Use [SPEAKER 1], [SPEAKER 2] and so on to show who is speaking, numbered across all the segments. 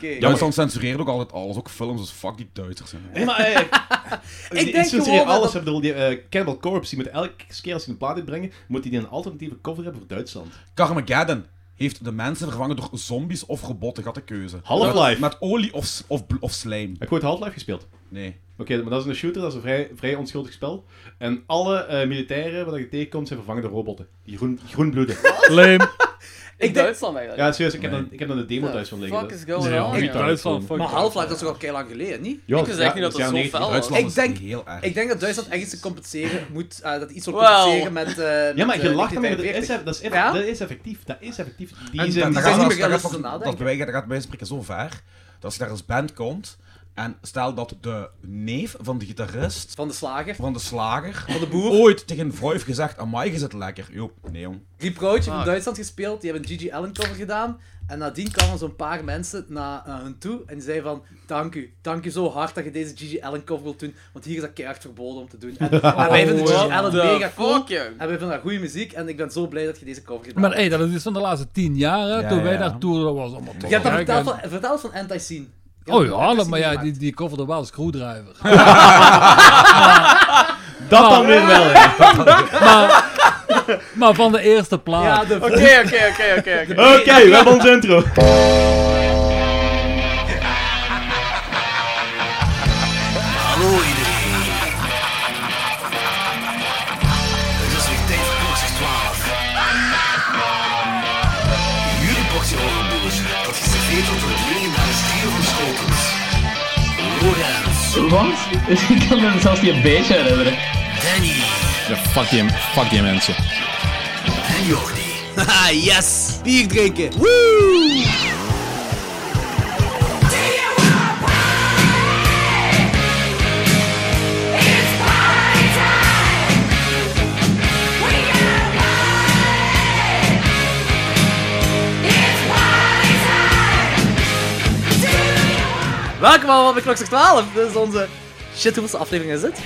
[SPEAKER 1] Ja, maar dan censureert ook altijd alles. Ook films, dus fuck die Duitsers. hè.
[SPEAKER 2] Nee, maar eh, die-
[SPEAKER 3] denk
[SPEAKER 2] die censureren
[SPEAKER 3] gewoon
[SPEAKER 2] alles.
[SPEAKER 3] dat-
[SPEAKER 2] Ik bedoel, die, eh, Cannibal Corpse, die moet elke keer als hij een plaat uitbrengen, moet hij die een alternatieve cover hebben voor Duitsland.
[SPEAKER 1] Carmageddon heeft de mensen vervangen door zombies of robotten. Ik had de keuze.
[SPEAKER 2] Half-Life.
[SPEAKER 1] Met, met olie of, s- of, bl- of slijm.
[SPEAKER 2] Ik heb ooit Half-Life gespeeld.
[SPEAKER 1] Nee.
[SPEAKER 2] Oké, maar dat is een shooter, dat is een vrij, vrij onschuldig spel. En alle eh, militairen wat je tegenkomt zijn vervangen door robotten. Die groen, groenbloeden.
[SPEAKER 4] Lame.
[SPEAKER 5] Oh,
[SPEAKER 3] denk-
[SPEAKER 5] In Duitsland eigenlijk.
[SPEAKER 2] Ja, serieus, ik heb,
[SPEAKER 1] Nee.
[SPEAKER 2] dan, ik heb dan de demo thuis van liggen.
[SPEAKER 5] Fuck
[SPEAKER 2] dus-
[SPEAKER 5] is going on,
[SPEAKER 2] ik-
[SPEAKER 5] ja.
[SPEAKER 2] dat-
[SPEAKER 4] Duitsland, fuck.
[SPEAKER 3] Maar Half-Life, dat is toch al kei lang geleden, niet?
[SPEAKER 2] Ja,
[SPEAKER 5] Ik wist
[SPEAKER 2] ja,
[SPEAKER 5] echt niet dat
[SPEAKER 2] ja,
[SPEAKER 5] het zo
[SPEAKER 2] nee,
[SPEAKER 5] fel was.
[SPEAKER 1] Duitsland
[SPEAKER 3] Ik
[SPEAKER 1] is
[SPEAKER 3] denk-
[SPEAKER 1] heel erg.
[SPEAKER 3] Ik denk dat Duitsland echt iets compenseren moet, eh, dat iets wil
[SPEAKER 5] Wel.
[SPEAKER 3] compenseren met, eh,
[SPEAKER 2] Ja,
[SPEAKER 3] met,
[SPEAKER 2] maar je
[SPEAKER 3] eh,
[SPEAKER 2] lacht ermee, maar dat
[SPEAKER 3] 1945.
[SPEAKER 2] is, eff- dat, is eff-
[SPEAKER 3] Ja?
[SPEAKER 2] dat is effectief. Dat is effectief. Die
[SPEAKER 1] En dat-
[SPEAKER 2] zijn, die
[SPEAKER 1] dat gaat-
[SPEAKER 2] zijn
[SPEAKER 3] niet meer
[SPEAKER 1] dat gaat-
[SPEAKER 3] realistisch
[SPEAKER 1] dat-
[SPEAKER 3] nadenken.
[SPEAKER 1] Dat bij- dat gaat bij spreken zo ver, dat als je daar als band komt, en stel dat de neef van de gitarist,
[SPEAKER 3] Van de slager.
[SPEAKER 1] van de slager,
[SPEAKER 3] Van de boer.
[SPEAKER 1] ooit tegen een vrouw heeft gezegd, amai, je zit lekker. Jo, nee jong.
[SPEAKER 3] Die broodje
[SPEAKER 5] Ah.
[SPEAKER 3] van Duitsland gespeeld, die hebben een Gigi Allen cover gedaan. En nadien kwamen zo'n paar mensen naar, naar hun toe en die zeiden van, dank u, dank u zo hard dat je deze Gigi Allen cover wilt doen, want hier is dat keihard verboden om te doen. En, maar wij vinden Gigi Allen mega cool
[SPEAKER 5] Fuck, joh.
[SPEAKER 3] en wij vinden dat goede muziek en ik ben zo blij dat je deze cover gedaan
[SPEAKER 4] Maar
[SPEAKER 3] hebt.
[SPEAKER 4] hey, dat is dus van de laatste tien jaar, hè,
[SPEAKER 1] Ja,
[SPEAKER 4] toen wij
[SPEAKER 1] ja.
[SPEAKER 4] daar toeren, dat was allemaal toch.
[SPEAKER 3] Je hebt dat
[SPEAKER 4] gek,
[SPEAKER 3] verteld
[SPEAKER 4] en-
[SPEAKER 3] van, verteld van Anti-Scene. Je
[SPEAKER 4] Oh
[SPEAKER 3] hebt
[SPEAKER 4] ja,
[SPEAKER 3] Anti-Scene
[SPEAKER 4] maar ja,
[SPEAKER 3] gemaakt.
[SPEAKER 4] die, die coverde wel Screwdriver.
[SPEAKER 2] dat dan weer wel. hè.
[SPEAKER 4] maar, maar van de eerste plaat.
[SPEAKER 3] Ja, Ah, de
[SPEAKER 5] Oké, oké, oké, oké, oké.
[SPEAKER 2] Oké, we hebben ons intro.
[SPEAKER 1] Eh,
[SPEAKER 6] Hallo iedereen. Het is weer tijd voor klokslag 12. Jullie boxje overboers, dus, dat geserveerd wordt door het legendarische trio van Schotels. Lorenz,
[SPEAKER 7] Wat? Ik kan me zelfs niet een beetje herinneren.
[SPEAKER 6] Danny
[SPEAKER 8] Ja, fuck die, fuck die mensen.
[SPEAKER 6] en Jordi.
[SPEAKER 3] Haha, Ah, yes! Bier drinken! Welkom allemaal bij Klokzak 12. Dit is onze... Shit, hoeveelste aflevering is dit?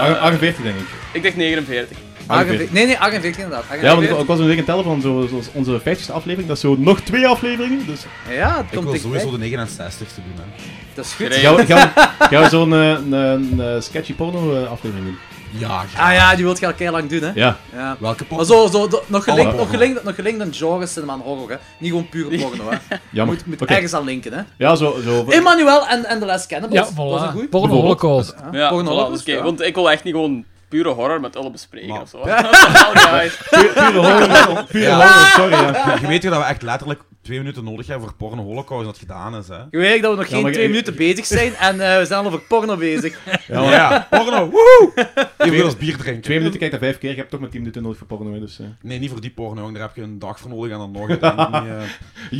[SPEAKER 2] Ar- 48 denk ik.
[SPEAKER 5] Ik dacht 49.
[SPEAKER 2] 48.
[SPEAKER 3] Nee, nee, 48 inderdaad.
[SPEAKER 2] Ja, want ik,
[SPEAKER 3] 48.
[SPEAKER 2] ik was een week aan het tellen van zo, zo- onze 50ste aflevering. Dat is zo nog twee afleveringen. Dus
[SPEAKER 3] Ja, het komt
[SPEAKER 1] Ik wil
[SPEAKER 3] dichtbij.
[SPEAKER 1] sowieso de 69 te doen, hè.
[SPEAKER 3] Dat is goed.
[SPEAKER 2] gaan we,
[SPEAKER 5] Gereden.
[SPEAKER 2] gaan we- gaan we zo'n eh, een- een, eh, sketchy porno eh, aflevering doen.
[SPEAKER 1] Ja, ja.
[SPEAKER 3] Ah ja, die wilt je al kei lang doen, hè?
[SPEAKER 2] Ja. Oh.
[SPEAKER 3] Ja.
[SPEAKER 1] Welke pop?
[SPEAKER 3] Maar zo, zo, do- nog gelinkt,
[SPEAKER 1] Alle
[SPEAKER 3] nog gelinkt, nog gelinkt aan genre, cinema en horror, hè? Niet gewoon pure porno, hè?
[SPEAKER 2] Jammer.
[SPEAKER 3] Moet, moet
[SPEAKER 2] Oké.
[SPEAKER 3] ergens aan linken, hè?
[SPEAKER 2] Ja, zo. zo
[SPEAKER 3] Emmanuel en, en The Last Cannibals.
[SPEAKER 4] Ja,
[SPEAKER 3] Was een
[SPEAKER 4] voilà.
[SPEAKER 3] goeie.
[SPEAKER 4] Porno Holocaust.
[SPEAKER 3] Ja,
[SPEAKER 5] Ja,
[SPEAKER 3] Porno
[SPEAKER 5] voilà,
[SPEAKER 3] Holocaust,
[SPEAKER 5] dat is oké,
[SPEAKER 3] ja.
[SPEAKER 5] Want ik wil echt niet gewoon pure horror met alle bespreken
[SPEAKER 1] Maar-
[SPEAKER 5] of zo. Alright.
[SPEAKER 2] Pu- pure horror. Pure
[SPEAKER 1] Ja.
[SPEAKER 2] horror, sorry. Ja.
[SPEAKER 1] Je weet toch dat we echt letterlijk twee minuten nodig hebben voor porno holocaust en dat gedaan is, hè?
[SPEAKER 3] Ik weet dat we nog geen
[SPEAKER 2] maar
[SPEAKER 3] twee
[SPEAKER 2] ik-
[SPEAKER 3] minuten bezig zijn en eh, we zijn al over porno bezig.
[SPEAKER 1] Ja, porno, woehoe! Even goed als bier drinken.
[SPEAKER 2] Twee minuten kijkt naar vijf keer. Je hebt toch maar 10 minuten nodig voor porno. hè, Dus, eh.
[SPEAKER 1] Nee, niet voor die porno, jong. daar heb je een dag voor nodig en dan nog. uiteindelijk niet, eh.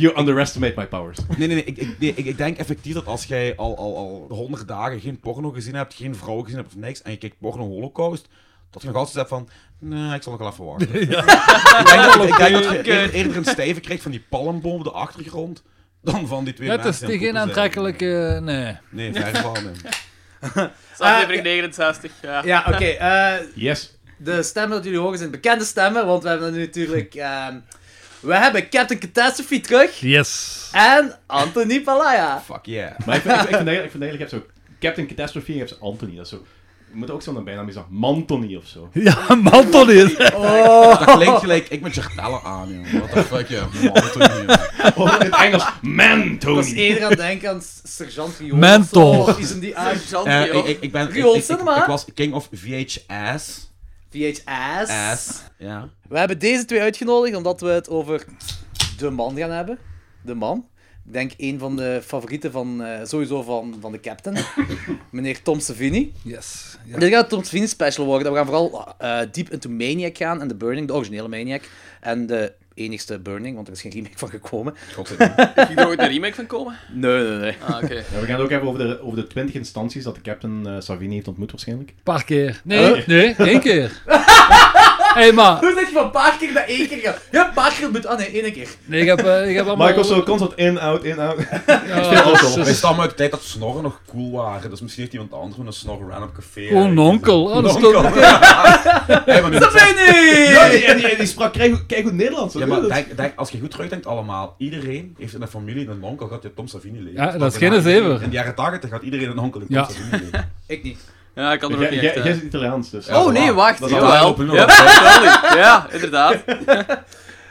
[SPEAKER 2] You underestimate my powers.
[SPEAKER 1] Nee, nee, nee. Ik, ik, nee, ik, ik denk effectief dat als jij al, al, al 100 dagen geen porno gezien hebt, geen vrouw gezien hebt of niks, en je kijkt porno Holocaust, dat je nog altijd zegt van, nee, ik zal nog wel even wachten. ik, denk dat, ik denk dat je eerder, eerder een stijve krijgt van die palmboom op de achtergrond, dan van die twee
[SPEAKER 4] Ja, het
[SPEAKER 1] mensen.
[SPEAKER 4] is
[SPEAKER 1] die
[SPEAKER 4] tegen
[SPEAKER 1] aan het
[SPEAKER 4] geen
[SPEAKER 1] poepen zijn.
[SPEAKER 4] aantrekkelijke... eh, Nee.
[SPEAKER 1] Nee, ver van nee.
[SPEAKER 5] Dat is aflevering 69, ja.
[SPEAKER 3] Ja, oké. eh,
[SPEAKER 2] Yes.
[SPEAKER 3] de stemmen dat jullie horen zijn bekende stemmen, want we hebben nu natuurlijk... ehm, we hebben Captain Catastrophe terug
[SPEAKER 4] Yes.
[SPEAKER 3] en Anthony Palaya.
[SPEAKER 1] Fuck yeah.
[SPEAKER 2] Maar ik vind, ik, ik vind eigenlijk, ik vind eigenlijk, je hebt zo Captain Catastrophe en je hebt zo Anthony. Dat is zo. Je moet ook zo'n bijnaam zeggen. Mantony of zo.
[SPEAKER 4] Ja, man, toch niet.
[SPEAKER 1] Dat klinkt gelijk, ik met Jartelle aan, joh. What the fuck, joh. Man, toch niet, joh.
[SPEAKER 2] Of in het Engels,
[SPEAKER 3] Ik was
[SPEAKER 2] Mantony.
[SPEAKER 3] eerder aan het denken aan Sergeant Riool.
[SPEAKER 4] Mental.
[SPEAKER 3] Of iets in die aard.
[SPEAKER 1] Eh,
[SPEAKER 5] Sergeant
[SPEAKER 1] ik, ik, ik ben... Ik,
[SPEAKER 3] Riool
[SPEAKER 1] ik, ik,
[SPEAKER 3] Cinema.
[SPEAKER 1] ik was king of VHS.
[SPEAKER 3] VHS.
[SPEAKER 1] Ass. Ja.
[SPEAKER 3] We hebben deze twee uitgenodigd omdat we het over de man gaan hebben. De man. Ik denk een van de favorieten van, eh, sowieso van, van de captain. Meneer Tom Savini.
[SPEAKER 4] Yes. Ja.
[SPEAKER 3] Dit gaat een Tom Savini special worden. We gaan vooral eh deep into Maniac gaan en de Burning, de originele Maniac. En de enigste Burning, want er is geen remake van gekomen.
[SPEAKER 1] Godzijdank.
[SPEAKER 5] Ging er ooit een remake van komen?
[SPEAKER 3] Nee, nee, nee.
[SPEAKER 5] Ah, oké.
[SPEAKER 2] Ja, we gaan het ook hebben over de, over de 20 instanties dat de Captain eh, Savini heeft ontmoet waarschijnlijk.
[SPEAKER 4] Een paar keer. Nee, nee, één keer. hey, maar...
[SPEAKER 3] Hoe zeg je van paar keer naar één keer gaan? Ja, paar keer moet... Ah nee, één keer.
[SPEAKER 4] Nee, ik heb, eh, ik heb allemaal...
[SPEAKER 2] Maar ik was zo constant in-out, in-out.
[SPEAKER 4] Ja,
[SPEAKER 2] alcohol.
[SPEAKER 4] dus-
[SPEAKER 1] Wij stammen uit de tijd dat snorren nog cool waren. Dus misschien heeft iemand anders gewoon een snor random café.
[SPEAKER 4] Oh, een onkel. Oh, dat is
[SPEAKER 1] Onkel.
[SPEAKER 4] toch-
[SPEAKER 1] Hey, maar nu-
[SPEAKER 3] Dat ben
[SPEAKER 2] Ja,
[SPEAKER 3] ik!
[SPEAKER 2] die, die, die sprak kijk kijk goed Nederlands.
[SPEAKER 1] Ja, maar denk, denk, als je goed terugdenkt allemaal, iedereen heeft in de familie een onkel gehad die op Tom Savini leeft.
[SPEAKER 4] Ja, dat is geen zever.
[SPEAKER 1] In de jaren 80 had iedereen een onkel in Tom
[SPEAKER 4] Ja.
[SPEAKER 1] Savini leven.
[SPEAKER 3] Ik niet.
[SPEAKER 5] Ja, ik kan er ook
[SPEAKER 2] Jij
[SPEAKER 5] niet
[SPEAKER 2] jij-
[SPEAKER 5] echt...
[SPEAKER 2] jij
[SPEAKER 5] eh.
[SPEAKER 2] zit Italiaans, dus.
[SPEAKER 1] Ja,
[SPEAKER 5] Oh nee,
[SPEAKER 1] voilà.
[SPEAKER 5] wacht.
[SPEAKER 1] Dat
[SPEAKER 5] Dat
[SPEAKER 1] is
[SPEAKER 5] jawel.
[SPEAKER 1] allemaal
[SPEAKER 5] Ja,
[SPEAKER 1] op een
[SPEAKER 5] sorry. ja, inderdaad.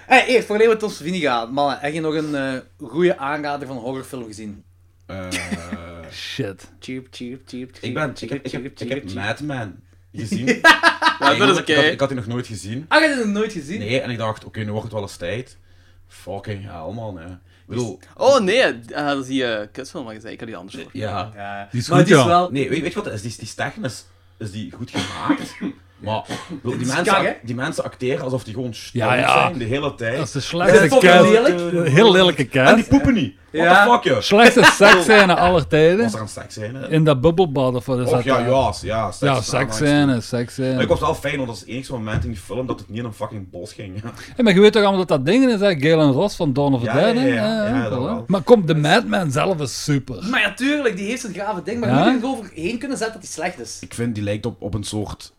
[SPEAKER 3] Hey, eerst, voordat we tot ons Savini gaan, mannen, heb je nog een eh goede aanrader van een horrorfilm gezien?
[SPEAKER 1] Eh,
[SPEAKER 4] Shit.
[SPEAKER 3] Cheep, cheep, cheep, cheep,
[SPEAKER 1] ik, ben, ik,
[SPEAKER 3] cheep,
[SPEAKER 1] heb, ik, heb,
[SPEAKER 3] cheep,
[SPEAKER 1] ik
[SPEAKER 3] cheep,
[SPEAKER 1] heb
[SPEAKER 3] cheep.
[SPEAKER 1] Madman gezien.
[SPEAKER 5] Ja, dat is
[SPEAKER 1] Eigenlijk,
[SPEAKER 5] oké.
[SPEAKER 1] ik, had, ik had die nog nooit gezien.
[SPEAKER 3] Ah, je hebt het nog nooit gezien?
[SPEAKER 1] Nee, en ik dacht, oké, nu wordt het wel eens tijd. Fucking hell, man. Hè. Ik bedoel,
[SPEAKER 5] Oh nee, ah, dat is die eh, kutfilm wat je zei. Ik had die anders voor.
[SPEAKER 1] ja.
[SPEAKER 3] Ja.
[SPEAKER 4] Die is
[SPEAKER 3] maar
[SPEAKER 4] goed,
[SPEAKER 3] die is
[SPEAKER 4] ja.
[SPEAKER 3] wel...
[SPEAKER 1] Nee, weet, weet je wat het is? Die, die is technisch is die goed gemaakt. Maar ik bedoel, die,
[SPEAKER 3] is
[SPEAKER 1] mensen,
[SPEAKER 3] kak, hè?
[SPEAKER 1] die mensen acteren alsof die gewoon stom
[SPEAKER 4] Ja, ja.
[SPEAKER 1] zijn de hele tijd.
[SPEAKER 4] Dat is de
[SPEAKER 3] Dat is
[SPEAKER 4] slechtste
[SPEAKER 3] toch
[SPEAKER 4] kerel.
[SPEAKER 3] lelijk?
[SPEAKER 4] Heel lelijke
[SPEAKER 1] En die
[SPEAKER 4] kerel.
[SPEAKER 1] poepen niet. What
[SPEAKER 3] Ja.
[SPEAKER 1] the fuck, joh?
[SPEAKER 4] Slechtste seksscène aller tijden.
[SPEAKER 1] Was er een seksscène?
[SPEAKER 4] In dat bubbelbad of wat is
[SPEAKER 1] Och
[SPEAKER 4] dat?
[SPEAKER 1] ja, ja,
[SPEAKER 4] daar?
[SPEAKER 1] ja. seks-
[SPEAKER 4] eh, Ja, eh, seksscène, seksscène.
[SPEAKER 1] Maar Ik was wel fijn, want dat is het enige moment in die film dat het niet in een fucking bos ging.
[SPEAKER 4] Hey, maar je weet toch allemaal dat dat ding is, hè? Galen Ross van Dawn of the
[SPEAKER 1] Ja,
[SPEAKER 4] Dead? hè?
[SPEAKER 1] ja, ja, ja,
[SPEAKER 4] Ja,
[SPEAKER 1] ja, dat
[SPEAKER 4] voilà.
[SPEAKER 1] wel.
[SPEAKER 4] Maar kom, de Madman zelf is super.
[SPEAKER 3] Maar ja, tuurlijk, die heeft zijn gave ding, maar
[SPEAKER 4] Ja?
[SPEAKER 3] je moet er overheen kunnen zetten dat die slecht is.
[SPEAKER 1] Ik vind, die lijkt op, op een soort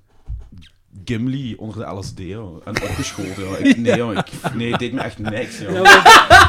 [SPEAKER 1] Gimli onder de LSD, joh. En opgeschoten, joh. Ik- nee, joh. Ik, nee, het deed me echt niks, joh.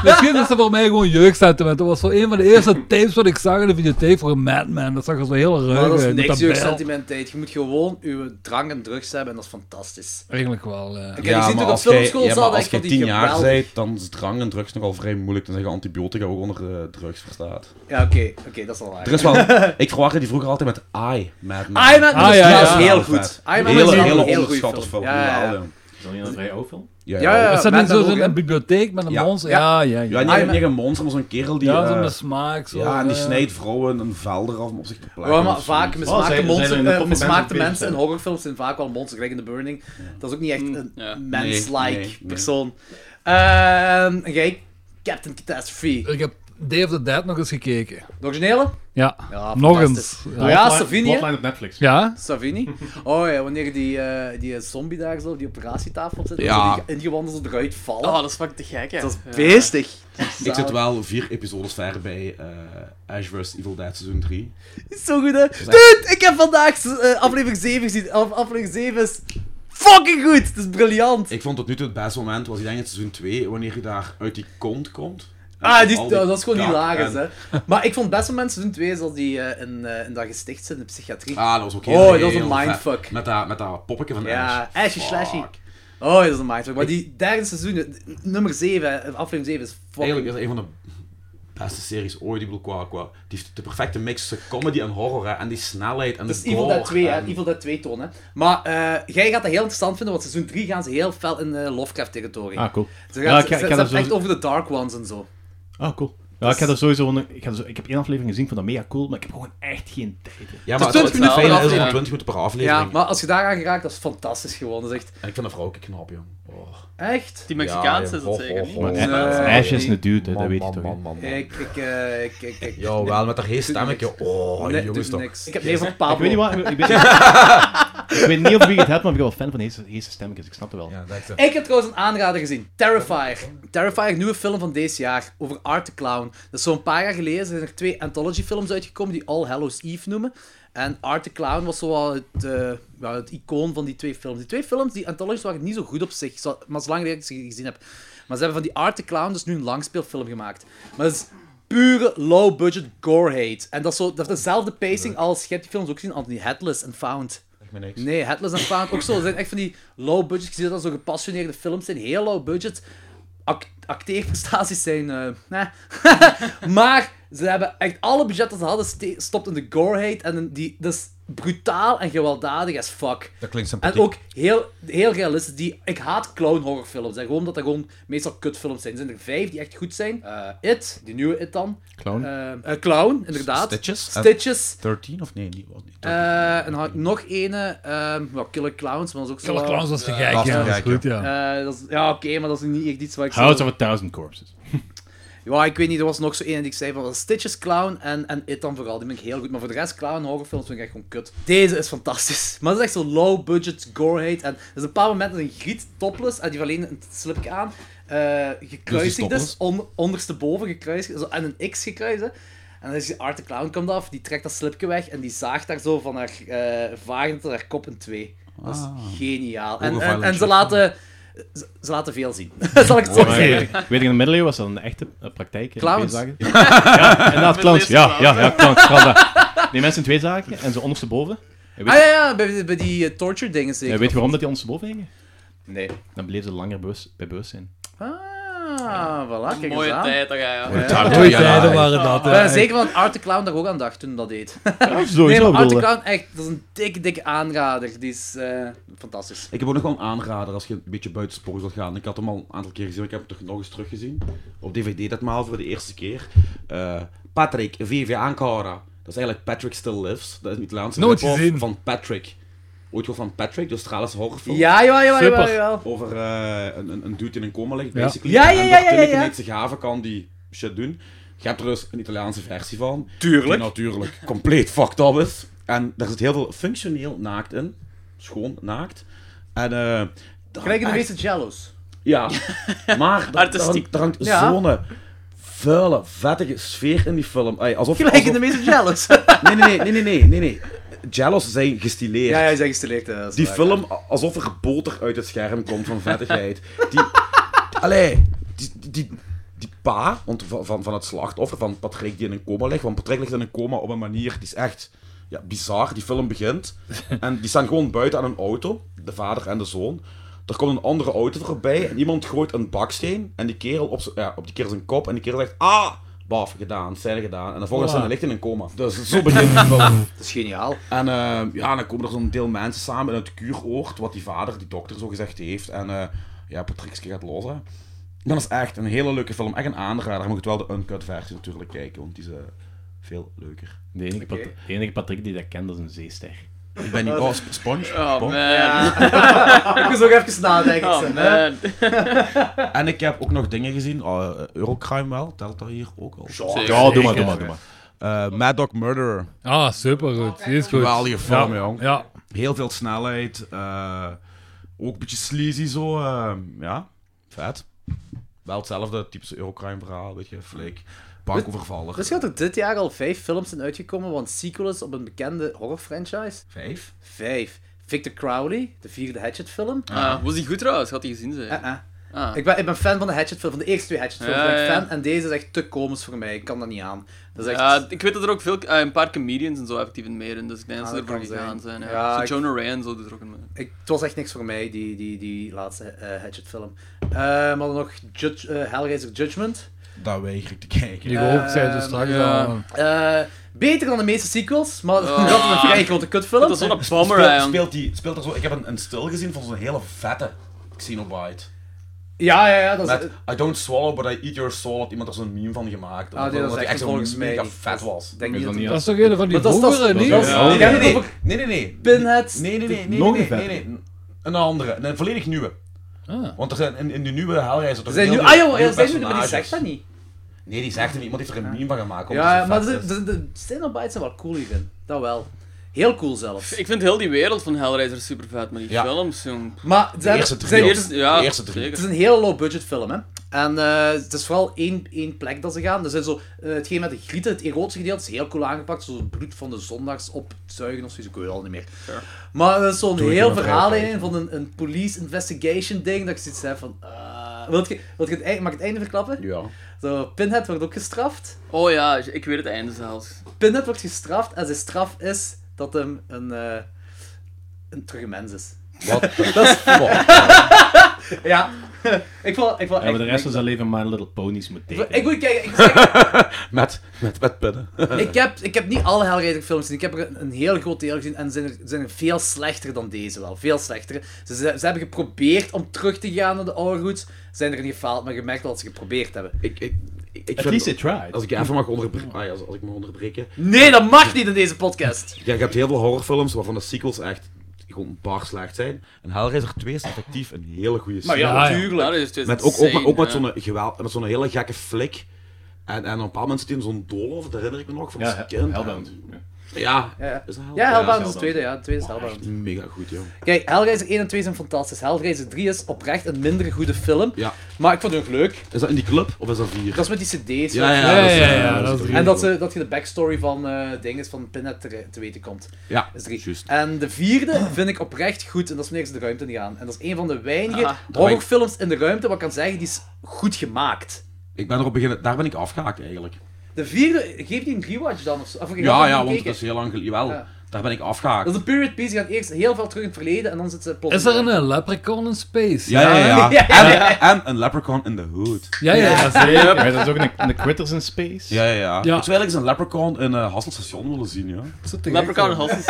[SPEAKER 4] Misschien is dat voor mij gewoon jeugdsentiment. Dat was zo een van de eerste tapes wat ik zag in de videotheek voor een Madman. Dat zag er zo heel ruig
[SPEAKER 3] Maar dat is
[SPEAKER 4] uit, met
[SPEAKER 3] niks
[SPEAKER 4] dat
[SPEAKER 3] je
[SPEAKER 4] bijl.
[SPEAKER 3] sentimenteit. Je moet gewoon je drank en drugs hebben en dat is fantastisch.
[SPEAKER 4] Eigenlijk wel, eh. ja.
[SPEAKER 3] Oké, je ziet ook op
[SPEAKER 1] als jij-
[SPEAKER 3] filmschool
[SPEAKER 1] ja,
[SPEAKER 3] zal
[SPEAKER 1] maar
[SPEAKER 3] dat
[SPEAKER 1] als
[SPEAKER 3] echt
[SPEAKER 1] jij
[SPEAKER 3] van die
[SPEAKER 1] tien jaar
[SPEAKER 3] geweldig-
[SPEAKER 1] bent, dan is drang en drugs nogal vrij moeilijk. Dan zeggen antibiotica ook onder eh, drugs verstaat.
[SPEAKER 3] Ja, oké, oké, dat is al waar.
[SPEAKER 1] Er is wel... ik verwachtte die vroeger altijd met I, Madman.
[SPEAKER 3] Iron Man
[SPEAKER 4] Ah,
[SPEAKER 3] is
[SPEAKER 4] ja, ja.
[SPEAKER 3] trouwens heel
[SPEAKER 1] Heel
[SPEAKER 3] goed.
[SPEAKER 1] vet.
[SPEAKER 3] Iron Man is
[SPEAKER 1] Hele,
[SPEAKER 3] wel
[SPEAKER 1] hele
[SPEAKER 3] een heel goede
[SPEAKER 1] onderschatte film.
[SPEAKER 3] Ja, ja, ja.
[SPEAKER 1] Jawel,
[SPEAKER 2] Is dat niet een vrij oude film?
[SPEAKER 1] joh.
[SPEAKER 3] Ja, ja,
[SPEAKER 4] Is dat niet
[SPEAKER 3] Madman
[SPEAKER 4] zo-
[SPEAKER 3] ook,
[SPEAKER 4] zo'n
[SPEAKER 3] hè?
[SPEAKER 4] een bibliotheek met een
[SPEAKER 1] Ja.
[SPEAKER 4] monster? Ja, ja, ja.
[SPEAKER 1] Ja,
[SPEAKER 4] Ja,
[SPEAKER 1] niet, niet een monster, maar zo'n kerel die... eh,
[SPEAKER 4] zo'n smaak. Zo,
[SPEAKER 1] ja, en die
[SPEAKER 4] eh.
[SPEAKER 1] snijdt vrouwen een vuil eraf om op zich te plakken.
[SPEAKER 3] Ja, maar
[SPEAKER 1] Dus-
[SPEAKER 3] vaak mismaakte,
[SPEAKER 2] zijn- zijn
[SPEAKER 3] monster-
[SPEAKER 2] er in de
[SPEAKER 3] eh,
[SPEAKER 2] top van
[SPEAKER 3] mismaakte
[SPEAKER 2] mensen
[SPEAKER 3] mensen in
[SPEAKER 2] beter?
[SPEAKER 3] horrorfilms zijn vaak wel monsters, gelijk in The Burning. Dat is ook niet echt een
[SPEAKER 5] ja.
[SPEAKER 3] mens-like
[SPEAKER 1] Nee, nee, nee.
[SPEAKER 3] persoon. Ehm, en jij, Captain Catastrophe.
[SPEAKER 4] Ik heb Day of the Dead nog eens gekeken.
[SPEAKER 3] De originele?
[SPEAKER 4] Ja,
[SPEAKER 3] Ja,
[SPEAKER 4] nog eens.
[SPEAKER 3] fantastisch.
[SPEAKER 4] Ja.
[SPEAKER 3] Ja,
[SPEAKER 2] Bloodline-
[SPEAKER 3] Savini, hè?
[SPEAKER 2] Bloodline op Netflix.
[SPEAKER 4] Ja?
[SPEAKER 3] Savini. Oh ja, wanneer die, eh, die zombie daar zo op die operatietafel zit,
[SPEAKER 1] Ja.
[SPEAKER 3] en zo die ingewanden zo eruit vallen.
[SPEAKER 5] Oh, dat is fucking te gek, hè.
[SPEAKER 3] dat is
[SPEAKER 5] Ja.
[SPEAKER 3] beestig.
[SPEAKER 1] Ik zit wel vier episodes ver bij eh Ash vs. Evil Dead seizoen 3.
[SPEAKER 3] Zo goed, hè? Dude, ik heb vandaag eh, aflevering 7 gezien. Af- aflevering 7 is fucking goed. Het is briljant.
[SPEAKER 1] Ik vond tot nu toe het beste moment was, ik denk in seizoen 2, wanneer je daar uit die kont komt.
[SPEAKER 3] Ah, die,
[SPEAKER 1] Al
[SPEAKER 3] dat is gewoon
[SPEAKER 1] kak
[SPEAKER 3] hilarisch,
[SPEAKER 1] en-
[SPEAKER 3] hè. Maar ik vond best wel mensen doen twee, zoals die eh, in, eh, in dat gesticht zitten, in de psychiatrie.
[SPEAKER 1] Ah, dat was ook
[SPEAKER 3] Oh,
[SPEAKER 1] heel
[SPEAKER 3] dat was
[SPEAKER 1] heel
[SPEAKER 3] een
[SPEAKER 1] vet.
[SPEAKER 3] mindfuck.
[SPEAKER 1] Met dat, met dat poppetje van
[SPEAKER 3] ja,
[SPEAKER 1] Ash.
[SPEAKER 3] Ashy
[SPEAKER 1] Fuck.
[SPEAKER 3] Slashy. Oh, dat is een mindfuck. Maar die derde seizoen, eh, n- nummer 7, eh, aflevering 7, is
[SPEAKER 1] Eigenlijk
[SPEAKER 3] fucking...
[SPEAKER 1] is het een van de beste series ooit, ik bedoel, qua, qua... Die heeft de perfecte mix tussen comedy en horror, hè. En die snelheid en
[SPEAKER 3] Dat is
[SPEAKER 1] de
[SPEAKER 3] Evil
[SPEAKER 1] gore
[SPEAKER 3] Dead 2, hè.
[SPEAKER 1] en-
[SPEAKER 3] Evil Dead 2 toon, hè. Maar eh, jij gaat dat heel interessant vinden, want seizoen 3 gaan ze heel fel in eh, Lovecraft-territorie.
[SPEAKER 2] Ah, cool.
[SPEAKER 3] Ze
[SPEAKER 2] Ja,
[SPEAKER 3] gaan
[SPEAKER 2] ik
[SPEAKER 3] ze-
[SPEAKER 2] ga- ik
[SPEAKER 3] ze-
[SPEAKER 2] ga
[SPEAKER 3] ze
[SPEAKER 2] dat
[SPEAKER 3] hebben echt
[SPEAKER 2] sowieso-
[SPEAKER 3] over de Dark Ones en zo.
[SPEAKER 2] Ah, cool. Ja, ik, heb er sowieso een, ik, heb zo, ik heb één aflevering gezien, van dat mega cool, maar ik heb gewoon echt geen tijd. hè.
[SPEAKER 1] Ja, maar het,
[SPEAKER 5] Het
[SPEAKER 1] het,
[SPEAKER 5] is 20
[SPEAKER 1] fijne is
[SPEAKER 5] minuten per
[SPEAKER 1] om
[SPEAKER 5] aflevering.
[SPEAKER 1] 20 minuten per
[SPEAKER 3] Ja,
[SPEAKER 1] aflevering.
[SPEAKER 3] maar als je daaraan geraakt, dat is fantastisch gewoon. Dat is echt...
[SPEAKER 1] En ik vind dat vrouw ook knap, jong. Oh.
[SPEAKER 3] Echt?
[SPEAKER 5] Die Mexicaanse is dat
[SPEAKER 1] Ja,
[SPEAKER 5] zeker niet?
[SPEAKER 1] ho, ho, ho.
[SPEAKER 5] Ja,
[SPEAKER 3] Nee.
[SPEAKER 5] dat
[SPEAKER 2] Ash
[SPEAKER 5] is-
[SPEAKER 2] is een dude, hè,
[SPEAKER 1] Man,
[SPEAKER 2] dat weet je
[SPEAKER 1] man,
[SPEAKER 2] toch. hè.
[SPEAKER 1] man, man, man.
[SPEAKER 3] Ik, ik, eh, ik, ik, ik...
[SPEAKER 1] Ja, wel, met dat heel stemmetje. Oh,
[SPEAKER 3] Nee,
[SPEAKER 1] jongens
[SPEAKER 3] doet
[SPEAKER 1] toch.
[SPEAKER 3] niks. Ik heb even een
[SPEAKER 2] Ik weet niet
[SPEAKER 3] Pablo.
[SPEAKER 2] waar... Ik weet, ik weet niet of wie het hebt, maar ik ben wel fan van deze, deze stemmetjes, ik snap het wel.
[SPEAKER 1] Ja, dat is het.
[SPEAKER 3] Ik heb trouwens een aanrader gezien. Terrifier. Terrifier, nieuwe film van deze jaar. Over Art the Clown. Dat is zo'n paar jaar geleden. zijn er twee anthology films uitgekomen die All Hallows Eve noemen. En Art the Clown was zoal het, eh, ja, het icoon van die twee films. Die twee films, die anthologies, waren niet zo goed op zich. zo- Maar zolang dat ik ze gezien heb. Maar ze hebben van die Art the Clown dus nu een langspeelfilm gemaakt. Maar dat is pure low-budget gore-hate. En dat is, zo, dat is dezelfde pacing als... Je hebt die films ook gezien, Anthony Headless en Found.
[SPEAKER 1] Zeg maar niks.
[SPEAKER 3] Nee, Headless en Found ook zo. Dat zijn echt van die low budget. Je ziet dat dat zo gepassioneerde films zijn. Heel low budget. Ac- acteerprestaties zijn... eh, nee. maar ze hebben echt alle budget dat ze hadden ste- stopt in de gore-hate. En in die, dat is brutaal en gewelddadig as fuck.
[SPEAKER 1] Dat klinkt
[SPEAKER 3] En
[SPEAKER 1] sympathiek.
[SPEAKER 3] ook heel, heel realistisch. Die, ik haat clown horrorfilms. Hè, gewoon omdat dat gewoon meestal kutfilms zijn. Er zijn er vijf die echt goed zijn. Eh, It, die nieuwe It dan.
[SPEAKER 1] Clown.
[SPEAKER 3] Eh, eh, Clown, inderdaad.
[SPEAKER 1] Stitches. En-
[SPEAKER 3] Stitches.
[SPEAKER 1] 13 of nee, niet. was niet.
[SPEAKER 3] Eh, en dan had ik nog ene, ehm wel, Killer Clowns, maar dat is ook zo...
[SPEAKER 4] Killer Clowns was te gek,
[SPEAKER 1] dat is
[SPEAKER 4] ja.
[SPEAKER 1] te
[SPEAKER 4] Dat is
[SPEAKER 1] gek,
[SPEAKER 4] goed, ja.
[SPEAKER 3] Eh, dat is, ja, oké, maar dat is niet echt iets waar ik... zo-
[SPEAKER 2] House of a Thousand Corpses.
[SPEAKER 3] Ja, ik weet niet, er was nog zo één die ik zei van dat is Stitches Clown en, en It dan vooral. Die vind ik heel goed. Maar voor de rest, Clown horrorfilms vind ik echt gewoon kut. Deze is fantastisch. Maar het is echt zo low budget gore hate. En er is een paar momenten dat een griet topless en die heeft alleen een slipje aan. eh gekruisigd dus,
[SPEAKER 8] topless?
[SPEAKER 3] on- ondersteboven gekruisigd. zo, en een X gekruisigd. hè. En dan is die Art the Clown komt af, die trekt dat slipje weg en die zaagt daar zo van haar eh varend tot haar kop in twee. Dat is geniaal. En, en,
[SPEAKER 1] Violent
[SPEAKER 3] en ze
[SPEAKER 1] Shot.
[SPEAKER 3] laten... Ze, ze laten veel zien. Zal ik het zo
[SPEAKER 2] Maar,
[SPEAKER 3] zeggen?
[SPEAKER 2] eh, weet ik, in de middeleeuwen was dat een echte eh, praktijk. eh,
[SPEAKER 3] Clowns.
[SPEAKER 2] tweezagen. Ja, inderdaad, clowns. Ja, ja, ja, clowns. clowns, ja. Die mensen in twee zaken en ze ondersteboven. En weet,
[SPEAKER 3] Ah ja, ja bij, bij die eh, torture dingen
[SPEAKER 2] eh,
[SPEAKER 3] zeker.
[SPEAKER 2] weet je waarom dat die ondersteboven hingen?
[SPEAKER 3] Nee.
[SPEAKER 2] Dan bleven ze langer bewust, bij bewustzijn.
[SPEAKER 3] Ah, voilà, kijk eens
[SPEAKER 5] Mooie
[SPEAKER 3] aan.
[SPEAKER 5] tijd, daar ga je.
[SPEAKER 1] Goed, daar doe
[SPEAKER 4] Mooie
[SPEAKER 1] je aan.
[SPEAKER 4] tijden waren dat.
[SPEAKER 3] Ik
[SPEAKER 4] hè.
[SPEAKER 3] ben zeker van Art the Clown daar ook aan dacht toen hij dat deed.
[SPEAKER 2] Ja,
[SPEAKER 3] Nee,
[SPEAKER 2] sowieso
[SPEAKER 3] maar Art the
[SPEAKER 2] bedoelde.
[SPEAKER 3] Clown, echt, dat is een dikke, dikke aanrader. Die is eh, fantastisch.
[SPEAKER 1] Ik heb ook nog wel een aanrader als je een beetje buitensporig wilt gaan. Ik had hem al een aantal keer gezien, maar ik heb hem toch nog eens teruggezien. Op DVD dat maal voor de eerste keer. Eh, Patrick, VV Ankara. Dat is eigenlijk Patrick Still Lives. Dat is een Italiaanse
[SPEAKER 4] Nooit
[SPEAKER 1] rip-off
[SPEAKER 4] gezien.
[SPEAKER 1] van Patrick. Ooit wel van Patrick, de Australische horrorfilm.
[SPEAKER 3] Ja, jawel, jawel,
[SPEAKER 2] Super.
[SPEAKER 3] jawel, jawel.
[SPEAKER 1] Over eh, een, een, een dude in een coma ligt,
[SPEAKER 4] Ja.
[SPEAKER 1] basically.
[SPEAKER 3] Ja, ja,
[SPEAKER 1] en
[SPEAKER 3] ja,
[SPEAKER 1] dat
[SPEAKER 3] ja,
[SPEAKER 1] Tillich
[SPEAKER 3] ja.
[SPEAKER 1] ineens zich haven kan die shit doen. Je hebt er dus een Italiaanse versie van. Die natuurlijk compleet fucked up is. En daar zit heel veel functioneel naakt in. Schoon naakt. En eh... daar
[SPEAKER 3] Gelijk in de
[SPEAKER 1] echt-
[SPEAKER 3] meeste Jello's.
[SPEAKER 1] Ja. Maar er- er
[SPEAKER 5] Artistiek.
[SPEAKER 1] hangt, er hangt
[SPEAKER 3] Ja.
[SPEAKER 1] zo'n eh, vuile, vettige sfeer in die film. Ay, alsof,
[SPEAKER 3] Gelijk in de
[SPEAKER 1] alsof-
[SPEAKER 3] meeste Jello's.
[SPEAKER 1] Nee, nee, nee, nee, nee, nee, nee. Jellos zijn gestileerd.
[SPEAKER 3] ja, ja, is echt gestileerd. hè, dat is
[SPEAKER 1] Die
[SPEAKER 3] waar,
[SPEAKER 1] film, a- alsof er boter uit het scherm komt van vettigheid. Die, allee, die, die, die, die pa want van, van, van het slachtoffer, van Patrick die in een coma ligt. Want Patrick ligt in een coma op een manier die is echt ja, bizar. Die film begint en die staan gewoon buiten aan een auto, de vader en de zoon. Er komt een andere auto voorbij en iemand gooit een baksteen en die kerel op, z'n- ja, op die kerel zijn kop en die kerel zegt ah, baf, gedaan, scène gedaan. En de volgende scène ligt in een coma. Dus zo begint die film.
[SPEAKER 3] ja. Dat is geniaal.
[SPEAKER 1] En eh, ja, dan komen er zo'n deel mensen samen in het kuuroord, wat die vader, die dokter, zo gezegd heeft. En eh, ja, Patrickske gaat los, hè. Dat is echt een hele leuke film. Echt een aanrader. Je moet wel de uncut versie natuurlijk kijken, want die is eh, veel leuker.
[SPEAKER 2] De enige,
[SPEAKER 3] Oké.
[SPEAKER 2] Pat- de enige Patrick die dat kent, dat is een zeester.
[SPEAKER 1] Ik ben niet... Oh, Sp- Sponge.
[SPEAKER 5] Oh
[SPEAKER 1] Bon.
[SPEAKER 5] man.
[SPEAKER 3] Ik moest ook even nadenken.
[SPEAKER 5] Oh
[SPEAKER 3] Sam, hè.
[SPEAKER 5] man.
[SPEAKER 1] En ik heb ook nog dingen gezien. Oh, eh, Eurocrime wel. Telt daar hier ook al.
[SPEAKER 5] Zeker.
[SPEAKER 2] Ja, Oh, doe maar, doe maar, doe maar.
[SPEAKER 1] Eh, Mad Dog Murderer.
[SPEAKER 4] Ah, supergoed. Die is goed.
[SPEAKER 1] Geweldige film,
[SPEAKER 4] ja.
[SPEAKER 1] jong.
[SPEAKER 4] Ja.
[SPEAKER 1] Heel veel snelheid. eh, ook een beetje sleazy zo. eh, ja, vet. Wel hetzelfde typische Eurocrime verhaal, weet je, flake. Bankovervaller.
[SPEAKER 3] Dus gaat er dit jaar al vijf films zijn uitgekomen, want sequel is op een bekende horrorfranchise.
[SPEAKER 1] Vijf?
[SPEAKER 3] Vijf. Victor Crowley, de vierde Hatchet-film.
[SPEAKER 5] Ah, was die goed trouwens? Had hij gezien ze?
[SPEAKER 3] Eh, eh.
[SPEAKER 5] Ah.
[SPEAKER 3] Ik ben, ik ben fan van de Hatchet-film, van de eerste twee Hatchet-films.
[SPEAKER 5] Ja,
[SPEAKER 3] ben ik
[SPEAKER 5] ja, ja.
[SPEAKER 3] fan en deze is echt te komisch voor mij. Ik kan dat niet aan. Dat is echt...
[SPEAKER 5] Ja, ik weet dat er ook veel, eh, een paar comedians en zo effectief in meedoen, dus ik denk dat
[SPEAKER 3] Ah,
[SPEAKER 5] ze
[SPEAKER 3] dat
[SPEAKER 5] ervoor
[SPEAKER 3] kan
[SPEAKER 5] gegaan
[SPEAKER 3] zijn.
[SPEAKER 5] zijn. ja.
[SPEAKER 3] Ja,
[SPEAKER 5] Zo
[SPEAKER 3] ik-
[SPEAKER 5] Jonah Ray en zo doet er ook een mee.
[SPEAKER 3] ik, het was echt niks voor mij, die, die, die laatste eh, Hatchet-film. Eh, maar dan nog Judge, eh, Hellraiser Judgment.
[SPEAKER 1] Dat weiger ik te kijken.
[SPEAKER 4] Die hoofd zei dus straks
[SPEAKER 5] ja.
[SPEAKER 4] al.
[SPEAKER 3] Eh, beter dan de meeste sequels, maar
[SPEAKER 5] Oh.
[SPEAKER 3] dat is een vrij grote kutfilm.
[SPEAKER 5] Dat is zo'n bummer, hè,
[SPEAKER 1] speelt,
[SPEAKER 5] jong.
[SPEAKER 1] speelt die, speelt er zo, ik heb een, een stil gezien van zo'n hele vette Xenobite.
[SPEAKER 3] Ja, ja, ja. Dat is,
[SPEAKER 1] Met I don't swallow, but I eat your soul. Had iemand er zo'n meme van gemaakt.
[SPEAKER 3] ah, nee, dat is echt
[SPEAKER 1] zo
[SPEAKER 3] volgens mij
[SPEAKER 1] mega
[SPEAKER 3] niet.
[SPEAKER 1] vet
[SPEAKER 3] Dat
[SPEAKER 1] was.
[SPEAKER 3] Denk
[SPEAKER 2] Is
[SPEAKER 3] niet
[SPEAKER 2] dat
[SPEAKER 3] dat
[SPEAKER 2] niet
[SPEAKER 4] Dat is toch een van die
[SPEAKER 3] Maar dat is- dat is-
[SPEAKER 4] boeren,
[SPEAKER 3] dat is-
[SPEAKER 4] niet?
[SPEAKER 3] dat is-
[SPEAKER 4] Ja.
[SPEAKER 1] Nee,
[SPEAKER 3] Ja,
[SPEAKER 1] nee,
[SPEAKER 3] nee,
[SPEAKER 1] nee, nee, nee, nee.
[SPEAKER 3] Pinheads.
[SPEAKER 1] Nee, nee, nee, nee,
[SPEAKER 2] Nog
[SPEAKER 1] nee,
[SPEAKER 2] een
[SPEAKER 1] nee, nee. Een andere, een volledig nieuwe.
[SPEAKER 4] Ah.
[SPEAKER 1] Want er zijn in, in de nieuwe Hellraiser
[SPEAKER 3] Er
[SPEAKER 1] toch
[SPEAKER 3] zijn nu...
[SPEAKER 1] heel
[SPEAKER 3] Ah,
[SPEAKER 1] veel
[SPEAKER 3] joh,
[SPEAKER 1] nieuwe
[SPEAKER 3] er zijn nu... Maar die
[SPEAKER 1] personages.
[SPEAKER 3] zegt dat niet.
[SPEAKER 1] Nee, die zegt er niet. Iemand heeft er een meme van gemaakt. omdat
[SPEAKER 3] Ja,
[SPEAKER 1] ze
[SPEAKER 3] maar
[SPEAKER 1] vet
[SPEAKER 3] de, de,
[SPEAKER 1] is.
[SPEAKER 3] de Xenobites zijn wel cool hierin. Dat wel. Heel cool zelfs.
[SPEAKER 5] Ik vind heel die wereld van Hellraiser super vet, maar die
[SPEAKER 1] Ja.
[SPEAKER 5] films, jong.
[SPEAKER 3] Maar ze
[SPEAKER 1] De
[SPEAKER 3] hebben-
[SPEAKER 1] eerste
[SPEAKER 3] ze
[SPEAKER 1] drie.
[SPEAKER 5] De
[SPEAKER 3] hebben-
[SPEAKER 5] eerste- ja,
[SPEAKER 1] De eerste drie.
[SPEAKER 5] zeker.
[SPEAKER 3] het is een heel low-budget film, hè. En eh, het is vooral één, één plek dat ze gaan. Er zijn zo, eh, hetgeen met de grieten, het erotische gedeelte, is heel cool aangepakt. Zo'n bloed van de zondags opzuigen of zoiets, ik weet het al niet meer.
[SPEAKER 5] Ja.
[SPEAKER 3] Maar er is zo'n
[SPEAKER 1] ik
[SPEAKER 3] heel
[SPEAKER 1] in mijn
[SPEAKER 3] verhaal
[SPEAKER 1] vrije
[SPEAKER 3] in van een, een police investigation ding, dat ik zoiets heb van... eh, wilt je, wilt je het, einde- mag ik het einde verklappen?
[SPEAKER 1] Ja.
[SPEAKER 3] Zo, Pinhead wordt ook gestraft.
[SPEAKER 5] Oh ja, ik weet het einde zelfs.
[SPEAKER 3] Pinhead wordt gestraft en zijn straf is dat hem een, eh een terug een mens is.
[SPEAKER 1] Wat? Dat is...
[SPEAKER 3] Ja, ik vond, ik vond
[SPEAKER 2] Ja, maar
[SPEAKER 3] echt...
[SPEAKER 2] de rest van zijn leven My Little Ponies moet
[SPEAKER 3] Ik,
[SPEAKER 2] tekenen.
[SPEAKER 3] ik moet kijken, ik, zeg-
[SPEAKER 1] Met, met, met pinnen.
[SPEAKER 3] ik, heb, ik heb niet alle Hellraiser films gezien, ik heb er een, een heel groot deel gezien en zijn er, zijn er veel slechter dan deze wel, veel slechter. Ze, ze, ze hebben geprobeerd om terug te gaan naar de oude roots, zijn er niet gefaald, maar je merkt wel dat ze geprobeerd hebben.
[SPEAKER 1] Ik, ik, ik, ik
[SPEAKER 2] At
[SPEAKER 1] vind-
[SPEAKER 2] least they tried.
[SPEAKER 1] Als ik je even mag onderbreken. Ah, ja, als, als ik mag onderbreken.
[SPEAKER 3] Nee, dat mag niet in deze podcast!
[SPEAKER 1] Ja, je hebt heel veel horrorfilms waarvan de sequels echt gewoon bar slecht zijn. En Hellraiser 2 is effectief een hele goede sequel.
[SPEAKER 4] ja.
[SPEAKER 5] natuurlijk.
[SPEAKER 1] Met ook, ook, ook met zo'n geweld, met zo'n hele gekke flik. En, en op een bepaald moment zit hij in zo'n doolhof, dat herinner ik me nog, van
[SPEAKER 2] Ja,
[SPEAKER 1] als kind.
[SPEAKER 2] Hellbound.
[SPEAKER 1] En-
[SPEAKER 2] Ja.
[SPEAKER 1] Ja,
[SPEAKER 3] Ja, ja.
[SPEAKER 1] is dat
[SPEAKER 3] ja
[SPEAKER 1] Hellbound?
[SPEAKER 3] Hellbound is
[SPEAKER 2] Hellbound.
[SPEAKER 3] de tweede, ja. De tweede is Hellbound.
[SPEAKER 1] Mega goed, joh.
[SPEAKER 3] Kijk, Hellraiser 1 en 2 zijn fantastisch. Hellraiser 3 is oprecht een minder goede film.
[SPEAKER 1] Ja.
[SPEAKER 3] Maar ik vond het nog leuk.
[SPEAKER 1] Is dat in die club of is dat vier?
[SPEAKER 3] Dat is met die cd's.
[SPEAKER 1] ja,
[SPEAKER 3] weet
[SPEAKER 1] ja,
[SPEAKER 3] je.
[SPEAKER 1] dat is-
[SPEAKER 4] Ja, ja,
[SPEAKER 1] eh,
[SPEAKER 4] ja,
[SPEAKER 1] dat is
[SPEAKER 4] dat
[SPEAKER 1] drie.
[SPEAKER 4] is
[SPEAKER 3] En dat, ze, dat je de backstory van eh dingen van Pinhead te, te weten komt.
[SPEAKER 1] Ja,
[SPEAKER 3] Is drie.
[SPEAKER 1] juist.
[SPEAKER 3] En de vierde vind ik oprecht goed. En dat is wanneer ze de ruimte in gaan. En dat is een van de weinige
[SPEAKER 5] Ah,
[SPEAKER 3] horrorfilms in de ruimte wat ik kan zeggen, die is goed gemaakt.
[SPEAKER 1] Ik ben erop beginnen, daar ben ik afgehaakt eigenlijk.
[SPEAKER 3] De vierde, geef die een rewatch dan of zo. Of je gaat
[SPEAKER 1] Ja,
[SPEAKER 3] er niet
[SPEAKER 1] ja, want
[SPEAKER 3] kijken.
[SPEAKER 1] dat is heel lang geleden. Jawel,
[SPEAKER 3] Ja.
[SPEAKER 1] daar ben ik afgehaakt.
[SPEAKER 3] Dat is een period piece. Je gaat eerst heel veel terug in het verleden en dan zit ze plots...
[SPEAKER 4] Is er een eh, leprechaun in space?
[SPEAKER 1] Ja, ja, ja.
[SPEAKER 3] Ja,
[SPEAKER 1] En, en een leprechaun in the hood.
[SPEAKER 4] Ja, ja, ja.
[SPEAKER 2] Maar dat is ook in de, in de Critters in Space.
[SPEAKER 1] Ja, ja, ja. Ik zou
[SPEAKER 4] Ja.
[SPEAKER 1] eigenlijk eens een leprechaun in eh Hassel Station willen zien, ja.
[SPEAKER 5] Leprechaun en Halsens.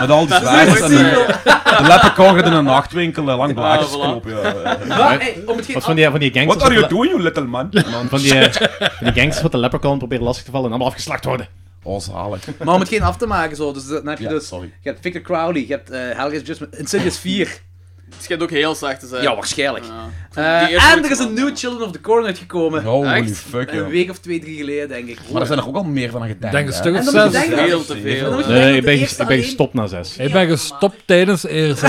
[SPEAKER 1] Met al die zwijgers. en eh, de leprechaun gaat in een nachtwinkel eh, lang blaadjes
[SPEAKER 5] voilà.
[SPEAKER 1] kopen. ja.
[SPEAKER 3] Maar, hey, om het geen
[SPEAKER 2] Wat van die, van die gangsters...
[SPEAKER 1] What are you
[SPEAKER 2] van
[SPEAKER 1] doing, you little man?
[SPEAKER 2] de- man, van die, eh, van die gangsters van de leprechaun proberen lastig te vallen en allemaal afgeslacht worden.
[SPEAKER 1] Oh, zalig.
[SPEAKER 3] Maar om het geen af te maken, zo. Dus dan heb je
[SPEAKER 1] Ja,
[SPEAKER 3] dus.
[SPEAKER 1] sorry.
[SPEAKER 3] Je hebt Victor Crowley, je hebt eh Hellraiser Judgment, Insidious 4.
[SPEAKER 5] Het schijnt ook heel slecht te zijn.
[SPEAKER 3] ja, waarschijnlijk.
[SPEAKER 5] Ja.
[SPEAKER 3] Eh,
[SPEAKER 5] Die eerste
[SPEAKER 3] en er is
[SPEAKER 5] moet-
[SPEAKER 3] een nieuw Children of the Corn uitgekomen.
[SPEAKER 1] Holy
[SPEAKER 5] Echt?
[SPEAKER 1] fuck,
[SPEAKER 3] Een
[SPEAKER 1] joh.
[SPEAKER 3] week of twee, drie geleden, denk ik.
[SPEAKER 1] Maar er zijn er ook al meer van aan
[SPEAKER 4] Ik
[SPEAKER 1] gedacht.
[SPEAKER 4] denk een stuk of
[SPEAKER 3] En dan moet je
[SPEAKER 4] zes.
[SPEAKER 3] denken...
[SPEAKER 5] Veel te veel.
[SPEAKER 3] Nee.
[SPEAKER 5] hè.
[SPEAKER 2] Nee,
[SPEAKER 3] dat
[SPEAKER 2] ik
[SPEAKER 3] de
[SPEAKER 2] ben, ges-
[SPEAKER 3] eerste
[SPEAKER 2] ik ben
[SPEAKER 3] alleen-
[SPEAKER 2] gestopt na zes.
[SPEAKER 4] Ik ben gestopt tijdens eerst.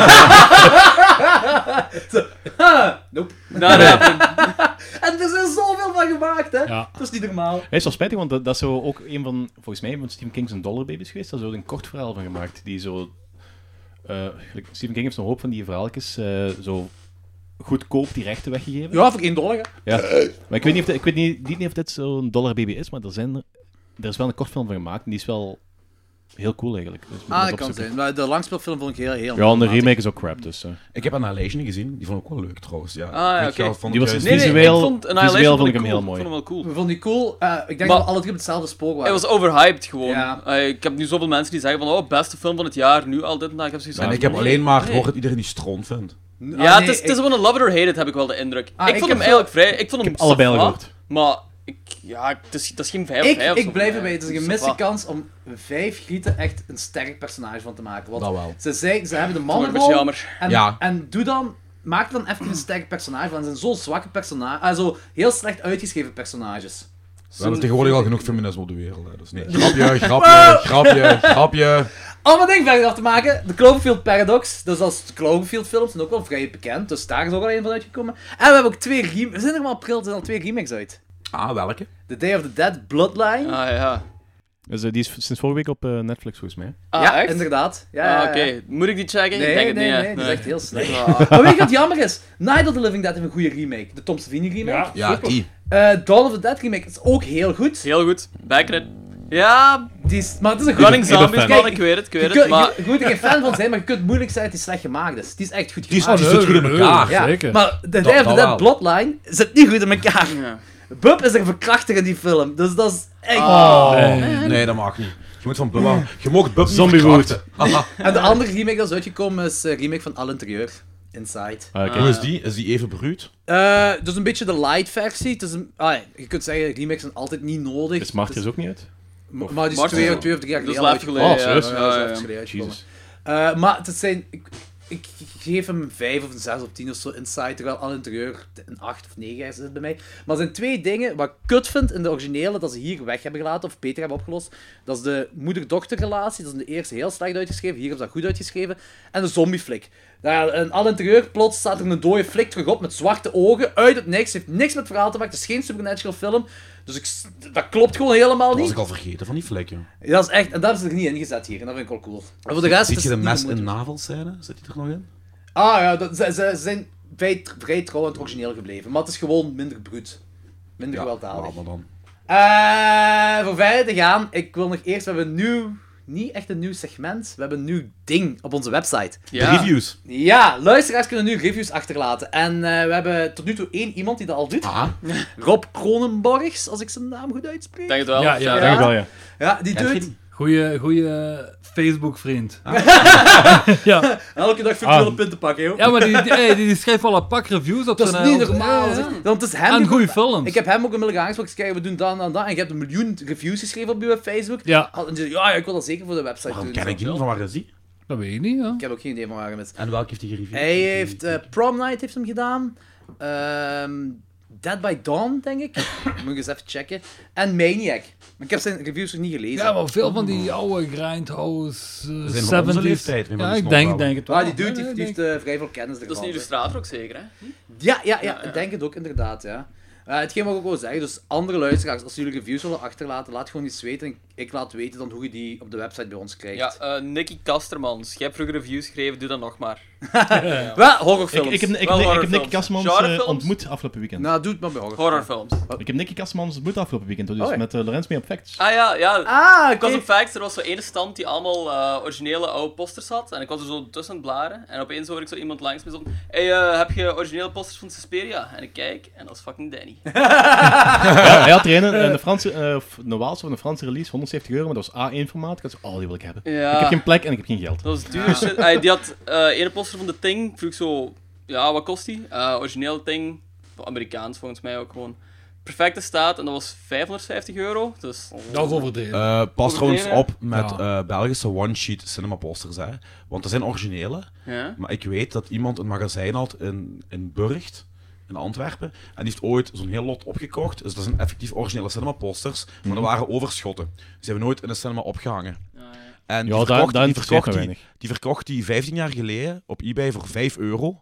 [SPEAKER 3] Ha! Nope.
[SPEAKER 5] Nou, ja,
[SPEAKER 3] En er zijn zoveel van gemaakt, hè.
[SPEAKER 4] Ja.
[SPEAKER 3] Dat is niet normaal.
[SPEAKER 2] Hij is wel spijtig, want dat, dat is zo ook een van, volgens mij, een van Stephen King's Dollar Babies geweest. Daar is ook een kort verhaal van gemaakt, die zo... eh, gelijk- Stephen King heeft zo'n hoop van die verhaaltjes eh, zo goedkoop die rechten weggegeven.
[SPEAKER 3] Ja, voor één dollar, hè.
[SPEAKER 2] Ja. Maar ik weet niet of, dit- ik weet niet, niet of dit zo'n Dollar Baby is, maar er, zijn, er- er is wel een kort film van gemaakt en die is wel heel cool eigenlijk. Dus moet je
[SPEAKER 3] Ah,
[SPEAKER 2] eens
[SPEAKER 3] dat kan
[SPEAKER 2] opzoeken.
[SPEAKER 3] zijn. Maar de langspeelfilm vond ik heel, heel...
[SPEAKER 2] Ja, en de remake is ook crap, dus... eh.
[SPEAKER 1] Ik heb Annihilation gezien, die vond ik wel leuk trouwens. Ja.
[SPEAKER 5] Ah, ja,
[SPEAKER 1] Ik
[SPEAKER 5] oké.
[SPEAKER 1] wel- vond
[SPEAKER 2] Die
[SPEAKER 1] ik
[SPEAKER 2] was
[SPEAKER 1] juist-
[SPEAKER 5] nee, nee,
[SPEAKER 2] Visueel-
[SPEAKER 5] ik vond,
[SPEAKER 2] visueel
[SPEAKER 5] Annihilation
[SPEAKER 2] vond ik hem
[SPEAKER 5] cool.
[SPEAKER 2] heel mooi.
[SPEAKER 5] Ik vond hem wel cool.
[SPEAKER 3] We vonden die cool. Eh, ik denk
[SPEAKER 5] Maar-
[SPEAKER 3] dat we alle drie op hetzelfde spoor
[SPEAKER 5] Hij
[SPEAKER 3] waren.
[SPEAKER 5] was overhyped gewoon.
[SPEAKER 3] Ja.
[SPEAKER 5] Eh, ik heb nu zoveel mensen die zeggen van, oh, beste film van het jaar, nu al dit en dat. Ik heb zoiets
[SPEAKER 1] En
[SPEAKER 5] van,
[SPEAKER 1] ik heb
[SPEAKER 5] nee,
[SPEAKER 1] alleen maar
[SPEAKER 5] nee.
[SPEAKER 1] gehoord dat iedereen die stront vindt.
[SPEAKER 3] Ah,
[SPEAKER 5] Ja,
[SPEAKER 3] nee,
[SPEAKER 5] het is, het
[SPEAKER 3] ik-
[SPEAKER 5] is gewoon een love it or hate it, heb ik wel de indruk.
[SPEAKER 3] Ah,
[SPEAKER 5] ik
[SPEAKER 3] ik
[SPEAKER 5] vond
[SPEAKER 3] heb
[SPEAKER 5] hem
[SPEAKER 3] zo-
[SPEAKER 5] eigenlijk vrij... Ik vond hem
[SPEAKER 2] allebei
[SPEAKER 5] safa,
[SPEAKER 2] gehoord.
[SPEAKER 5] Maar ik, ja, het is, dat is geen 5
[SPEAKER 3] Ik, ik blijf erbij. Het is een gemiste
[SPEAKER 5] ah.
[SPEAKER 3] kans om vijf gieten echt een sterk personage van te maken. Want
[SPEAKER 1] Dat wel.
[SPEAKER 3] ze, zei, ze hebben de
[SPEAKER 5] Dat
[SPEAKER 3] mannen
[SPEAKER 5] is jammer.
[SPEAKER 3] En,
[SPEAKER 1] Ja.
[SPEAKER 3] en doe dan, maak dan even een sterk personage van. Het zijn zo zwakke personages. Ah, zo heel slecht uitgeschreven personages.
[SPEAKER 1] We hebben tegenwoordig al genoeg feminisme op de wereld. hè, Dus nee. Grapje, grapje, grapje, grapje.
[SPEAKER 3] Om een ding verder af te maken, de Cloverfield Paradox. Dus als de Cloverfield films zijn ook wel vrij bekend. Dus daar is ook al een van uitgekomen. En we hebben ook twee remakes. We zijn er maar april, er zijn al twee remakes uit.
[SPEAKER 1] Ah, welke?
[SPEAKER 3] The Day of the Dead, Bloodline.
[SPEAKER 5] Ah, ja.
[SPEAKER 2] Dus, eh, die is sinds vorige week op eh, Netflix, volgens mij.
[SPEAKER 5] Ah,
[SPEAKER 3] ja,
[SPEAKER 5] echt?
[SPEAKER 3] inderdaad. Ja, ja,
[SPEAKER 5] Ah,
[SPEAKER 3] ja.
[SPEAKER 5] Oké, moet ik die checken?
[SPEAKER 3] Nee,
[SPEAKER 5] ik denk
[SPEAKER 3] nee, nee,
[SPEAKER 5] het niet. hè.
[SPEAKER 3] die is echt heel slecht.
[SPEAKER 5] Ah.
[SPEAKER 3] Maar weet je wat jammer is? Night of the Living Dead heeft een goede remake. De Tom Savini remake.
[SPEAKER 1] Ja, die.
[SPEAKER 3] Eh, Dawn of the Dead remake is ook heel goed.
[SPEAKER 5] Heel goed. Backred. Ja,
[SPEAKER 3] Die is, maar het is een goede
[SPEAKER 5] Running Zombies,
[SPEAKER 2] fan.
[SPEAKER 5] man, ik weet het, ik
[SPEAKER 3] Je,
[SPEAKER 5] weet
[SPEAKER 3] kunt-
[SPEAKER 5] het,
[SPEAKER 3] je,
[SPEAKER 5] maar...
[SPEAKER 3] je moet er geen fan van zijn, maar je kunt moeilijk zijn dat die slecht gemaakt is. Die is echt goed
[SPEAKER 1] Die,
[SPEAKER 3] gemaakt.
[SPEAKER 1] die zit goed in elkaar.
[SPEAKER 3] ja.
[SPEAKER 4] Zeker.
[SPEAKER 3] Maar The Day of the
[SPEAKER 1] dat
[SPEAKER 3] Dead
[SPEAKER 1] wel.
[SPEAKER 3] Bloodline zit niet goed in elkaar.
[SPEAKER 5] Ja.
[SPEAKER 3] Bub is een verkrachter in die film, dus dat is echt...
[SPEAKER 1] Oh.
[SPEAKER 3] Oh.
[SPEAKER 1] Nee, nee, dat mag niet. Je moet van Bubba. Je mocht Bub
[SPEAKER 2] Zombie
[SPEAKER 1] niet
[SPEAKER 2] woord.
[SPEAKER 1] Haha.
[SPEAKER 3] En de andere remake dat is uitgekomen is een remake van Al Interieur. Inside.
[SPEAKER 2] Ah, oké.
[SPEAKER 1] Hoe is die? Is die even bruut?
[SPEAKER 3] Eh, dus een beetje de light versie. Het is een, ah, ja, je kunt zeggen, remakes zijn altijd niet nodig.
[SPEAKER 2] Is Martyrs ook niet uit?
[SPEAKER 3] M- Maar die is
[SPEAKER 5] Martin.
[SPEAKER 3] twee, twee of drie jaar
[SPEAKER 5] Dat is
[SPEAKER 3] geleden.
[SPEAKER 5] laatst
[SPEAKER 3] al
[SPEAKER 5] geleden.
[SPEAKER 2] Oh,
[SPEAKER 5] ja,
[SPEAKER 2] serieus?
[SPEAKER 5] ja,
[SPEAKER 3] uitgekomen. Ja,
[SPEAKER 5] ja,
[SPEAKER 3] dat is
[SPEAKER 5] ja.
[SPEAKER 3] geleden uitgekomen.
[SPEAKER 2] Jezus.
[SPEAKER 3] Eh, maar het zijn... Ik, ik geef hem 5 of een 6 of 10 of zo inside, terwijl al interieur een 8 of 9 is het bij mij. Maar er zijn twee dingen wat ik kut vind in de originele, dat ze hier weg hebben gelaten of beter hebben opgelost. Dat is de moeder-dochter relatie, dat is in de eerste heel slecht uitgeschreven, hier is dat goed uitgeschreven. En de zombie flik. Daar, in al interieur plots staat er een dode flik terug op met zwarte ogen, uit het niks, heeft niks met het verhaal te maken, het is geen supernatural film. Dus ik, s- dat klopt gewoon helemaal
[SPEAKER 1] Dat was
[SPEAKER 3] niet.
[SPEAKER 1] ik al vergeten van die vlek, joh.
[SPEAKER 3] Ja, Dat is echt, en daar is er niet in gezet hier, en dat vind ik wel cool. En voor de rest
[SPEAKER 1] Ziet
[SPEAKER 3] is
[SPEAKER 1] je de
[SPEAKER 3] het niet
[SPEAKER 1] mes
[SPEAKER 3] de moeite.
[SPEAKER 1] in navelscène? Zit die er nog in?
[SPEAKER 3] Ah ja, dat, ze, ze zijn vrij, vrij trouw aan het origineel gebleven, maar het is gewoon minder bruut. Minder gewelddadig.
[SPEAKER 1] laat Ah, maar dan.
[SPEAKER 3] Eh, voor verder te gaan, ik wil nog eerst, we hebben een nieuw, niet echt een nieuw segment, we hebben een nieuw ding op onze website.
[SPEAKER 1] De
[SPEAKER 5] Ja.
[SPEAKER 1] reviews.
[SPEAKER 3] Ja, luisteraars kunnen nu reviews achterlaten. En eh, we hebben tot nu toe één iemand die dat al doet.
[SPEAKER 1] Ah,
[SPEAKER 3] Rob Kronenborgs, als ik zijn naam goed uitspreek.
[SPEAKER 5] Denk het wel.
[SPEAKER 4] Ja, ja.
[SPEAKER 2] Denk ik wel, ja.
[SPEAKER 3] Ja, die
[SPEAKER 1] Kent je
[SPEAKER 3] doet
[SPEAKER 1] die?
[SPEAKER 4] Goeie, goeie eh, Facebook-vriend.
[SPEAKER 3] Ah.
[SPEAKER 4] ja.
[SPEAKER 3] elke dag virtuele
[SPEAKER 2] Ah.
[SPEAKER 3] punten pakken, joh.
[SPEAKER 4] ja, maar die, die, hey, die, die schrijft wel een pak reviews op
[SPEAKER 3] dat is
[SPEAKER 4] zijn...
[SPEAKER 3] niet
[SPEAKER 4] eh, op-
[SPEAKER 3] normaal.
[SPEAKER 4] ja, ja.
[SPEAKER 3] zeg. Want het is hem
[SPEAKER 4] En
[SPEAKER 3] die-
[SPEAKER 4] goede films.
[SPEAKER 3] Ik heb hem ook onmiddellijk aangesproken. Ik zei, we doen dat en dat en dat. En je hebt een miljoen reviews geschreven op je Facebook.
[SPEAKER 4] Ja,
[SPEAKER 3] Al- En die zei, ja, ja, ik wil dat zeker voor de website
[SPEAKER 1] waarom
[SPEAKER 3] doen.
[SPEAKER 1] ken ik die niet? Van waar is die?
[SPEAKER 4] dat weet ik niet, ja.
[SPEAKER 3] Ik heb ook geen idee van waar hem is. eh,
[SPEAKER 1] En welke heeft hij gereviewd?
[SPEAKER 3] Hij heeft... eh, Prom Night heeft hem gedaan. Ehm, Dead by Dawn, denk ik. Moet ik eens even checken. En Maniac. Maar ik heb zijn reviews nog niet gelezen.
[SPEAKER 4] Ja, maar veel van die oude grindhouse eh,
[SPEAKER 1] zijn van onze
[SPEAKER 4] 70s.
[SPEAKER 1] leeftijd, we
[SPEAKER 4] ja,
[SPEAKER 1] moeten
[SPEAKER 4] ik
[SPEAKER 1] snel
[SPEAKER 4] denk,
[SPEAKER 1] bouwen.
[SPEAKER 4] denk het wel.
[SPEAKER 3] Ah, die dude die
[SPEAKER 4] Ja,
[SPEAKER 3] heeft,
[SPEAKER 4] ik
[SPEAKER 3] die heeft, eh, vrij veel kennis
[SPEAKER 5] Dat is
[SPEAKER 3] ervan,
[SPEAKER 5] een
[SPEAKER 3] hè.
[SPEAKER 5] illustrator ook zeker, hè?
[SPEAKER 3] Ja, ja, ja,
[SPEAKER 5] Ja, ja.
[SPEAKER 3] ik denk het ook inderdaad, ja. Eh, hetgeen wat ik ook wil zeggen, dus andere luisteraars, als jullie reviews willen achterlaten, laat gewoon iets weten. en Ik laat weten dan hoe je die op de website bij ons krijgt.
[SPEAKER 5] Ja, eh Nicky Kastermans. Jij hebt vroeger reviews geschreven, doe dat nog maar.
[SPEAKER 3] Wel,
[SPEAKER 2] Ik,
[SPEAKER 3] horrorfilms.
[SPEAKER 2] ik, heb, ik, ik,
[SPEAKER 5] Wel
[SPEAKER 2] heb
[SPEAKER 5] horrorfilms.
[SPEAKER 2] Nicky Kasmans eh,
[SPEAKER 5] Genrefilms?
[SPEAKER 2] ontmoet afgelopen weekend.
[SPEAKER 3] Nou, doe het maar bij horror.
[SPEAKER 5] Horrorfilms.
[SPEAKER 2] Ik heb Nicky Kasmans ontmoet afgelopen weekend, dus
[SPEAKER 3] Oh, ja.
[SPEAKER 2] met eh, Lorenz mee op Facts.
[SPEAKER 5] Ah ja, ja.
[SPEAKER 3] Ah,
[SPEAKER 5] Ik
[SPEAKER 3] oké.
[SPEAKER 5] was op Facts, er was zo ene stand die allemaal eh, originele oude posters had. En ik was er zo tussen aan het blaren. En opeens hoor ik zo iemand langs me zo... Hey, eh, heb je originele posters van Suspiria? En ik kijk, en dat is fucking Danny.
[SPEAKER 2] Ja, hij had er een, een, Franse, eh, f- een Waalse of een Franse release, 170 euro, maar dat was A1-formaat. Ik had zo, oh, die wil ik hebben.
[SPEAKER 5] Ja.
[SPEAKER 2] Ik heb geen plek en ik heb geen geld.
[SPEAKER 5] Dat was duur shit. Hij- die had eh ene poster van de Thing. Vroeg ik zo, ja, wat kost die? Eh origineel Thing. Amerikaans volgens mij ook gewoon. Perfecte staat en dat was 550 euro. Dus
[SPEAKER 4] denk- Dat is overdreven.
[SPEAKER 1] Eh, pas trouwens
[SPEAKER 5] Proberen.
[SPEAKER 1] op met eh, Belgische one-sheet cinema posters, hè. Want er zijn originele,
[SPEAKER 5] ja.
[SPEAKER 1] maar ik weet dat iemand een magazijn had in, in Burgt, in Antwerpen, en die heeft ooit zo'n heel lot opgekocht. Dus dat zijn effectief originele cinema posters, maar er waren overschotten. Dus die hebben nooit in de cinema opgehangen. En die
[SPEAKER 2] Ja, daar-
[SPEAKER 1] verkocht,
[SPEAKER 2] daar
[SPEAKER 1] die,
[SPEAKER 2] interesseert
[SPEAKER 1] verkocht
[SPEAKER 2] me
[SPEAKER 1] die, die verkocht die 15 jaar geleden op eBay voor 5 euro.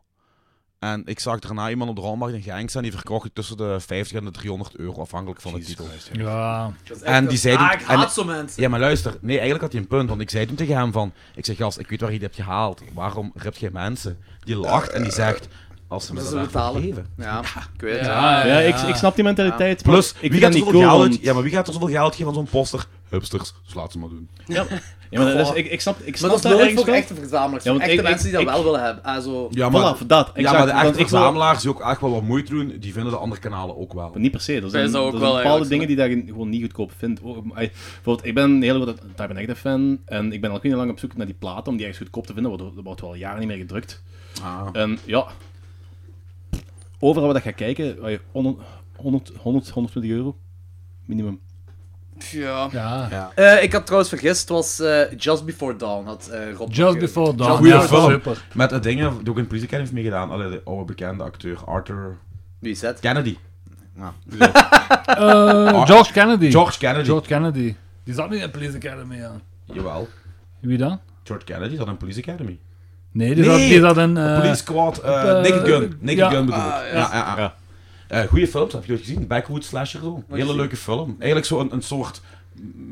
[SPEAKER 1] En ik zag daarna iemand op de Ralmarkt in Genk staan, die verkocht het tussen de 50 en de 300 euro, afhankelijk van de titel.
[SPEAKER 4] Ja.
[SPEAKER 3] Dat is echt
[SPEAKER 1] En
[SPEAKER 3] een-
[SPEAKER 1] die zei toen-
[SPEAKER 3] Ah, ik haat
[SPEAKER 1] en-
[SPEAKER 3] zo'n mensen.
[SPEAKER 1] Ja, maar luister. Nee, eigenlijk had hij een punt. Want ik zei toen tegen hem van... Ik zeg, gast, ik weet waar je dit hebt gehaald. Waarom ript jij mensen? Die lacht en die
[SPEAKER 2] Eh,
[SPEAKER 1] zegt... Als ze me
[SPEAKER 3] Ze
[SPEAKER 1] dat
[SPEAKER 3] zullen
[SPEAKER 1] daarvoor
[SPEAKER 3] betalen.
[SPEAKER 1] geven.
[SPEAKER 3] Ja, ik weet het.
[SPEAKER 5] Ja.
[SPEAKER 4] Ah,
[SPEAKER 2] Ja, ik, ik snap die mentaliteit. maar
[SPEAKER 1] Plus, wie
[SPEAKER 2] ik vind
[SPEAKER 1] gaat,
[SPEAKER 2] dat
[SPEAKER 1] er
[SPEAKER 2] niet
[SPEAKER 1] zoveel
[SPEAKER 2] cool,
[SPEAKER 1] geld,
[SPEAKER 2] want-
[SPEAKER 1] ja, maar wie gaat er zoveel geld geven aan zo'n poster? Hipsters, dus laat ze maar doen.
[SPEAKER 2] Ja, maar dat is- ik, ik snap, ik
[SPEAKER 3] Maar
[SPEAKER 2] snap
[SPEAKER 3] dat is
[SPEAKER 2] daar
[SPEAKER 3] leuk
[SPEAKER 2] ergens
[SPEAKER 3] voor
[SPEAKER 2] wel.
[SPEAKER 3] echte verzamelaars.
[SPEAKER 2] Ja,
[SPEAKER 3] voor
[SPEAKER 2] want
[SPEAKER 3] echte
[SPEAKER 2] ik-
[SPEAKER 3] mensen die dat
[SPEAKER 2] ik-
[SPEAKER 3] wel willen hebben. Ah, zo.
[SPEAKER 1] Ja,
[SPEAKER 2] Voilà, voor dat.
[SPEAKER 1] ja, maar de
[SPEAKER 2] exact. Want
[SPEAKER 1] echte
[SPEAKER 2] ik wil-
[SPEAKER 1] verzamelaars die ook echt wel wat moeite doen, die vinden de andere kanalen ook wel.
[SPEAKER 2] Niet per se. Er zijn,
[SPEAKER 5] Wij
[SPEAKER 2] er
[SPEAKER 5] zouden ook
[SPEAKER 2] zijn
[SPEAKER 5] wel
[SPEAKER 2] bepaalde
[SPEAKER 5] eigenlijk
[SPEAKER 2] dingen die daar je gewoon niet goedkoop vindt. Oh, maar, ey, bijvoorbeeld, ik ben een hele grote Type Negative fan. En ik ben al heel lang op zoek naar die platen om die ergens goedkoop te vinden. want Dat wordt wel jaren niet meer gedrukt.
[SPEAKER 1] Ah.
[SPEAKER 2] En ja, overal waar dat gaat kijken, ey, 100, 100, 100, 120 euro minimum.
[SPEAKER 5] Ja.
[SPEAKER 4] Ja.
[SPEAKER 3] Eh, ik had trouwens vergist, het was eh, Just Before Dawn, had eh Rob
[SPEAKER 4] Just
[SPEAKER 3] nog
[SPEAKER 4] Before
[SPEAKER 3] gezegd.
[SPEAKER 4] Dawn.
[SPEAKER 1] Goeie
[SPEAKER 4] ja,
[SPEAKER 1] film.
[SPEAKER 4] Super.
[SPEAKER 1] Met het ding, die ook in Police Academy heeft meegedaan. Allee, de oude bekende acteur Arthur
[SPEAKER 3] Wie is het?
[SPEAKER 1] Kennedy.
[SPEAKER 4] Eh, George
[SPEAKER 2] Hm.
[SPEAKER 4] Kennedy.
[SPEAKER 1] Ah. George Kennedy.
[SPEAKER 4] George Kennedy. Die zat niet in Police Academy, ja.
[SPEAKER 1] Jawel.
[SPEAKER 4] Wie dan?
[SPEAKER 1] George Kennedy zat in Police Academy.
[SPEAKER 4] Nee, die,
[SPEAKER 1] Nee,
[SPEAKER 4] Zat, die zat in... eh,
[SPEAKER 1] Police Squad, eh
[SPEAKER 4] eh,
[SPEAKER 1] Naked Gun. Naked
[SPEAKER 4] ja.
[SPEAKER 1] Gun bedoel ik.
[SPEAKER 5] Ah,
[SPEAKER 1] ja,
[SPEAKER 5] ja.
[SPEAKER 1] ja, ja.
[SPEAKER 2] Ja.
[SPEAKER 1] Eh, goeie films, heb je ooit gezien? Backwood Slasher zo. Hele leuke film. Eigenlijk zo een, een soort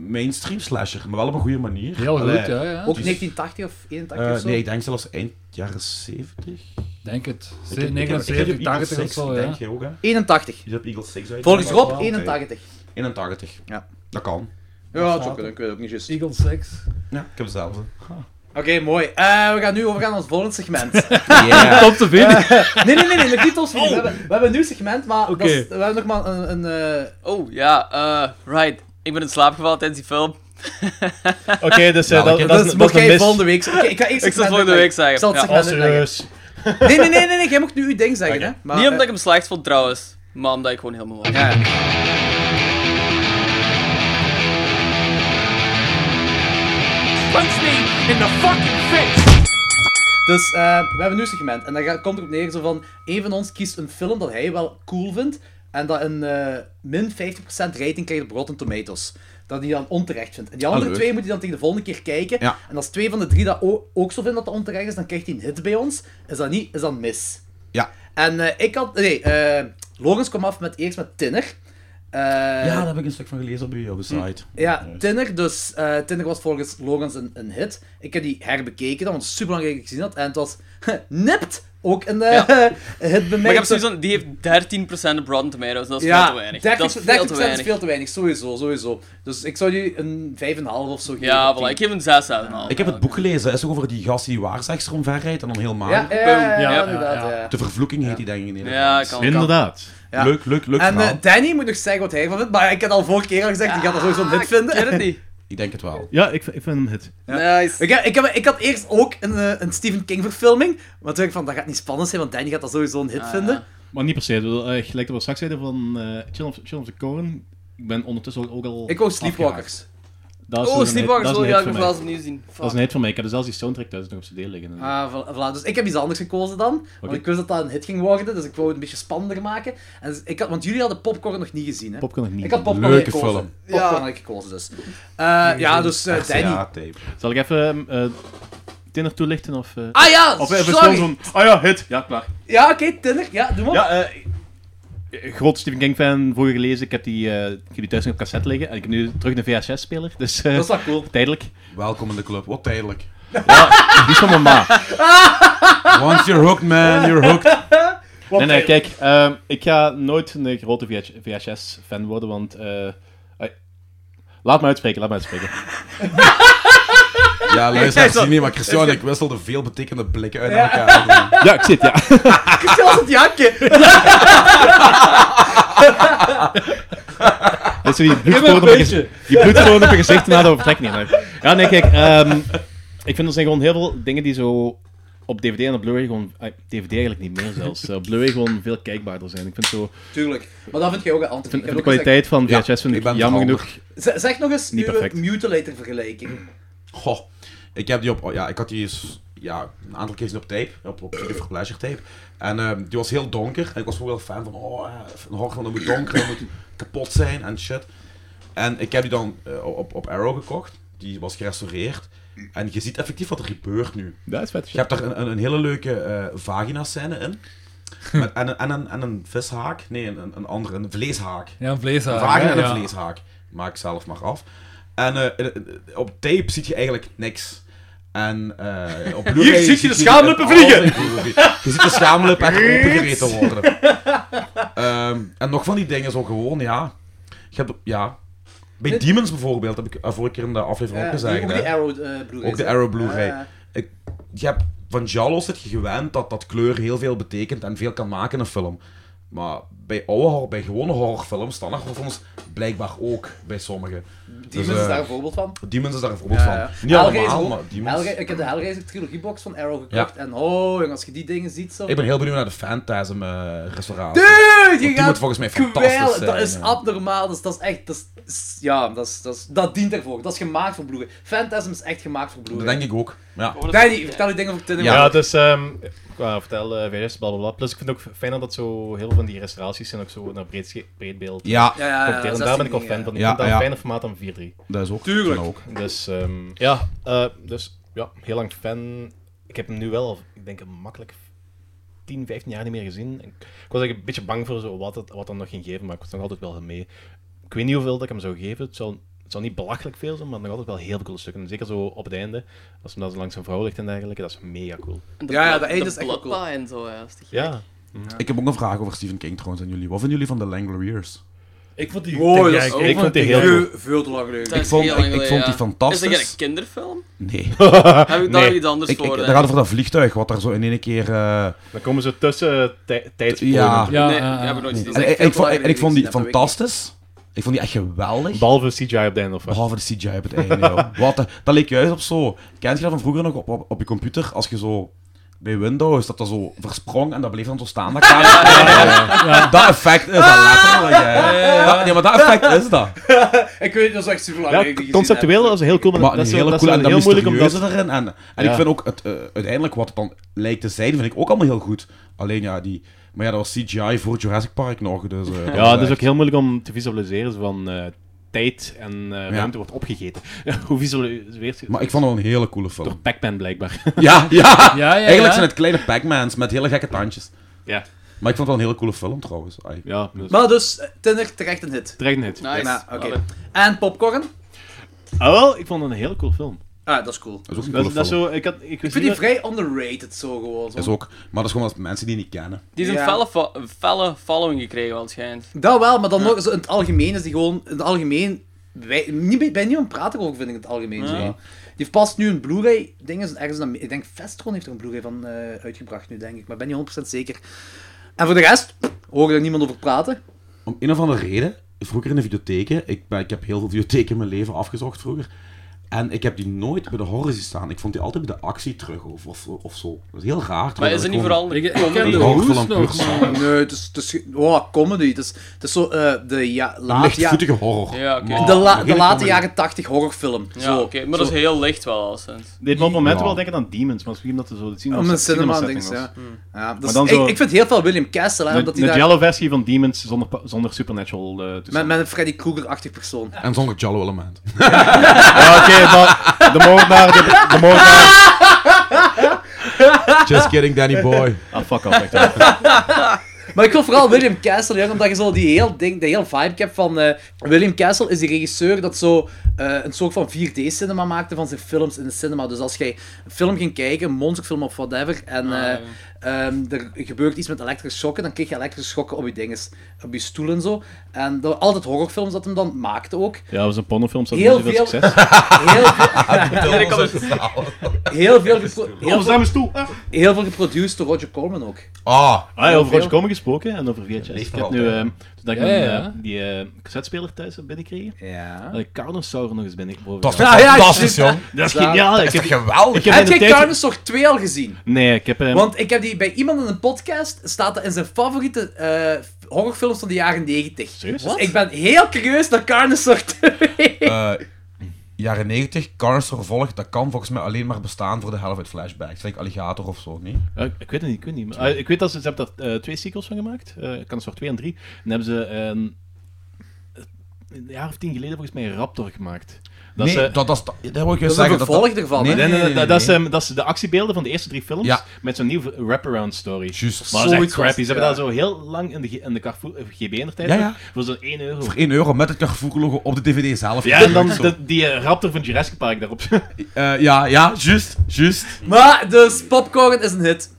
[SPEAKER 1] mainstream slasher, maar wel op een goede manier.
[SPEAKER 4] Heel
[SPEAKER 1] Allee,
[SPEAKER 4] goed, ja. ja.
[SPEAKER 3] Ook
[SPEAKER 1] Dus-
[SPEAKER 3] 1980 of 81
[SPEAKER 1] eh,
[SPEAKER 3] of zo?
[SPEAKER 1] nee, ik denk zelfs eind jaren 70.
[SPEAKER 4] Denk het.
[SPEAKER 1] Ik heb- ik heb- ik heb op
[SPEAKER 4] 79,
[SPEAKER 1] Eagle
[SPEAKER 4] 80 of
[SPEAKER 1] Six,
[SPEAKER 4] zo,
[SPEAKER 1] Denk
[SPEAKER 4] ja.
[SPEAKER 1] je ook, hè?
[SPEAKER 3] 81.
[SPEAKER 1] Je hebt Eagle 6 uit.
[SPEAKER 3] Volgens
[SPEAKER 1] Dat was
[SPEAKER 3] Rob,
[SPEAKER 1] wel, eh,
[SPEAKER 3] 81.
[SPEAKER 1] 81.
[SPEAKER 3] Ja.
[SPEAKER 1] Dat kan.
[SPEAKER 3] Ja, dat is ook kunnen, ik weet het ook niet juist.
[SPEAKER 4] Eagle 6.
[SPEAKER 1] Ja, ik heb hetzelfde.
[SPEAKER 3] Oké, mooi. Eh, we gaan nu overgaan naar ons volgende segment.
[SPEAKER 1] Yeah.
[SPEAKER 4] Top te vinden.
[SPEAKER 3] nee, nee, nee, nee, nog niet ons video. We, hebben, we hebben een nieuw segment, maar
[SPEAKER 4] Oké.
[SPEAKER 3] dat is- we hebben nog maar een... een eh,
[SPEAKER 5] Oh ja, eh, right. Ik ben in slaap gevallen tijdens die film.
[SPEAKER 2] Oké, dus eh,
[SPEAKER 1] Ja,
[SPEAKER 2] dat,
[SPEAKER 1] ik-
[SPEAKER 2] dat,
[SPEAKER 3] dat
[SPEAKER 2] is-
[SPEAKER 3] mag
[SPEAKER 2] dat is
[SPEAKER 3] jij
[SPEAKER 2] een
[SPEAKER 3] volgende
[SPEAKER 2] mis.
[SPEAKER 3] week... Oké, ik ga eerst
[SPEAKER 5] Ik zal
[SPEAKER 3] het segment
[SPEAKER 5] volgende
[SPEAKER 3] uitleggen.
[SPEAKER 5] week zeggen.
[SPEAKER 3] Ik zal het
[SPEAKER 5] Ja.
[SPEAKER 3] segment
[SPEAKER 2] Oh,
[SPEAKER 3] uitleggen.
[SPEAKER 2] serieus.
[SPEAKER 3] Nee, nee, nee, nee, nee, jij mocht nu uw ding zeggen, hè. Maar,
[SPEAKER 5] Niet
[SPEAKER 3] eh,
[SPEAKER 5] omdat ik hem slecht vond trouwens, maar omdat ik gewoon heel moe was.
[SPEAKER 3] Ja. Dus eh, we hebben nu een segment en dan gaat- komt erop neer zo van, een van ons kiest een film dat hij wel cool vindt en dat een eh, min 50% rating krijgt op Rotten Tomatoes. Dat hij dan onterecht vindt. En die andere
[SPEAKER 1] Ah, leuk.
[SPEAKER 3] twee moet hij dan tegen de volgende keer kijken.
[SPEAKER 1] Ja.
[SPEAKER 3] En als twee van de drie dat o- ook zo vinden dat dat onterecht is, dan krijgt hij een hit bij ons. Is dat niet, is dat een mis.
[SPEAKER 1] Ja.
[SPEAKER 3] En eh, ik had, nee, eh Logans kwam af met eerst met Tinner. Eh,
[SPEAKER 1] ja, daar heb ik een stuk van gelezen op uw op de site.
[SPEAKER 3] ja, Tinner, dus eh Tinner was volgens Logans een, een hit. Ik heb die herbekeken, dan, want het is super belangrijk dat ik gezien had. En het was nipt ook een eh
[SPEAKER 5] Ja.
[SPEAKER 3] hit bij mij.
[SPEAKER 5] Maar ik heb sowieso, die heeft 13% op Rotten Tomatoes, dat is veel
[SPEAKER 3] ja,
[SPEAKER 5] te weinig.
[SPEAKER 3] 30,
[SPEAKER 5] dat is veel te
[SPEAKER 3] is
[SPEAKER 5] weinig.
[SPEAKER 3] veel te weinig, sowieso, sowieso. Dus ik zou jullie een 5,5 of zo geven.
[SPEAKER 5] Ja,
[SPEAKER 3] op
[SPEAKER 5] voilà.
[SPEAKER 3] die-
[SPEAKER 5] Ik geef hem 6 uit. man.
[SPEAKER 1] Ik heb het boek gelezen, het is ook over die gast die waarzegster omverrijdt en dan heel mager.
[SPEAKER 3] Ja, ja, ja,
[SPEAKER 2] Ja,
[SPEAKER 3] ja,
[SPEAKER 2] ja,
[SPEAKER 3] inderdaad.
[SPEAKER 4] ja.
[SPEAKER 3] Ja,
[SPEAKER 1] De vervloeking heet die denk ik in
[SPEAKER 5] Ja,
[SPEAKER 1] Nederland.
[SPEAKER 5] kan.
[SPEAKER 2] Inderdaad.
[SPEAKER 3] Ja.
[SPEAKER 1] Leuk, leuk, leuk
[SPEAKER 3] En
[SPEAKER 1] verhaal.
[SPEAKER 3] eh, Danny moet nog zeggen wat hij ervan vindt, maar ik had al vorige keer al gezegd, die gaat dat sowieso een hit vinden.
[SPEAKER 5] Ah, Ik weet het niet.
[SPEAKER 1] Ik denk het wel.
[SPEAKER 2] Ja, ik, vind- ik vind hem hit.
[SPEAKER 5] Nice.
[SPEAKER 3] Ik, heb- ik, heb, ik had eerst ook een, eh, een Stephen King verfilming, maar toen dacht ik van, dat gaat niet spannend zijn, want Danny gaat dat sowieso een hit
[SPEAKER 5] Ah,
[SPEAKER 3] vinden.
[SPEAKER 5] ja.
[SPEAKER 2] Maar niet per se. Ik bedoel, eh, gelijk dat we straks zeiden van eh Chill of, Chill of the Corn. Ik ben ondertussen ook al.
[SPEAKER 3] Ik wou Sleepwalkers.
[SPEAKER 2] Dat is
[SPEAKER 5] Oh,
[SPEAKER 2] zo'n hit-
[SPEAKER 5] Sleepwalkers
[SPEAKER 2] dat is
[SPEAKER 5] wil
[SPEAKER 2] een
[SPEAKER 5] ik
[SPEAKER 2] hit voor
[SPEAKER 5] eigenlijk nog
[SPEAKER 2] mij.
[SPEAKER 5] wel eens opnieuw zien. Fuck.
[SPEAKER 2] Dat is een hit voor mij. Ik heb er zelfs die soundtrack thuis nog op cd liggen. en zo.
[SPEAKER 3] Ah, voilà, voilà. Dus ik heb iets anders gekozen dan. Want
[SPEAKER 2] Oké.
[SPEAKER 3] ik wist dat dat een hit ging worden, dus ik wou het een beetje spannender maken. En dus ik had, want jullie hadden popcorn nog niet gezien, hè?
[SPEAKER 2] Popcorn nog niet.
[SPEAKER 3] ik had popcorn
[SPEAKER 1] Leuke
[SPEAKER 3] gekozen.
[SPEAKER 1] film.
[SPEAKER 3] Popcorn
[SPEAKER 5] Ja.
[SPEAKER 3] had ik gekozen, dus. Eh, ja, dus eh, Danny.
[SPEAKER 1] RCA-tape.
[SPEAKER 2] Zal ik even eh Tinder toelichten? Of, eh,
[SPEAKER 3] Ah ja,
[SPEAKER 2] of even
[SPEAKER 3] sorry.
[SPEAKER 2] gewoon zo'n... Ah ja, hit. Ja, klaar.
[SPEAKER 3] Ja, oké, Tinder. Ja, doe maar.
[SPEAKER 2] Ja, eh, eh, groot Stephen King fan, vroeger gelezen. Ik heb die, eh, ik heb die thuis nog op cassette liggen. En ik heb nu terug een VHS-speler. Dus eh,
[SPEAKER 3] Dat is wel cool.
[SPEAKER 2] tijdelijk.
[SPEAKER 1] Welkom in de club. Wat tijdelijk.
[SPEAKER 2] Die is van mijn ma.
[SPEAKER 1] Once you're hooked, man, you're hooked.
[SPEAKER 2] Nee, nee, kijk. ehm, ik ga nooit een grote VHS-fan worden, want... eh, ai- laat me uitspreken, laat me uitspreken.
[SPEAKER 1] Ja, luister, ik zie niet, maar Christian en ik wisselden veel betekende blikken uit elkaar.
[SPEAKER 2] Ja, ik zit, ja.
[SPEAKER 3] Ik was het jakje.
[SPEAKER 2] Dat is zo die bloedsporen op, je gez- die bloedsporen op je gezicht na dat vertrek niet. nee. Ja, nee, kijk. ehm, ik vind er zijn gewoon heel veel dingen die zo op DVD en op Blu-ray gewoon... ah, DVD eigenlijk niet meer zelfs. eh, Op Blu-ray gewoon veel kijkbaarder zijn. Ik vind zo...
[SPEAKER 3] Tuurlijk. Maar dat vind jij ook een antwoord.
[SPEAKER 2] vind- de kwaliteit van
[SPEAKER 1] Ja,
[SPEAKER 2] VHS vind
[SPEAKER 1] ik
[SPEAKER 2] ik
[SPEAKER 1] ben
[SPEAKER 2] jammer
[SPEAKER 1] veranderd.
[SPEAKER 2] genoeg...
[SPEAKER 3] Zeg, zeg nog eens
[SPEAKER 2] Niet
[SPEAKER 3] uw
[SPEAKER 2] perfect.
[SPEAKER 3] Mutilator-vergelijking.
[SPEAKER 1] Goh, ik heb die op... oh Ja, ik had die eens, ja, een aantal keer gezien op tape. Op, op Video for Pleasure tape. En ehm, die was heel donker. En ik was gewoon heel fan van... Oh, ja, een horrorfilm, dat moet donker, dat moet kapot zijn en shit. En ik heb die dan eh, op, op Arrow gekocht. Die was gerestaureerd. En je ziet effectief wat er gebeurt nu.
[SPEAKER 2] Dat is vet.
[SPEAKER 1] Je hebt daar een, een, een hele leuke eh, vagina-scène in.
[SPEAKER 3] Hm.
[SPEAKER 1] Met, en, een- en, een, en een vishaak. Nee, een, een andere. Een vleeshaak.
[SPEAKER 3] Ah,
[SPEAKER 4] Ja, een vleeshaar.
[SPEAKER 1] Een vagina en
[SPEAKER 4] ja.
[SPEAKER 1] een vleeshaak. Maak zelf maar af. En eh, eh, eh, op tape ziet je eigenlijk niks. En eh, op Blu-ray Oh,
[SPEAKER 3] Hier ziet je de schaamlippen
[SPEAKER 1] alles
[SPEAKER 3] vliegen.
[SPEAKER 1] in Blu-ray. Je ziet de schaamlippen echt opengereten worden. Ehm, en nog van die dingen zo gewoon, ja. Je hebt, ja. Bij Demons bijvoorbeeld, heb ik eh, vorige keer in de aflevering ook
[SPEAKER 3] Ja,
[SPEAKER 1] gezegd.
[SPEAKER 3] ook
[SPEAKER 1] hè.
[SPEAKER 3] die Arrow eh Blu-ray.
[SPEAKER 1] Ook de Arrow Blu-ray.
[SPEAKER 3] Ah.
[SPEAKER 1] Ik, je hebt, van Jallo zit je gewend dat, dat kleur heel veel betekent en veel kan maken in een film. Maar bij oude horror, bij gewone horrorfilms, standaard horrorfilms, blijkbaar ook bij sommigen.
[SPEAKER 3] Demons
[SPEAKER 1] eh,
[SPEAKER 3] is daar een voorbeeld van.
[SPEAKER 1] Demons is daar een voorbeeld
[SPEAKER 3] Ja, ja.
[SPEAKER 1] van. Niet
[SPEAKER 3] Hellraiser
[SPEAKER 1] allemaal,
[SPEAKER 3] ook.
[SPEAKER 1] maar Demons.
[SPEAKER 3] Hellra- ik heb de Hellraiser trilogie box van Arrow gekocht. En oh, jong, als je die dingen ziet zo.
[SPEAKER 1] Ik ben heel benieuwd naar de Phantasm eh, restauratie.
[SPEAKER 3] Dude, je
[SPEAKER 1] die
[SPEAKER 3] gaat
[SPEAKER 1] moet volgens mij fantastisch
[SPEAKER 3] kwijlen. Dat
[SPEAKER 1] zijn,
[SPEAKER 3] is
[SPEAKER 1] ja.
[SPEAKER 3] abnormaal. Dus dat is echt. Dat is, ja, dat, is, dat, is, dat dient ervoor. Dat is gemaakt voor bloeden. Phantasm is echt gemaakt voor
[SPEAKER 1] Dat
[SPEAKER 3] bloeden.
[SPEAKER 1] denk ik ook. Ja.
[SPEAKER 5] Oh, dat is-
[SPEAKER 3] Danny, vertel je dingen over Tinder.
[SPEAKER 1] Ja.
[SPEAKER 9] Ja, dus ehm, ik wou vertel, eh VHS, bla bla bla. Plus, ik vind het ook fijn dat zo heel veel van die restauraties zijn ook zo naar breed, sche- breed beeld.
[SPEAKER 1] Ja,
[SPEAKER 3] ja, ja, ja,
[SPEAKER 9] Cocktail. en
[SPEAKER 3] dat
[SPEAKER 9] daar
[SPEAKER 3] is
[SPEAKER 9] ben ik al
[SPEAKER 3] die
[SPEAKER 9] fan
[SPEAKER 3] dingen,
[SPEAKER 9] van. Ik
[SPEAKER 1] Ja,
[SPEAKER 9] vind dat
[SPEAKER 1] ja.
[SPEAKER 9] een fijner formaat dan 4-3.
[SPEAKER 1] dat is ook.
[SPEAKER 5] Tuurlijk.
[SPEAKER 1] kan Ook.
[SPEAKER 9] Dus ehm, ja, eh, dus ja, heel lang fan. Ik heb hem nu wel, al, ik denk, een makkelijk 10, 15 jaar niet meer gezien. Ik, ik was eigenlijk een beetje bang voor zo wat, het, wat dan nog ging geven, maar ik was nog altijd wel mee. Ik weet niet hoeveel dat ik hem zou geven. Het zou, het zou niet belachelijk veel zijn, maar nog altijd wel heel veel coole stukken. En Zeker zo op het einde, als hem dan zo langs zijn vrouw ligt en dergelijke, dat is mega cool.
[SPEAKER 5] En
[SPEAKER 3] Ja, ja,
[SPEAKER 5] bla-
[SPEAKER 3] dat einde is echt wel cool.
[SPEAKER 5] bloodbath en zo, ja. dat is te gek.
[SPEAKER 9] Ja,
[SPEAKER 1] Ik heb ook een vraag over Stephen King trouwens aan jullie. Wat vinden jullie van de Langoliers?
[SPEAKER 4] Ik vond die...
[SPEAKER 3] ja. Wow, Oh, dat is
[SPEAKER 9] ik vond die heel
[SPEAKER 3] veel, veel te lang geleden.
[SPEAKER 5] Dat
[SPEAKER 1] Ik
[SPEAKER 5] is
[SPEAKER 1] vond-
[SPEAKER 5] heel
[SPEAKER 1] ik-
[SPEAKER 5] lang
[SPEAKER 1] ik
[SPEAKER 5] geleden,
[SPEAKER 1] vond die
[SPEAKER 5] ja.
[SPEAKER 1] fantastisch.
[SPEAKER 5] Is dat een kinderfilm?
[SPEAKER 1] Nee.
[SPEAKER 5] Heb ik daar
[SPEAKER 9] Nee.
[SPEAKER 5] iets anders
[SPEAKER 1] Ik, ik,
[SPEAKER 5] voor?
[SPEAKER 1] daar
[SPEAKER 5] hè?
[SPEAKER 1] gaat over dat vliegtuig, wat daar zo in één keer... eh,
[SPEAKER 9] dan komen ze tussen tij- tijdspolen.
[SPEAKER 1] ja.
[SPEAKER 4] Ja,
[SPEAKER 5] nee,
[SPEAKER 4] eh,
[SPEAKER 5] ik heb er nooit
[SPEAKER 1] Ah, Nee,
[SPEAKER 5] gezien.
[SPEAKER 1] en-
[SPEAKER 3] echt
[SPEAKER 1] en-
[SPEAKER 3] veel
[SPEAKER 1] ik,
[SPEAKER 3] te
[SPEAKER 1] vond, en- en
[SPEAKER 3] lang
[SPEAKER 1] ik vond die
[SPEAKER 3] geleden gezien,
[SPEAKER 1] fantastisch. Ik vond die echt geweldig.
[SPEAKER 9] Behalve CGI op de einde of wat?
[SPEAKER 1] Behalve de CGI op het einde, joh. Wat, de- dat leek juist op zo... Kent je dat van vroeger nog op, op, op je computer? Als je zo... Bij Windows, dat dat zo versprong en dat bleef dan zo staan. Dat, kaartje. dat effect is dat letterlijk, hè. Dat- nee, maar dat effect is dat.
[SPEAKER 3] Ik weet dat is echt super lang
[SPEAKER 9] Ja,
[SPEAKER 3] geleden gezien
[SPEAKER 9] conceptueel
[SPEAKER 3] heb.
[SPEAKER 9] dat is heel cool, maar,
[SPEAKER 1] Maar
[SPEAKER 9] dat
[SPEAKER 1] een
[SPEAKER 9] is,
[SPEAKER 1] hele
[SPEAKER 9] dat is
[SPEAKER 1] cool en dat
[SPEAKER 9] heel moeilijk om dat...
[SPEAKER 1] mysterieuze erin. En, en
[SPEAKER 9] Ja.
[SPEAKER 1] ik vind ook het, eh, uiteindelijk wat het dan lijkt te zijn, vind ik ook allemaal heel goed. Alleen ja, die... Maar ja, dat was CGI voor Jurassic Park nog, dus... eh, dat was
[SPEAKER 9] Ja, dat is
[SPEAKER 1] echt-
[SPEAKER 9] ook heel moeilijk om te visualiseren zo van eh, tijd en eh, ruimte wordt opgegeten. Hoe visualiseert je
[SPEAKER 1] Maar ik vond het wel een hele coole film.
[SPEAKER 9] Door Pac-Man blijkbaar.
[SPEAKER 1] Ja, ja.
[SPEAKER 4] ja,
[SPEAKER 1] Eigenlijk
[SPEAKER 4] ja.
[SPEAKER 1] zijn het kleine Pac-Mans met hele gekke tandjes.
[SPEAKER 9] ja.
[SPEAKER 1] Maar ik vond het wel een hele coole film trouwens. Ai.
[SPEAKER 9] Ja, dat is
[SPEAKER 3] Maar dus, eh, Tinder, terecht een hit.
[SPEAKER 9] terecht net.
[SPEAKER 5] Nice.
[SPEAKER 3] Ja, oké.
[SPEAKER 5] Allee.
[SPEAKER 3] En popcorn?
[SPEAKER 9] Ah, wel, ik vond het een heel cool film.
[SPEAKER 3] Ah, dat is cool.
[SPEAKER 1] Dat is ook een
[SPEAKER 9] Dat,
[SPEAKER 1] coole
[SPEAKER 9] is- dat is
[SPEAKER 1] film.
[SPEAKER 9] zo, ik had, ik,
[SPEAKER 2] Dus
[SPEAKER 3] Ik vind die vrij underrated zo gewoon. Zo.
[SPEAKER 1] Is ook, maar dat is gewoon als mensen die niet kennen.
[SPEAKER 5] Die is een
[SPEAKER 3] Ja.
[SPEAKER 5] felle, fo- een felle following gekregen, wel, het schijnt.
[SPEAKER 3] Dat wel, maar dan nog zo in het algemeen is die gewoon. In het algemeen. Wij, niet, bij- bij niemand praat erover, vind ik in het algemeen. Zo. Die heeft pas nu een Blu-ray. Ding is ergens in Ame- ik denk Vestron heeft er een Blu-ray van eh, uitgebracht nu, denk ik. Maar ik ben niet 100% zeker. En voor de rest, pff, hoor er niemand over praten.
[SPEAKER 1] Om een of andere reden, vroeger in de videotheken, ik, ben, ik heb heel veel videotheken in mijn leven afgezocht vroeger. En ik heb die nooit bij de horror zien staan. Ik vond die altijd bij de actie terug of, of, of zo. Dat is heel raar.
[SPEAKER 5] Maar is het niet vooral
[SPEAKER 3] Ik, ik
[SPEAKER 5] comedy?
[SPEAKER 3] ken de
[SPEAKER 1] Die hoort
[SPEAKER 3] hoes
[SPEAKER 1] van een
[SPEAKER 3] nog,
[SPEAKER 1] purser.
[SPEAKER 3] man. Nee, het is, het is ge- oh, comedy. Het is, het is zo eh, de, ja, laat, ja,
[SPEAKER 1] Lichtvoetige horror.
[SPEAKER 5] Ja, oké.
[SPEAKER 1] Maar-
[SPEAKER 3] de, la- de
[SPEAKER 1] Geen
[SPEAKER 3] late
[SPEAKER 1] comedy.
[SPEAKER 3] jaren 80 horrorfilm.
[SPEAKER 5] Ja,
[SPEAKER 3] zo.
[SPEAKER 5] oké. Maar dat is heel licht wel, al sinds.
[SPEAKER 2] Dit op momenten
[SPEAKER 1] Ja.
[SPEAKER 2] wel denken aan Demons, maar misschien dat er zo de cinema,
[SPEAKER 3] Om een Ah, cinema
[SPEAKER 2] setting
[SPEAKER 3] dings,
[SPEAKER 2] was.
[SPEAKER 3] ja. ja dat is-
[SPEAKER 2] dan
[SPEAKER 3] ik,
[SPEAKER 2] zo-
[SPEAKER 3] ik vind heel veel William Castle, hè,
[SPEAKER 2] De,
[SPEAKER 3] omdat
[SPEAKER 2] de
[SPEAKER 3] hij daar...
[SPEAKER 2] Jello versie van Demons zonder, pa- zonder Supernatural eh tussen.
[SPEAKER 3] Met, met een Freddy Krueger-achtig persoon.
[SPEAKER 1] En zonder Jallo-element.
[SPEAKER 2] Ja, oké, maar de moordenaar... De, de moordenaar...
[SPEAKER 1] Just kidding, Danny boy.
[SPEAKER 2] Ah, fuck off, echt waar.
[SPEAKER 3] Maar ik wil vooral William Castle, ja, omdat je zo die heel, ding, die heel vibe hebt van... eh, William Castle is die regisseur dat zo eh, een soort van 4D-cinema maakte van zijn films in de cinema. Dus als jij een film ging kijken, een monsterfilm of whatever, en eh,
[SPEAKER 5] Ah,
[SPEAKER 3] ehm, er gebeurt iets met elektrische schokken, dan kreeg je elektrische schokken op je dinges, op je stoel en zo. En dat, altijd horrorfilms dat hem dan maakte ook.
[SPEAKER 2] Ja, dat was een pornofilm, zo
[SPEAKER 3] Heel
[SPEAKER 2] heel veel
[SPEAKER 3] veel-
[SPEAKER 2] succes.
[SPEAKER 3] Heel,
[SPEAKER 1] Ah,
[SPEAKER 5] ik kan
[SPEAKER 3] heel, veel, gepro- heel, veel,
[SPEAKER 2] mijn stoel. Ah,
[SPEAKER 3] heel veel geproduced door Roger Corman ook.
[SPEAKER 1] Ah,
[SPEAKER 2] ja, over
[SPEAKER 3] veel.
[SPEAKER 2] Roger Komen gesproken en over VHS.
[SPEAKER 1] leeft
[SPEAKER 2] Ik
[SPEAKER 1] nog
[SPEAKER 2] heb nu...
[SPEAKER 1] altijd.
[SPEAKER 2] ehm, toen dat ik
[SPEAKER 4] Ja,
[SPEAKER 2] mijn,
[SPEAKER 4] ja.
[SPEAKER 2] eh, die eh, cassettespeler thuis heb binnengekregen,
[SPEAKER 3] Ja.
[SPEAKER 2] had ik Carnosaur nog eens binnengekregen.
[SPEAKER 1] dat is
[SPEAKER 3] Ja, ja,
[SPEAKER 1] fantastisch,
[SPEAKER 3] shit.
[SPEAKER 1] jong.
[SPEAKER 2] Dat is
[SPEAKER 3] Ja,
[SPEAKER 2] geniaal.
[SPEAKER 1] Dat
[SPEAKER 2] Ik
[SPEAKER 1] is
[SPEAKER 2] heb,
[SPEAKER 1] toch geweldig?
[SPEAKER 2] ik heb in
[SPEAKER 3] Heb
[SPEAKER 2] de
[SPEAKER 3] jij
[SPEAKER 2] tijd...
[SPEAKER 3] Carnosaur 2 al gezien?
[SPEAKER 2] Nee, ik heb... ehm,
[SPEAKER 3] Want ik heb die bij iemand in een podcast, staat dat in zijn favoriete eh, horrorfilms van de jaren 90.
[SPEAKER 2] Serieus?
[SPEAKER 3] Dus ik ben heel curieus naar Carnosaur 2.
[SPEAKER 1] Eh, jaren 90, Carnosaur volgt, dat kan volgens mij alleen maar bestaan voor de helft uit flashbacks. Like Alligator of zo, niet?
[SPEAKER 2] Ja, Oh, ik- ik weet het niet, ik weet het niet. Maar, eh, ik weet dat ze, ze hebben daar eh, twee sequels van gemaakt. eh Kansor 2 en 3. En hebben ze ehm, een jaar of tien geleden volgens mij een Raptor gemaakt. Dat
[SPEAKER 1] nee,
[SPEAKER 2] ze,
[SPEAKER 1] dat, dat, is- eh, dat, dat wil
[SPEAKER 3] Dat
[SPEAKER 1] ik juist
[SPEAKER 3] is een
[SPEAKER 1] zeggen. dat,
[SPEAKER 3] vervolg ervan.
[SPEAKER 1] Nee,
[SPEAKER 3] hè?
[SPEAKER 2] Nee, nee, nee,
[SPEAKER 1] nee,
[SPEAKER 2] dat, is,
[SPEAKER 1] nee.
[SPEAKER 2] ehm, dat is de actiebeelden van de eerste drie films
[SPEAKER 1] Ja.
[SPEAKER 2] met zo'n nieuw wraparound story.
[SPEAKER 1] Juist.
[SPEAKER 2] Maar dat is echt
[SPEAKER 3] Zoiets was
[SPEAKER 2] crappy. Ze
[SPEAKER 3] het,
[SPEAKER 2] hebben
[SPEAKER 3] ja.
[SPEAKER 2] dat zo heel lang in de, G- in de Carrefour, eh, GB in de tijd
[SPEAKER 1] Ja,
[SPEAKER 2] nog,
[SPEAKER 1] ja.
[SPEAKER 2] voor zo'n 1 euro.
[SPEAKER 1] Voor 1 euro met het Carrefour-logo op de DVD zelf.
[SPEAKER 2] Ja, en dan
[SPEAKER 1] Zo.
[SPEAKER 2] de- die eh, Raptor van Jurassic Park daarop.
[SPEAKER 1] Eh, ja, ja, juist, juist.
[SPEAKER 3] Maar, dus popcorn is een hit.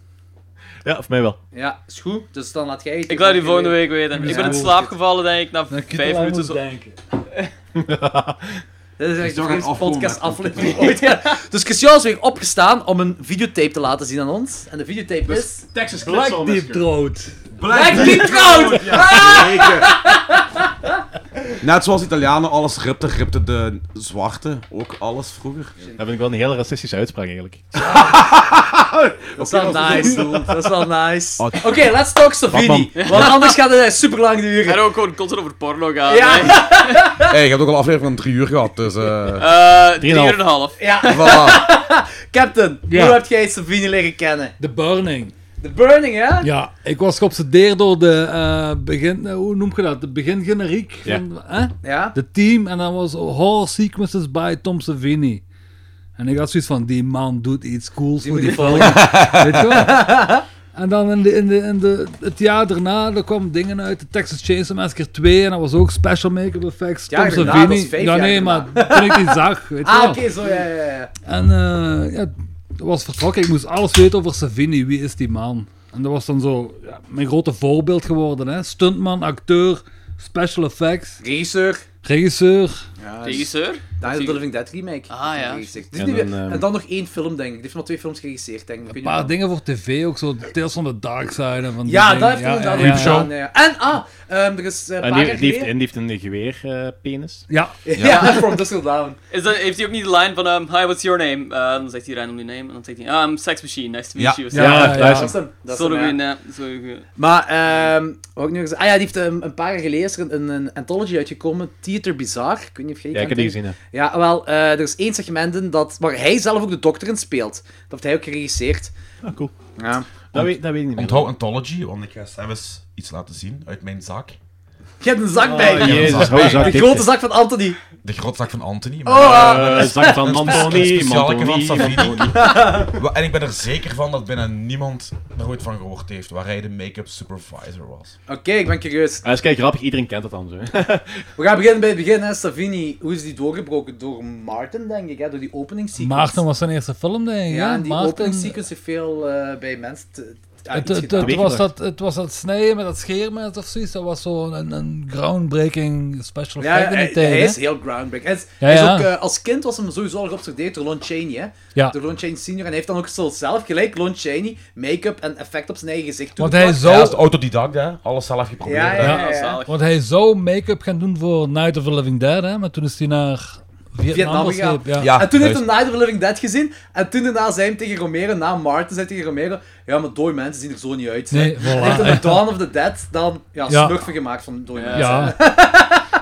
[SPEAKER 2] ja, voor mij wel.
[SPEAKER 3] Ja, is goed. Dus dan laat jij het.
[SPEAKER 5] Ik laat die volgende week weten. Ik ben in slaap gevallen, denk ik, na
[SPEAKER 4] Dan kun je
[SPEAKER 5] vijf
[SPEAKER 4] wel aan
[SPEAKER 5] minuten.
[SPEAKER 4] moeten
[SPEAKER 5] Zo.
[SPEAKER 4] denken.
[SPEAKER 3] Dit is echt de
[SPEAKER 1] zou gaan
[SPEAKER 3] grootste
[SPEAKER 1] afkomen met
[SPEAKER 3] podcastaflevering ooit. Ja. Dus Christian is weer opgestaan om een videotape te laten zien aan ons. En de videotape
[SPEAKER 1] Dus-
[SPEAKER 3] is...
[SPEAKER 2] Texas
[SPEAKER 4] Black Deep Throat.
[SPEAKER 3] Black Deep Throat!
[SPEAKER 1] Net zoals Italianen alles ripte, ripte de zwarte ook alles vroeger.
[SPEAKER 2] Dat vind ik wel een hele racistische uitspraak eigenlijk.
[SPEAKER 3] Dat is wel nice, dude. Dat is wel nice.
[SPEAKER 1] Oh.
[SPEAKER 3] Oké, let's talk Savini. Want anders gaat het super lang duren.
[SPEAKER 5] En ook gewoon constant over porno gaan.
[SPEAKER 3] Ja.
[SPEAKER 5] hè.
[SPEAKER 1] hey, je hebt ook al een aflevering van drie uur gehad, dus... eh
[SPEAKER 5] Eh,
[SPEAKER 2] Drieënhalf.
[SPEAKER 5] 3,5.
[SPEAKER 3] Ja,
[SPEAKER 1] voilà.
[SPEAKER 3] Captain,
[SPEAKER 4] Ja.
[SPEAKER 3] hoe heb jij Savini leren kennen?
[SPEAKER 4] The Burning.
[SPEAKER 3] The Burning, hè?
[SPEAKER 4] Ja, ik was geobsedeerd door de eh, begin... eh, hoe noem je dat? De begingeneriek. Van, hè?
[SPEAKER 3] Ja.
[SPEAKER 4] De team. En dan was Horror Sequences by Tom Savini. En ik had zoiets van, die man doet iets cools voor die film. Weet je wel? En dan in de, in de, in de, het jaar daarna, er kwamen dingen uit, de Texas Chainsaw Massacre 2, en dat was ook special make-up effects,
[SPEAKER 3] Ja,
[SPEAKER 4] Tom
[SPEAKER 3] daarna, dat is
[SPEAKER 4] Savini.
[SPEAKER 3] vijf
[SPEAKER 4] Ja,
[SPEAKER 3] jaar
[SPEAKER 4] nee,
[SPEAKER 3] daarna.
[SPEAKER 4] maar toen ik die zag, weet je
[SPEAKER 3] Ah,
[SPEAKER 4] wel.
[SPEAKER 3] oké, zo, ja, ja, ja.
[SPEAKER 4] En eh, ja, dat was vertrokken. Ik moest alles weten over Savini. Wie is die man? En dat was dan zo ja, mijn grote voorbeeld geworden. Hè? Stuntman, acteur, special effects,
[SPEAKER 3] Regisseur.
[SPEAKER 4] regisseur.
[SPEAKER 3] Ja, Die
[SPEAKER 5] Regisseur?
[SPEAKER 3] of the Living Dead remake.
[SPEAKER 5] Ah, ja.
[SPEAKER 3] Geregisseerd. Dus
[SPEAKER 2] En
[SPEAKER 3] nu weer- en,
[SPEAKER 2] dan,
[SPEAKER 3] dan,
[SPEAKER 2] ehm,
[SPEAKER 3] nog één film, denk ik. Die heeft nog twee films geregisseerd, denk ik. Ik
[SPEAKER 4] Een
[SPEAKER 3] weet
[SPEAKER 4] paar
[SPEAKER 3] niet
[SPEAKER 4] dingen voor tv ook. Zo Tales van the Dark Side. En van
[SPEAKER 3] of-
[SPEAKER 4] die
[SPEAKER 3] Ja,
[SPEAKER 4] dingen.
[SPEAKER 3] dat heeft hij inderdaad ook
[SPEAKER 4] ja,
[SPEAKER 3] gedaan. ja, ja. En, ah, ehm, er is eh, een
[SPEAKER 2] En
[SPEAKER 3] paar
[SPEAKER 2] die,
[SPEAKER 3] jaar
[SPEAKER 2] die heeft,
[SPEAKER 3] geleden-
[SPEAKER 2] en die heeft een eh, geweerpenis.
[SPEAKER 4] Ja,
[SPEAKER 3] Ja, From Dusk Till Dawn.
[SPEAKER 5] Is dat, heeft hij ook niet de line van ehm, Hi, what's your name? Eh, dan zegt hij random die name. En dan zegt hij, ah, I'm Sex Machine, nice to meet
[SPEAKER 1] Ja.
[SPEAKER 5] you.
[SPEAKER 4] Ja, ja, ja.
[SPEAKER 3] Dat is hem. Dat is
[SPEAKER 5] Zo
[SPEAKER 3] hem, ja.
[SPEAKER 5] goed, ja. eh, Zo goed.
[SPEAKER 3] Maar, ehm wat ik nu gezegd? Ah ja, die heeft ehm, een paar jaar geleden is er een, een anthology uitgekomen, Theater Bizarre. Ik weet niet of jij die
[SPEAKER 2] Ja, ik heb
[SPEAKER 3] kent,
[SPEAKER 2] die
[SPEAKER 3] hè?
[SPEAKER 2] gezien, hè.
[SPEAKER 3] Ja, wel, eh, er is één segment in dat, waar hij zelf ook de dokter in speelt. Dat heeft hij ook geregisseerd.
[SPEAKER 2] Ah, cool.
[SPEAKER 3] Ja.
[SPEAKER 2] Dat weet, dat weet ik niet meer.
[SPEAKER 1] Onthoud Anthology, want ik ga Samus iets laten zien uit mijn zak.
[SPEAKER 3] Je hebt een zak
[SPEAKER 4] Oh,
[SPEAKER 3] bij je.
[SPEAKER 2] Ah, Jezus, hou zak
[SPEAKER 3] De
[SPEAKER 2] dicht.
[SPEAKER 3] grote zak van Anthony.
[SPEAKER 1] De grotzak van Anthony.
[SPEAKER 3] Oh, ah.
[SPEAKER 2] Eh, zak van Mantoni,
[SPEAKER 1] speciaalke van
[SPEAKER 2] Mantoni,
[SPEAKER 1] Savini.
[SPEAKER 2] Mantoni.
[SPEAKER 1] Wa- En ik ben er zeker van dat bijna niemand er ooit van gehoord heeft waar hij de make-up supervisor was.
[SPEAKER 3] Oké, ik ben curieus.
[SPEAKER 2] Ah, is kijk grappig, iedereen kent het dan zo. hè.
[SPEAKER 3] We gaan beginnen bij het begin, hè. Savini. Hoe is die doorgebroken? Door Martin, denk ik, hè? Door die openingssequence.
[SPEAKER 4] Maarten was zijn eerste film, denk ik.
[SPEAKER 3] Ja,
[SPEAKER 4] hè?
[SPEAKER 3] en die
[SPEAKER 4] Maarten-
[SPEAKER 3] openingssequence heeft veel eh, bij mensen... Te, te- ah,
[SPEAKER 4] Het,
[SPEAKER 3] iets
[SPEAKER 4] het-
[SPEAKER 3] gedaan.
[SPEAKER 4] het
[SPEAKER 2] Teweeggebracht.
[SPEAKER 4] was dat, het was dat snijden met dat scheermes of zoiets. Dat was zo'n een, een groundbreaking special
[SPEAKER 3] ja,
[SPEAKER 4] effect in
[SPEAKER 3] hij,
[SPEAKER 4] die tijd.
[SPEAKER 3] hij
[SPEAKER 4] hè?
[SPEAKER 3] is heel groundbreaking. Hij is,
[SPEAKER 4] Ja,
[SPEAKER 3] hij is
[SPEAKER 4] ja.
[SPEAKER 3] ook, eh, als kind was hem sowieso al geobsedeerd door Lon Chaney, hè?
[SPEAKER 4] Ja.
[SPEAKER 3] Door Lon Chaney senior. En hij heeft dan ook zo zelf gelijk Lon Chaney make-up en effect op zijn eigen gezicht
[SPEAKER 4] Want
[SPEAKER 3] toegepast.
[SPEAKER 4] hij
[SPEAKER 1] Zo. Hij
[SPEAKER 4] zou
[SPEAKER 1] is autodidact, hè? Alles zelf geprobeerd.
[SPEAKER 3] Ja,
[SPEAKER 1] hè.
[SPEAKER 3] ja, ja.
[SPEAKER 5] Ah, zalig.
[SPEAKER 4] Want hij zou make-up gaan doen voor Night of the Living Dead, hè? maar toen is hij naar
[SPEAKER 3] Vietnam
[SPEAKER 4] was
[SPEAKER 3] gegaan.
[SPEAKER 4] hip, ja.
[SPEAKER 1] Ja,
[SPEAKER 3] en toen heeft
[SPEAKER 1] juist.
[SPEAKER 3] hij Night of the Living Dead gezien. En toen daarna zei hij tegen Romero, na Martin, zei hij tegen Romero... Ja, maar dode mensen zien er zo niet uit.
[SPEAKER 4] Nee,
[SPEAKER 3] En
[SPEAKER 4] voilà.
[SPEAKER 3] heeft hij de Dawn of the Dead dan ja,
[SPEAKER 4] Ja.
[SPEAKER 3] smurfen gemaakt van dode mensen.
[SPEAKER 4] Ja.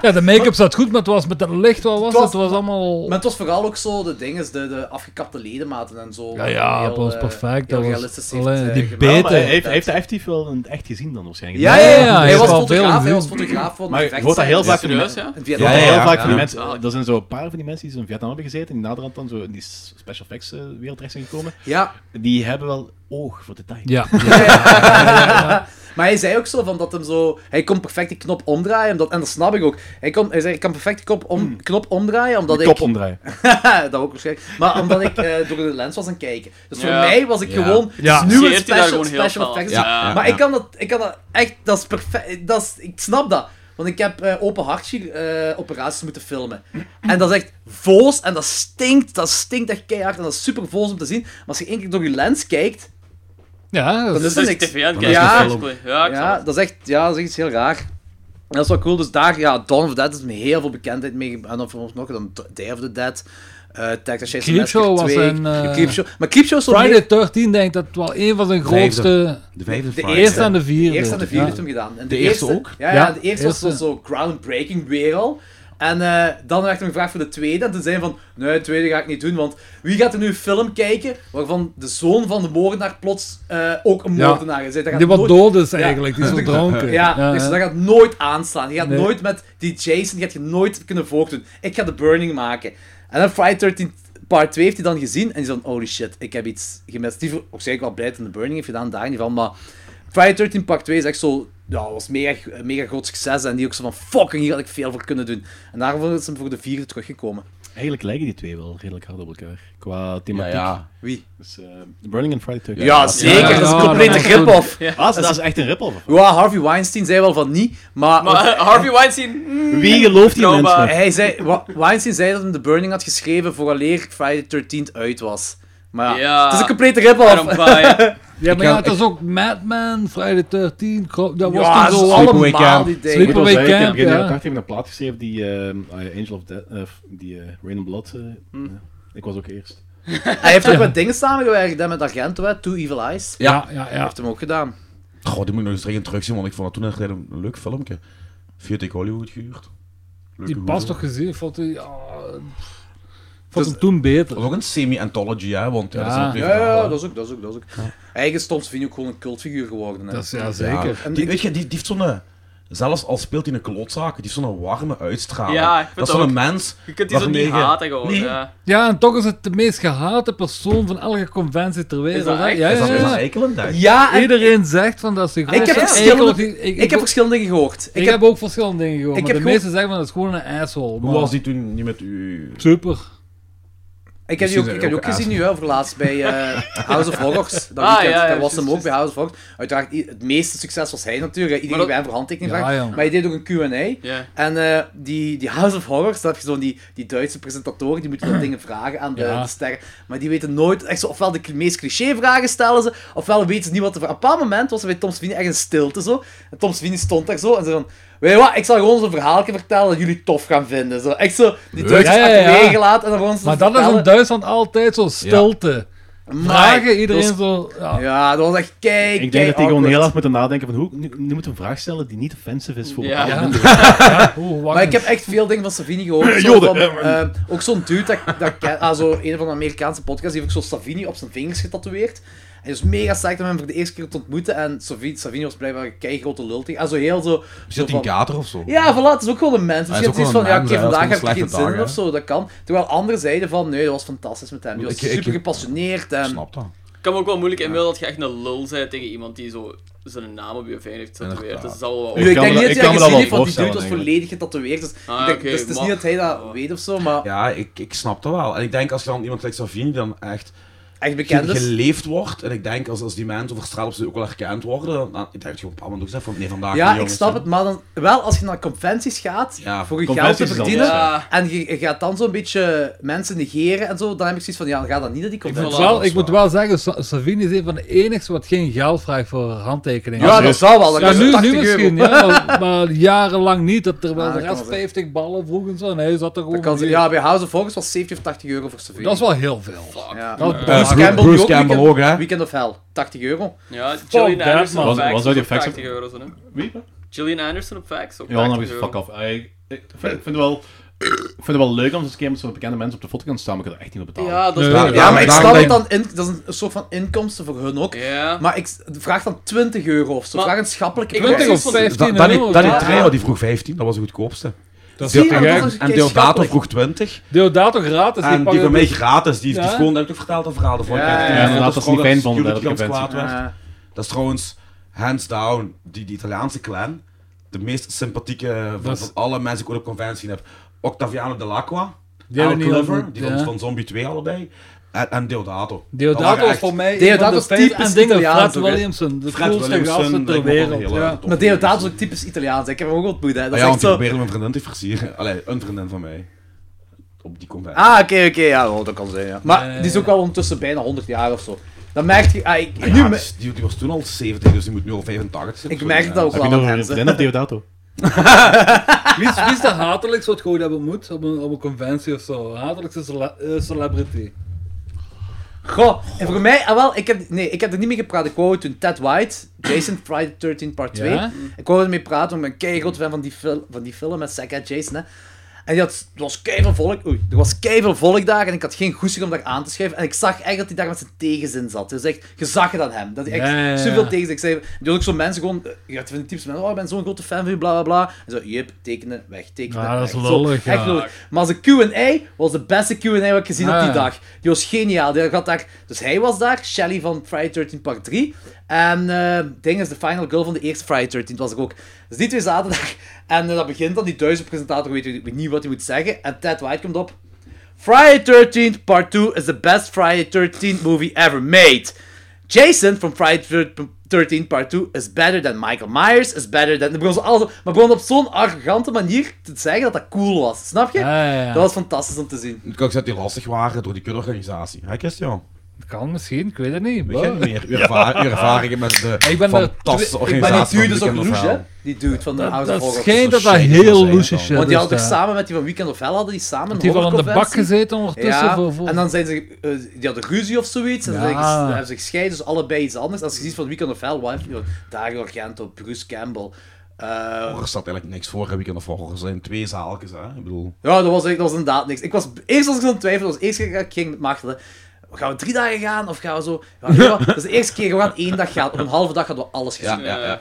[SPEAKER 4] ja, de make-up zat goed, maar het was met dat licht, wat
[SPEAKER 3] Het
[SPEAKER 4] was het?
[SPEAKER 3] was-
[SPEAKER 4] Het was allemaal...
[SPEAKER 3] Maar het was vooral ook zo de dingen, de, de afgekapte ledematen en zo.
[SPEAKER 4] Ja, ja,
[SPEAKER 3] Heel,
[SPEAKER 4] dat was
[SPEAKER 3] eh,
[SPEAKER 4] perfect.
[SPEAKER 3] heel
[SPEAKER 4] Dat was,
[SPEAKER 3] realistisch heeft,
[SPEAKER 4] allee,
[SPEAKER 3] eh,
[SPEAKER 4] die
[SPEAKER 3] gedaan.
[SPEAKER 9] Ja, maar hij
[SPEAKER 4] beten.
[SPEAKER 9] heeft, hij heeft de FTF wel in het echt gezien dan waarschijnlijk.
[SPEAKER 3] Ja, ja, ja,
[SPEAKER 4] Ja, ja,
[SPEAKER 3] Hij
[SPEAKER 4] heeft
[SPEAKER 3] was
[SPEAKER 4] wel
[SPEAKER 3] fotograaf,
[SPEAKER 4] veel
[SPEAKER 3] hij was
[SPEAKER 4] gezien.
[SPEAKER 3] fotograaf van
[SPEAKER 9] Maar
[SPEAKER 3] de
[SPEAKER 9] je hoort dat heel
[SPEAKER 3] vechtstijl.
[SPEAKER 9] vaak van die
[SPEAKER 5] Serieus,
[SPEAKER 9] mensen.
[SPEAKER 5] ja?
[SPEAKER 3] In
[SPEAKER 9] Je hoort
[SPEAKER 3] Vietnam.
[SPEAKER 9] dat
[SPEAKER 1] Ja,
[SPEAKER 9] heel
[SPEAKER 1] ja,
[SPEAKER 9] vaak Ah. van die
[SPEAKER 1] ja.
[SPEAKER 9] mensen. Er zijn zo een paar van die mensen die in Vietnam hebben gezeten. En die naderhand dan zo in die special effects eh, wereld terecht zijn gekomen.
[SPEAKER 3] Ja,
[SPEAKER 9] Die hebben wel oog voor detail.
[SPEAKER 4] Ja,
[SPEAKER 3] Maar hij zei ook zo van dat hem zo. Hij kon perfect die knop omdraaien. Omdat, en dat snap ik ook. Hij, kon, hij zei: Ik kan perfect die knop, om,
[SPEAKER 1] Hmm.
[SPEAKER 3] knop omdraaien. Omdat
[SPEAKER 9] Kop
[SPEAKER 3] ik.
[SPEAKER 9] omdraaien.
[SPEAKER 3] dat ook waarschijnlijk. Maar omdat ik eh, door de lens was aan het kijken. Dus voor
[SPEAKER 5] Ja.
[SPEAKER 3] mij was ik
[SPEAKER 1] Ja.
[SPEAKER 3] gewoon.
[SPEAKER 4] Ja.
[SPEAKER 3] Het is nu een
[SPEAKER 5] Seert hij daar
[SPEAKER 3] special,
[SPEAKER 5] gewoon heel
[SPEAKER 3] special
[SPEAKER 5] fel.
[SPEAKER 3] effects.
[SPEAKER 1] Ja, ja,
[SPEAKER 3] maar
[SPEAKER 1] ja.
[SPEAKER 3] ik kan dat. Ik kan dat echt. Dat is perfect. Dat is, ik snap dat. Want ik heb eh, open hartje eh, operaties moeten filmen. En dat is echt voos. En dat stinkt. Dat stinkt echt keihard. En dat is super voos om te zien. Maar als je één keer door je lens kijkt.
[SPEAKER 4] ja, dat
[SPEAKER 3] Dan
[SPEAKER 4] is-
[SPEAKER 3] is
[SPEAKER 5] Dus
[SPEAKER 3] er
[SPEAKER 5] is
[SPEAKER 3] niks.
[SPEAKER 5] tv aan het
[SPEAKER 1] Dan is
[SPEAKER 5] kijken.
[SPEAKER 1] het
[SPEAKER 5] Ja,
[SPEAKER 1] een film.
[SPEAKER 5] display. ja, ik snap
[SPEAKER 3] Ja,
[SPEAKER 5] het.
[SPEAKER 3] dat is echt ja, dat is iets heel raar. En Dat is wel cool. Dus daar, ja, Dawn of the Dead is me heel veel bekendheid mee. En dan voor ons nog, dan Day of the Dead. eh Texas Chainsaw
[SPEAKER 4] Creepshow
[SPEAKER 3] Massacre
[SPEAKER 4] was
[SPEAKER 3] 2,
[SPEAKER 4] een, eh,
[SPEAKER 3] Creepshow. Maar Creepshow is zo
[SPEAKER 4] Friday
[SPEAKER 3] meer-
[SPEAKER 4] 13 denk ik dat wel een van zijn
[SPEAKER 1] Vijfde.
[SPEAKER 4] grootste...
[SPEAKER 1] De vijfde
[SPEAKER 3] De
[SPEAKER 1] Friday.
[SPEAKER 4] De eerste aan de
[SPEAKER 3] de
[SPEAKER 4] vierde.
[SPEAKER 3] eerste en de dus vierde
[SPEAKER 4] Ja.
[SPEAKER 3] heeft hem gedaan. En de,
[SPEAKER 1] De eerste ook?
[SPEAKER 3] Ja, ja,
[SPEAKER 4] Ja,
[SPEAKER 3] de eerste was zo,
[SPEAKER 4] eerste.
[SPEAKER 3] zo groundbreaking weer al. En eh, dan werd hem gevraagd voor de tweede. En toen zei hij van, nee, de tweede ga ik niet doen. Want wie gaat er nu een film kijken waarvan de zoon van de moordenaar plots eh, ook een
[SPEAKER 4] Ja.
[SPEAKER 3] moordenaar is? Hij zei, dat gaat
[SPEAKER 4] Die wat
[SPEAKER 3] nooit-
[SPEAKER 4] dood is
[SPEAKER 3] Ja.
[SPEAKER 4] eigenlijk, die is zo dronken.
[SPEAKER 3] Ja, dus
[SPEAKER 4] hè.
[SPEAKER 3] dat gaat nooit aanslaan. Je gaat
[SPEAKER 4] Nee.
[SPEAKER 3] nooit met die Jason, je gaat je nooit kunnen voortdoen. Ik ga de Burning maken. En dan Friday 13 part 2 heeft hij dan gezien en die is dan, holy shit, ik heb iets gemist. Die ook zeker wel blij dat hij de Burning heeft gedaan, daar niet van, maar Friday 13 part 2 is echt zo, ja, was mega, mega groot succes en die ook zo van, fucking, hier had ik veel voor kunnen doen. En daarvoor is hem voor de vierde teruggekomen.
[SPEAKER 9] Eigenlijk lijken die twee wel redelijk hard op elkaar. Qua
[SPEAKER 1] Ja,
[SPEAKER 9] thematiek.
[SPEAKER 1] ja.
[SPEAKER 3] Wie?
[SPEAKER 9] Dus, eh, Burning and Friday 13.
[SPEAKER 3] Ja, zeker,
[SPEAKER 4] ja,
[SPEAKER 3] dat is een
[SPEAKER 4] ja,
[SPEAKER 3] complete
[SPEAKER 4] dat was
[SPEAKER 3] rip-off.
[SPEAKER 5] Ja.
[SPEAKER 9] Ah, dat is echt een rip-off.
[SPEAKER 3] Ja, Harvey Weinstein zei wel van niet, maar...
[SPEAKER 5] Maar eh, Harvey Weinstein... mm,
[SPEAKER 9] Wie gelooft die
[SPEAKER 5] Betrouwbaar.
[SPEAKER 9] mensen?
[SPEAKER 3] Hij zei, Wa- Weinstein zei dat hij de Burning had geschreven vooraleer Friday 13 uit was. Maar ja,
[SPEAKER 5] Ja.
[SPEAKER 3] het is een complete
[SPEAKER 5] Waarom
[SPEAKER 3] rip-off.
[SPEAKER 5] baai?
[SPEAKER 4] Ja,
[SPEAKER 1] Ik
[SPEAKER 4] maar ja,
[SPEAKER 1] kan-
[SPEAKER 4] het is ook Madman, Friday 13, Cro- dat was
[SPEAKER 3] Ja,
[SPEAKER 4] toen
[SPEAKER 3] dat
[SPEAKER 4] zo
[SPEAKER 3] is
[SPEAKER 1] al-
[SPEAKER 4] allemaal...
[SPEAKER 1] Sleepaway
[SPEAKER 3] allemaal
[SPEAKER 1] Camp.
[SPEAKER 3] die dingen.
[SPEAKER 4] Sleep-
[SPEAKER 9] Ik moet wel zeggen,
[SPEAKER 4] Sleepaway
[SPEAKER 9] ik heb
[SPEAKER 4] Camp,
[SPEAKER 9] begin jaren
[SPEAKER 4] ja.
[SPEAKER 9] 80 heb ik een plaat geschreven die ehm, eh, Angel of Death, eh, die eh, Rain and Blood. eh, ja. Ik was ook eerst.
[SPEAKER 3] Hij heeft ook met dingen samengewerkt, hè, met Argento, hè, Two Evil Eyes. Hij
[SPEAKER 4] Ja, ja, ja.
[SPEAKER 3] heeft hem ook gedaan.
[SPEAKER 1] Goh, die moet ik nog eens dringend terugzien, want ik vond dat toen echt een leuk filmpje. Via Take Hollywood gehuurd. Leuke
[SPEAKER 4] Die pas
[SPEAKER 1] hoeren.
[SPEAKER 4] toch gezien, vond hij... ja, vond hem toen beter.
[SPEAKER 1] Dat was ook een semi-anthology, hè? Want ja, dat zijn
[SPEAKER 4] Ja.
[SPEAKER 1] ook twee
[SPEAKER 3] Ja, ja,
[SPEAKER 1] verhalen.
[SPEAKER 3] dat is ook, dat is ook, dat is ook. Eigen stond vind ik ook gewoon een cultfiguur geworden. Hè.
[SPEAKER 4] Dat is, ja, zeker.
[SPEAKER 1] Die, weet je, die, die heeft zo'n... eh, Zelfs al speelt hij een klootzaak, die heeft zo'n warme uitstraling.
[SPEAKER 5] Ja, ik vind
[SPEAKER 1] dat is
[SPEAKER 5] dat
[SPEAKER 1] zo'n
[SPEAKER 5] ook.
[SPEAKER 1] mens...
[SPEAKER 5] Je kunt die zo niet
[SPEAKER 1] waarmee je-
[SPEAKER 5] haten gewoon.
[SPEAKER 1] Nee.
[SPEAKER 5] Ja.
[SPEAKER 4] Ja, en toch is het de meest gehate persoon van elke conventie ter wereld.
[SPEAKER 5] dat
[SPEAKER 4] hè.
[SPEAKER 5] echt?
[SPEAKER 4] Ja,
[SPEAKER 1] Is
[SPEAKER 4] ja,
[SPEAKER 1] dat is
[SPEAKER 4] ja.
[SPEAKER 1] dat Eikelen, denk ik?
[SPEAKER 3] Ja, en
[SPEAKER 4] Iedereen zegt van dat ze
[SPEAKER 3] heb verschillende- ik heb verschillende dingen gehoord.
[SPEAKER 4] ik heb ook verschillende dingen gehoord,
[SPEAKER 3] ik
[SPEAKER 4] maar
[SPEAKER 3] heb
[SPEAKER 4] de
[SPEAKER 3] gewoon-
[SPEAKER 4] meeste zeggen van dat is gewoon een
[SPEAKER 1] Hoe
[SPEAKER 4] asshole. maar-
[SPEAKER 1] was die toen niet met u...
[SPEAKER 4] Super.
[SPEAKER 3] Ik heb die ook, ik heb die ook
[SPEAKER 1] Misschien
[SPEAKER 3] gezien
[SPEAKER 1] zijn
[SPEAKER 3] nu, hè, voor laatst bij eh, House of Horrors. Dat
[SPEAKER 5] Ah,
[SPEAKER 3] weekend,
[SPEAKER 5] ja, ja,
[SPEAKER 3] daar was
[SPEAKER 5] juist,
[SPEAKER 3] hem ook
[SPEAKER 5] juist.
[SPEAKER 3] bij House of Horrors. Uiteraard, i- het meeste succes was hij natuurlijk. hè. Iedereen
[SPEAKER 5] Maar dat-
[SPEAKER 3] bij hem voor handtekening
[SPEAKER 4] Ja,
[SPEAKER 3] vragen.
[SPEAKER 4] ja.
[SPEAKER 3] Maar hij deed ook een Q&A.
[SPEAKER 5] Ja.
[SPEAKER 3] En eh, die, die House of Horrors, daar heb je zo'n die, die Duitse presentatoren, die moeten dan dingen vragen aan de,
[SPEAKER 4] Ja.
[SPEAKER 3] de sterren. Maar die weten nooit, echt zo, ofwel de cl- meest cliché vragen stellen ze, ofwel weten ze niet wat er... Op een bepaald moment was er bij Tom Sweeney echt een stilte zo. En Tom Sweeney stond daar zo en zei van... Weet je wat, ik zal gewoon zo'n verhaaltje vertellen dat jullie tof gaan vinden. Zo, echt zo, die Duitsers
[SPEAKER 4] Ja, ja, ja.
[SPEAKER 3] achterwege gelaten en dan gewoon zo
[SPEAKER 4] Maar dat is
[SPEAKER 3] vertellen.
[SPEAKER 4] in Duitsland altijd zo stilte.
[SPEAKER 3] Maar-
[SPEAKER 4] Vragen iedereen
[SPEAKER 3] dat
[SPEAKER 4] zo. Ja.
[SPEAKER 3] was- ja, dat was echt kijk.
[SPEAKER 9] Ik, denk dat die gewoon heel hard moeten nadenken van hoe... Nu, nu moet een vraag stellen die niet offensive is voor
[SPEAKER 5] Ja.
[SPEAKER 9] bepaalde
[SPEAKER 5] Ja.
[SPEAKER 9] mensen.
[SPEAKER 4] Oeh,
[SPEAKER 3] Maar
[SPEAKER 4] wacht
[SPEAKER 3] ik heb echt veel dingen van Savini gehoord. Zo van, eh, ook zo'n dude, dat, dat ik ken- ah, zo, een van de Amerikaanse podcasts, die heeft ook zo Savini op zijn vingers getatoeëerd. En dus mega psyched om hem voor de eerste keer te ontmoeten. En Savini, Savini was blijkbaar een kei grote lul tegen. En zo heel zo... zo
[SPEAKER 1] Zit hij in
[SPEAKER 3] van-
[SPEAKER 1] kater of zo?
[SPEAKER 3] ja, voilà, het is ook gewoon een mens.
[SPEAKER 1] Hij
[SPEAKER 3] Misschien
[SPEAKER 1] is
[SPEAKER 3] heeft
[SPEAKER 1] ook
[SPEAKER 3] hij
[SPEAKER 1] wel
[SPEAKER 3] iets van, ja,
[SPEAKER 1] een
[SPEAKER 3] oké,
[SPEAKER 1] mens, hè.
[SPEAKER 3] vandaag
[SPEAKER 1] Dat is
[SPEAKER 3] heb ik
[SPEAKER 1] gewoon
[SPEAKER 3] geen
[SPEAKER 1] een
[SPEAKER 3] zin in
[SPEAKER 1] slechte
[SPEAKER 3] of zo, dat kan. Terwijl anderen zeiden van, nee, dat was fantastisch met hem. Die was
[SPEAKER 1] Ik- ik-
[SPEAKER 3] super gepassioneerd. En...
[SPEAKER 1] Ik snap dat.
[SPEAKER 5] Ik kan me ook wel moeilijk inbeelden dat je echt een lul bent tegen iemand die zo zijn naam op je vinger heeft getatoeëerd. Dus dat zal wel...
[SPEAKER 3] Nu, ik,
[SPEAKER 9] kan
[SPEAKER 3] denk
[SPEAKER 9] me
[SPEAKER 3] niet
[SPEAKER 9] dat- ik
[SPEAKER 3] dat hij
[SPEAKER 9] kan me dat
[SPEAKER 3] gezien
[SPEAKER 9] wel
[SPEAKER 3] heeft, want die dude was
[SPEAKER 9] voorstellen,
[SPEAKER 3] volledig getatoeëerd. Dus,
[SPEAKER 5] Ah,
[SPEAKER 3] ik denk,
[SPEAKER 5] oké,
[SPEAKER 3] dus het is
[SPEAKER 5] maar-
[SPEAKER 3] niet dat hij dat
[SPEAKER 5] Oh.
[SPEAKER 3] weet of zo, maar...
[SPEAKER 1] Ja, ik, ik snap dat wel. En ik denk als je dan iemand like Savini dan echt
[SPEAKER 3] Echt bekend
[SPEAKER 1] ge-
[SPEAKER 3] is.
[SPEAKER 1] geleefd wordt. En ik denk, als, als die mensen over straat op zich ook wel herkend worden, dan, dan ik denk je op een bepaald moment ook zelf van, nee, vandaag niet,
[SPEAKER 3] Ja, ik
[SPEAKER 1] jongens,
[SPEAKER 3] snap
[SPEAKER 1] hè.
[SPEAKER 3] het, maar dan wel als je naar conventies gaat
[SPEAKER 1] Ja,
[SPEAKER 3] voor je geld
[SPEAKER 2] conventies
[SPEAKER 3] te
[SPEAKER 2] is anders,
[SPEAKER 3] verdienen.
[SPEAKER 5] ja.
[SPEAKER 3] En je, je gaat dan zo'n beetje mensen negeren en zo, dan heb ik zoiets van, ja, dan ga dan niet naar die
[SPEAKER 4] Ik,
[SPEAKER 3] conventies.
[SPEAKER 5] vind
[SPEAKER 4] moet
[SPEAKER 5] wel-
[SPEAKER 4] wel, ik moet wel zeggen, Sa- Savini is een van de enigste wat geen geld vraagt voor handtekeningen.
[SPEAKER 3] Ja, dat zou wel. Dat
[SPEAKER 4] Ja,
[SPEAKER 3] kost
[SPEAKER 4] nu,
[SPEAKER 3] 80
[SPEAKER 4] nu
[SPEAKER 3] euro.
[SPEAKER 4] misschien, ja, maar- maar jarenlang niet. Dat er wel
[SPEAKER 3] Ah,
[SPEAKER 4] de
[SPEAKER 3] dat kan
[SPEAKER 4] rest
[SPEAKER 3] wel.
[SPEAKER 4] 50 ballen vroeg en zo. Nee, zat er gewoon.
[SPEAKER 3] Dat kan,
[SPEAKER 4] niet.
[SPEAKER 3] ja, bij House of Horrors was 70 of 80 euro voor Savini.
[SPEAKER 4] dat is wel heel veel.
[SPEAKER 3] Ja.
[SPEAKER 4] Dat-
[SPEAKER 1] Eh,
[SPEAKER 3] Bruce
[SPEAKER 1] Bruce
[SPEAKER 3] Campbell,
[SPEAKER 1] Bruce
[SPEAKER 3] ook,
[SPEAKER 1] Campbell
[SPEAKER 3] weekend,
[SPEAKER 1] ook, hè?
[SPEAKER 3] Weekend of Hell, 80 euro.
[SPEAKER 5] Ja, Gillian
[SPEAKER 4] that,
[SPEAKER 5] Anderson
[SPEAKER 4] man.
[SPEAKER 5] op
[SPEAKER 2] Was-
[SPEAKER 5] Facts
[SPEAKER 2] was dat die
[SPEAKER 5] op
[SPEAKER 2] facts op-
[SPEAKER 5] 80 euro. Zo, hè?
[SPEAKER 2] Wie? Ja,
[SPEAKER 5] Gillian Anderson op Facts op
[SPEAKER 2] dan
[SPEAKER 5] 80
[SPEAKER 2] heb je
[SPEAKER 5] euro.
[SPEAKER 2] fuck off. Ik, ik vind ik vind het wel... Ik vind het wel leuk om eens een keer met zo'n bekende mensen op de foto te gaan staan, maar ik kan er echt niet op betalen.
[SPEAKER 5] Ja, dat is
[SPEAKER 4] Nee.
[SPEAKER 5] waar.
[SPEAKER 1] Ja,
[SPEAKER 3] Ja, maar ik
[SPEAKER 1] daarom
[SPEAKER 3] snap het
[SPEAKER 1] denk-
[SPEAKER 3] dan, in, dat is een soort van inkomsten voor hun ook.
[SPEAKER 5] Ja.
[SPEAKER 3] Maar ik s- vraag dan 20 euro of zo,
[SPEAKER 5] Maar-
[SPEAKER 3] vraag een schappelijke
[SPEAKER 5] Ik
[SPEAKER 3] prijs.
[SPEAKER 5] weet
[SPEAKER 4] 20
[SPEAKER 5] precies
[SPEAKER 4] of
[SPEAKER 5] wat-
[SPEAKER 4] 15
[SPEAKER 1] Da- Danny,
[SPEAKER 4] euro.
[SPEAKER 1] Danny
[SPEAKER 4] Ja.
[SPEAKER 1] Trejo, die vroeg 15, dat was de goedkoopste.
[SPEAKER 4] Dat
[SPEAKER 3] Zie
[SPEAKER 4] is
[SPEAKER 3] je,
[SPEAKER 1] Deel-
[SPEAKER 3] dat is een
[SPEAKER 1] en
[SPEAKER 3] keer
[SPEAKER 1] Deodato
[SPEAKER 3] schappelijk.
[SPEAKER 1] vroeg 20.
[SPEAKER 4] Deodato gratis.
[SPEAKER 1] En die
[SPEAKER 4] pakken
[SPEAKER 1] van
[SPEAKER 4] we-
[SPEAKER 1] mij gratis, die, die
[SPEAKER 4] Ja.
[SPEAKER 1] is gewoon, dat heb ik toch verteld, dat verhaal daarvan.
[SPEAKER 3] Ja,
[SPEAKER 1] Kijk,
[SPEAKER 3] ja,
[SPEAKER 1] die
[SPEAKER 3] ja,
[SPEAKER 1] vond
[SPEAKER 2] dat was niet fijn van de
[SPEAKER 1] Judy
[SPEAKER 2] dergelijke
[SPEAKER 1] Gans
[SPEAKER 2] mensen.
[SPEAKER 1] kwaad werd.
[SPEAKER 3] Ja.
[SPEAKER 1] Dat is trouwens, hands down, die, die Italiaanse clan, de meest sympathieke van,
[SPEAKER 4] Dat is-
[SPEAKER 1] van alle mensen die ik ooit op conventie heb. Octaviano Dell'Acqua,
[SPEAKER 4] Die
[SPEAKER 1] Al
[SPEAKER 4] hebben niet
[SPEAKER 1] Glover,
[SPEAKER 4] allemaal-
[SPEAKER 1] die van,
[SPEAKER 4] ja.
[SPEAKER 1] van Zombie 2 allebei, en, en Deodato. Dat
[SPEAKER 4] Deodato
[SPEAKER 1] waren
[SPEAKER 4] is
[SPEAKER 1] echt-
[SPEAKER 4] voor mij.
[SPEAKER 3] Deodato
[SPEAKER 4] een van de
[SPEAKER 3] is
[SPEAKER 4] vijf
[SPEAKER 3] typisch
[SPEAKER 4] aan dingen.
[SPEAKER 3] Italiaans
[SPEAKER 4] Fred
[SPEAKER 3] ook, hè.
[SPEAKER 4] Williamson. De
[SPEAKER 1] Fred
[SPEAKER 4] coolste
[SPEAKER 1] Williamson,
[SPEAKER 4] gasten
[SPEAKER 1] dat
[SPEAKER 4] ter
[SPEAKER 1] ik me wel
[SPEAKER 4] wereld.
[SPEAKER 1] heel
[SPEAKER 4] ja.
[SPEAKER 1] erg tof
[SPEAKER 3] Maar
[SPEAKER 1] vind.
[SPEAKER 3] Deodato is ook typisch Italiaans, hè. ik heb hem ook ontmoet. Hè. Dat
[SPEAKER 1] Ah
[SPEAKER 3] is
[SPEAKER 1] ja,
[SPEAKER 3] echt
[SPEAKER 1] want
[SPEAKER 3] zo...
[SPEAKER 1] ik probeerde mijn vriendin te versieren. Allee, een vriendin van mij. Op die conventie.
[SPEAKER 3] Ah, oké, oké, ja, wel, dat kan zijn, ja. Maar
[SPEAKER 4] Ja, ja, ja.
[SPEAKER 3] die is ook wel ondertussen bijna 100 jaar of zo. Dan merk je... ah, ik,
[SPEAKER 1] Maar
[SPEAKER 3] nu
[SPEAKER 1] ja,
[SPEAKER 3] me-
[SPEAKER 1] dus die, die was toen al 70, dus die moet nu al 85 zijn.
[SPEAKER 3] ik
[SPEAKER 1] Zo,
[SPEAKER 3] merk
[SPEAKER 1] ja. dus
[SPEAKER 3] dat ook
[SPEAKER 9] Heb je
[SPEAKER 3] wel
[SPEAKER 9] nog
[SPEAKER 3] aan
[SPEAKER 9] een
[SPEAKER 3] mensen.
[SPEAKER 9] vriendin op Deodato?
[SPEAKER 4] Wie is, wie is de hatelijkste wat gewoon hebben moet op een, op een conventie of zo? Hatelijkste cele- eh, celebrity.
[SPEAKER 3] Goh, en voor mij, ah, wel, ik heb, nee, ik heb er niet mee gepraat. Ik wou toen Ted White, Jason Friday 13 part 2.
[SPEAKER 4] Ja?
[SPEAKER 3] Ik wou ermee praten, want ik ben keihard fan van die, fil- van die film met Zack en Jason. Hè. En die had, er was keihard volk, oei, er was keihard volk daar en ik had geen goesting om daar aan te schrijven. En ik zag echt dat hij daar met zijn tegenzin zat. Dus echt, je zag het aan hem. Dat hij echt
[SPEAKER 4] Ja, ja, ja.
[SPEAKER 3] zoveel tegenzin. Ik zei, die had ook zo'n mensen gewoon, eh, je had van die types mensen, oh, ik ben zo'n grote fan van je, bla bla bla. En zo, jep, tekenen, weg, tekenen.
[SPEAKER 4] Ja, Ah, dat is
[SPEAKER 3] weg. Zo,
[SPEAKER 4] lullig,
[SPEAKER 3] echt
[SPEAKER 4] ja.
[SPEAKER 3] lullig. Maar zijn Q&A was de beste Q&A wat ik gezien
[SPEAKER 4] Ah,
[SPEAKER 3] op die
[SPEAKER 4] ja.
[SPEAKER 3] dag. Die was geniaal. Die had daar, dus hij was daar, Shelly van Friday 13 Part 3. En eh Ding is de final girl van de eerste Friday 13, was ik ook. Dus die twee zaten daar. En eh, dat begint dan, die duizend presentator weet, weet niet wat hij moet zeggen. En Ted White komt op. Friday 13 Part 2 is the best Friday 13 movie ever made. Jason from Friday the Thir- 13 Part 2 is better than Michael Myers, is better than... Dan begon ze alles- Maar begon op zo'n arrogante manier te zeggen dat dat cool was. Snap je?
[SPEAKER 4] Ja, ja, ja.
[SPEAKER 3] Dat was fantastisch om te zien.
[SPEAKER 1] Ik kan ook zeggen dat die lastig waren door die kutorganisatie. Hè, Christian?
[SPEAKER 4] Kan misschien, ik weet het niet.
[SPEAKER 1] Weet je
[SPEAKER 4] Bah.
[SPEAKER 1] meer? Uw, erva- uw ervaringen met de
[SPEAKER 4] Ik ben dus daar
[SPEAKER 1] fantastische
[SPEAKER 4] twee- ik
[SPEAKER 3] Maar die
[SPEAKER 1] organisatie
[SPEAKER 3] dude is
[SPEAKER 1] van
[SPEAKER 3] ook
[SPEAKER 1] Weekend of
[SPEAKER 3] loes, hè?
[SPEAKER 1] Hell.
[SPEAKER 3] Die dude van de House of
[SPEAKER 4] Dat
[SPEAKER 3] Horror.
[SPEAKER 4] schijnt dat
[SPEAKER 1] zo
[SPEAKER 4] dat
[SPEAKER 1] shady
[SPEAKER 4] heel
[SPEAKER 1] zijn
[SPEAKER 4] loesje
[SPEAKER 1] dan.
[SPEAKER 4] shit is.
[SPEAKER 3] Want die hadden toch
[SPEAKER 4] daar.
[SPEAKER 3] samen met die van Weekend of Hell, hadden die samen een
[SPEAKER 4] Die hadden aan de bak
[SPEAKER 3] horrorconventie.
[SPEAKER 4] gezeten ondertussen.
[SPEAKER 3] Ja,
[SPEAKER 4] voor, voor...
[SPEAKER 3] en dan zijn ze, eh, die hadden ruzie of zoiets. En
[SPEAKER 4] Ja.
[SPEAKER 3] dan zijn ze- dan hebben ze gescheiden, dus allebei iets anders. Als je ziet van Weekend of Hell, wat heb je? Dario Argento, Bruce Campbell. Eh,
[SPEAKER 1] Er staat eigenlijk niks voor, hè, Weekend of Horror. Er zijn twee zaaltjes, hè? Ik bedoel...
[SPEAKER 3] ja, dat was, echt- dat was inderdaad niks. Ik was, eerst als ik aan twijfel, was de eerste keer dat ik ging met Martelen. Gaan we drie dagen gaan of gaan we zo? Ja, weet je wat, dat is de eerste keer, we gaan één dag gaan. Op een halve dag hadden we alles gezien.
[SPEAKER 1] Ja, ja, ja.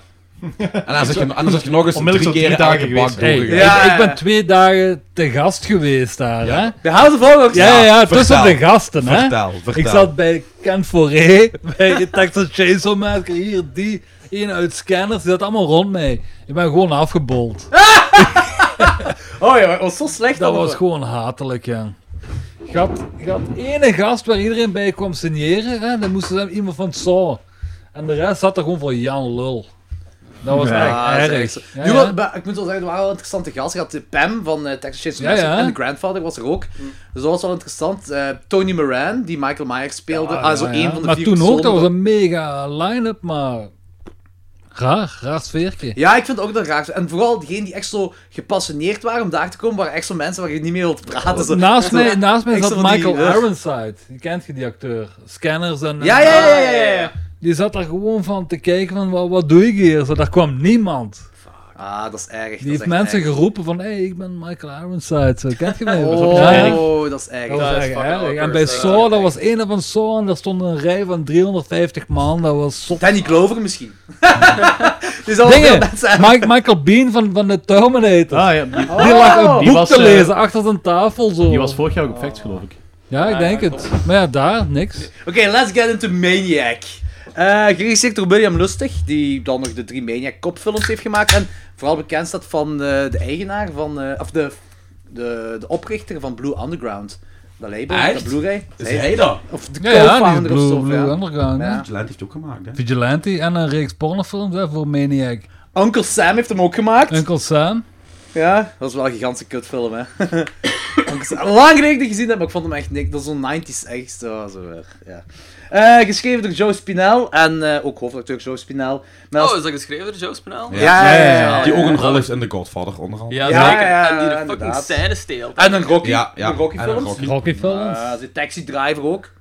[SPEAKER 3] Eh.
[SPEAKER 1] En dan zeg je, anders zeg je nog eens
[SPEAKER 9] Onmiddellijk
[SPEAKER 1] drie
[SPEAKER 9] zo
[SPEAKER 1] keer
[SPEAKER 9] drie dagen
[SPEAKER 1] elke bak
[SPEAKER 9] geweest.
[SPEAKER 4] Hey,
[SPEAKER 1] doorgegaan.
[SPEAKER 3] Ja.
[SPEAKER 4] ik, ik ben twee dagen te gast geweest daar.
[SPEAKER 1] Ja.
[SPEAKER 4] Hè?
[SPEAKER 3] De House of Horror.
[SPEAKER 4] Ja, ja, ja,
[SPEAKER 1] vertel.
[SPEAKER 4] tussen de gasten. Hè?
[SPEAKER 1] Vertel, vertel.
[SPEAKER 4] Ik zat bij Ken Foray, bij Texas Chainsaw Massacre, hier die, een uit Scanners, die zat allemaal rond mij. Ik ben gewoon afgebold.
[SPEAKER 3] Oh ja, dat was zo slecht.
[SPEAKER 4] Dat was gewoon hatelijk, ja. Je had, je had ene gast waar iedereen bij kwam signeren, hè? dan moesten ze iemand van Saw. En de rest zat er gewoon voor Jan Lul. Dat was
[SPEAKER 3] Ja,
[SPEAKER 4] echt
[SPEAKER 3] dat is
[SPEAKER 4] erg.
[SPEAKER 3] echt Ah, zo.
[SPEAKER 4] Ja,
[SPEAKER 3] Nu,
[SPEAKER 4] ja.
[SPEAKER 3] wat- maar ik moet wel zeggen, er waren wel interessante gasten. Je had eh, Pam van eh, Texas Chainsaw
[SPEAKER 4] Ja,
[SPEAKER 3] Massacre
[SPEAKER 4] ja.
[SPEAKER 3] en de Grandfather was er ook. Dus dat was wel interessant. Eh, Tony Moran, die Michael Myers speelde.
[SPEAKER 4] Ja,
[SPEAKER 3] ah, zo
[SPEAKER 4] ja,
[SPEAKER 3] één
[SPEAKER 4] ja.
[SPEAKER 3] van de
[SPEAKER 4] Maar
[SPEAKER 3] vier
[SPEAKER 4] toen ook,
[SPEAKER 3] personen
[SPEAKER 4] dat was
[SPEAKER 3] van-
[SPEAKER 4] een mega line-up, maar... Raar, raar sfeertje.
[SPEAKER 3] Ja, ik vind het ook dat raar. En vooral degenen die echt zo gepassioneerd waren om daar te komen, waren echt zo mensen waar je niet mee wilt praten. Zo.
[SPEAKER 4] Naast
[SPEAKER 3] zo-
[SPEAKER 4] mij, naast mij
[SPEAKER 3] ik
[SPEAKER 4] zat
[SPEAKER 3] zat van die,
[SPEAKER 4] Michael
[SPEAKER 3] eh,
[SPEAKER 4] Ironside. Je kent je die acteur. Scanners en... eh,
[SPEAKER 3] Ja, ja, ja, ja, ja. ja, ja.
[SPEAKER 4] Die zat daar gewoon van te kijken van, wat, wat doe ik hier? Zo, daar kwam niemand.
[SPEAKER 3] Ah, dat is erg. dat is
[SPEAKER 4] Die heeft
[SPEAKER 3] echt
[SPEAKER 4] mensen
[SPEAKER 3] erg.
[SPEAKER 4] geroepen van, hé, hey, ik ben Michael Ironside. Zo, kent je mij? Ja, ja.
[SPEAKER 3] Oh, dat is erg.
[SPEAKER 4] Dat was
[SPEAKER 5] Dat is
[SPEAKER 4] echt
[SPEAKER 5] fucking
[SPEAKER 4] erg. En
[SPEAKER 5] awkward,
[SPEAKER 4] bij
[SPEAKER 5] ja.
[SPEAKER 4] Saw, dat was een van Saw en daar stond een rij van 350 man. Dat was zot.
[SPEAKER 3] Danny Glover misschien. die zal wel veel
[SPEAKER 4] Dingen!
[SPEAKER 3] mensen hebben.
[SPEAKER 4] Mike- Michael Bean van, van de Terminator.
[SPEAKER 9] Ah ja, die,
[SPEAKER 4] Die lag een
[SPEAKER 9] Die
[SPEAKER 4] boek
[SPEAKER 9] was,
[SPEAKER 4] te
[SPEAKER 9] eh,
[SPEAKER 4] lezen achter zijn tafel zo.
[SPEAKER 9] die was vorig jaar ook op Facts, geloof ik.
[SPEAKER 4] Ja, ik
[SPEAKER 5] Ja,
[SPEAKER 4] denk
[SPEAKER 5] ja,
[SPEAKER 4] het. Maar ja, daar, niks.
[SPEAKER 3] Oké, let's get into Maniac. Eh geregisseerd door William Lustig, die dan nog de drie Maniac kopfilms heeft gemaakt. En vooral bekend staat van eh, de eigenaar van... eh, of de, de, de oprichter van Blue Underground. Dat label,
[SPEAKER 1] Echt?
[SPEAKER 3] dat Blu-ray.
[SPEAKER 1] Is
[SPEAKER 3] Zij-
[SPEAKER 1] hij dat?
[SPEAKER 3] Of de
[SPEAKER 4] Ja, ja, die
[SPEAKER 3] co-founder of
[SPEAKER 4] Blue,
[SPEAKER 3] zo.
[SPEAKER 4] Blue
[SPEAKER 3] ja.
[SPEAKER 4] Underground. hè.
[SPEAKER 3] Ja.
[SPEAKER 1] Vigilante heeft ook gemaakt, hè?
[SPEAKER 4] Vigilante en een reeks pornofilms hè, voor Maniac.
[SPEAKER 3] Uncle Sam heeft hem ook gemaakt.
[SPEAKER 4] Uncle Sam.
[SPEAKER 3] Ja, dat is wel een gigantische kutfilm, hè. Uncle Sam. Lang geleden dat ik gezien heb, maar ik vond hem echt niks. Dat is zo'n 90s echt. Zo, zo, weer, ja. Eh, geschreven door Joe Spinell en eh, ook hoofdacteur Joe Spinell. Met als-
[SPEAKER 5] Oh, is dat geschreven door Joe Spinell?
[SPEAKER 1] Ja.
[SPEAKER 3] ja, ja, ja, ja.
[SPEAKER 1] Die ook een rol heeft in The Godfather, onder andere.
[SPEAKER 5] Ja,
[SPEAKER 3] Ja,
[SPEAKER 5] zeker.
[SPEAKER 3] ja,
[SPEAKER 5] en die de fucking
[SPEAKER 3] inderdaad.
[SPEAKER 5] scène steelt.
[SPEAKER 3] En een Rocky.
[SPEAKER 1] Ja, ja.
[SPEAKER 3] Een Rocky
[SPEAKER 1] En een
[SPEAKER 3] films.
[SPEAKER 1] Rocky.
[SPEAKER 4] Rocky films.
[SPEAKER 3] Eh, de Taxi Driver ook.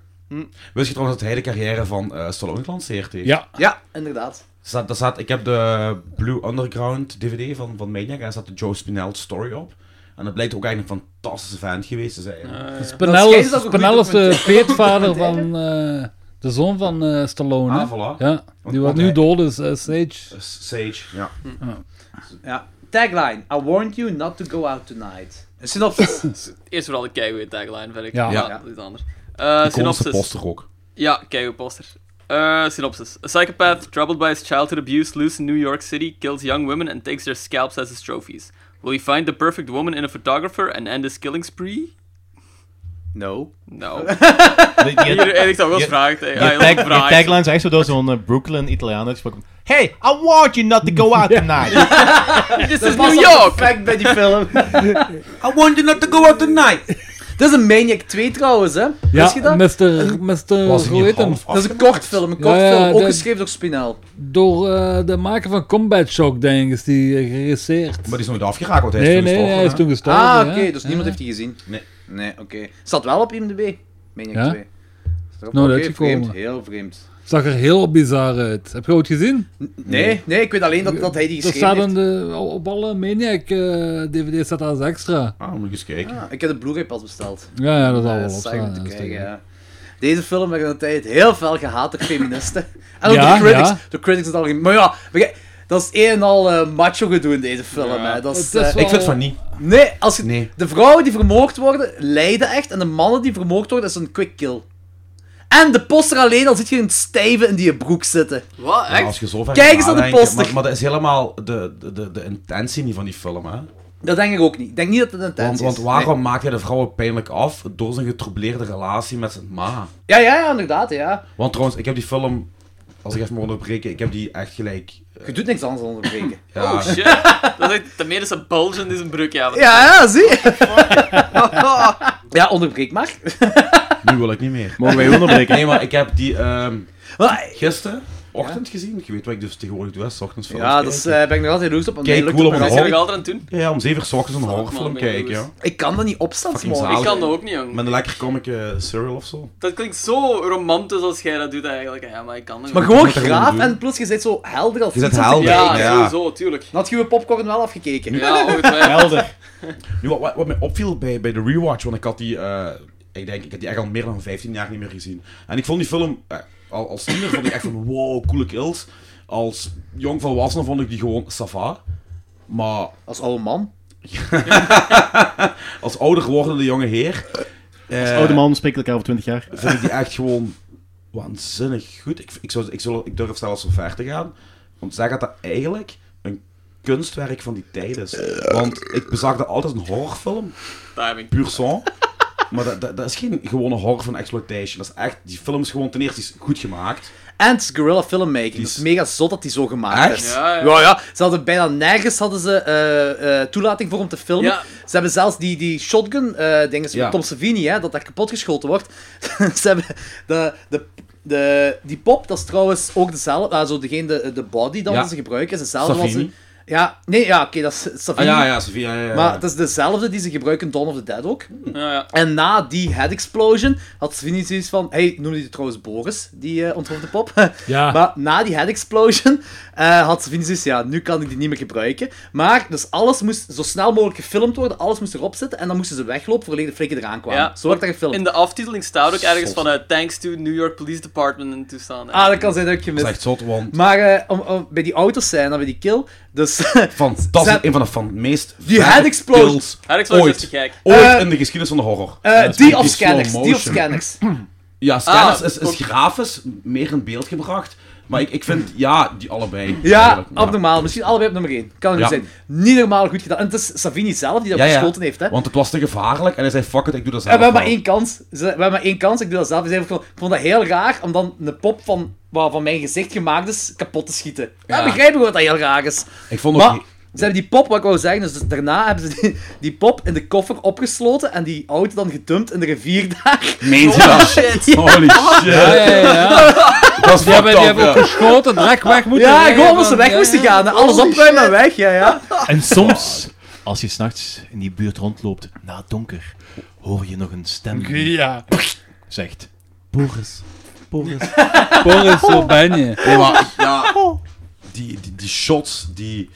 [SPEAKER 1] Wist je trouwens dat hij de carrière van eh Stallone gelanceerd heeft?
[SPEAKER 4] ja.
[SPEAKER 3] Ja, inderdaad.
[SPEAKER 1] Staat, daar staat, ik heb de Blue Underground DVD van, van Maniac en daar staat de Joe Spinell story op. En dat blijkt ook eigenlijk een fantastische vent geweest te zijn.
[SPEAKER 4] Spinell
[SPEAKER 3] Dat
[SPEAKER 4] is,
[SPEAKER 3] is ook een
[SPEAKER 4] Spinell is
[SPEAKER 3] goede
[SPEAKER 4] de eh, peetvader van eh, de zoon van eh, Stallone. hè.
[SPEAKER 1] Ah, voilà.
[SPEAKER 4] Ja, die wat nu
[SPEAKER 1] hij-
[SPEAKER 4] dood is, eh, Sage.
[SPEAKER 1] Eh, Sage, ja.
[SPEAKER 3] Ja. Tagline. I warned you not to go out tonight. Een synopsis.
[SPEAKER 5] Eerst vooral de keigoede tagline, vind ik.
[SPEAKER 4] Ja.
[SPEAKER 5] Maar
[SPEAKER 1] Ja.
[SPEAKER 5] dat is anders. Eh
[SPEAKER 1] Synopsis.
[SPEAKER 5] synopsis.
[SPEAKER 1] poster ook.
[SPEAKER 5] Ja, keigoed poster. Eh, synopsis. A psychopath troubled by his childhood abuse lives in New York City, kills young women and takes their scalps as his trophies. Will he find the perfect woman in a photographer and end his killing spree?
[SPEAKER 3] no.
[SPEAKER 5] No.
[SPEAKER 9] Die, die,
[SPEAKER 5] Hier, ik zou wel eens
[SPEAKER 9] je-
[SPEAKER 5] vragen. tegen-
[SPEAKER 9] die
[SPEAKER 5] ah,
[SPEAKER 9] tag-
[SPEAKER 5] heel
[SPEAKER 9] die
[SPEAKER 5] vraag.
[SPEAKER 9] tagline is echt zo door zo'n eh, Brooklyn Italiaan uitgesproken. Hey, I warned you not to go out tonight.
[SPEAKER 5] This
[SPEAKER 3] Dat
[SPEAKER 5] is
[SPEAKER 3] past
[SPEAKER 5] New
[SPEAKER 3] ook
[SPEAKER 5] York!
[SPEAKER 3] perfect bij die film.
[SPEAKER 1] I want you not to go out tonight!
[SPEAKER 3] Dat is een Maniac 2 trouwens, hè?
[SPEAKER 4] Ja,
[SPEAKER 3] Wist je dat?
[SPEAKER 4] Mr. Mr.
[SPEAKER 1] Was
[SPEAKER 4] Hoe
[SPEAKER 1] niet
[SPEAKER 4] heet hem?
[SPEAKER 1] half
[SPEAKER 3] Dat is een
[SPEAKER 1] afgemaakt?
[SPEAKER 3] kort film, een kort
[SPEAKER 4] Ja, ja,
[SPEAKER 3] film. Ook
[SPEAKER 4] dat-
[SPEAKER 3] geschreven door Spinel.
[SPEAKER 4] Door eh, de maker van Combat Shock, denk ik, is die eh, geregisseerd.
[SPEAKER 1] Maar die is nooit afgeraakt, want hij is
[SPEAKER 4] Nee,
[SPEAKER 1] toen
[SPEAKER 4] nee, nee,
[SPEAKER 1] gestorven,
[SPEAKER 4] hij is
[SPEAKER 1] hè?
[SPEAKER 4] toen gestorven.
[SPEAKER 3] Ah, oké,
[SPEAKER 4] ja.
[SPEAKER 3] dus
[SPEAKER 4] Ja.
[SPEAKER 3] niemand heeft die gezien.
[SPEAKER 1] Nee.
[SPEAKER 3] Nee, oké. Staat wel op IMDb, Maniac
[SPEAKER 4] Ja?
[SPEAKER 3] 2. Staat erop.
[SPEAKER 4] Nooit
[SPEAKER 3] Oké,
[SPEAKER 4] uitgekomen.
[SPEAKER 3] vreemd, heel vreemd.
[SPEAKER 4] Zag er heel bizar uit. Heb je ooit gezien?
[SPEAKER 3] Nee, nee, ik weet alleen dat, dat hij die
[SPEAKER 4] Dat staat
[SPEAKER 3] geschreven
[SPEAKER 4] aan
[SPEAKER 3] heeft.
[SPEAKER 4] de, op alle eh, Maniac-dvd's staat dat als extra.
[SPEAKER 1] Ah, moet ik eens kijken.
[SPEAKER 3] Ah, ik heb de Blu-ray pas besteld.
[SPEAKER 4] Ja, ja dat zal
[SPEAKER 3] Eh,
[SPEAKER 4] wel op
[SPEAKER 3] saai om
[SPEAKER 4] staan.
[SPEAKER 3] te
[SPEAKER 4] ja,
[SPEAKER 3] kijken,
[SPEAKER 4] zeker.
[SPEAKER 3] ja. Deze film werd in de tijd heel fel gehaat door feministen. En ook
[SPEAKER 4] Ja,
[SPEAKER 3] de critics.
[SPEAKER 4] ja.
[SPEAKER 3] De critics het algemeen. Maar ja, begrijp- dat is een en al eh, macho gedoe in deze film.
[SPEAKER 5] Ja.
[SPEAKER 3] Hè. Dat is,
[SPEAKER 4] Het is
[SPEAKER 3] eh,
[SPEAKER 4] wel-
[SPEAKER 1] Ik vind van niet.
[SPEAKER 3] Nee, als je,
[SPEAKER 1] Nee.
[SPEAKER 3] de vrouwen die vermoord worden, lijden echt. En de mannen die vermoord worden, is een quick kill. En de poster alleen, al zit je een stijve in die broek zitten.
[SPEAKER 5] Wat?
[SPEAKER 9] Nou,
[SPEAKER 1] Ja,
[SPEAKER 5] Echt?
[SPEAKER 1] als je zo ver
[SPEAKER 3] Kijk
[SPEAKER 1] gaat
[SPEAKER 3] eens naar de
[SPEAKER 1] nadenken,
[SPEAKER 3] poster.
[SPEAKER 1] Maar, maar dat is helemaal de, de, de, de intentie niet van die film, hè.
[SPEAKER 3] Dat denk ik ook niet. Ik denk niet dat het een
[SPEAKER 1] Want,
[SPEAKER 3] intentie
[SPEAKER 1] want
[SPEAKER 3] is.
[SPEAKER 1] waarom maakt hij de vrouwen pijnlijk af? Door zijn getroubleerde relatie met zijn ma.
[SPEAKER 3] Nee. Ja, ja, ja, inderdaad, ja.
[SPEAKER 1] Want trouwens, ik heb die film... Als ik even mag onderbreken, ik heb die echt gelijk...
[SPEAKER 3] Je doet niks anders dan onderbreken.
[SPEAKER 1] Ja,
[SPEAKER 5] Oh shit. Dat is echt de medische bulge in zijn broek, ja.
[SPEAKER 3] Ja, ja, zie. ja, onderbreek maar.
[SPEAKER 1] nu wil ik niet meer.
[SPEAKER 2] Mogen wij onderbreken?
[SPEAKER 1] Nee, maar ik heb die ehm
[SPEAKER 3] Maar-
[SPEAKER 1] gisteren, ochtend gezien. Je weet wat ik dus tegenwoordig doe, hè, 's ochtends films
[SPEAKER 3] Ja, dat
[SPEAKER 1] kijken.
[SPEAKER 3] is, eh, ben ik nog altijd jaloers op. want
[SPEAKER 1] Kijk,
[SPEAKER 3] mij lukt
[SPEAKER 1] cool
[SPEAKER 3] het
[SPEAKER 1] om
[SPEAKER 3] nog
[SPEAKER 5] Wat
[SPEAKER 1] een
[SPEAKER 5] zijn we
[SPEAKER 3] altijd.
[SPEAKER 5] nog altijd aan het doen?
[SPEAKER 1] Ja, ja, om zeven uur 's ochtends een
[SPEAKER 5] Fuck,
[SPEAKER 1] horrorfilm
[SPEAKER 5] man,
[SPEAKER 1] kijken,
[SPEAKER 5] man,
[SPEAKER 1] ja.
[SPEAKER 3] Ik kan dat niet opstaan,
[SPEAKER 1] Fucking
[SPEAKER 3] morgen.
[SPEAKER 1] zalig.
[SPEAKER 5] Ik kan dat ook niet, jong.
[SPEAKER 1] Met een lekker comic eh, cereal of zo.
[SPEAKER 5] Dat klinkt zo romantisch als jij dat doet eigenlijk. Ja, maar ik kan dat
[SPEAKER 3] Maar
[SPEAKER 5] niet.
[SPEAKER 3] gewoon
[SPEAKER 1] moet dat gewoon
[SPEAKER 3] graaf
[SPEAKER 1] doen.
[SPEAKER 3] en plus, je zit zo helder als
[SPEAKER 1] Je zit
[SPEAKER 3] iets om te
[SPEAKER 1] helder,
[SPEAKER 3] kijken.
[SPEAKER 5] Ja,
[SPEAKER 1] Ja.
[SPEAKER 5] sowieso, tuurlijk.
[SPEAKER 3] Dan had je je popcorn wel afgekeken.
[SPEAKER 5] Ja, ongetwijfeld.
[SPEAKER 2] Helder.
[SPEAKER 1] Nu, wat, wat, wat mij opviel bij, bij de rewatch, want ik had die, eh, ik denk, ik had die echt al meer dan 15 jaar niet meer gezien. En ik vond die film, eh, al, als tiener vond ik echt van, wow, coole kills. Als jong volwassene vond ik die gewoon sava. Maar
[SPEAKER 3] Als oude man.
[SPEAKER 1] als ouder wordende jonge heer, eh,
[SPEAKER 2] Oude man spreekt elkaar over 20 jaar.
[SPEAKER 1] vind ik die echt gewoon waanzinnig goed. Ik, ik, zou, ik, zou, ik durf zelfs zo ver te gaan, want zij gaat dat eigenlijk een kunstwerk van die tijd is. Want ik bezag dat altijd als een horrorfilm,
[SPEAKER 5] Timing.
[SPEAKER 1] puur sang. Maar dat, dat, dat is geen gewone horror van exploitation. Dat is echt, die film is gewoon ten eerste is goed gemaakt.
[SPEAKER 3] En het is guerrilla filmmaking.
[SPEAKER 1] Die
[SPEAKER 3] Dat is
[SPEAKER 1] is-
[SPEAKER 3] mega zot dat die zo gemaakt
[SPEAKER 1] Echt?
[SPEAKER 3] is.
[SPEAKER 5] Ja, ja.
[SPEAKER 3] ja, ja. Ze hadden bijna nergens hadden ze, eh, eh, toelating voor om te filmen.
[SPEAKER 5] Ja.
[SPEAKER 3] Ze hebben zelfs die, die shotgun, eh dingen van
[SPEAKER 1] Ja.
[SPEAKER 3] Tom Savini, hè, dat daar kapot geschoten wordt. ze hebben de, de, de, die pop, dat is trouwens ook dezelfde, ah, zo degene, de, de body dan
[SPEAKER 1] Ja.
[SPEAKER 3] dat ze gebruiken, is dezelfde als ze...
[SPEAKER 1] Savini.
[SPEAKER 3] Ja, nee, ja, oké, dat is
[SPEAKER 1] Ah
[SPEAKER 3] Savini.
[SPEAKER 1] ja, ja, Sophia, ja, ja, ja.
[SPEAKER 3] Maar het is dezelfde die ze gebruiken in Dawn of the Dead ook.
[SPEAKER 5] Ja, ja.
[SPEAKER 3] En na die head explosion had Sweeney zoiets van. Hey, noemde die trouwens Boris, die eh ontworpen pop.
[SPEAKER 4] Ja.
[SPEAKER 3] Maar na die head explosion eh, had Sweeney zoiets ja, nu kan ik die niet meer gebruiken. Maar dus alles moest zo snel mogelijk gefilmd worden, alles moest erop zitten en dan moesten ze weglopen voordat de flikken eraan kwamen.
[SPEAKER 5] Ja.
[SPEAKER 3] Zo werd dat gefilmd.
[SPEAKER 5] In de aftiteling staat ook ergens
[SPEAKER 1] Zot.
[SPEAKER 5] van eh, Thanks to New York Police Department en toestaan.
[SPEAKER 3] Ah, dat kan zijn dat ik
[SPEAKER 1] Dat is
[SPEAKER 3] gemist.
[SPEAKER 1] echt zot, want
[SPEAKER 3] Maar eh, om, om- bij die auto's zijn, dan bij die kill. Dus.
[SPEAKER 1] van, dat is
[SPEAKER 3] Zet-
[SPEAKER 1] een van de van de meest
[SPEAKER 3] Die
[SPEAKER 1] vette
[SPEAKER 3] head explosion.
[SPEAKER 1] kills
[SPEAKER 5] Alex was
[SPEAKER 1] ooit,
[SPEAKER 5] echt te gek.
[SPEAKER 1] ooit
[SPEAKER 3] Eh,
[SPEAKER 1] in de geschiedenis van de horror.
[SPEAKER 3] eh, die of
[SPEAKER 1] die slow
[SPEAKER 3] scanners, die of
[SPEAKER 1] motion.
[SPEAKER 3] scanners.
[SPEAKER 1] Ja, Scanners
[SPEAKER 5] Ah,
[SPEAKER 1] is, is
[SPEAKER 5] ook-
[SPEAKER 1] grafisch meer in beeld gebracht, Maar ik, ik vind, ja, die allebei.
[SPEAKER 3] Ja,
[SPEAKER 1] eigenlijk,
[SPEAKER 3] abnormaal. Misschien allebei op nummer 1. Kan het
[SPEAKER 1] Ja.
[SPEAKER 3] niet zijn. Niet normaal goed gedaan. En het is Savini zelf die dat
[SPEAKER 1] Ja, ja.
[SPEAKER 3] besloten heeft, hè.
[SPEAKER 1] Want het was te gevaarlijk en hij zei, fuck it, ik doe dat
[SPEAKER 3] En
[SPEAKER 1] zelf
[SPEAKER 3] we hebben maar
[SPEAKER 1] wel.
[SPEAKER 3] één kans. Ze- We hebben maar één kans. Ik doe dat zelf. Ze zei van, Ik vond dat heel raar om dan een pop van, wat van mijn gezicht gemaakt is, kapot te schieten. Ja, begrijp ik wat dat heel raar is.
[SPEAKER 1] Ik vond ook
[SPEAKER 3] Maar
[SPEAKER 1] niet-
[SPEAKER 3] ze hebben die pop, wat ik wou zeggen, dus daarna hebben ze die, die pop in de koffer opgesloten en die auto dan gedumpt in de rivier daar.
[SPEAKER 1] Meen je dat? Holy shit.
[SPEAKER 4] Ja, ja, ja.
[SPEAKER 1] Dat is
[SPEAKER 4] Die hebben,
[SPEAKER 1] fucked
[SPEAKER 4] die
[SPEAKER 1] up,
[SPEAKER 4] hebben ook
[SPEAKER 1] ja.
[SPEAKER 4] geschoten, direct weg moeten.
[SPEAKER 3] Ja,
[SPEAKER 4] rijden,
[SPEAKER 3] gewoon omdat ze
[SPEAKER 4] want-
[SPEAKER 3] weg
[SPEAKER 4] ja,
[SPEAKER 3] moesten
[SPEAKER 4] ja.
[SPEAKER 3] gaan. hè. Alles opruimen en weg, ja,
[SPEAKER 1] Ah.
[SPEAKER 3] ja.
[SPEAKER 2] Ah. En soms, als je s'nachts in die buurt rondloopt, na het donker, hoor je nog een stem die
[SPEAKER 4] Ja.
[SPEAKER 2] zegt...
[SPEAKER 4] Boris, zo ben je.
[SPEAKER 1] Nee, maar, ja, die, die, die shots, die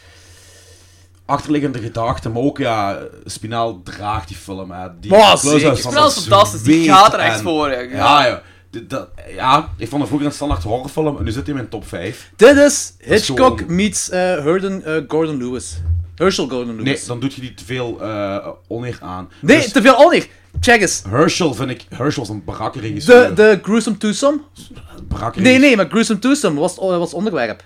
[SPEAKER 1] achterliggende gedachten, maar ook, ja, Spinaal draagt die film, hè. Die
[SPEAKER 3] Maar
[SPEAKER 1] close-ups
[SPEAKER 3] zeker.
[SPEAKER 1] van
[SPEAKER 5] Spinaal is
[SPEAKER 1] dat
[SPEAKER 5] fantastisch, die
[SPEAKER 1] zweet
[SPEAKER 5] gaat er echt
[SPEAKER 1] en-
[SPEAKER 5] voor, hè.
[SPEAKER 1] Ja, ja. Dit- dat- ja, ik vond het vroeger een standaard horrorfilm en nu zit hij in mijn top 5.
[SPEAKER 3] Dit is
[SPEAKER 1] is
[SPEAKER 3] Hitchcock
[SPEAKER 1] gewoon-
[SPEAKER 3] meets eh Herden eh, Gordon Lewis. Herschel Gordon
[SPEAKER 1] Nee,
[SPEAKER 3] Lewis. Nee,
[SPEAKER 1] Dus dan doet je die te veel eh oneer aan. Dus
[SPEAKER 3] te veel oneer. Check eens.
[SPEAKER 1] Herschel vind ik, Herschel is een barakke regisseur.
[SPEAKER 3] De, de Gruesome Twosome?
[SPEAKER 1] Barakke
[SPEAKER 3] Nee,
[SPEAKER 1] regisseur.
[SPEAKER 3] nee, maar Gruesome Twosome was, oh, was onderwerp.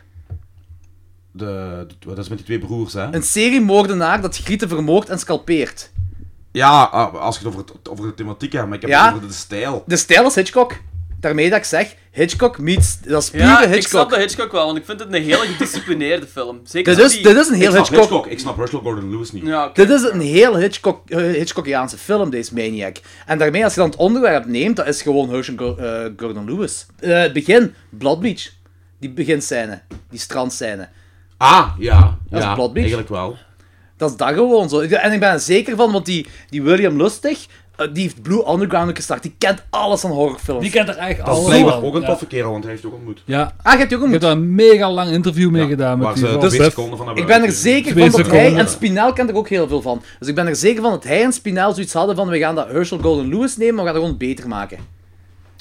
[SPEAKER 1] De, de- dat is met die twee broers, hè?
[SPEAKER 3] Een serie moordenaar dat grieten vermoordt en scalpeert.
[SPEAKER 1] Ja, ah, als je het over, het- over de thematiek hebt, maar ik heb
[SPEAKER 3] Ja.
[SPEAKER 1] het over de stijl.
[SPEAKER 3] De stijl is Hitchcock. Daarmee dat ik zeg, Hitchcock meets... Dat is pure
[SPEAKER 5] Ja, ik snap
[SPEAKER 3] Hitchcock.
[SPEAKER 5] de Hitchcock wel, want ik vind het een hele gedisciplineerde film. Zeker
[SPEAKER 3] Dit is,
[SPEAKER 5] die-
[SPEAKER 3] dit is een heel
[SPEAKER 1] ik snap
[SPEAKER 3] Hitchcock.
[SPEAKER 1] Hitchcock. ik snap Herschel Gordon Lewis niet.
[SPEAKER 5] Ja, oké.
[SPEAKER 3] Dit is een heel Hitchcock, eh, Hitchcockiaanse film, deze Maniac. En daarmee, als je dan het onderwerp neemt, dat is gewoon Herschel Go- eh, Gordon Lewis. Eh, het begin, Blood Beach. Die beginscène. Die strandscène.
[SPEAKER 1] Ah, ja.
[SPEAKER 3] Dat is
[SPEAKER 1] ja,
[SPEAKER 3] Blood Beach.
[SPEAKER 1] Eigenlijk wel.
[SPEAKER 3] Dat is dat gewoon zo. Ik- En ik ben er zeker van, want die, die William Lustig, eh, die heeft Blue Underground ook gestart. Die kent alles van horrorfilms.
[SPEAKER 4] Die kent er eigenlijk
[SPEAKER 1] Dat is
[SPEAKER 4] alles
[SPEAKER 1] blijkbaar
[SPEAKER 4] van.
[SPEAKER 1] ook een
[SPEAKER 4] Oh. Ja.
[SPEAKER 1] toffe kerel, want hij heeft je ook ontmoet.
[SPEAKER 4] Ja,
[SPEAKER 3] Ah, je hebt die ook
[SPEAKER 4] ik
[SPEAKER 3] een...
[SPEAKER 4] heb daar een mega lang interview mee gedaan met
[SPEAKER 1] Waar
[SPEAKER 4] die
[SPEAKER 1] ze
[SPEAKER 4] vrouw.
[SPEAKER 1] twee seconden van hebben
[SPEAKER 3] Ik ben er
[SPEAKER 1] uitgezien.
[SPEAKER 3] zeker
[SPEAKER 4] Twee
[SPEAKER 3] van dat hij
[SPEAKER 4] seconden.
[SPEAKER 3] en Spinaal kent er ook heel veel van. Dus ik ben er zeker van dat hij en Spinaal zoiets hadden van we gaan dat Herschel Golden Lewis nemen, maar we gaan het gewoon beter maken.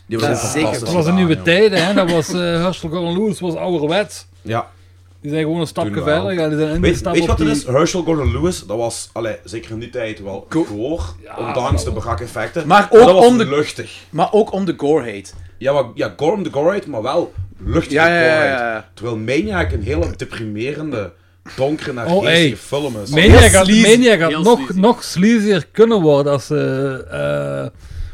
[SPEAKER 1] Die
[SPEAKER 3] Ja,
[SPEAKER 1] was
[SPEAKER 3] zeker.
[SPEAKER 1] zeker.
[SPEAKER 4] Dat was in nieuwe tijden, hè. Dat was eh Herschel Gordon Lewis, was ouderwets.
[SPEAKER 1] Ja.
[SPEAKER 4] Die zijn gewoon een stapje
[SPEAKER 1] Toen wel.
[SPEAKER 4] verder gegaan. Die zijn
[SPEAKER 1] Weet,
[SPEAKER 4] ingestapt
[SPEAKER 1] weet je
[SPEAKER 4] op
[SPEAKER 1] wat het
[SPEAKER 4] die-
[SPEAKER 1] is? Herschel Gordon Lewis, dat was allee, zeker in die tijd wel goor, ondanks de brak effecten.
[SPEAKER 3] Maar ook
[SPEAKER 1] dat was
[SPEAKER 3] om de-
[SPEAKER 1] luchtig.
[SPEAKER 3] Maar ook om de gore hate.
[SPEAKER 1] Ja, maar, ja, gore om de gore hate, maar wel luchtige
[SPEAKER 3] Ja, ja, ja,
[SPEAKER 1] gore
[SPEAKER 3] ja,
[SPEAKER 1] hate.
[SPEAKER 3] ja.
[SPEAKER 1] Terwijl Maniac een hele deprimerende, donkere, naar
[SPEAKER 4] Oh, ey.
[SPEAKER 1] film is.
[SPEAKER 4] Maniac had,
[SPEAKER 5] sleazy.
[SPEAKER 4] Maniac had
[SPEAKER 5] Heel
[SPEAKER 4] nog,
[SPEAKER 5] sleazy.
[SPEAKER 4] nog sleazier kunnen worden als ze, eh,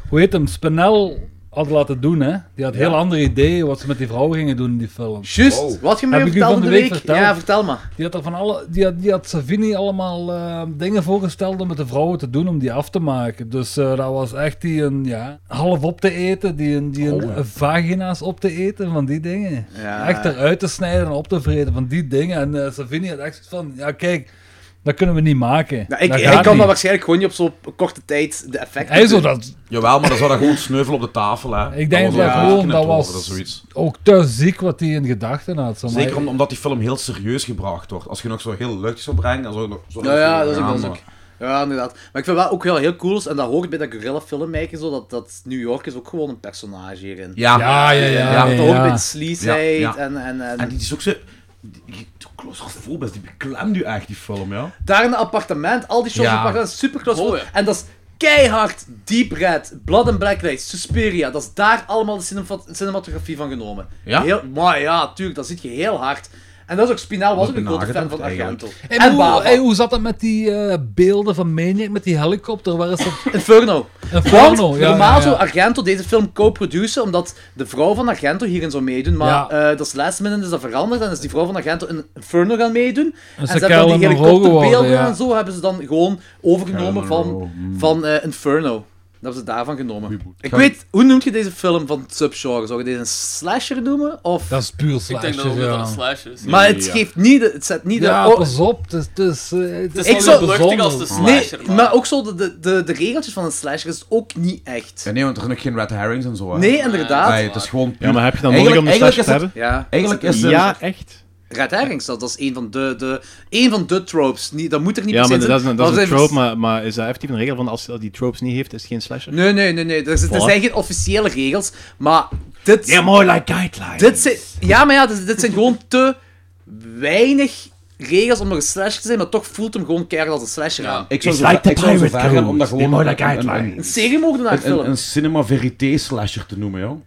[SPEAKER 4] hoe heet hem, Spinel had laten doen, hè. Die had heel andere ideeën wat ze met die vrouw gingen doen in die film.
[SPEAKER 3] Juist,
[SPEAKER 1] Wow.
[SPEAKER 3] wat je me
[SPEAKER 4] Heb ik u
[SPEAKER 3] vertelde
[SPEAKER 4] van de
[SPEAKER 3] de
[SPEAKER 4] week
[SPEAKER 3] week?
[SPEAKER 4] verteld?
[SPEAKER 3] Ja, vertel maar.
[SPEAKER 4] Die had, er van alle, die had, die had Savini allemaal eh, dingen voorgesteld om met de vrouwen te doen om die af te maken. Dus eh, dat was echt die een ja, half op te eten, die een, die een eh, vagina's op te eten van die dingen.
[SPEAKER 3] Oh. Ja.
[SPEAKER 4] Echt eruit te snijden en op te vreten van die dingen. En eh, Savini had echt zoiets van, ja kijk, dat kunnen we niet maken.
[SPEAKER 3] Ja, Nou, ik,
[SPEAKER 4] Dat
[SPEAKER 3] ik
[SPEAKER 4] gaat
[SPEAKER 3] kan
[SPEAKER 4] niet.
[SPEAKER 3] dat waarschijnlijk gewoon niet op zo'n korte tijd de effecten.
[SPEAKER 4] Hij zou
[SPEAKER 3] doen.
[SPEAKER 4] dat
[SPEAKER 1] Jawel, maar dan zou dat gewoon sneuvelen op de tafel. Hè.
[SPEAKER 4] Ik denk
[SPEAKER 1] was
[SPEAKER 4] dat
[SPEAKER 1] ook
[SPEAKER 4] gewoon,
[SPEAKER 1] geknipt
[SPEAKER 4] dat
[SPEAKER 1] worden,
[SPEAKER 4] was-
[SPEAKER 1] dat is zoiets.
[SPEAKER 4] ook te ziek wat hij in gedachten had. zo, maar-
[SPEAKER 1] Zeker om- omdat die film heel serieus gebracht wordt. Als je nog zo heel luchtig zou brengen, dan zou je nog... Zo
[SPEAKER 3] Ja, ja, dat is ook, dat is ook. Ja, inderdaad. Maar ik vind wel ook wel heel cool, en dat hoort bij dat guerrilla filmmaker, zo, dat, dat New York is ook gewoon een personage hierin.
[SPEAKER 1] Ja.
[SPEAKER 4] Ja, ja, ja.
[SPEAKER 1] Ja,
[SPEAKER 4] ja,
[SPEAKER 3] dat
[SPEAKER 4] ja,
[SPEAKER 3] hoort bij de sleazeheid
[SPEAKER 1] Ja, ja.
[SPEAKER 3] en... en, en...
[SPEAKER 1] En die is ook zo... die- die- Die claustrofoob is, die beklemt u echt, die film, ja.
[SPEAKER 3] Daar in een appartement, al die shots
[SPEAKER 1] Ja.
[SPEAKER 3] in het appartement, super close.
[SPEAKER 5] Oh, ja.
[SPEAKER 3] En dat is keihard Deep Red, Blood and Black Light, Suspiria. Dat is daar allemaal de cinemat- cinematografie van genomen.
[SPEAKER 1] Ja?
[SPEAKER 3] Heel, maar ja, tuurlijk, dat zit je heel hard. En dat is ook Spinaal, was ook
[SPEAKER 1] Moet
[SPEAKER 3] een
[SPEAKER 1] je
[SPEAKER 3] grote fan
[SPEAKER 1] nagedacht
[SPEAKER 3] van
[SPEAKER 1] eigenlijk.
[SPEAKER 3] Argento.
[SPEAKER 4] Hey,
[SPEAKER 3] en
[SPEAKER 4] hoe,
[SPEAKER 3] Bava.
[SPEAKER 4] hey, hoe zat dat met die eh, beelden van Maniac met die helikopter? Waar is dat?
[SPEAKER 3] Inferno. Want
[SPEAKER 4] Inferno, ja,
[SPEAKER 3] normaal
[SPEAKER 4] ja, ja.
[SPEAKER 3] zou Argento deze film co-produceren, omdat de vrouw van Argento hierin zou meedoen. Maar
[SPEAKER 4] Ja.
[SPEAKER 3] eh, dat is last minute is dat veranderd en is die vrouw van Argento in Inferno gaan meedoen. En
[SPEAKER 4] ze
[SPEAKER 3] ze hebben dan die
[SPEAKER 4] Carolyn Monroe
[SPEAKER 3] helikopterbeelden
[SPEAKER 4] geworden, ja.
[SPEAKER 3] en zo hebben ze dan gewoon overgenomen
[SPEAKER 1] Carolyn
[SPEAKER 3] van,
[SPEAKER 1] Monroe, mm.
[SPEAKER 3] van eh, Inferno. Dat hebben ze daarvan genomen. Ik
[SPEAKER 1] Ga-
[SPEAKER 3] weet, hoe noemt je deze film van Subgenre? Zou je deze een slasher noemen? Of...
[SPEAKER 4] Dat is puur
[SPEAKER 5] Ik denk dat ook
[SPEAKER 4] slasher,
[SPEAKER 5] dat
[SPEAKER 4] ja.
[SPEAKER 5] het een slash is.
[SPEAKER 3] Maar het geeft niet, de- het zet niet
[SPEAKER 4] Ja,
[SPEAKER 3] de... oh,
[SPEAKER 4] pas op. Het is, het is, eh, het
[SPEAKER 5] Het
[SPEAKER 4] is
[SPEAKER 5] is
[SPEAKER 3] Ik
[SPEAKER 5] ik
[SPEAKER 3] zou-
[SPEAKER 5] zo luchtig als de slasher,
[SPEAKER 3] nee,
[SPEAKER 5] man.
[SPEAKER 3] maar ook zo, de, de, de, de regeltjes van een slasher is ook niet echt.
[SPEAKER 1] Ja, nee, want er zijn ook geen red herrings en zo, hè.
[SPEAKER 3] Nee, inderdaad.
[SPEAKER 1] Ai, het is gewoon...
[SPEAKER 2] Ja, maar heb je dan
[SPEAKER 1] Eigenlijk-
[SPEAKER 2] nodig om de
[SPEAKER 1] eigenlijk
[SPEAKER 2] slasher te
[SPEAKER 1] is
[SPEAKER 2] hebben?
[SPEAKER 3] Ja.
[SPEAKER 1] Eigenlijk is het...
[SPEAKER 2] Ja, echt.
[SPEAKER 3] Red herrings, dat, dat is een van de, de, een van de tropes. Niet, dat moet er niet
[SPEAKER 2] Ja,
[SPEAKER 3] per se
[SPEAKER 2] maar
[SPEAKER 3] in
[SPEAKER 2] dat is
[SPEAKER 3] zitten,
[SPEAKER 2] een, dat is een
[SPEAKER 3] maar
[SPEAKER 2] trope, maar, maar is dat effectief een regel van als je die tropes niet heeft, is het geen slasher?
[SPEAKER 3] Nee, nee, nee, nee. Er, zit- er
[SPEAKER 2] Wat?
[SPEAKER 3] zijn geen officiële regels, maar dit,
[SPEAKER 2] Yeah, more like guidelines.
[SPEAKER 3] dit zijn... Ja, maar ja, dit, dit zijn gewoon te weinig regels om nog een slasher te zijn, maar toch voelt hem gewoon keihard als een slasher aan.
[SPEAKER 1] Ik zou
[SPEAKER 2] It's
[SPEAKER 1] zo,
[SPEAKER 2] like the
[SPEAKER 1] ik zou zo
[SPEAKER 2] pirate
[SPEAKER 1] ver gaan om dat
[SPEAKER 2] codes.
[SPEAKER 1] gewoon...
[SPEAKER 2] They more like
[SPEAKER 1] een- een- een-
[SPEAKER 2] guidelines.
[SPEAKER 3] Een seriemoordenaar
[SPEAKER 1] Een,
[SPEAKER 3] film.
[SPEAKER 1] een, een cinema verité slasher te noemen, joh.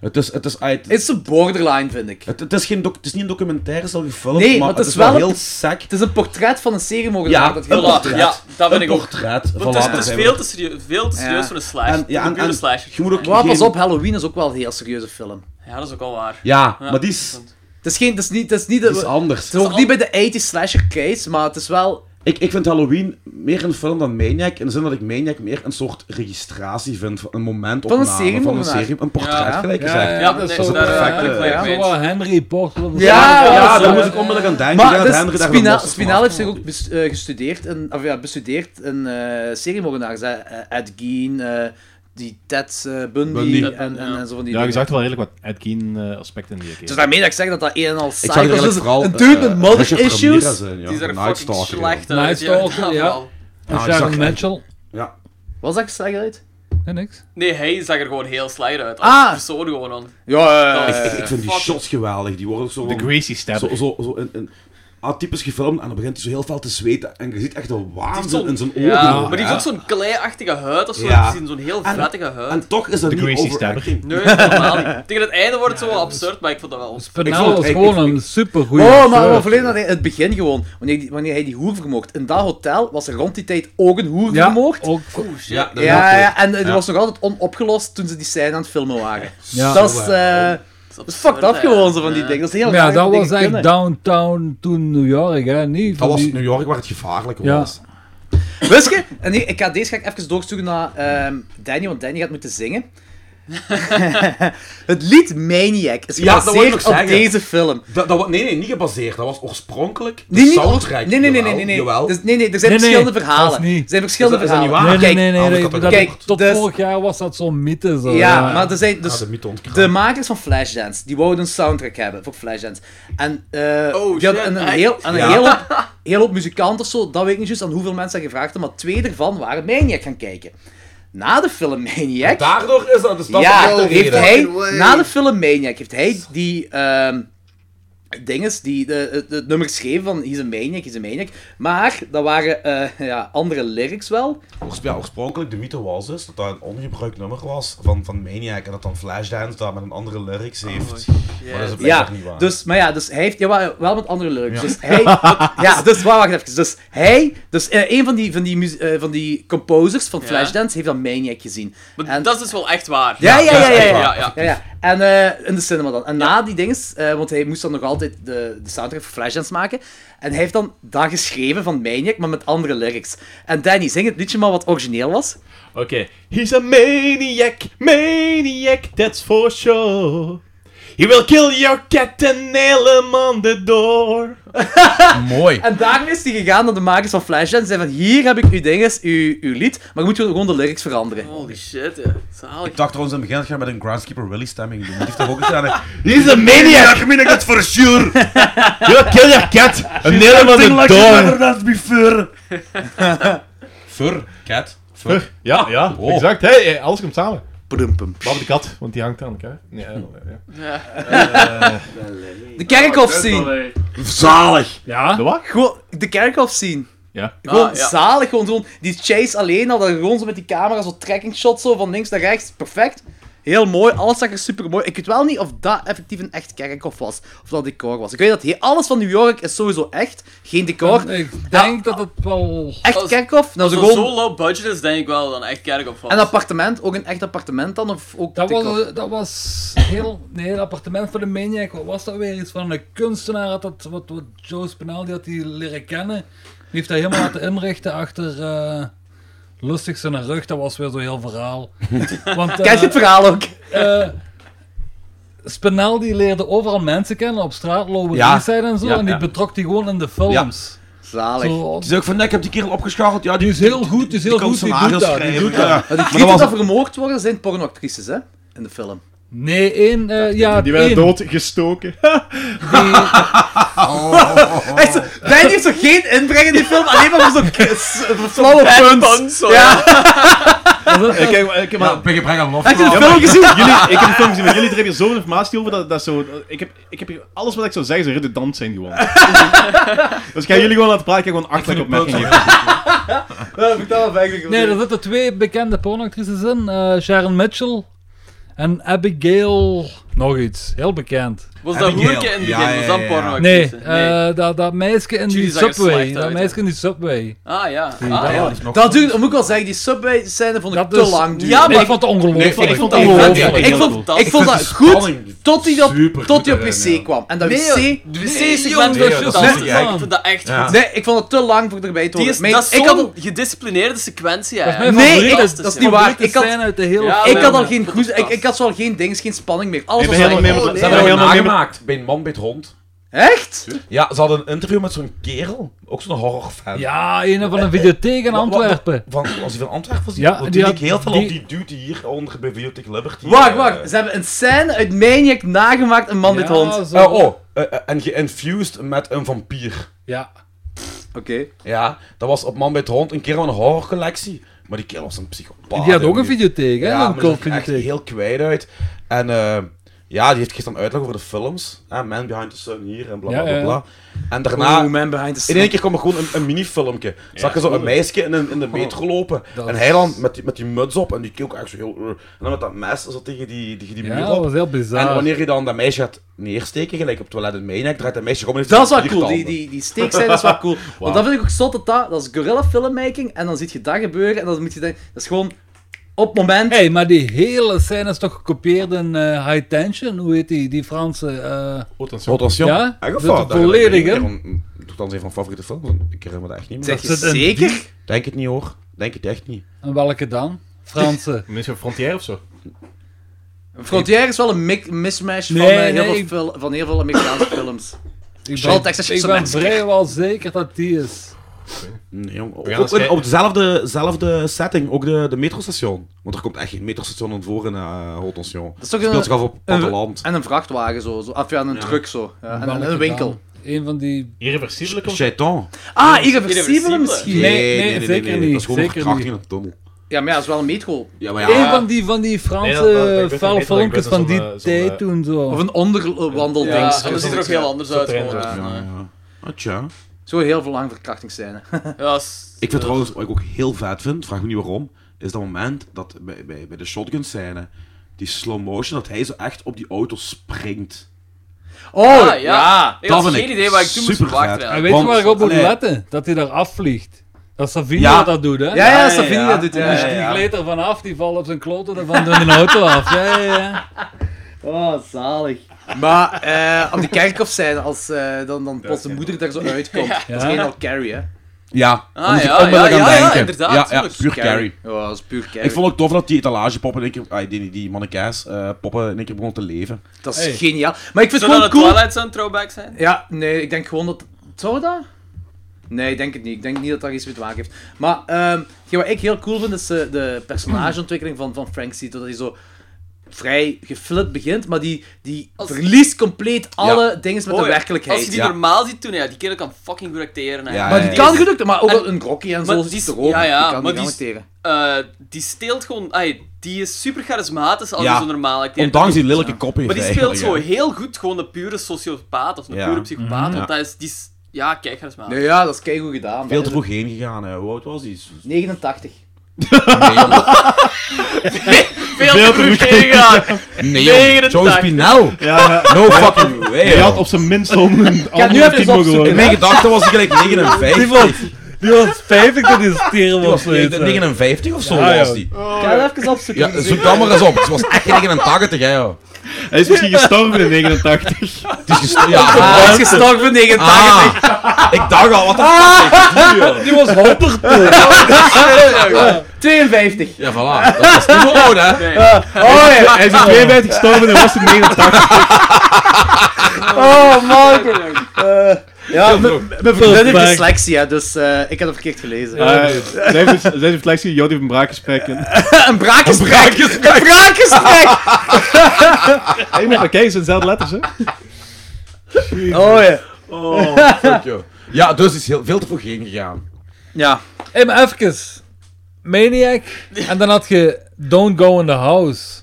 [SPEAKER 1] Het is, het is, ah, het,
[SPEAKER 3] It's a borderline, vind ik.
[SPEAKER 1] het, het is, geen doc- het is niet een documentaire, is al gefilmd,
[SPEAKER 3] Nee,
[SPEAKER 1] maar
[SPEAKER 3] maar
[SPEAKER 1] het is wel, heel
[SPEAKER 3] een-
[SPEAKER 1] sec.
[SPEAKER 3] Het is een portret van een seriemoordenaar.
[SPEAKER 1] Ja,
[SPEAKER 3] dat
[SPEAKER 1] een
[SPEAKER 3] heel
[SPEAKER 5] Voilà,
[SPEAKER 1] portret.
[SPEAKER 5] ja, dat ben
[SPEAKER 1] Een
[SPEAKER 5] ik ook.
[SPEAKER 1] portret van
[SPEAKER 5] Want het is,
[SPEAKER 1] later
[SPEAKER 5] het is
[SPEAKER 1] zijn we
[SPEAKER 5] veel
[SPEAKER 1] er.
[SPEAKER 5] te serieus, veel te serieus
[SPEAKER 3] Ja.
[SPEAKER 5] voor een slash.
[SPEAKER 1] En- ja,
[SPEAKER 5] een
[SPEAKER 1] en-
[SPEAKER 5] pure
[SPEAKER 1] en
[SPEAKER 5] slasher.
[SPEAKER 1] je moet ook-
[SPEAKER 3] Maar pas
[SPEAKER 1] Geen-
[SPEAKER 3] op, Halloween is ook wel een heel serieuze film.
[SPEAKER 5] Ja, dat is ook al waar.
[SPEAKER 1] Ja,
[SPEAKER 5] Ja.
[SPEAKER 1] maar die is,
[SPEAKER 3] Het is, geen, het is, niet, het is, niet de,
[SPEAKER 1] die is anders.
[SPEAKER 3] het is ook niet bij de 80s slasher case, maar het is wel...
[SPEAKER 1] Ik, ik vind Halloween meer een film dan Maniac. In de zin dat ik Maniac meer een soort registratie vind. Van een moment
[SPEAKER 3] Van een
[SPEAKER 1] serie, van een,
[SPEAKER 3] seriemoordenaar.
[SPEAKER 1] serie, een portret,
[SPEAKER 5] Ja.
[SPEAKER 1] gelijk
[SPEAKER 4] Ja,
[SPEAKER 1] gezegd.
[SPEAKER 4] ja,
[SPEAKER 5] Ja,
[SPEAKER 4] dat is
[SPEAKER 5] nee,
[SPEAKER 4] zo,
[SPEAKER 5] daar-
[SPEAKER 4] eh,
[SPEAKER 5] daar ben ik
[SPEAKER 4] eh,
[SPEAKER 5] wel mee
[SPEAKER 4] zo wel Henry Porter. of zo.
[SPEAKER 3] Ja,
[SPEAKER 1] Ja,
[SPEAKER 3] ja,
[SPEAKER 1] daar
[SPEAKER 3] ja.
[SPEAKER 1] moest ik onmiddellijk aan denken.
[SPEAKER 3] Maar
[SPEAKER 1] ja,
[SPEAKER 3] het
[SPEAKER 1] dat
[SPEAKER 3] is-
[SPEAKER 1] Henry daar een
[SPEAKER 3] Spina-
[SPEAKER 1] bossen van
[SPEAKER 3] Spinaal
[SPEAKER 1] had.
[SPEAKER 3] heeft zich ook bes- eh, gestudeerd in, of ja, bestudeerd in eh seriemoordenaars. hè. Eh, Ed Gein, eh, die Ted eh, Bundy,
[SPEAKER 1] Bundy.
[SPEAKER 3] En, en, en zo van die
[SPEAKER 9] Ja, je
[SPEAKER 3] dingen.
[SPEAKER 9] zag er wel redelijk wat Ed Gein eh, aspecten in die keer.
[SPEAKER 3] Dus daarmee dat ik zeg dat dat een en al
[SPEAKER 1] Ik zou
[SPEAKER 3] psycho
[SPEAKER 1] eigenlijk
[SPEAKER 3] is.
[SPEAKER 1] vooral...
[SPEAKER 3] Een dude
[SPEAKER 1] eh,
[SPEAKER 3] met mother
[SPEAKER 1] Richard Ramirez
[SPEAKER 3] issues.
[SPEAKER 1] in, ja,
[SPEAKER 5] Die is
[SPEAKER 1] van
[SPEAKER 5] er
[SPEAKER 1] Night
[SPEAKER 5] fucking
[SPEAKER 1] Stalker, ja.
[SPEAKER 5] slecht
[SPEAKER 4] Night
[SPEAKER 5] uit.
[SPEAKER 4] Stalker, ja.
[SPEAKER 5] vooral.
[SPEAKER 4] En
[SPEAKER 1] Ah,
[SPEAKER 4] Sharon
[SPEAKER 1] exact.
[SPEAKER 4] Mitchell.
[SPEAKER 1] Ja.
[SPEAKER 3] Was dat slecht uit?
[SPEAKER 4] Nee, niks.
[SPEAKER 5] Nee, hij zag er gewoon heel slecht uit. Als
[SPEAKER 3] Ah.
[SPEAKER 5] persoon gewoon aan.
[SPEAKER 3] Ja,
[SPEAKER 5] eh,
[SPEAKER 1] Ik, ik vind die
[SPEAKER 5] fuck.
[SPEAKER 1] shots geweldig. Die worden zo...
[SPEAKER 9] De Gracie stab.
[SPEAKER 1] Zo, zo, zo in, in, atypisch gefilmd en dan begint hij zo heel fel te zweten. En je ziet echt de waanzin in zijn ogen.
[SPEAKER 5] Ja, maar die heeft
[SPEAKER 1] hè.
[SPEAKER 5] ook zo'n kleiachtige huid of zo.
[SPEAKER 1] Ja.
[SPEAKER 5] Je ziet Zo'n heel
[SPEAKER 1] En-
[SPEAKER 5] vettige huid.
[SPEAKER 1] En toch is dat
[SPEAKER 9] De
[SPEAKER 1] niet
[SPEAKER 9] Gracie stabber.
[SPEAKER 1] overacting.
[SPEAKER 5] Nee, normaal niet. Tegen het einde wordt het zo wel absurd, maar ik vond dat wel...
[SPEAKER 1] vond
[SPEAKER 4] Spinaal
[SPEAKER 1] het-
[SPEAKER 4] is
[SPEAKER 1] ik-
[SPEAKER 4] gewoon
[SPEAKER 1] ik-
[SPEAKER 4] een supergoeie
[SPEAKER 3] Oh, maar
[SPEAKER 4] acteur.
[SPEAKER 3] maar volledig naar het begin gewoon. Wanneer, die- wanneer hij die hoer vermoord. In dat hotel was er rond die tijd ook een hoer
[SPEAKER 4] Ja,
[SPEAKER 3] vermoord.
[SPEAKER 4] ook...
[SPEAKER 1] Ja, dat
[SPEAKER 3] Ja,
[SPEAKER 1] klopt.
[SPEAKER 3] ja, en het was nog altijd onopgelost toen ze die scène aan het filmen waren.
[SPEAKER 4] Ja.
[SPEAKER 3] dat is... eh
[SPEAKER 5] Dat
[SPEAKER 3] dat is fucked up gewoon, zo van
[SPEAKER 1] eh,
[SPEAKER 3] die dingen. Dat is heel
[SPEAKER 4] Maar ja,
[SPEAKER 3] raar
[SPEAKER 4] dat
[SPEAKER 3] die
[SPEAKER 4] was
[SPEAKER 3] dingen
[SPEAKER 4] echt
[SPEAKER 3] kunnen.
[SPEAKER 4] downtown toen New York, hè? Niet
[SPEAKER 1] Dat
[SPEAKER 4] van
[SPEAKER 1] was
[SPEAKER 4] die-
[SPEAKER 1] New York waar het gevaarlijk
[SPEAKER 4] Ja.
[SPEAKER 1] was.
[SPEAKER 3] Wist je? En hier, ik ga deze ga ik even doorsturen naar ehm, Danny, want Danny gaat moeten zingen. het lied Maniac is
[SPEAKER 1] Ja, dat wou ik nog
[SPEAKER 3] gebaseerd op
[SPEAKER 1] zeggen.
[SPEAKER 3] deze film.
[SPEAKER 1] Dat, dat, wa- nee, nee, niet gebaseerd. Dat was oorspronkelijk de
[SPEAKER 3] Nee, niet-
[SPEAKER 1] soundtrack.
[SPEAKER 3] nee, nee, nee,
[SPEAKER 1] Jawel,
[SPEAKER 3] nee, nee,
[SPEAKER 1] Jawel.
[SPEAKER 3] nee. Dus- nee, nee, er zijn
[SPEAKER 4] Nee, nee,
[SPEAKER 3] verschillende
[SPEAKER 4] dat is
[SPEAKER 3] verhalen.
[SPEAKER 4] niet.
[SPEAKER 3] Er zijn verschillende
[SPEAKER 1] Is dat- is dat niet
[SPEAKER 3] verhalen.
[SPEAKER 1] waar?
[SPEAKER 4] Nee,
[SPEAKER 3] Kijk,
[SPEAKER 4] nee, nee,
[SPEAKER 1] Ah,
[SPEAKER 4] nee,
[SPEAKER 1] ik had dat
[SPEAKER 4] dat-
[SPEAKER 3] gehoord.
[SPEAKER 4] tot
[SPEAKER 3] Dus-
[SPEAKER 4] vorig jaar was dat zo'n mythe. Zo.
[SPEAKER 3] Ja, maar er zijn
[SPEAKER 1] Ah,
[SPEAKER 3] dus...
[SPEAKER 1] de mythe ontkracht.
[SPEAKER 3] De makers van Flashdance, die wouden een soundtrack hebben voor Flashdance. En eh
[SPEAKER 5] Oh,
[SPEAKER 3] die hadden
[SPEAKER 5] shit,
[SPEAKER 3] een, een
[SPEAKER 5] echt?
[SPEAKER 3] heel, een
[SPEAKER 1] Ja.
[SPEAKER 3] heel, hoop, heel hoop muzikanten of zo, dat weet ik niet juist aan hoeveel mensen dat gevraagd hebben, maar twee ervan waren Maniac gaan kijken. Na de film Maniac...
[SPEAKER 1] Daardoor is dat dus dat is
[SPEAKER 3] ja,
[SPEAKER 1] wel de
[SPEAKER 3] heeft
[SPEAKER 1] reden.
[SPEAKER 3] hij, na de film Maniac, heeft hij die ehm dinges, die, de, het- het nummer geschreven van He's a Maniac, He's a Maniac. Maar dat waren eh, ja, andere lyrics wel.
[SPEAKER 1] Oors- ja, oorspronkelijk de mythe was dus dat dat een ongebruikt nummer was van, van Maniac en dat dan Flashdance daar met een andere lyrics heeft. Maar dat is blijkbaar
[SPEAKER 3] Ja,
[SPEAKER 1] niet waar.
[SPEAKER 3] dus, maar ja, dus hij heeft ja, wel- wel met andere lyrics. Dus hij, ja, dus wa- wacht even. Dus hij, dus eh, een van die, van die, muzie- eh, van die composers van
[SPEAKER 5] Ja.
[SPEAKER 3] Flashdance heeft dan Maniac gezien.
[SPEAKER 5] Maar
[SPEAKER 3] En-
[SPEAKER 5] dat is dus wel echt waar.
[SPEAKER 3] Ja, ja, ja,
[SPEAKER 5] dat is
[SPEAKER 3] ja,
[SPEAKER 5] echt
[SPEAKER 3] ja.
[SPEAKER 5] waar, ja.
[SPEAKER 3] Ja, ja. En eh, in de cinema dan. En na die dinges, eh, want hij moest dan nog altijd de, de soundtrack voor Flashdance maken. En hij heeft dan dat geschreven van Maniac, maar met andere lyrics. En Danny, zing het liedje maar wat origineel was.
[SPEAKER 9] Oké. He's a maniac, maniac, that's for sure. He will kill your cat and nail him on the door.
[SPEAKER 8] Mooi.
[SPEAKER 3] En daarom is hij gegaan naar de makers van Flashdance en zei van, hier heb ik uw dinges, uw, uw lied, maar je moet gewoon de lyrics veranderen.
[SPEAKER 5] Holy shit, ja. Zalig.
[SPEAKER 1] Ik dacht trouwens in het begin dat je met een Groundskeeper Willy stemming doen. Die heeft toch ook gedaan. hè?
[SPEAKER 9] He's a maniac,
[SPEAKER 1] I mean, I got for sure.
[SPEAKER 9] he will kill your cat and nail him on the door.
[SPEAKER 1] that's before. Fur, cat. Fur.
[SPEAKER 9] Ja, ja,
[SPEAKER 1] Wow.
[SPEAKER 9] exact. Hey, hey, alles komt samen.
[SPEAKER 3] Brumpum.
[SPEAKER 9] Behalve de kat, want die hangt aan elkaar. Nee, eh, ja.
[SPEAKER 3] De kerkhof zien.
[SPEAKER 1] Zalig.
[SPEAKER 9] De wat?
[SPEAKER 3] Gewoon, de kerkhof zien.
[SPEAKER 9] Ja.
[SPEAKER 3] Gewoon
[SPEAKER 5] Ah, ja.
[SPEAKER 3] zalig, gewoon, gewoon die chase alleen al, dat gewoon zo met die camera, zo tracking shot zo van links naar rechts, perfect. Heel mooi, alles zag er super mooi. Ik weet wel niet of dat effectief een echt kerkhof was, of dat decor was. Ik weet dat he- alles van New York is sowieso echt, geen decor.
[SPEAKER 4] Ik denk dat het wel...
[SPEAKER 3] Echt
[SPEAKER 5] Als-
[SPEAKER 3] kerkhof, nou
[SPEAKER 5] Als
[SPEAKER 3] zo
[SPEAKER 5] het
[SPEAKER 3] gewoon
[SPEAKER 5] zo low budget is, denk ik wel dan echt kerk op
[SPEAKER 3] een appartement, ook een echt appartement dan, of ook
[SPEAKER 4] Dat
[SPEAKER 3] decor?
[SPEAKER 4] was, dat was heel... Nee, het appartement van de Maniac, wat was dat weer? Iets van een kunstenaar had dat... Wat, wat Joe Spinal, die had die leren kennen. Die heeft dat helemaal laten inrichten achter... eh Lustig zijn rug, dat was weer zo'n heel verhaal. Want, eh,
[SPEAKER 3] Kijk het verhaal ook.
[SPEAKER 4] eh Spinel die leerde overal mensen kennen op straat, Lower
[SPEAKER 1] Ja.
[SPEAKER 4] East Side en zo.
[SPEAKER 1] Ja,
[SPEAKER 4] en die
[SPEAKER 1] ja.
[SPEAKER 4] betrok die gewoon in de films.
[SPEAKER 3] Zalig.
[SPEAKER 4] Zo,
[SPEAKER 1] Die is ook van, nee, ik heb die kerel opgeschakeld. Ja,
[SPEAKER 4] die is heel goed, die is heel
[SPEAKER 1] kan
[SPEAKER 4] goed, die
[SPEAKER 1] scenario's
[SPEAKER 4] doet dat. Die
[SPEAKER 1] schrijven,
[SPEAKER 4] doet
[SPEAKER 1] ja.
[SPEAKER 4] dat.
[SPEAKER 3] Maar de
[SPEAKER 1] dat
[SPEAKER 3] grieten
[SPEAKER 1] was-
[SPEAKER 3] dat vermoord worden zijn pornoactrices, hè, in de film.
[SPEAKER 4] Nee, één, eh, ja,
[SPEAKER 9] Die werden
[SPEAKER 4] één.
[SPEAKER 9] doodgestoken.
[SPEAKER 4] Die-
[SPEAKER 3] Echt, zo, Danny heeft zo geen inbreng in die film, alleen maar voor zo'n k- s- flauwe punts. Ja.
[SPEAKER 9] Eh, kijk, eh, kijk, maar-
[SPEAKER 1] Ja, bij gebrek aan lof.
[SPEAKER 3] Heb je de
[SPEAKER 9] Ja,
[SPEAKER 3] film
[SPEAKER 9] maar-
[SPEAKER 3] gezien?
[SPEAKER 9] jullie, ik heb het film gezien, maar jullie hebben hier zoveel informatie over dat, dat zo... Ik heb, ik heb hier, alles wat ik zou zeggen, zou redundant zijn gewoon. dus ik ga jullie gewoon laten praten, ik ga gewoon achterlijk opmerkingen geven.
[SPEAKER 3] Ja, heb ik dat wel eigenlijk
[SPEAKER 4] nee, er zitten twee bekende pornoactrices in. eh, Sharon eh, Mitchell. En En Abigail, nog iets, heel bekend.
[SPEAKER 5] Was dat
[SPEAKER 1] Abigail.
[SPEAKER 5] hoerke in het begin?
[SPEAKER 1] Ja, ja,
[SPEAKER 5] Was dat
[SPEAKER 1] ja, ja.
[SPEAKER 5] porno
[SPEAKER 4] Nee, eh, dat, dat meisje in
[SPEAKER 5] Judy
[SPEAKER 4] die
[SPEAKER 5] zag er
[SPEAKER 4] subway.
[SPEAKER 5] slecht
[SPEAKER 4] Dat
[SPEAKER 5] uit,
[SPEAKER 4] meisje in die subway.
[SPEAKER 5] Ah ja. Ah,
[SPEAKER 1] Ah,
[SPEAKER 5] ja.
[SPEAKER 1] dat is nog-
[SPEAKER 3] Dat duurt, moet ik wel zeggen, die subway-scène vond ik
[SPEAKER 4] Dat
[SPEAKER 3] te
[SPEAKER 4] is-
[SPEAKER 3] lang duren.
[SPEAKER 5] Ja,
[SPEAKER 4] Nee,
[SPEAKER 5] maar-
[SPEAKER 4] ik vond het ongelooflijk.
[SPEAKER 1] Nee, ik vond het
[SPEAKER 5] Ik
[SPEAKER 1] ongelooflijk.
[SPEAKER 5] vond-
[SPEAKER 1] Ja,
[SPEAKER 5] ik
[SPEAKER 1] heel
[SPEAKER 5] vond-
[SPEAKER 1] cool.
[SPEAKER 5] ik
[SPEAKER 3] vond dat
[SPEAKER 1] vind de
[SPEAKER 3] goed
[SPEAKER 1] spanning
[SPEAKER 3] Tot die op,
[SPEAKER 1] supergoed
[SPEAKER 3] tot die op
[SPEAKER 1] erin,
[SPEAKER 3] wc
[SPEAKER 1] ja.
[SPEAKER 3] kwam. En dat
[SPEAKER 5] Nee,
[SPEAKER 3] wc...
[SPEAKER 5] joh, de wc-segment
[SPEAKER 1] Nee,
[SPEAKER 5] was
[SPEAKER 1] dat is
[SPEAKER 5] fantastisch.
[SPEAKER 1] niet
[SPEAKER 5] Ja,
[SPEAKER 1] gek.
[SPEAKER 5] Ik vind dat echt
[SPEAKER 1] Ja.
[SPEAKER 5] goed.
[SPEAKER 3] Nee, ik vond het te lang voor ik erbij te
[SPEAKER 5] Die
[SPEAKER 3] horen.
[SPEAKER 5] is,
[SPEAKER 3] Mijn-
[SPEAKER 5] dat is
[SPEAKER 3] ik
[SPEAKER 5] zo'n
[SPEAKER 3] had, al-
[SPEAKER 5] gedisciplineerde sequentie
[SPEAKER 4] Dat is
[SPEAKER 5] eigenlijk.
[SPEAKER 4] mijn
[SPEAKER 3] Nee,
[SPEAKER 4] favoriete-
[SPEAKER 3] ik-
[SPEAKER 4] dat is
[SPEAKER 5] niet
[SPEAKER 3] waar.
[SPEAKER 4] favoriete
[SPEAKER 3] Ik had-
[SPEAKER 4] scène uit de hele
[SPEAKER 5] Ja,
[SPEAKER 3] ik
[SPEAKER 5] nee,
[SPEAKER 3] had al
[SPEAKER 5] man,
[SPEAKER 3] geen
[SPEAKER 5] dat
[SPEAKER 3] goed,
[SPEAKER 5] is
[SPEAKER 3] ik, ik had zo al geen dings, geen spanning meer. Alles was eigenlijk...
[SPEAKER 9] mee-
[SPEAKER 5] nee.
[SPEAKER 9] ze
[SPEAKER 1] Ze
[SPEAKER 9] hebben
[SPEAKER 1] hebben
[SPEAKER 9] helemaal
[SPEAKER 1] dat
[SPEAKER 9] mee met-
[SPEAKER 1] nagemaakt bij een man bij het hond.
[SPEAKER 3] Echt?
[SPEAKER 1] Ja, ze hadden een interview met zo'n kerel, ook zo'n horrorfan.
[SPEAKER 4] Ja, een van een videotheek in
[SPEAKER 1] Wa- wa- wa-
[SPEAKER 4] Antwerpen.
[SPEAKER 1] Van, was hij van Antwerpen? Was die?
[SPEAKER 4] Ja,
[SPEAKER 1] Want die,
[SPEAKER 4] die had-
[SPEAKER 1] leek heel veel
[SPEAKER 4] die-
[SPEAKER 1] op die dude hier onder bij Bibliotheek Liberty.
[SPEAKER 3] Wacht,
[SPEAKER 1] eh,
[SPEAKER 3] wacht. Ze hebben een scène uit Maniac nagemaakt, een man dit
[SPEAKER 4] Ja,
[SPEAKER 3] hond. Oké.
[SPEAKER 4] zo.
[SPEAKER 1] eh, oh, eh, eh, en geïnfused met een vampier.
[SPEAKER 4] Ja.
[SPEAKER 1] Ja, dat was op Man bij het Hond een kerel met een horrorcollectie. Maar die kerel was een psychopaat.
[SPEAKER 4] Die had ook een
[SPEAKER 1] video.
[SPEAKER 4] videotheek, hè?
[SPEAKER 1] Ja,
[SPEAKER 4] een
[SPEAKER 1] maar die
[SPEAKER 4] cult
[SPEAKER 1] zag er echt
[SPEAKER 4] videotheek.
[SPEAKER 1] heel kwijt uit. En eh, ja, die heeft gisteren uitleg over de films. Eh, Man Behind the Sun hier en bla bla
[SPEAKER 4] Ja,
[SPEAKER 1] bla.
[SPEAKER 4] ja.
[SPEAKER 1] bla. En daarna,
[SPEAKER 3] Oeh, man behind the
[SPEAKER 1] in één
[SPEAKER 3] scene.
[SPEAKER 1] keer kwam er gewoon een, een minifilmpje. Zag je zo een meisje in, een- in de metro lopen.
[SPEAKER 4] Oh, Dat
[SPEAKER 1] en
[SPEAKER 4] is-
[SPEAKER 1] hij dan met die, met die muts op en die keek ook echt zo heel... eh, en dan met dat mes zo tegen die, tegen die
[SPEAKER 4] Ja,
[SPEAKER 1] muur
[SPEAKER 4] dat
[SPEAKER 1] op.
[SPEAKER 4] was heel
[SPEAKER 1] En
[SPEAKER 4] bizar.
[SPEAKER 1] wanneer je dan dat meisje gaat neersteken, gelijk op het toilet in Maniac, draait dat meisje gewoon en heeft
[SPEAKER 3] Dat is wel
[SPEAKER 1] vier
[SPEAKER 3] cool, die,
[SPEAKER 1] tanden.
[SPEAKER 3] die, die steekzijde is wel cool. Want dat vind ik ook zot dat dat, dat is guerrilla filmmaking en dan zie je dat gebeuren en dan moet je denken, dat is gewoon op het moment.
[SPEAKER 4] hey, maar die hele scène is toch gekopieerd in eh, High Tension? Hoe heet die? Die Franse. eh,
[SPEAKER 1] Attention.
[SPEAKER 4] Ja?
[SPEAKER 1] Echt of
[SPEAKER 4] Dat
[SPEAKER 1] wat?
[SPEAKER 4] is volledig, hè?
[SPEAKER 1] Toch dan een van mijn favoriete films. Ik herinner me dat echt niet meer.
[SPEAKER 3] Zeg je
[SPEAKER 4] zit een
[SPEAKER 3] zeker?
[SPEAKER 1] Denk het niet hoor. Denk het echt niet.
[SPEAKER 4] en welke dan? Franse.
[SPEAKER 9] Misschien Frontier of zo.
[SPEAKER 3] Frontier is wel een mik- mismatch van,
[SPEAKER 4] Nee,
[SPEAKER 3] eh, heel
[SPEAKER 4] nee,
[SPEAKER 3] veel
[SPEAKER 4] ik-
[SPEAKER 3] fil- van heel veel Amerikaanse films.
[SPEAKER 4] Ik
[SPEAKER 3] Vooral
[SPEAKER 4] ben,
[SPEAKER 3] Texas
[SPEAKER 4] ik ben
[SPEAKER 3] Chainsaw
[SPEAKER 4] vrijwel zeker dat die is.
[SPEAKER 1] Nee, jong. Ook
[SPEAKER 9] gaan eens
[SPEAKER 1] in-
[SPEAKER 9] kijken.
[SPEAKER 1] op dezelfde, dezelfde setting, ook de, de metrostation. Want er komt echt geen metrostation aan voor in eh Rotation.
[SPEAKER 3] Dat is toch
[SPEAKER 1] Speelt zich
[SPEAKER 3] een,
[SPEAKER 1] af op platteland.
[SPEAKER 3] en een vrachtwagen zo, zo of ja, een truck zo. Ja, en, en
[SPEAKER 4] Welke
[SPEAKER 3] een winkel.
[SPEAKER 4] dan? Een van die.
[SPEAKER 9] Irreversibele komt.
[SPEAKER 1] Shaitan.
[SPEAKER 3] Ah, irreversibele
[SPEAKER 5] Irreversibele.
[SPEAKER 3] misschien.
[SPEAKER 4] Nee, nee, zeker niet,
[SPEAKER 1] Dat is gewoon een
[SPEAKER 4] zeker
[SPEAKER 1] verkrachting
[SPEAKER 4] niet.
[SPEAKER 1] in een tunnel.
[SPEAKER 3] Ja, maar ja, dat is wel een meetgoal.
[SPEAKER 1] Ja, maar
[SPEAKER 4] Een
[SPEAKER 1] ja.
[SPEAKER 4] van die, van die Franse
[SPEAKER 9] dat- dat- ik weet het
[SPEAKER 4] fel
[SPEAKER 9] niet, maar ik weet
[SPEAKER 4] filmpjes
[SPEAKER 9] dat
[SPEAKER 4] van die
[SPEAKER 9] zo'n, eh, zo'n, eh,
[SPEAKER 4] tijd toen zo.
[SPEAKER 3] Of een onderwandelding.
[SPEAKER 5] Ja,
[SPEAKER 3] zo.
[SPEAKER 5] en dat ziet er ook heel anders uit.
[SPEAKER 9] trein-
[SPEAKER 5] gewoon. eh.
[SPEAKER 1] ja,
[SPEAKER 5] Ja.
[SPEAKER 1] ja. Ah, tja.
[SPEAKER 3] Zo heel veel lang verkrachtingsscène.
[SPEAKER 5] Ja, is-
[SPEAKER 1] Ik vind trouwens, wat ik ook heel vet vind, vraag me niet waarom, is dat moment dat bij, bij, bij de shotgun scène, die slow motion, dat hij zo echt op die auto springt.
[SPEAKER 3] Oh,
[SPEAKER 5] Ah, ja. Ik
[SPEAKER 1] Dat
[SPEAKER 5] had
[SPEAKER 1] vind
[SPEAKER 5] geen
[SPEAKER 1] ik
[SPEAKER 5] idee waar ik toen moest
[SPEAKER 1] super
[SPEAKER 5] verwacht
[SPEAKER 1] vet.
[SPEAKER 4] En
[SPEAKER 5] hebben.
[SPEAKER 4] weet je
[SPEAKER 1] Want-
[SPEAKER 4] waar ik op moet
[SPEAKER 1] Allee.
[SPEAKER 4] letten? Dat hij daar afvliegt. Dat Savino
[SPEAKER 1] Ja.
[SPEAKER 4] dat doet, hè?
[SPEAKER 3] Ja, ja,
[SPEAKER 5] Ja,
[SPEAKER 3] dat
[SPEAKER 5] ja,
[SPEAKER 3] ja,
[SPEAKER 5] ja.
[SPEAKER 3] doet.
[SPEAKER 4] Dus
[SPEAKER 3] Ja,
[SPEAKER 4] die
[SPEAKER 5] ja.
[SPEAKER 4] gleed er vanaf, die valt op zijn kloten en van door een auto af. Ja, ja, ja.
[SPEAKER 3] Oh, zalig. Maar eh, op de kerkhof zijn, als eh, dan, dan plots de moeder daar zo uitkomt. Dat is geen al carry, hè?
[SPEAKER 1] Ja,
[SPEAKER 5] Ah, ja, ja, ja, ja, inderdaad,
[SPEAKER 1] Ja, ja,
[SPEAKER 5] tuurlijk.
[SPEAKER 1] puur carry.
[SPEAKER 3] Ja, Oh, dat is puur carry.
[SPEAKER 1] Ik vond het tof dat die etalagepoppen in één keer, ah, die, die mannekaas eh, poppen in één keer begonnen te leven.
[SPEAKER 3] Dat is
[SPEAKER 4] Hey.
[SPEAKER 3] geniaal. Maar ik vind het
[SPEAKER 5] Zou dat
[SPEAKER 3] gewoon cool.
[SPEAKER 5] een Twilight Zone throwback zijn?
[SPEAKER 3] Ja, nee, ik denk gewoon dat... Zou dat? Nee, ik denk het niet. Ik denk niet dat dat iets mee te maken heeft. Maar ehm, hetgeen wat ik heel cool vind, is eh, de personageontwikkeling van, van Frank Zito. Dat hij zo vrij geflipt begint, maar die, die
[SPEAKER 5] Als-
[SPEAKER 3] verliest compleet alle dingen met
[SPEAKER 5] Mooi.
[SPEAKER 3] de werkelijkheid.
[SPEAKER 5] Als je die
[SPEAKER 1] Oh, Ja.
[SPEAKER 5] normaal ziet doen, ja, die kerel kan fucking goed acteren. hè.
[SPEAKER 1] Ja,
[SPEAKER 3] Maar die
[SPEAKER 1] ja,
[SPEAKER 3] kan goed ook, maar ook
[SPEAKER 5] En-
[SPEAKER 3] wel een Rocky en
[SPEAKER 5] maar
[SPEAKER 3] zo
[SPEAKER 5] die
[SPEAKER 3] zit
[SPEAKER 5] is-
[SPEAKER 3] er ook.
[SPEAKER 5] ja, ja,
[SPEAKER 3] die kan
[SPEAKER 5] maar
[SPEAKER 3] die
[SPEAKER 5] die
[SPEAKER 3] gaan
[SPEAKER 5] is-
[SPEAKER 3] acteren.
[SPEAKER 5] Eh, die steelt gewoon... ai, die is super charismatisch als
[SPEAKER 1] Ja.
[SPEAKER 5] hij zo normaal acteert.
[SPEAKER 1] Ondanks die lelijke kop heeft
[SPEAKER 5] Maar die
[SPEAKER 1] hij
[SPEAKER 5] speelt zo
[SPEAKER 1] eigenlijk,
[SPEAKER 5] heel goed gewoon de pure sociopaat of de
[SPEAKER 1] Ja.
[SPEAKER 5] pure psychopaat.
[SPEAKER 1] Ja.
[SPEAKER 5] Want dat is... Die is ja, kijk, charismatisch.
[SPEAKER 3] Nee, ja, dat is keigoed gedaan.
[SPEAKER 1] hè. Veel
[SPEAKER 3] Dat
[SPEAKER 1] te
[SPEAKER 3] is-
[SPEAKER 1] vroeg heen gegaan, hè. hoe oud was die?
[SPEAKER 3] 89.
[SPEAKER 5] Veel te vroeg ingegaan.
[SPEAKER 1] Nee,
[SPEAKER 5] joh.
[SPEAKER 1] Joe
[SPEAKER 5] 89.
[SPEAKER 1] Spinell. No fucking way.
[SPEAKER 2] Je
[SPEAKER 1] joh.
[SPEAKER 2] had op zijn minst al een
[SPEAKER 3] nu even
[SPEAKER 2] andere mogen
[SPEAKER 1] In
[SPEAKER 2] worden.
[SPEAKER 1] mijn gedachten was hij gelijk 59.
[SPEAKER 4] Die was 50 dat hij stier
[SPEAKER 1] Die
[SPEAKER 4] was.
[SPEAKER 1] was
[SPEAKER 4] weet je.
[SPEAKER 1] 59 of zo
[SPEAKER 4] Ja,
[SPEAKER 1] was
[SPEAKER 4] joh.
[SPEAKER 1] die.
[SPEAKER 3] Ik ga dat even opzoeken.
[SPEAKER 5] dus-
[SPEAKER 1] Ja, zoek dat maar eens op. Ze was echt 89, hè, joh.
[SPEAKER 2] Hij is misschien gestorven in 89.
[SPEAKER 1] Het is gest- ja.
[SPEAKER 3] Ah, hij is gestorven 89.
[SPEAKER 1] Ah, ik dacht al, wat een
[SPEAKER 4] Die was 100 ton.
[SPEAKER 1] Ah.
[SPEAKER 3] 52.
[SPEAKER 1] Ja, voilà. Dat is niet zo oud, hè.
[SPEAKER 5] Nee.
[SPEAKER 3] Oh ja.
[SPEAKER 2] Hij is in 52 gestorven en was in 89.
[SPEAKER 3] Oh, man. Eh, ja, m- mijn vriendin heeft
[SPEAKER 4] Fuck.
[SPEAKER 3] dyslexie, hè, dus eh, ik heb het verkeerd gelezen.
[SPEAKER 2] Eh, Zijn
[SPEAKER 9] dus-
[SPEAKER 2] vers- zijn reflectie, Jody heeft een braakgesprek. in.
[SPEAKER 3] een braakgesprek! Een braakgesprek!
[SPEAKER 2] Hey, maar kijk, het zijn dezelfde letters, hè?
[SPEAKER 3] Oh ja.
[SPEAKER 1] Fuck, joh. Ja, dus is heel, veel te vroeg heen gegaan.
[SPEAKER 3] Ja.
[SPEAKER 4] Hey, maar even. Maniac. En dan had je Don't Go in the House.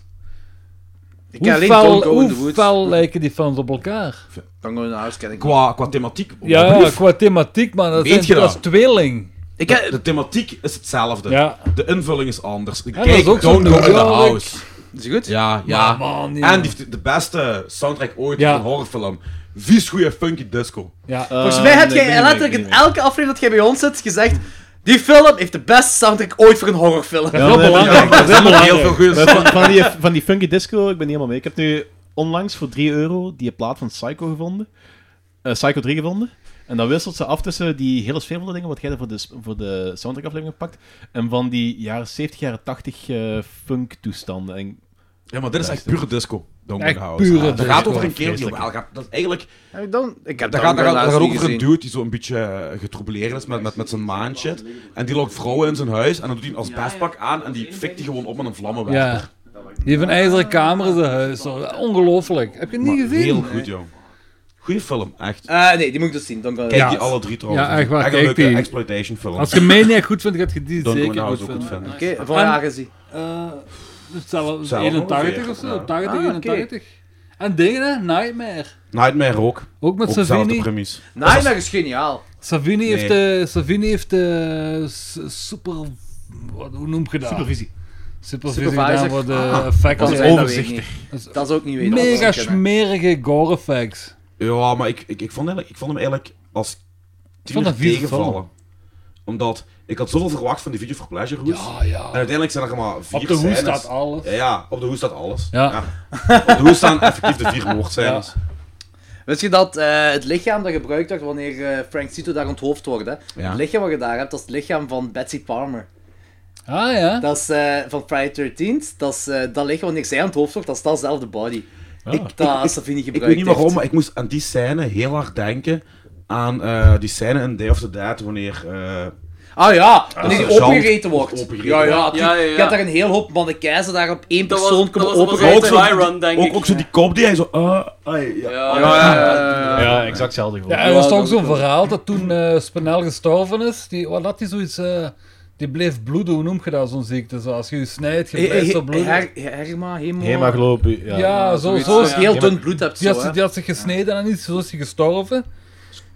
[SPEAKER 3] Ik ken
[SPEAKER 4] Hoe
[SPEAKER 3] alleen
[SPEAKER 4] fel,
[SPEAKER 3] Don't Go in the
[SPEAKER 4] hoe
[SPEAKER 3] Woods.
[SPEAKER 4] fel lijken die films op elkaar?
[SPEAKER 3] Don't Go in the House ken ik niet.
[SPEAKER 1] Qua, qua thematiek.
[SPEAKER 4] Ja, ja, qua thematiek, man. Dat,
[SPEAKER 1] Weet
[SPEAKER 4] zijn,
[SPEAKER 1] je dat?
[SPEAKER 4] dat is tweeling.
[SPEAKER 3] Ik
[SPEAKER 1] De,
[SPEAKER 3] heb...
[SPEAKER 1] de thematiek is hetzelfde.
[SPEAKER 4] Ja.
[SPEAKER 1] De invulling is anders.
[SPEAKER 4] dat
[SPEAKER 1] Kijk,
[SPEAKER 4] is
[SPEAKER 1] don't
[SPEAKER 4] ook zo'n
[SPEAKER 1] go in the
[SPEAKER 4] New York.
[SPEAKER 1] house.
[SPEAKER 3] Is die goed?
[SPEAKER 1] Ja, ja.
[SPEAKER 4] Maar Ah, man,
[SPEAKER 1] en
[SPEAKER 4] ja.
[SPEAKER 1] die heeft de beste soundtrack ooit
[SPEAKER 4] Ja.
[SPEAKER 1] van een horrorfilm. Vies goede funky disco.
[SPEAKER 4] Ja,
[SPEAKER 3] Volgens
[SPEAKER 9] Eh,
[SPEAKER 3] mij heb
[SPEAKER 2] nee, ik
[SPEAKER 3] jij
[SPEAKER 2] ben er
[SPEAKER 3] letterlijk
[SPEAKER 2] niet
[SPEAKER 3] in
[SPEAKER 2] mee.
[SPEAKER 3] elke aflevering dat jij bij ons zit gezegd. Die film heeft de beste soundtrack ooit voor een horrorfilm.
[SPEAKER 2] Ja, nee,
[SPEAKER 1] Ja, dat is allemaal heel veel goede
[SPEAKER 2] Maar van, van, die, van die funky disco, ik ben niet helemaal mee. Ik heb nu onlangs voor 3 euro die plaat van Psycho gevonden. Eh, Psycho 3 gevonden. En dan wisselt ze af tussen die hele sfeervolle dingen, wat jij er voor de, s- voor de soundtrack-aflevering pakt, en van die jaren 70, jaren 80 eh, funk-toestanden. En-
[SPEAKER 1] Ja, maar dit is echt pure disco. Don't
[SPEAKER 4] Echt
[SPEAKER 1] house.
[SPEAKER 4] pure
[SPEAKER 1] Ja, dat
[SPEAKER 4] disco.
[SPEAKER 1] gaat over een kerel die
[SPEAKER 2] Vreselijk.
[SPEAKER 1] wel gaat. Dat is eigenlijk.
[SPEAKER 3] Ik dan- Ik heb
[SPEAKER 1] Dat
[SPEAKER 3] dat
[SPEAKER 1] gaat, dat gaat, dat gaat ook over een
[SPEAKER 3] gezien.
[SPEAKER 1] dude die zo'n beetje eh, getroubleerd is met, met, met zijn maandje. En die lokt vrouwen in zijn huis en dan doet hij een asbestpak aan en die fikt die gewoon op met een vlammenwerper.
[SPEAKER 4] ja. Die heeft een ijzeren kamer in zijn huis. hoor. Ongelooflijk. Heb je het niet
[SPEAKER 1] Maar
[SPEAKER 4] gezien?
[SPEAKER 1] heel goed, jong. Goeie film, echt.
[SPEAKER 3] Eh, nee, die moet ik dus zien. Don't Go
[SPEAKER 1] Kijk
[SPEAKER 3] Loud.
[SPEAKER 1] die alle drie trouwens.
[SPEAKER 4] Ja, echt waar,
[SPEAKER 1] een
[SPEAKER 4] kijk
[SPEAKER 1] leuke
[SPEAKER 4] die.
[SPEAKER 1] exploitation film.
[SPEAKER 4] Als je Maniac goed vindt, gaat je die
[SPEAKER 1] Don't Go
[SPEAKER 4] zeker
[SPEAKER 1] Now
[SPEAKER 4] goed
[SPEAKER 1] is ook goed
[SPEAKER 4] vinden.
[SPEAKER 1] vinden.
[SPEAKER 3] Oké, van haar gezien.
[SPEAKER 4] Eh, dus zelfs
[SPEAKER 1] Zelf
[SPEAKER 4] 81
[SPEAKER 1] ongeveer,
[SPEAKER 4] of zo.
[SPEAKER 1] ja.
[SPEAKER 4] 80,
[SPEAKER 3] Ah, oké.
[SPEAKER 4] 81. En dingen, hè? Nightmare.
[SPEAKER 1] Nightmare ook.
[SPEAKER 4] Ook met
[SPEAKER 1] Ook dezelfde
[SPEAKER 4] Savini.
[SPEAKER 1] premise.
[SPEAKER 3] Nightmare is geniaal.
[SPEAKER 4] Savini
[SPEAKER 1] Nee.
[SPEAKER 4] heeft, eh Savini heeft eh, s- super... Wat, hoe noem je dat?
[SPEAKER 2] Supervisie.
[SPEAKER 4] Supervisie
[SPEAKER 3] Supervisor.
[SPEAKER 4] gedaan voor de
[SPEAKER 3] Ah,
[SPEAKER 4] effects.
[SPEAKER 3] Dat is
[SPEAKER 4] en-
[SPEAKER 3] overzichtig.
[SPEAKER 4] Dat is
[SPEAKER 3] Dat is ook niet weten. wat
[SPEAKER 4] Mega
[SPEAKER 3] we kunnen.
[SPEAKER 4] smerige gore effects.
[SPEAKER 1] Ja, maar ik, ik, ik, vond eigenlijk, ik vond hem eigenlijk als
[SPEAKER 4] vond
[SPEAKER 1] tiener
[SPEAKER 4] dat vieze
[SPEAKER 1] tegenvallen. Omdat ik had zoveel verwacht van die video for pleasure hoes.
[SPEAKER 4] Ja,
[SPEAKER 1] En
[SPEAKER 4] ja.
[SPEAKER 1] uiteindelijk zijn er maar vier
[SPEAKER 4] Op de hoes
[SPEAKER 1] scènes.
[SPEAKER 4] staat alles.
[SPEAKER 1] Ja, ja, op de hoes staat alles.
[SPEAKER 4] Ja.
[SPEAKER 1] Op de hoes staan effectief de vier moordscènes.
[SPEAKER 3] Weet je dat eh, het lichaam dat gebruikt wordt wanneer eh, Frank Zito daar onthoofd wordt? Hè?
[SPEAKER 1] Ja.
[SPEAKER 3] Het lichaam wat je daar hebt, dat is het lichaam van Betsy Palmer.
[SPEAKER 4] Ah ja.
[SPEAKER 3] Dat is eh, van Friday 13 Dat is eh, dat lichaam wanneer zij onthoofd wordt, dat is datzelfde body. Ik, dat is Savini gebruikt
[SPEAKER 1] Ah. Ik weet niet waarom,
[SPEAKER 3] heeft.
[SPEAKER 1] maar ik moest aan die scène heel hard denken aan eh, die scène in Day of the Dead, wanneer... eh,
[SPEAKER 3] Ah ja, wanneer die
[SPEAKER 1] sergeant
[SPEAKER 3] opengegeten wordt.
[SPEAKER 1] opengegeten
[SPEAKER 3] Ja, ja,
[SPEAKER 1] wordt.
[SPEAKER 3] die-
[SPEAKER 5] Ja, ja, ja.
[SPEAKER 3] Je hebt daar een heel hoop mannekijzen daar op één
[SPEAKER 5] Dat was-
[SPEAKER 3] persoon
[SPEAKER 5] dat
[SPEAKER 3] kunnen
[SPEAKER 5] was- dat was
[SPEAKER 1] maar
[SPEAKER 3] opengegeten.
[SPEAKER 1] ook, zo,
[SPEAKER 5] Fly Run, denk
[SPEAKER 1] ook,
[SPEAKER 5] ik.
[SPEAKER 1] ook zo die kop die hij zo... ah, ai, ja.
[SPEAKER 5] Ja,
[SPEAKER 1] Ah,
[SPEAKER 5] ja,
[SPEAKER 1] ja,
[SPEAKER 5] ja,
[SPEAKER 1] ja,
[SPEAKER 9] Ja, exact hetzelfde gevoel.
[SPEAKER 4] Ja, er was ook zo'n verhaal dat toen eh Spinel gestorven is, die, wat had die zoiets, eh, die bleef bloeden, hoe noem je dat, zo'n ziekte? Zo, als je je snijdt, je
[SPEAKER 3] He-
[SPEAKER 4] blijft zo
[SPEAKER 3] he-
[SPEAKER 4] bloeden.
[SPEAKER 3] her- Herma, hemo...
[SPEAKER 9] Hemaglobu, ja.
[SPEAKER 4] ja, zo,
[SPEAKER 5] zoiets,
[SPEAKER 4] zo
[SPEAKER 3] Als
[SPEAKER 4] is
[SPEAKER 3] je
[SPEAKER 5] ja.
[SPEAKER 3] heel dun bloed hebt,
[SPEAKER 4] die,
[SPEAKER 3] zo,
[SPEAKER 4] had,
[SPEAKER 3] hè.
[SPEAKER 4] zich- die had zich gesneden en iets, zo is hij gestorven.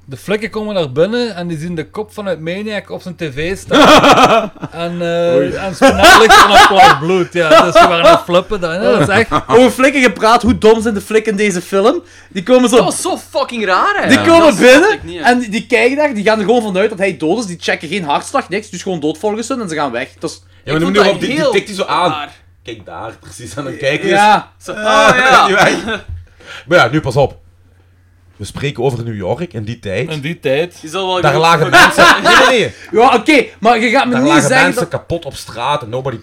[SPEAKER 4] De flikken komen naar binnen en die zien de kop vanuit Maniac op zijn tv staan. en eh en Spinel ligt aan een plas bloed, ja. Dus ze waren aan het flippen dan, hè. dat is echt...
[SPEAKER 3] Over flikken gepraat, hoe dom zijn de flikken in deze film? Die komen zo...
[SPEAKER 5] Dat was zo fucking raar, hè.
[SPEAKER 3] Die
[SPEAKER 5] Ja.
[SPEAKER 3] komen
[SPEAKER 5] Dat snap ik
[SPEAKER 3] binnen
[SPEAKER 5] niet, hè.
[SPEAKER 3] en die- die kijken daar, die gaan er gewoon vanuit dat hij dood is. Die checken geen hartslag, niks. Dus gewoon dood volgens hun en ze gaan weg. Dat is...
[SPEAKER 1] maar
[SPEAKER 5] Ik
[SPEAKER 1] nu
[SPEAKER 5] vond
[SPEAKER 1] maar
[SPEAKER 5] dat
[SPEAKER 1] op, die, die
[SPEAKER 5] heel
[SPEAKER 1] tikt hij zo aan.
[SPEAKER 5] raar.
[SPEAKER 1] Kijk daar, precies aan het kijken is.
[SPEAKER 3] Ja.
[SPEAKER 5] Zo- oh
[SPEAKER 1] Ah,
[SPEAKER 5] ja.
[SPEAKER 1] die weg. Maar ja, nu pas op. We spreken over New York in die tijd.
[SPEAKER 4] In die tijd...
[SPEAKER 5] Je zal wel
[SPEAKER 1] Daar lagen mensen... Nee, nee, nee.
[SPEAKER 3] Ja, oké, maar je gaat me
[SPEAKER 1] Daar
[SPEAKER 3] niet
[SPEAKER 1] lagen
[SPEAKER 3] zeggen
[SPEAKER 1] mensen
[SPEAKER 3] dat...
[SPEAKER 1] kapot op straat en nobody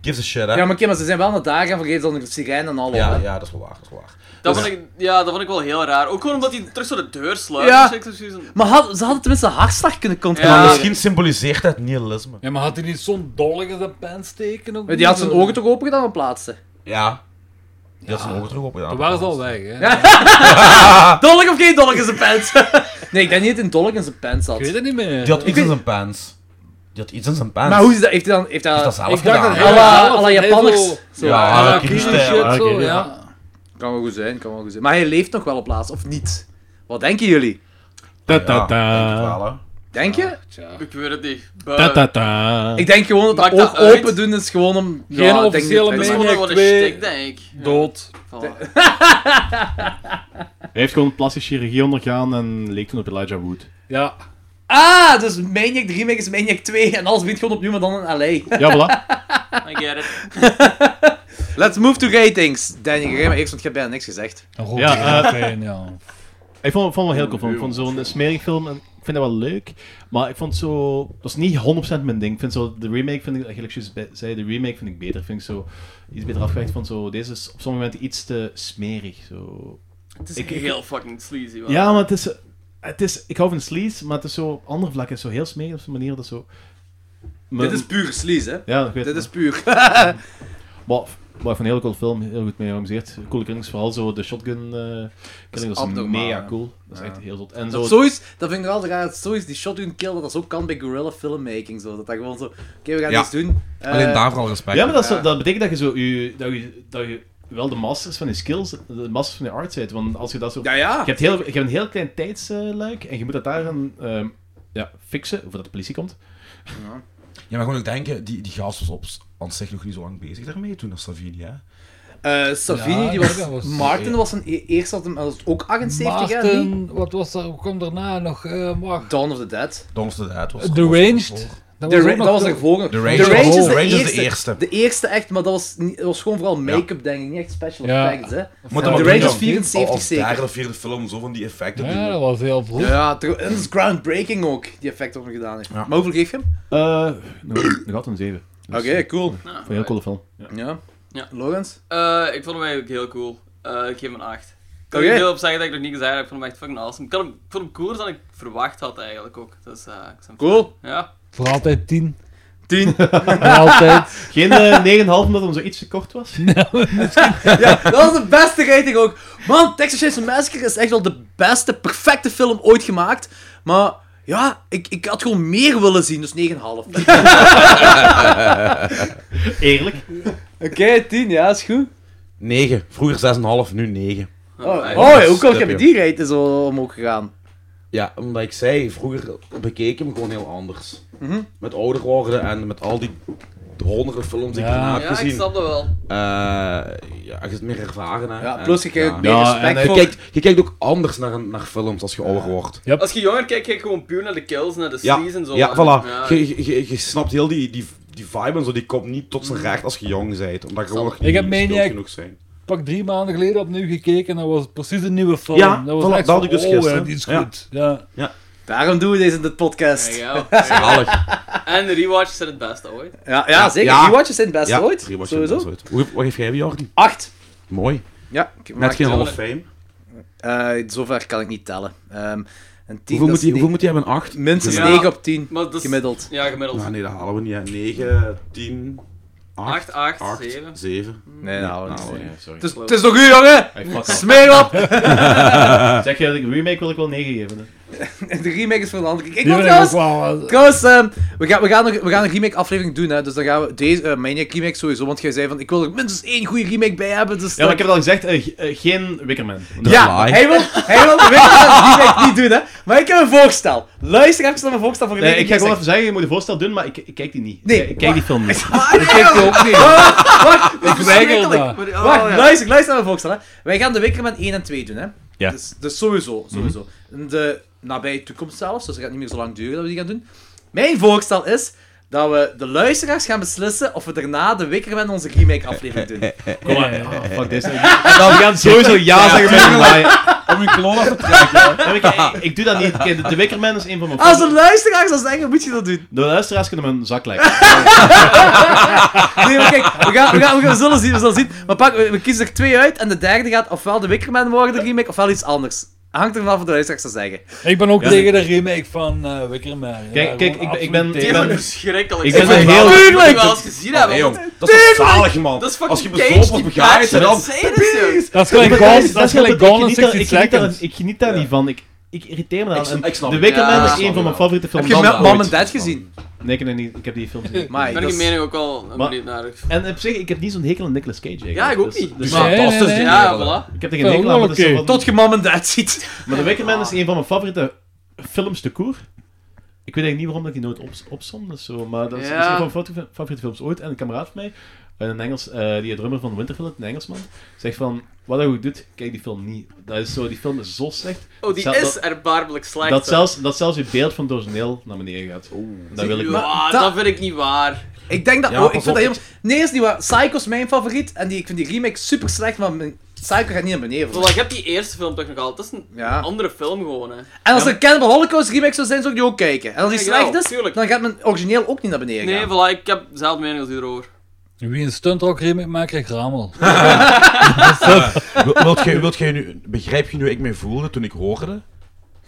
[SPEAKER 1] gives a shit, hè.
[SPEAKER 3] Ja, maar oké, maar ze zijn wel naar daar gaan vergeten dan de sirene en al.
[SPEAKER 1] ja,
[SPEAKER 3] hoor, hè.
[SPEAKER 1] ja, dat is wel waar, dat is wel waar.
[SPEAKER 5] Dat vond ik, ja, dat vond ik wel heel raar. Ook gewoon omdat hij terug zo de deur sluit.
[SPEAKER 3] Ja.
[SPEAKER 5] Dus ik zoiets van-
[SPEAKER 3] Maar had- ze hadden tenminste hartslag kunnen
[SPEAKER 1] Maar
[SPEAKER 5] Ja.
[SPEAKER 3] controleren.
[SPEAKER 1] misschien symboliseert dat nihilisme.
[SPEAKER 4] Ja, maar had hij niet zo'n dollig in zijn pen steken? Ook
[SPEAKER 3] Die had
[SPEAKER 4] niet?
[SPEAKER 3] zijn ogen toch open gedaan op plaatsen.
[SPEAKER 1] Ja. Die had zijn ogen terug op. Ja,
[SPEAKER 4] Dat waren ze al weg, hè.
[SPEAKER 3] Dolk of geen dolk in zijn pants? nee, ik denk niet dat een dolk in zijn pants zat.
[SPEAKER 4] Ik weet het niet meer.
[SPEAKER 1] Die had iets in zijn pants. Die had iets in zijn pants.
[SPEAKER 3] Maar hoe is dat? Heeft hij dan... Heeft hij
[SPEAKER 1] Heeft dat zelf
[SPEAKER 4] Ik dacht
[SPEAKER 1] gedaan?
[SPEAKER 4] dat
[SPEAKER 3] à
[SPEAKER 4] hij-
[SPEAKER 3] la-
[SPEAKER 4] Ja,
[SPEAKER 3] à la
[SPEAKER 4] dat hij
[SPEAKER 3] Japanners.
[SPEAKER 4] zo-
[SPEAKER 3] Zo,
[SPEAKER 1] Ja,
[SPEAKER 3] à la-
[SPEAKER 1] Harakiri
[SPEAKER 4] Harakiri
[SPEAKER 1] stijl,
[SPEAKER 4] shit,
[SPEAKER 9] Harakiri,
[SPEAKER 4] zo,
[SPEAKER 9] ja.
[SPEAKER 4] ja.
[SPEAKER 3] Kan wel goed zijn, kan wel goed zijn. Maar hij leeft nog wel op plaats, of niet? Wat denken jullie?
[SPEAKER 8] Ta
[SPEAKER 1] Ja,
[SPEAKER 8] ta
[SPEAKER 1] denk
[SPEAKER 2] eh,
[SPEAKER 1] het
[SPEAKER 8] ta.
[SPEAKER 1] wel, hè.
[SPEAKER 3] Denk je?
[SPEAKER 5] Ik weet het niet. Bah.
[SPEAKER 8] Ta ta ta.
[SPEAKER 3] Ik denk gewoon dat
[SPEAKER 5] Maakt
[SPEAKER 3] het
[SPEAKER 5] dat
[SPEAKER 3] oog
[SPEAKER 5] uit?
[SPEAKER 3] open doen is gewoon om...
[SPEAKER 4] Geen
[SPEAKER 3] ik denk
[SPEAKER 4] officiële
[SPEAKER 5] Dat
[SPEAKER 3] dat-
[SPEAKER 5] is
[SPEAKER 4] mening.
[SPEAKER 5] gewoon
[SPEAKER 4] Maniac
[SPEAKER 5] nog wel een
[SPEAKER 4] 2
[SPEAKER 5] shtick, denk ik.
[SPEAKER 4] Dood.
[SPEAKER 5] Voilà.
[SPEAKER 2] Hij heeft gewoon plastische chirurgie ondergaan en leek toen op Elijah Wood.
[SPEAKER 4] Ja.
[SPEAKER 3] Ah, dus Maniac 3 remake is Maniac 2 en alles begint gewoon opnieuw, maar dan in LA.
[SPEAKER 2] Ja, voilà.
[SPEAKER 5] I get it.
[SPEAKER 3] Let's move to ratings. Danny, ga jij maar eerst, want je hebt bijna niks gezegd.
[SPEAKER 2] Ja, eh,
[SPEAKER 4] ja.
[SPEAKER 2] Ik vond, vond het wel heel cool. film. Ik vond zo'n smerig film. en Ik vind dat wel leuk. Maar ik vond zo. Dat is niet 100% mijn ding. Ik vind zo. De remake vind ik. Eigenlijk zoals bij- zei, de remake vind ik beter. Vind ik zo. Iets beter afgewerkt. Van zo. Deze is op sommige momenten iets te smerig. Zo.
[SPEAKER 5] Het is
[SPEAKER 2] Ik- ik-
[SPEAKER 5] heel fucking sleazy, man.
[SPEAKER 2] Ja, maar het is. Het is ik hou van sleaze. Maar het is zo. op Andere vlakken. Het is zo heel smerig op zo'n manier dat zo.
[SPEAKER 3] Dit is puur sleaze, hè?
[SPEAKER 2] Ja, ik weet
[SPEAKER 3] Dit
[SPEAKER 2] het.
[SPEAKER 3] is puur.
[SPEAKER 2] Maar, maar ik vond een hele cool film, heel goed mee georganiseerd. Coole killings, vooral zo de shotgun
[SPEAKER 3] is
[SPEAKER 2] eh killing, dat is
[SPEAKER 3] abnormaal,
[SPEAKER 2] mega
[SPEAKER 3] hè.
[SPEAKER 2] cool. Dat is echt heel zot. En zo,
[SPEAKER 3] Dat, zoiets, dat vind ik wel raar, dat zoiets, die shotgun kill, dat dat zo kan bij guerrilla filmmaking. Zo. Dat dat gewoon zo, oké, we gaan
[SPEAKER 1] Ja.
[SPEAKER 3] iets doen. Eh,
[SPEAKER 1] Alleen daarvoor al respect.
[SPEAKER 2] ja, maar dat, is-
[SPEAKER 3] ja.
[SPEAKER 2] dat betekent dat je, zo, je, dat, je, dat je wel de masters van je skills, de masters van je art bent. Want als je dat zo...
[SPEAKER 3] Ja, ja.
[SPEAKER 2] Je, hebt heel, je hebt een heel klein tijdsluik en je moet dat daar gaan ehm, ja, fixen voordat de politie komt.
[SPEAKER 1] Ja, maar gewoon ook denken, die, die gast was op, aan zich nog niet zo lang bezig daarmee toen als Savini, hè?
[SPEAKER 3] Eh, Savini,
[SPEAKER 4] Ja,
[SPEAKER 3] die was,
[SPEAKER 4] dat was-
[SPEAKER 3] Martin was een e- eerste, had hem- dat was ook 78, hè? niet?
[SPEAKER 4] Maarten, wat was er? Hoe kwam daarna nog? eh mag.
[SPEAKER 3] Dawn of the Dead.
[SPEAKER 1] Dawn of the Dead was...
[SPEAKER 4] The Ranged. Dat
[SPEAKER 3] De Ra-
[SPEAKER 4] ook nog
[SPEAKER 3] dat was
[SPEAKER 4] de-
[SPEAKER 3] de volgende.
[SPEAKER 1] The Range
[SPEAKER 4] was de
[SPEAKER 3] is de,
[SPEAKER 1] volgende. Range
[SPEAKER 3] eerste.
[SPEAKER 1] is de eerste.
[SPEAKER 3] De eerste echt, maar dat was, niet- dat was gewoon vooral make-up, denk ik. Niet echt special
[SPEAKER 4] Ja.
[SPEAKER 3] effects, hè.
[SPEAKER 1] Moet
[SPEAKER 4] Ja,
[SPEAKER 1] dat
[SPEAKER 4] The
[SPEAKER 1] maar
[SPEAKER 4] Range
[SPEAKER 1] doen
[SPEAKER 4] is
[SPEAKER 1] dan.
[SPEAKER 3] 74
[SPEAKER 1] Als derde
[SPEAKER 3] zeker.
[SPEAKER 1] of vierde film zo van die effecten
[SPEAKER 4] Ja,
[SPEAKER 1] doen.
[SPEAKER 4] dat was heel vroeg.
[SPEAKER 3] Ja, ter- en dat is groundbreaking ook, die effect nog gedaan heeft. Maar hoeveel geef je hem?
[SPEAKER 2] Eh, nog nog altijd een 7.
[SPEAKER 3] Oké, cool.
[SPEAKER 5] Nou,
[SPEAKER 2] Een heel coole film.
[SPEAKER 3] Ja.
[SPEAKER 5] Ja.
[SPEAKER 3] Logans?
[SPEAKER 5] Eh, ik vond hem eigenlijk heel cool. Eh, ik geef hem een 8. Ik kan
[SPEAKER 3] Oké.
[SPEAKER 5] er heel op zeggen dat ik nog niet gezegd heb. Ik vond hem echt fucking awesome. Ik, had hem, ik vond hem cooler dan ik verwacht had eigenlijk ook. Dus, eh, ik zou hem-
[SPEAKER 3] Cool.
[SPEAKER 5] Ja.
[SPEAKER 4] Voor altijd tien.
[SPEAKER 3] 10.
[SPEAKER 4] En altijd.
[SPEAKER 2] Geen eh, 9,5 omdat hem zo iets te kort was.
[SPEAKER 3] Ja, dat was de beste rating ook. Man, Texas Chainsaw Massacre is echt wel de beste, perfecte film ooit gemaakt. Maar ja, ik, ik had gewoon meer willen zien, dus 9,5.
[SPEAKER 2] Eerlijk.
[SPEAKER 3] Oh, Oké, 10, ja, is goed.
[SPEAKER 1] 9. Vroeger 6,5, nu 9.
[SPEAKER 3] Oh,
[SPEAKER 5] eigenlijk.
[SPEAKER 3] oh, hoe kan ik
[SPEAKER 1] Snap
[SPEAKER 3] heb
[SPEAKER 1] je.
[SPEAKER 3] je die rate zo omhoog gegaan?
[SPEAKER 1] Ja, omdat ik zei, vroeger bekeek ik hem gewoon heel anders.
[SPEAKER 3] Mhm.
[SPEAKER 1] Met ouder worden en met al die honderden films die ik
[SPEAKER 4] Ja.
[SPEAKER 1] daarna heb
[SPEAKER 5] ja, ik
[SPEAKER 1] gezien.
[SPEAKER 5] snap dat wel.
[SPEAKER 1] Eh, ja, je is meer ervaren, hè.
[SPEAKER 3] Ja,
[SPEAKER 1] En- eh,
[SPEAKER 3] plus je krijgt ook
[SPEAKER 1] ja.
[SPEAKER 3] meer
[SPEAKER 2] Ja,
[SPEAKER 3] respect
[SPEAKER 2] en
[SPEAKER 1] Je
[SPEAKER 3] voor...
[SPEAKER 1] kijkt, je kijkt ook anders naar, naar films als je ouder wordt.
[SPEAKER 5] Als je jonger kijkt, kijk je gewoon puur naar de kills, naar de
[SPEAKER 1] Ja,
[SPEAKER 5] sleaze en zo.
[SPEAKER 1] ja,
[SPEAKER 5] En-
[SPEAKER 1] voilà.
[SPEAKER 5] ja.
[SPEAKER 1] Je, je, je, je snapt heel die, die, die vibe en zo, die komt niet tot zijn recht als je jong bent. Omdat je gewoon nog
[SPEAKER 5] Ik
[SPEAKER 1] niet
[SPEAKER 4] heb
[SPEAKER 1] gespeeld
[SPEAKER 4] Maniac-
[SPEAKER 1] genoeg zijn.
[SPEAKER 4] Pak drie maanden geleden opnieuw gekeken en dat was precies een nieuwe film.
[SPEAKER 1] Ja,
[SPEAKER 4] dat was
[SPEAKER 1] voilà, dat
[SPEAKER 4] echt van,
[SPEAKER 1] had ik dus
[SPEAKER 4] oh,
[SPEAKER 1] gisteren.
[SPEAKER 4] ja, die is
[SPEAKER 1] Ja.
[SPEAKER 4] goed. Ja.
[SPEAKER 3] Daarom doen we deze in dit podcast. Ja,
[SPEAKER 5] Ja,
[SPEAKER 1] Zalig.
[SPEAKER 5] En de rewatches zijn het beste ooit.
[SPEAKER 3] ja,
[SPEAKER 1] Ja,
[SPEAKER 3] zeker.
[SPEAKER 1] ja.
[SPEAKER 3] Rewatches zijn het beste
[SPEAKER 1] Ja,
[SPEAKER 3] ooit.
[SPEAKER 1] drie was je
[SPEAKER 3] Sowieso.
[SPEAKER 1] best ooit. Hoe- Wat geef jij, Jordi?
[SPEAKER 3] 8.
[SPEAKER 1] Mooi.
[SPEAKER 3] Ja, ik
[SPEAKER 1] Net
[SPEAKER 3] maak-
[SPEAKER 1] geen Hall of
[SPEAKER 5] tuurlijk.
[SPEAKER 1] Fame.
[SPEAKER 3] eh, zover kan ik niet tellen. Ehm een 10
[SPEAKER 1] Hoeveel
[SPEAKER 3] dat
[SPEAKER 1] moet,
[SPEAKER 3] is
[SPEAKER 1] die,
[SPEAKER 3] ne-
[SPEAKER 1] hoeveel moet die hebben? 8?
[SPEAKER 3] Minstens
[SPEAKER 5] Ja.
[SPEAKER 3] 9 op 10,
[SPEAKER 5] Maar dat is-
[SPEAKER 3] gemiddeld.
[SPEAKER 5] Ja, gemiddeld.
[SPEAKER 1] nee, dat halen we niet. hè. 9, 10, 8,
[SPEAKER 5] 8, 8,
[SPEAKER 1] 8,
[SPEAKER 5] 7.
[SPEAKER 1] 7.
[SPEAKER 3] Nee, nou,
[SPEAKER 1] nou,
[SPEAKER 3] het is-
[SPEAKER 2] Ja, sorry.
[SPEAKER 3] het is- het is nog u, jongen!
[SPEAKER 2] Hey, fuck off.
[SPEAKER 3] Smeer op!
[SPEAKER 2] Zeg je dat ik remake wil ik wel 9 geven. hè.
[SPEAKER 3] De remake is van een andere keer. Ik
[SPEAKER 4] Die
[SPEAKER 3] wil
[SPEAKER 4] vind ik ook
[SPEAKER 3] trouwens...
[SPEAKER 4] wel... eh,
[SPEAKER 3] Trouwens, ehm, we, gaan, we, gaan nog, we gaan een remake aflevering doen, hè. Dus dan gaan we deze... eh, Maniac remake sowieso, want jij zei van... Ik wil er minstens één goede remake bij hebben, dus...
[SPEAKER 2] Ja, maar ik heb het al gezegd, eh, ge- eh, geen Wickerman.
[SPEAKER 3] Ja,
[SPEAKER 1] Lie.
[SPEAKER 3] hij wil, hij wil weet je wat, die ga ik niet doen, hè. Maar ik heb een voorstel. Luister even naar mijn voorstel voor een
[SPEAKER 2] Nee,
[SPEAKER 3] week
[SPEAKER 2] Eh, ik ga
[SPEAKER 3] die zeg-
[SPEAKER 2] gewoon even zeggen, je moet een voorstel doen, maar ik, ik kijk die niet.
[SPEAKER 3] Nee.
[SPEAKER 2] Ik, ik kijk die film niet.
[SPEAKER 3] Ah,
[SPEAKER 4] Ik kijk die ook niet.
[SPEAKER 3] Wacht,
[SPEAKER 4] Ik weiger
[SPEAKER 3] verschrikkelijk.
[SPEAKER 4] dat.
[SPEAKER 3] Wacht, luister, luister naar mijn voorstel, hè. Wij gaan de Wickerman 1 en 2 doen, hè.
[SPEAKER 2] Ja. Mhm.
[SPEAKER 3] Dus, dus sowieso, sowieso. In De nabije toekomst zelfs, dus het gaat niet meer zo lang duren dat we die gaan doen. Mijn voorstel is dat we de luisteraars gaan beslissen of we daarna de Wickerman onze remake-aflevering doen.
[SPEAKER 2] Kom maar, ah, fuck this. En dan, we gaan sowieso ja zeggen met een lie.
[SPEAKER 1] Om je kloon af te
[SPEAKER 2] Ja, maar Ik, ik doe dat niet. Kijk, de- de Wickerman is een van mijn
[SPEAKER 3] Als de
[SPEAKER 2] favorieten.
[SPEAKER 3] luisteraars dat zeggen, moet je dat doen.
[SPEAKER 2] De luisteraars kunnen me een zak leggen.
[SPEAKER 3] Nee, maar kijk, we, gaan, we, gaan, we, gaan, we zullen zien, we zullen zien. Maar pak, we, we kiezen er twee uit en de derde gaat ofwel de Wickerman worden, de remake, ofwel iets anders. Hangt er vanaf wat de luisteraars dat zeggen.
[SPEAKER 4] Ik ben ook
[SPEAKER 2] Ja.
[SPEAKER 4] tegen de remake van eh Wickerman. Ja,
[SPEAKER 2] Kijk, kijk,
[SPEAKER 4] gewoon
[SPEAKER 2] ik ben- ik ben-
[SPEAKER 4] absoluut
[SPEAKER 5] Die
[SPEAKER 4] tegen.
[SPEAKER 5] is
[SPEAKER 2] ben-
[SPEAKER 5] verschrikkelijk.
[SPEAKER 2] ik ben
[SPEAKER 5] vind
[SPEAKER 2] een
[SPEAKER 5] het
[SPEAKER 2] heel-
[SPEAKER 5] wel- Ik
[SPEAKER 3] Tuurlijk.
[SPEAKER 5] heb wel eens gezien hebben.
[SPEAKER 1] Nee,
[SPEAKER 5] want
[SPEAKER 1] jong. Dat is toch zalig, man.
[SPEAKER 5] Dat is
[SPEAKER 1] als je
[SPEAKER 5] fucking
[SPEAKER 1] bezopen
[SPEAKER 5] cage
[SPEAKER 1] of
[SPEAKER 5] die
[SPEAKER 1] begaan is,
[SPEAKER 5] kaart.
[SPEAKER 1] dan...
[SPEAKER 5] Dat zijn dus, jong.
[SPEAKER 4] Dat is gelijk
[SPEAKER 2] Maar
[SPEAKER 4] Gone-
[SPEAKER 2] dat is-
[SPEAKER 4] dat is
[SPEAKER 2] dat is
[SPEAKER 4] gelijk
[SPEAKER 2] het. Ik
[SPEAKER 4] Gone in
[SPEAKER 2] geniet daar-
[SPEAKER 4] 60
[SPEAKER 2] ik geniet daar-
[SPEAKER 4] Seconds.
[SPEAKER 2] Ik geniet daar niet van. Ik, ik irriteer me
[SPEAKER 1] Ik snap-
[SPEAKER 2] daar.
[SPEAKER 1] ik snap
[SPEAKER 2] De
[SPEAKER 1] het.
[SPEAKER 2] Wickerman
[SPEAKER 5] Ja, ik
[SPEAKER 2] is
[SPEAKER 1] snap het
[SPEAKER 2] een van mijn
[SPEAKER 1] wel.
[SPEAKER 2] favoriete
[SPEAKER 3] Heb
[SPEAKER 2] films.
[SPEAKER 3] je Ma-
[SPEAKER 2] ooit.
[SPEAKER 3] Mom and Dad gezien? dus
[SPEAKER 2] Nee, ik heb, dat niet, ik heb die films niet.
[SPEAKER 3] Maar
[SPEAKER 5] Ik ben je mening ook al
[SPEAKER 2] Maar-
[SPEAKER 5] een minuut naar.
[SPEAKER 2] En op zich, ik heb niet zo'n hekel aan Nicolas Cage. eigenlijk.
[SPEAKER 5] Ja, ik ook
[SPEAKER 2] Dus-
[SPEAKER 5] niet.
[SPEAKER 2] Dus,
[SPEAKER 4] Nee, nee,
[SPEAKER 1] Fantastisch.
[SPEAKER 4] nee.
[SPEAKER 5] Ja, voilà.
[SPEAKER 2] ik heb er geen
[SPEAKER 4] Wel,
[SPEAKER 2] hekel aan. Maar,
[SPEAKER 4] wel
[SPEAKER 2] dat is zo
[SPEAKER 4] oké.
[SPEAKER 2] van-
[SPEAKER 3] Tot je Mom and Dad ziet.
[SPEAKER 2] maar de Wickerman
[SPEAKER 5] Ah.
[SPEAKER 2] is een van mijn favoriete films te koer. Ik weet eigenlijk niet waarom dat ik die nooit ops, opsom. Dus zo, maar dat is,
[SPEAKER 5] Ja.
[SPEAKER 2] is een van mijn favoriete- favoriete films ooit. En een kameraad van mij, een Engels, eh, die drummer van Winterfell, een Engelsman, zegt van... Wat hij ook doet, kijk die film niet. Dat is zo, die film is zo slecht.
[SPEAKER 5] Oh, die
[SPEAKER 2] Zel-
[SPEAKER 5] is
[SPEAKER 2] dat-
[SPEAKER 5] erbarmelijk slecht.
[SPEAKER 2] Dat
[SPEAKER 5] hè.
[SPEAKER 2] zelfs, dat zelfs je beeld van het origineel naar beneden gaat. Dat wil ik niet.
[SPEAKER 5] Ja,
[SPEAKER 3] dat-
[SPEAKER 5] dat vind ik niet waar.
[SPEAKER 3] Ik denk dat...
[SPEAKER 1] Ja,
[SPEAKER 3] oh, ik
[SPEAKER 1] pas
[SPEAKER 3] vind dat
[SPEAKER 1] op.
[SPEAKER 3] helemaal... Nee, is niet waar. Psycho is mijn favoriet en die, ik vind die remake super slecht, maar mijn... Psycho gaat niet naar beneden. voor
[SPEAKER 5] Zolang
[SPEAKER 3] mij.
[SPEAKER 5] ik heb die eerste film toch nog al. Dat is een
[SPEAKER 3] Ja.
[SPEAKER 5] andere film gewoon, hè.
[SPEAKER 3] En als er een Cannibal Holocaust remake zou zijn, zou ik die ook kijken. En als die
[SPEAKER 5] Ja,
[SPEAKER 3] slecht is,
[SPEAKER 5] tuurlijk.
[SPEAKER 3] dan gaat mijn origineel ook niet naar beneden
[SPEAKER 5] Nee,
[SPEAKER 3] gaan.
[SPEAKER 5] voilà, ik heb dezelfde mening als u erover.
[SPEAKER 4] Wie een stunt rock remake maakt, krijgt Ramel.
[SPEAKER 1] Wil- Wilt jij, wilt jij nu, begrijp je nu hoe ik me voelde toen ik hoorde?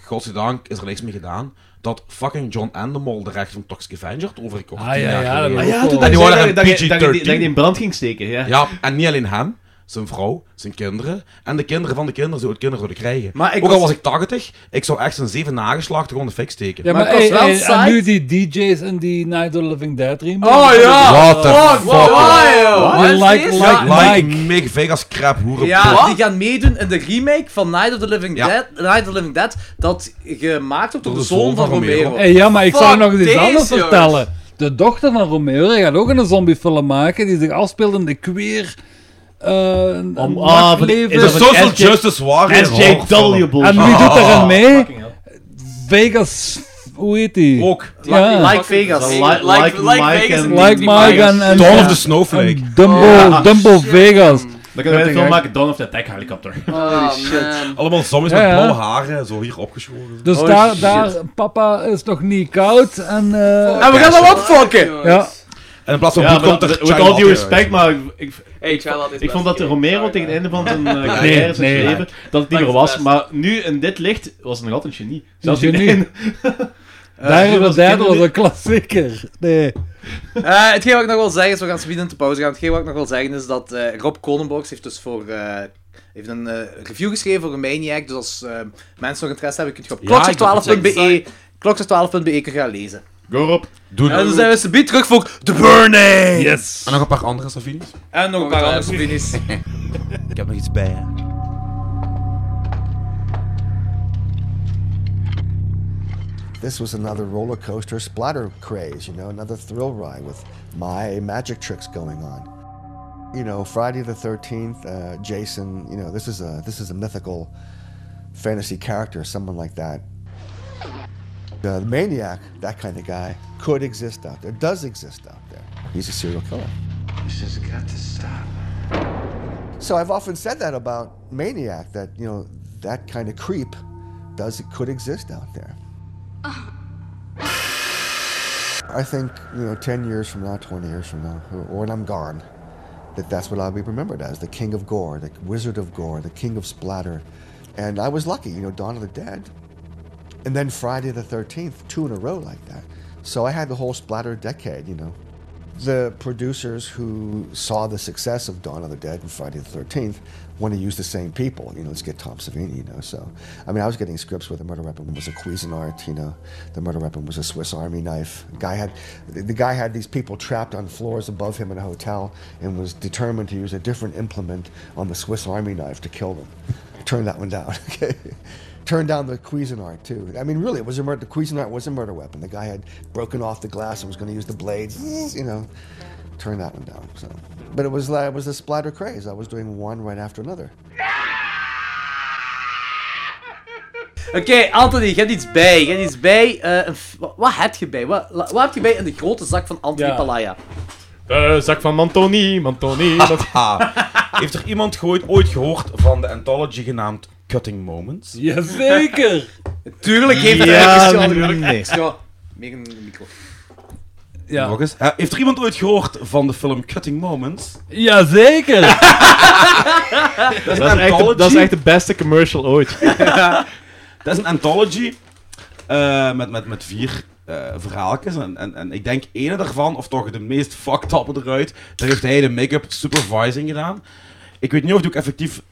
[SPEAKER 1] Godzijdank is er niks mee gedaan. Dat fucking John Endemol de recht van Toxic Avenger had overgekocht.
[SPEAKER 4] Ah,
[SPEAKER 1] tien
[SPEAKER 4] ja,
[SPEAKER 1] jaar
[SPEAKER 4] ja, dat
[SPEAKER 1] geleden.
[SPEAKER 4] wil
[SPEAKER 2] Ah
[SPEAKER 4] ik
[SPEAKER 2] ja,
[SPEAKER 4] ook
[SPEAKER 2] toen
[SPEAKER 4] wel.
[SPEAKER 1] En die
[SPEAKER 2] dat,
[SPEAKER 1] waren
[SPEAKER 2] dat, je-
[SPEAKER 1] PG-13.
[SPEAKER 2] dat, je die- dat je die in brand ging steken, ja.
[SPEAKER 1] Ja, en niet alleen hem, zijn vrouw, zijn kinderen en de kinderen van de kinderen die ooit kinderen zouden krijgen.
[SPEAKER 3] Maar ik
[SPEAKER 1] Ook
[SPEAKER 3] was-
[SPEAKER 1] al was ik 80, ik zou echt zijn zeven nageslacht gewoon de fik steken.
[SPEAKER 4] Ja,
[SPEAKER 3] Maar
[SPEAKER 4] maar,
[SPEAKER 3] ik was
[SPEAKER 4] hey,
[SPEAKER 3] wel
[SPEAKER 4] hey, en
[SPEAKER 3] psyched.
[SPEAKER 4] nu die DJ's en die Night of the Living Dead remake.
[SPEAKER 3] Oh ja!
[SPEAKER 1] What the
[SPEAKER 3] Fuck,
[SPEAKER 1] fuck?
[SPEAKER 3] why, joh?
[SPEAKER 4] Die
[SPEAKER 5] Wat
[SPEAKER 4] like,
[SPEAKER 5] is
[SPEAKER 4] like,
[SPEAKER 5] dit?
[SPEAKER 1] Like, like
[SPEAKER 4] Mike.
[SPEAKER 1] Mick Vegas crap hoeren.
[SPEAKER 3] Ja,
[SPEAKER 1] Wat?
[SPEAKER 3] die gaan meedoen in de remake van Night of the Living,
[SPEAKER 1] Ja.
[SPEAKER 3] Dead, Night of the Living Dead, dat gemaakt wordt door de zoon van Romero.
[SPEAKER 4] Hey, ja, maar ik zou
[SPEAKER 5] Fuck
[SPEAKER 4] nog eens iets
[SPEAKER 5] deze,
[SPEAKER 4] anders
[SPEAKER 5] jongens.
[SPEAKER 4] vertellen. De dochter van Romero die gaat ook een zombiefilm maken die zich afspeelt in de queer... eh een- een
[SPEAKER 9] ah, van die-
[SPEAKER 4] nachtleven.
[SPEAKER 9] is dat van-
[SPEAKER 1] Social
[SPEAKER 9] SJ
[SPEAKER 1] Justice Warrior.
[SPEAKER 9] SJW
[SPEAKER 1] horrorfilm.
[SPEAKER 9] bullshit.
[SPEAKER 4] En wie doet er aan mee?
[SPEAKER 9] Fucking hell.
[SPEAKER 4] Vegas... Hoe heet die?
[SPEAKER 1] Ook.
[SPEAKER 4] Ja.
[SPEAKER 3] Like Vegas.
[SPEAKER 9] Li- Like,
[SPEAKER 5] Like- like
[SPEAKER 9] Mike en...
[SPEAKER 5] Vegas en-
[SPEAKER 4] Like Mike en... en-
[SPEAKER 1] Dawn of
[SPEAKER 4] en-
[SPEAKER 1] the Snowflake.
[SPEAKER 4] en Dumbo,
[SPEAKER 9] Oh,
[SPEAKER 4] Dumbo Vegas.
[SPEAKER 9] Dan kunnen wij een
[SPEAKER 7] Ja.
[SPEAKER 9] film maken, Dawn of the Attack Helicopter.
[SPEAKER 5] Oh,
[SPEAKER 3] shit.
[SPEAKER 5] man.
[SPEAKER 1] Allemaal zombies
[SPEAKER 4] Ja,
[SPEAKER 1] met
[SPEAKER 4] ja.
[SPEAKER 1] blauwe haren, zo hier opgeschoren.
[SPEAKER 4] Dus
[SPEAKER 3] Oh,
[SPEAKER 4] daar,
[SPEAKER 3] shit.
[SPEAKER 4] daar, papa is nog niet koud en... eh,
[SPEAKER 3] En we gaan hem opfokken!
[SPEAKER 5] Jongens.
[SPEAKER 4] Ja.
[SPEAKER 1] En in plaats van
[SPEAKER 9] Ja,
[SPEAKER 1] bloed
[SPEAKER 9] maar
[SPEAKER 1] komt
[SPEAKER 9] dat,
[SPEAKER 1] er eh,
[SPEAKER 9] with
[SPEAKER 1] Child
[SPEAKER 9] all due
[SPEAKER 1] Latte
[SPEAKER 9] respect,
[SPEAKER 1] uit.
[SPEAKER 9] maar ik,
[SPEAKER 5] Hey, child, dat is
[SPEAKER 9] ik vond dat de
[SPEAKER 5] best-
[SPEAKER 9] Romero
[SPEAKER 5] Sorry,
[SPEAKER 9] tegen het
[SPEAKER 5] man.
[SPEAKER 9] einde van zijn eh, carrière, zijn
[SPEAKER 4] nee.
[SPEAKER 9] leven, dat het niet
[SPEAKER 5] Like
[SPEAKER 9] meer
[SPEAKER 5] the
[SPEAKER 9] was.
[SPEAKER 5] best.
[SPEAKER 9] Maar nu, in dit licht, was het nog altijd een genie. Zelfs in
[SPEAKER 4] genie.
[SPEAKER 9] één-
[SPEAKER 4] Daar
[SPEAKER 9] die
[SPEAKER 4] hebben
[SPEAKER 9] was
[SPEAKER 4] we derde was
[SPEAKER 9] kinderlijk.
[SPEAKER 4] een klassieker. Nee.
[SPEAKER 3] Eh, hetgeen wat ik nog wil zeggen is, we gaan zo in de pauze gaan. Hetgeen wat ik nog wil zeggen is dat eh, Rob Konenborgs heeft dus voor... eh, heeft een eh, review geschreven voor Maniac, dus als eh, mensen nog interesse hebben, kun je op
[SPEAKER 1] Ja,
[SPEAKER 3] klokzeg12.be klokzeg12.be E kun je gaan lezen.
[SPEAKER 9] Go Rob.
[SPEAKER 1] Doen.
[SPEAKER 3] En dan zijn we subiet terug voor The Burning!
[SPEAKER 4] Yes.
[SPEAKER 1] En nog een paar andere Safinis.
[SPEAKER 3] En nog een paar andere opinies.
[SPEAKER 1] Ik heb nog iets bij.
[SPEAKER 10] This was another roller coaster splatter craze, you know, another thrill ride with my magic tricks going on. You know, Friday the 13th, uh, Jason, you know, this is a this is a mythical fantasy character, someone like that. The maniac, that kind of guy, could exist out there, does exist out there. He's a serial killer. So I've often said that about Maniac, that you know that kind of creep does it could exist out there. I think you know, ten years from now, twenty years from now, or- or when I'm gone, that that's what I'll be remembered as—the King of Gore, the Wizard of Gore, the King of Splatter. And I was lucky, you know, Dawn of the Dead, and then Friday the Thirteenth, two in a row like that. So I had the whole splatter decade, you know the producers who saw the success of Dawn of the Dead and Friday the 13th want to use the same people. You know, let's get Tom Savini, you know. So, I mean, I was getting scripts where the murder weapon was a Cuisinart, you know, the murder weapon was a Swiss Army knife. Guy had, the guy had these people trapped on floors above him in a hotel and was determined to use a different implement on the Swiss Army knife to kill them. Turn that one down, okay? turned down the Cuisinart too. I mean, really, it was a murder. The Cuisinart was a murder weapon. The guy had broken off the glass and was going to use the blades. You know, turned that one down. So, but it was like it was a splatter craze. I was doing one right after another.
[SPEAKER 3] Oké, Anthony, je hebt iets bij. Je hebt iets bij. eh, een f- wa- wat heb je bij? Wat, la- wat heb je bij in de grote zak van Anthony
[SPEAKER 4] Ja.
[SPEAKER 3] Palaya?
[SPEAKER 9] Eh, zak van Mantoni, Mantoni. dat-
[SPEAKER 1] Ha. Heeft er iemand gehoord, ooit gehoord van de anthology genaamd Cutting Moments?
[SPEAKER 4] Jazeker.
[SPEAKER 3] Tuurlijk heeft
[SPEAKER 9] Ja,
[SPEAKER 3] hij
[SPEAKER 9] nee.
[SPEAKER 3] Ja, meer een micro.
[SPEAKER 4] Ja.
[SPEAKER 1] Nog eens. Eh, Heeft er iemand ooit gehoord van de film Cutting Moments?
[SPEAKER 4] Jazeker.
[SPEAKER 1] Dat is
[SPEAKER 9] Dat
[SPEAKER 1] een
[SPEAKER 9] is, echt de,
[SPEAKER 1] anthology.
[SPEAKER 9] dat is echt de beste commercial ooit.
[SPEAKER 1] Dat is een anthology eh, met, met, met vier eh verhaaltjes. En, en, en ik denk ene daarvan, of toch de meest fucked up eruit, daar heeft hij de make-up supervising gedaan. Ik weet niet of hij ook effectief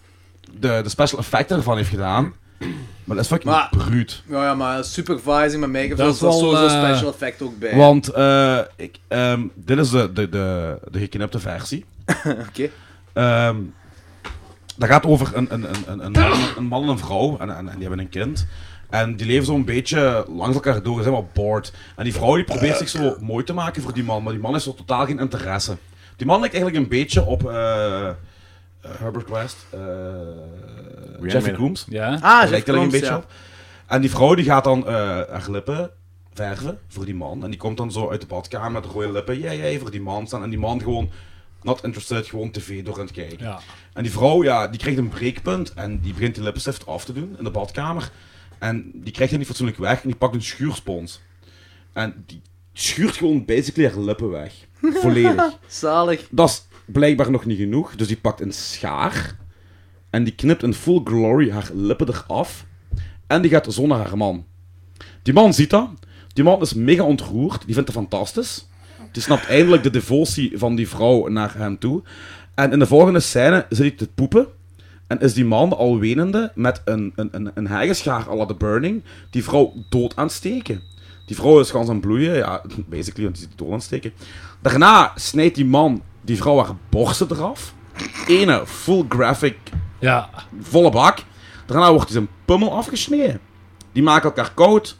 [SPEAKER 1] de, de special effects ervan heeft gedaan. Maar dat is fucking
[SPEAKER 3] Maar-
[SPEAKER 1] bruut.
[SPEAKER 3] Nou ja, maar supervising met make-up,
[SPEAKER 4] Dat
[SPEAKER 3] dat
[SPEAKER 4] is
[SPEAKER 3] is wel
[SPEAKER 4] wel,
[SPEAKER 3] sowieso
[SPEAKER 4] eh,
[SPEAKER 3] special effect ook bij.
[SPEAKER 1] Want eh, ik, ehm, dit is de, de, de, de geknipte versie.
[SPEAKER 3] Oké.
[SPEAKER 1] Ehm, dat gaat over een, een, een, een, een, man, een man en een vrouw. En, en, en die hebben een kind. En die leven zo'n beetje langs elkaar door. Ze zijn wel bored. En die vrouw die probeert
[SPEAKER 3] Eh.
[SPEAKER 1] zich zo mooi te maken voor die man. Maar die man is zo totaal geen interesse. Die man lijkt eigenlijk een beetje op eh, eh, Herbert West. eh, Jeffrey Coombs.
[SPEAKER 4] Ja.
[SPEAKER 3] Ah,
[SPEAKER 1] Hij lijkt er een beetje op. En die vrouw die gaat dan eh, haar lippen verven voor die man. En die komt dan zo uit de badkamer met rode lippen. Jij, jij, voor die man staan. En die man gewoon, not interested, gewoon tv door aan het kijken.
[SPEAKER 4] Ja.
[SPEAKER 1] En die vrouw, ja, die krijgt een breekpunt. En die begint die lippenstift af te doen in de badkamer. En die krijgt hij niet fatsoenlijk weg. En die pakt een schuurspons. En die schuurt gewoon basically haar lippen weg. Volledig.
[SPEAKER 3] Zalig.
[SPEAKER 1] Dat is blijkbaar nog niet genoeg. Dus die pakt een schaar. En die knipt in full glory haar lippen eraf. En die gaat zo naar haar man. Die man ziet dat. Die man is mega ontroerd. Die vindt het fantastisch. Die snapt eindelijk de devotie van die vrouw naar hem toe. En in de volgende scène zit hij te poepen. En is die man al wenende met een, een, een, een heggeschaar à la The Burning die vrouw dood aan het steken. Die vrouw is gewoon aan het bloeien, ja, basically, want die zit dood aan het steken. Daarna snijdt die man die vrouw haar borsten eraf. Ene full graphic,
[SPEAKER 4] Ja.
[SPEAKER 1] volle bak. Daarna wordt hij zijn pummel afgesneden. Die maken elkaar koud.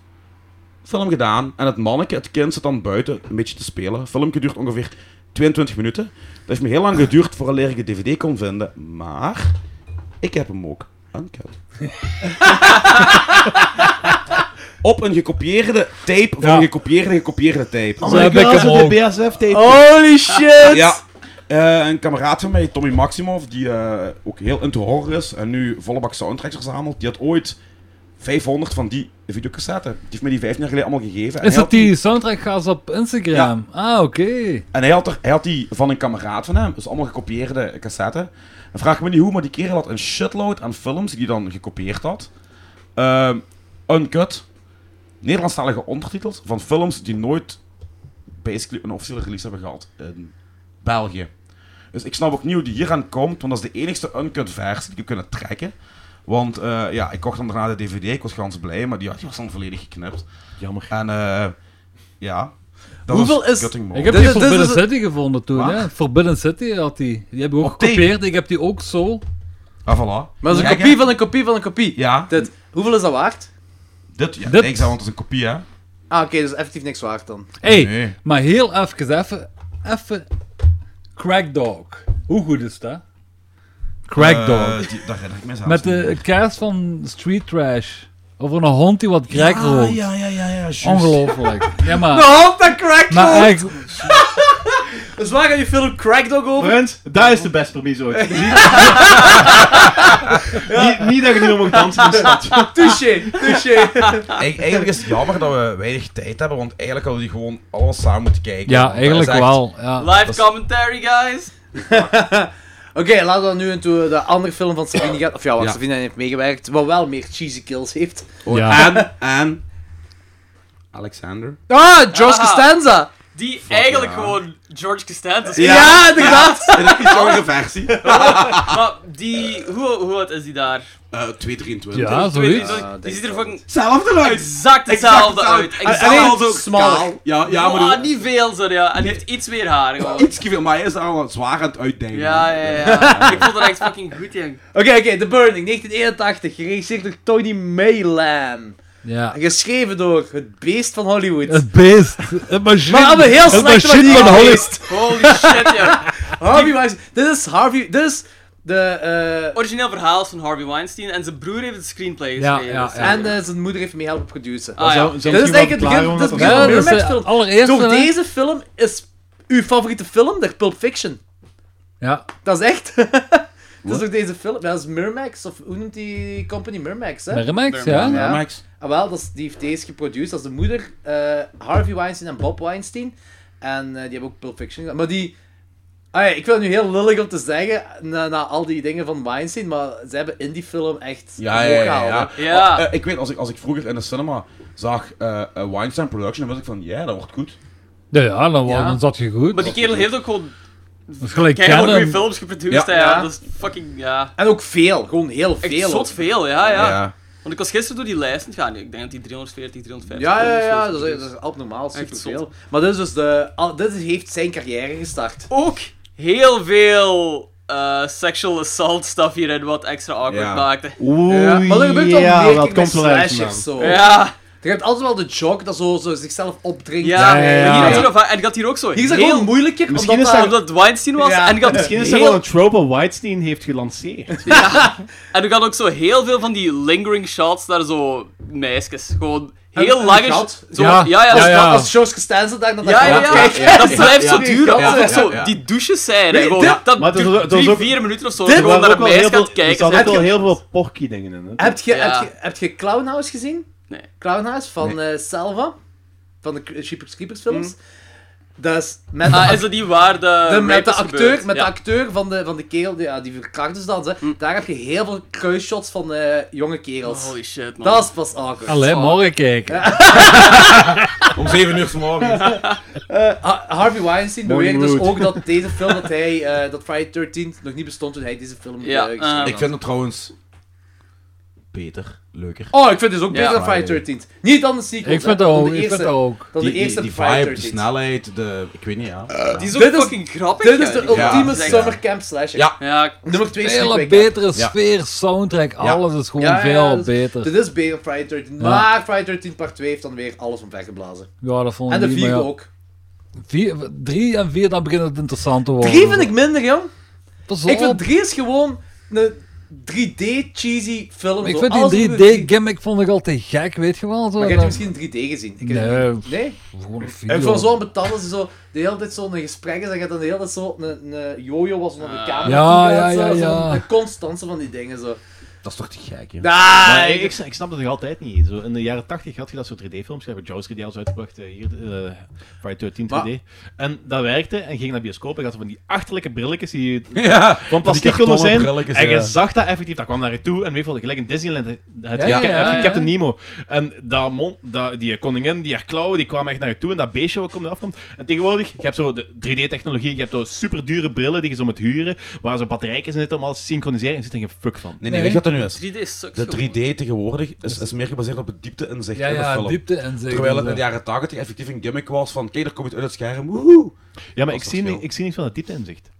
[SPEAKER 1] Film gedaan. En het manneke, het kind, zit dan buiten een beetje te spelen. Filmpje duurt ongeveer 22 minuten. Dat heeft me heel lang geduurd vooraleer ik de DVD kon vinden. Maar ik heb hem ook. Uncut. Op een gekopieerde tape van een gekopieerde gekopieerde tape.
[SPEAKER 9] Oh Zo my heb ik God, hem zo de ook. BSF-tape.
[SPEAKER 3] Holy shit!
[SPEAKER 1] Ja. Eh, een kameraad van mij, Tommy Maximov, die eh, ook heel into horror is en nu volle bak soundtracks verzamelt, die had ooit 500 van die videocassette. Die heeft me die 15 jaar geleden allemaal gegeven. En
[SPEAKER 4] Is
[SPEAKER 1] hij
[SPEAKER 4] dat
[SPEAKER 1] had
[SPEAKER 4] die soundtrack gaas op Instagram? Ah, oké.
[SPEAKER 1] En hij had, er, hij had die van een kameraad van hem, dus allemaal gekopieerde cassetten. En vraag me niet hoe, maar die kerel had een shitload aan films die hij dan gekopieerd had. Ehm uncut, Nederlandstalige ondertitels van films die nooit basically een officiële release hebben gehad in België. Dus ik snap ook niet hoe die hier aan komt, want dat is de enigste uncut versie die ik heb kunnen trekken. Want eh, ja, ik kocht dan daarna de DVD, ik was gans blij, maar die, ja, die was dan volledig geknipt.
[SPEAKER 2] Jammer.
[SPEAKER 1] En eh, ja. dat
[SPEAKER 3] Hoeveel
[SPEAKER 1] was
[SPEAKER 3] is-
[SPEAKER 1] Gutting Mode.
[SPEAKER 4] Ik heb
[SPEAKER 3] Dit
[SPEAKER 4] die
[SPEAKER 3] is- dit
[SPEAKER 4] Forbidden
[SPEAKER 1] dus-
[SPEAKER 3] is-
[SPEAKER 4] City gevonden toen,
[SPEAKER 1] Waar?
[SPEAKER 4] hè. Forbidden City had die. Die hebben we ook
[SPEAKER 1] Op tape.
[SPEAKER 4] gekopieerd. Ik heb die ook zo.
[SPEAKER 1] Ah, voilà.
[SPEAKER 3] Maar dat is een
[SPEAKER 1] Kijk, hè.
[SPEAKER 3] kopie van een kopie van een kopie.
[SPEAKER 1] Ja,
[SPEAKER 3] Dit, hoeveel is dat waard?
[SPEAKER 1] dit, ja,
[SPEAKER 4] Dit-
[SPEAKER 1] niks aan, want het is een kopie, hè?
[SPEAKER 3] Ah, oké, dus effectief niks waard dan.
[SPEAKER 4] Hé,
[SPEAKER 1] Nee.
[SPEAKER 4] maar heel even, even, even. Crackdog. Hoe goed is dat? Crackdog.
[SPEAKER 1] Eh, die- daar herinner ik me zelfs
[SPEAKER 4] Met
[SPEAKER 1] niet.
[SPEAKER 4] de kaars van Street Trash. Over een hond die wat crack
[SPEAKER 1] Ah,
[SPEAKER 4] rookt.
[SPEAKER 1] ja, ja, ja, ja, juist. Nou,
[SPEAKER 4] Ongelooflijk. Ja,
[SPEAKER 3] De
[SPEAKER 4] maar...
[SPEAKER 3] hand dat crack
[SPEAKER 4] Maar echt,
[SPEAKER 3] Dus waar gaat je film Crackdog over?
[SPEAKER 2] Brent, daar is de best permis ooit. Niet, niet, niet dat je niet meer mag dansen
[SPEAKER 9] dus
[SPEAKER 2] in de stad.
[SPEAKER 3] Touché, touché.
[SPEAKER 1] Eigen- Eigenlijk is het jammer dat we weinig tijd hebben, want eigenlijk hadden we die gewoon alles samen moeten kijken.
[SPEAKER 4] ja,
[SPEAKER 1] Want dat
[SPEAKER 4] eigenlijk
[SPEAKER 1] is echt-
[SPEAKER 4] wel. Ja.
[SPEAKER 5] Live commentary, guys!
[SPEAKER 3] Oké, laten we dan nu into de andere film van Sabine gaan. Of ja, waar
[SPEAKER 1] Ja.
[SPEAKER 3] Sabine heeft meegewerkt, wat wel meer cheesy kills heeft.
[SPEAKER 4] Ja.
[SPEAKER 1] En, en... Alexander.
[SPEAKER 3] Ah, George
[SPEAKER 5] Ah.
[SPEAKER 3] Costanza!
[SPEAKER 5] Die eigenlijk
[SPEAKER 1] ja.
[SPEAKER 5] gewoon George Costanza
[SPEAKER 3] Ja,
[SPEAKER 5] speelt.
[SPEAKER 3] inderdaad!
[SPEAKER 1] In een iets jongere versie.
[SPEAKER 5] Maar die... Hoe, hoe oud is die daar?
[SPEAKER 1] Eh 223.
[SPEAKER 4] ja,
[SPEAKER 5] Weet je,
[SPEAKER 4] zoiets.
[SPEAKER 5] die-
[SPEAKER 3] Ah,
[SPEAKER 5] die ziet
[SPEAKER 3] denk
[SPEAKER 5] er
[SPEAKER 3] ik
[SPEAKER 5] fucking
[SPEAKER 1] Hetzelfde uit.
[SPEAKER 5] exact hetzelfde uit. Ah, Exact.
[SPEAKER 3] alleen-
[SPEAKER 1] ook
[SPEAKER 3] smaller.
[SPEAKER 1] kaal. Ja, ja,
[SPEAKER 5] ja,
[SPEAKER 1] maar... die-
[SPEAKER 5] niet veel zo, ja. En die heeft iets meer haar gewoon.
[SPEAKER 1] Iets veel, maar hij is daar al wat zwaar aan het uitdenken.
[SPEAKER 5] Ja, ja, ja. Ik vond het echt fucking goed, jong.
[SPEAKER 3] Oké, oké, The Burning, 1981, geregisseerd door Tony Maylam.
[SPEAKER 4] Ja.
[SPEAKER 3] En geschreven door het beest van Hollywood.
[SPEAKER 4] Het beest. Het machine.
[SPEAKER 3] Maar op een heel
[SPEAKER 4] het
[SPEAKER 3] slechte
[SPEAKER 4] machine
[SPEAKER 3] manier
[SPEAKER 4] van Hollywood.
[SPEAKER 3] geweest.
[SPEAKER 5] Holy shit, jong.
[SPEAKER 3] Harvey Weinstein. Dit is Harvey... Dit is de... eh,
[SPEAKER 5] Origineel verhaal is van Harvey Weinstein en zijn broer heeft het screenplay
[SPEAKER 4] Ja,
[SPEAKER 5] geschreven.
[SPEAKER 4] ja,
[SPEAKER 5] dus,
[SPEAKER 4] ja.
[SPEAKER 3] en eh, zijn moeder heeft mee helpen produceren.
[SPEAKER 5] Ah, ja.
[SPEAKER 2] Zou- zou
[SPEAKER 3] Dit is
[SPEAKER 2] misschien
[SPEAKER 3] denk ik
[SPEAKER 2] wel
[SPEAKER 3] het
[SPEAKER 2] klaar
[SPEAKER 3] begin-
[SPEAKER 2] om
[SPEAKER 3] dit is
[SPEAKER 2] dat
[SPEAKER 3] het
[SPEAKER 2] te
[SPEAKER 4] Ja,
[SPEAKER 3] begin van
[SPEAKER 4] dat is
[SPEAKER 3] Miramax
[SPEAKER 4] de
[SPEAKER 3] film.
[SPEAKER 4] allereerste.
[SPEAKER 3] Door
[SPEAKER 4] hè.
[SPEAKER 3] deze film is uw favoriete film, de Pulp Fiction.
[SPEAKER 4] Ja.
[SPEAKER 3] Dat is echt. dat is ook deze film. Ja, Dat is Miramax, of hoe noemt die company Miramax? Hè?
[SPEAKER 4] Miramax, ja.
[SPEAKER 3] Ja.
[SPEAKER 1] Max.
[SPEAKER 3] ah, wel, dat is, die heeft deze geproduceerd. Dat is de moeder, eh, Harvey Weinstein en Bob Weinstein. En eh, die hebben ook Pulp Fiction gedaan. Maar die. Ah, ja, ik wil nu heel lullig om te zeggen, na, na al die dingen van Weinstein, maar ze hebben in die film echt
[SPEAKER 1] Ja, ja, ja.
[SPEAKER 3] gehaald, hè.
[SPEAKER 1] ja.
[SPEAKER 5] Ja.
[SPEAKER 1] Oh, eh, ik weet, als ik, als ik vroeger in de cinema zag eh, eh, Weinstein Production, dan was ik van, ja, dat wordt goed.
[SPEAKER 4] Ja, Nou ja, dan,
[SPEAKER 3] Ja.
[SPEAKER 4] dan zat je
[SPEAKER 5] Maar
[SPEAKER 4] goed.
[SPEAKER 5] die kerel heeft ook gewoon
[SPEAKER 4] Dat is gelijk
[SPEAKER 5] keihard goede
[SPEAKER 4] kennen.
[SPEAKER 5] films geproduceerd,
[SPEAKER 1] Ja.
[SPEAKER 5] hè, ja.
[SPEAKER 3] Ja.
[SPEAKER 5] Dat is fucking, ja...
[SPEAKER 3] En ook veel, gewoon heel
[SPEAKER 5] Echt
[SPEAKER 3] veel.
[SPEAKER 5] zot
[SPEAKER 3] ook.
[SPEAKER 5] veel, ja, ja,
[SPEAKER 1] Ja.
[SPEAKER 5] Want ik was gisteren door die lijst aan het gaan. Ik denk dat die 340, 350...
[SPEAKER 3] Ja, ja,
[SPEAKER 5] films
[SPEAKER 3] ja,
[SPEAKER 5] zo
[SPEAKER 3] dat is,
[SPEAKER 5] geproduceerd.
[SPEAKER 3] dat is abnormaal,
[SPEAKER 5] Echt
[SPEAKER 3] superveel. Maar dit, is dus de, al, dit is- heeft zijn carrière gestart.
[SPEAKER 5] Ook heel veel eh, sexual assault stuff hierin, wat extra awkward
[SPEAKER 1] Ja.
[SPEAKER 5] maakte.
[SPEAKER 2] Oeh,
[SPEAKER 3] Ja, maar dat gebeurt al
[SPEAKER 2] ja,
[SPEAKER 3] meer
[SPEAKER 2] dat
[SPEAKER 3] keer bij
[SPEAKER 2] komt wel ergens
[SPEAKER 3] slashers
[SPEAKER 2] vandaan.
[SPEAKER 3] zo.
[SPEAKER 5] Ja,
[SPEAKER 3] Je hebt altijd wel de joke dat zo, zo zichzelf opdringt.
[SPEAKER 5] ja,
[SPEAKER 4] Ja, ja, ja.
[SPEAKER 5] Hier had hier, nog- en ik had hier ook zo
[SPEAKER 3] Hier is dat
[SPEAKER 5] heel...
[SPEAKER 3] gewoon moeilijker,
[SPEAKER 2] Misschien
[SPEAKER 3] omdat
[SPEAKER 2] is dat-
[SPEAKER 3] dat-
[SPEAKER 5] Omdat Weinstein was,
[SPEAKER 3] Ja.
[SPEAKER 5] en ik had
[SPEAKER 2] Misschien is dat wel
[SPEAKER 5] heel...
[SPEAKER 2] een trope wat Weinstein heeft gelanceerd.
[SPEAKER 5] En ik had ook zo heel veel van die lingering shots daar zo... Meisjes, gewoon... Heel
[SPEAKER 3] en
[SPEAKER 5] lange...
[SPEAKER 3] een gat.
[SPEAKER 5] Zo,
[SPEAKER 4] Ja.
[SPEAKER 5] ja, ja,
[SPEAKER 4] Ja,
[SPEAKER 5] ja.
[SPEAKER 4] ja.
[SPEAKER 3] Als George Costanza daar dan
[SPEAKER 5] Ja, ja, ja. Dat blijft zo duur.
[SPEAKER 3] Ja,
[SPEAKER 5] dat
[SPEAKER 3] ja,
[SPEAKER 5] is zo
[SPEAKER 1] ja.
[SPEAKER 5] die douches zijn.
[SPEAKER 3] Nee,
[SPEAKER 5] hè, gewoon,
[SPEAKER 3] dit-
[SPEAKER 5] dat
[SPEAKER 2] Maar dat is
[SPEAKER 5] duurt
[SPEAKER 2] ook- dat is
[SPEAKER 5] drie,
[SPEAKER 2] ook-
[SPEAKER 5] vier minuten of zo.
[SPEAKER 3] dit-
[SPEAKER 5] dat je gewoon
[SPEAKER 2] Er
[SPEAKER 5] naar een
[SPEAKER 2] waren ook wel
[SPEAKER 5] meisje
[SPEAKER 2] heel
[SPEAKER 5] gaat
[SPEAKER 2] veel- er
[SPEAKER 5] kijken.
[SPEAKER 2] zaten
[SPEAKER 5] zijn.
[SPEAKER 2] ook wel heel veel porky dingen in. hè.
[SPEAKER 3] Heb je,
[SPEAKER 5] Ja.
[SPEAKER 3] heb, je, heb je Clown House gezien?
[SPEAKER 5] Nee.
[SPEAKER 3] Clown House van eh, Salva, van de Cre- Cheapers Creepers
[SPEAKER 5] Hm.
[SPEAKER 3] films. Dat is met
[SPEAKER 5] Ah,
[SPEAKER 3] de
[SPEAKER 5] is dat die waar de...
[SPEAKER 3] De, met de
[SPEAKER 5] rapist
[SPEAKER 3] acteur,
[SPEAKER 5] gebeurt?
[SPEAKER 3] met
[SPEAKER 5] Ja.
[SPEAKER 3] de acteur van de, van de kerel, die- ja, die verkracht dus dan, hè. daar heb je heel veel kruisshots van eh, jonge kerels.
[SPEAKER 5] Holy shit, man.
[SPEAKER 3] dat is pas awkward. Ah,
[SPEAKER 4] Allee, morgen kijken.
[SPEAKER 1] Om 7 uur vanmorgen.
[SPEAKER 3] Ha- Harvey Weinstein
[SPEAKER 2] Morning
[SPEAKER 3] beweert dus
[SPEAKER 2] Wood.
[SPEAKER 3] ook dat deze film, dat hij, eh, dat Friday 13 nog niet bestond toen hij deze film
[SPEAKER 5] Ja,
[SPEAKER 3] eh,
[SPEAKER 5] eh,
[SPEAKER 3] geschreven
[SPEAKER 1] ik vind het trouwens
[SPEAKER 9] beter, leuker.
[SPEAKER 3] Oh, ik vind het dus ook beter dan Friday 13 Niet dan de sequel.
[SPEAKER 9] Ik vind dat ook, ik vind dat ook.
[SPEAKER 3] Dan de
[SPEAKER 9] Die- die-
[SPEAKER 3] eerste
[SPEAKER 9] die
[SPEAKER 3] Friday
[SPEAKER 9] vibe, nou- de
[SPEAKER 3] 13th.
[SPEAKER 9] snelheid, de... Ik weet niet, ja.
[SPEAKER 3] die is ook Dit is- fucking grappig, dit is ja, de die- ultieme
[SPEAKER 9] Ja.
[SPEAKER 3] summer camp slasher.
[SPEAKER 9] Ja.
[SPEAKER 3] Nummer twee
[SPEAKER 4] Veel
[SPEAKER 3] Sleepaway
[SPEAKER 4] betere
[SPEAKER 3] Camp.
[SPEAKER 4] sfeer, soundtrack, alles is gewoon
[SPEAKER 3] Ja, ja,
[SPEAKER 4] veel
[SPEAKER 3] dus-
[SPEAKER 4] beter.
[SPEAKER 3] Dit is beter dan Friday 13
[SPEAKER 4] Ja.
[SPEAKER 3] Maar Friday 13 part 2 heeft dan weer alles omvergeblazen.
[SPEAKER 4] Ja, dat vond ik
[SPEAKER 3] En de
[SPEAKER 4] niet, maar
[SPEAKER 3] vierde
[SPEAKER 4] ja.
[SPEAKER 3] ook.
[SPEAKER 4] Vier, drie en vier, dan begint het interessant te worden.
[SPEAKER 3] Drie vind ik minder, jong.
[SPEAKER 4] Pas
[SPEAKER 3] Ik
[SPEAKER 4] op.
[SPEAKER 3] vind 3 is gewoon een 3D cheesy film.
[SPEAKER 4] Ik
[SPEAKER 3] zo.
[SPEAKER 4] vind
[SPEAKER 3] Alles
[SPEAKER 4] die
[SPEAKER 3] moet
[SPEAKER 4] 3D-gimmick vond ik al te gek, weet je wel. Zo,
[SPEAKER 3] Maar je
[SPEAKER 4] dat-
[SPEAKER 3] hebt die misschien in 3D gezien? Ik heb-
[SPEAKER 4] Nee,
[SPEAKER 3] nee?
[SPEAKER 4] gewoon een
[SPEAKER 3] En
[SPEAKER 4] video.
[SPEAKER 3] ik vond zo'n betalen ze zo de hele tijd zo'n gesprek is en je hebt dan de hele tijd zo een, een jojo was onder de camera.
[SPEAKER 4] Ja,
[SPEAKER 3] toe
[SPEAKER 4] ja,
[SPEAKER 3] gaat, zo,
[SPEAKER 4] ja,
[SPEAKER 3] zo,
[SPEAKER 4] ja.
[SPEAKER 3] Een constante van die dingen zo.
[SPEAKER 9] Dat is toch te gek, hè?
[SPEAKER 3] Nee,
[SPEAKER 2] ik, ik, ik snap dat nog altijd niet. Zo, in de jaren 80 had je dat soort 3D-films. Je hebt Jaws 3D als uitgebracht, eh, hier eh Friday 13 3D. En dat werkte en ging naar bioscoop en had ze van die achterlijke brilletjes die
[SPEAKER 9] Ja,
[SPEAKER 2] van
[SPEAKER 9] die
[SPEAKER 2] plastic
[SPEAKER 9] kartonnen
[SPEAKER 2] konden zijn.
[SPEAKER 9] brilletjes,
[SPEAKER 2] En je
[SPEAKER 9] ja.
[SPEAKER 2] zag dat effectief, dat kwam naar je toe en weet je wel, gelijk in Disneyland. Het, het,
[SPEAKER 9] Ja,
[SPEAKER 2] ik heb-
[SPEAKER 9] ja,
[SPEAKER 2] heb je
[SPEAKER 9] ja.
[SPEAKER 2] Captain Nemo. En dat mon, dat, die koningin, die haar klauwen, die kwamen echt naar je toe en dat beestje wat komt eraf komt. En tegenwoordig, je hebt zo de 3D-technologie, je hebt zo super dure brillen die je zo moet huren, waar zo batterijken in zitten om alles te synchroniseren en je zit er geen fuck van.
[SPEAKER 1] Nee, nee, weet je wat er nu is?
[SPEAKER 5] 3D sucks
[SPEAKER 1] de 3D tegenwoordig is, is meer gebaseerd op het diepte en zicht
[SPEAKER 4] Ja,
[SPEAKER 1] in de
[SPEAKER 4] ja,
[SPEAKER 1] film.
[SPEAKER 4] diepte en zicht
[SPEAKER 1] Terwijl het
[SPEAKER 4] en zo.
[SPEAKER 1] in de jaren 80 effectief een gimmick was van, kijk, daar kom je uit het scherm, woehoe.
[SPEAKER 2] Ja, maar ik zie, niet, ik zie niet van dat diepte inzicht.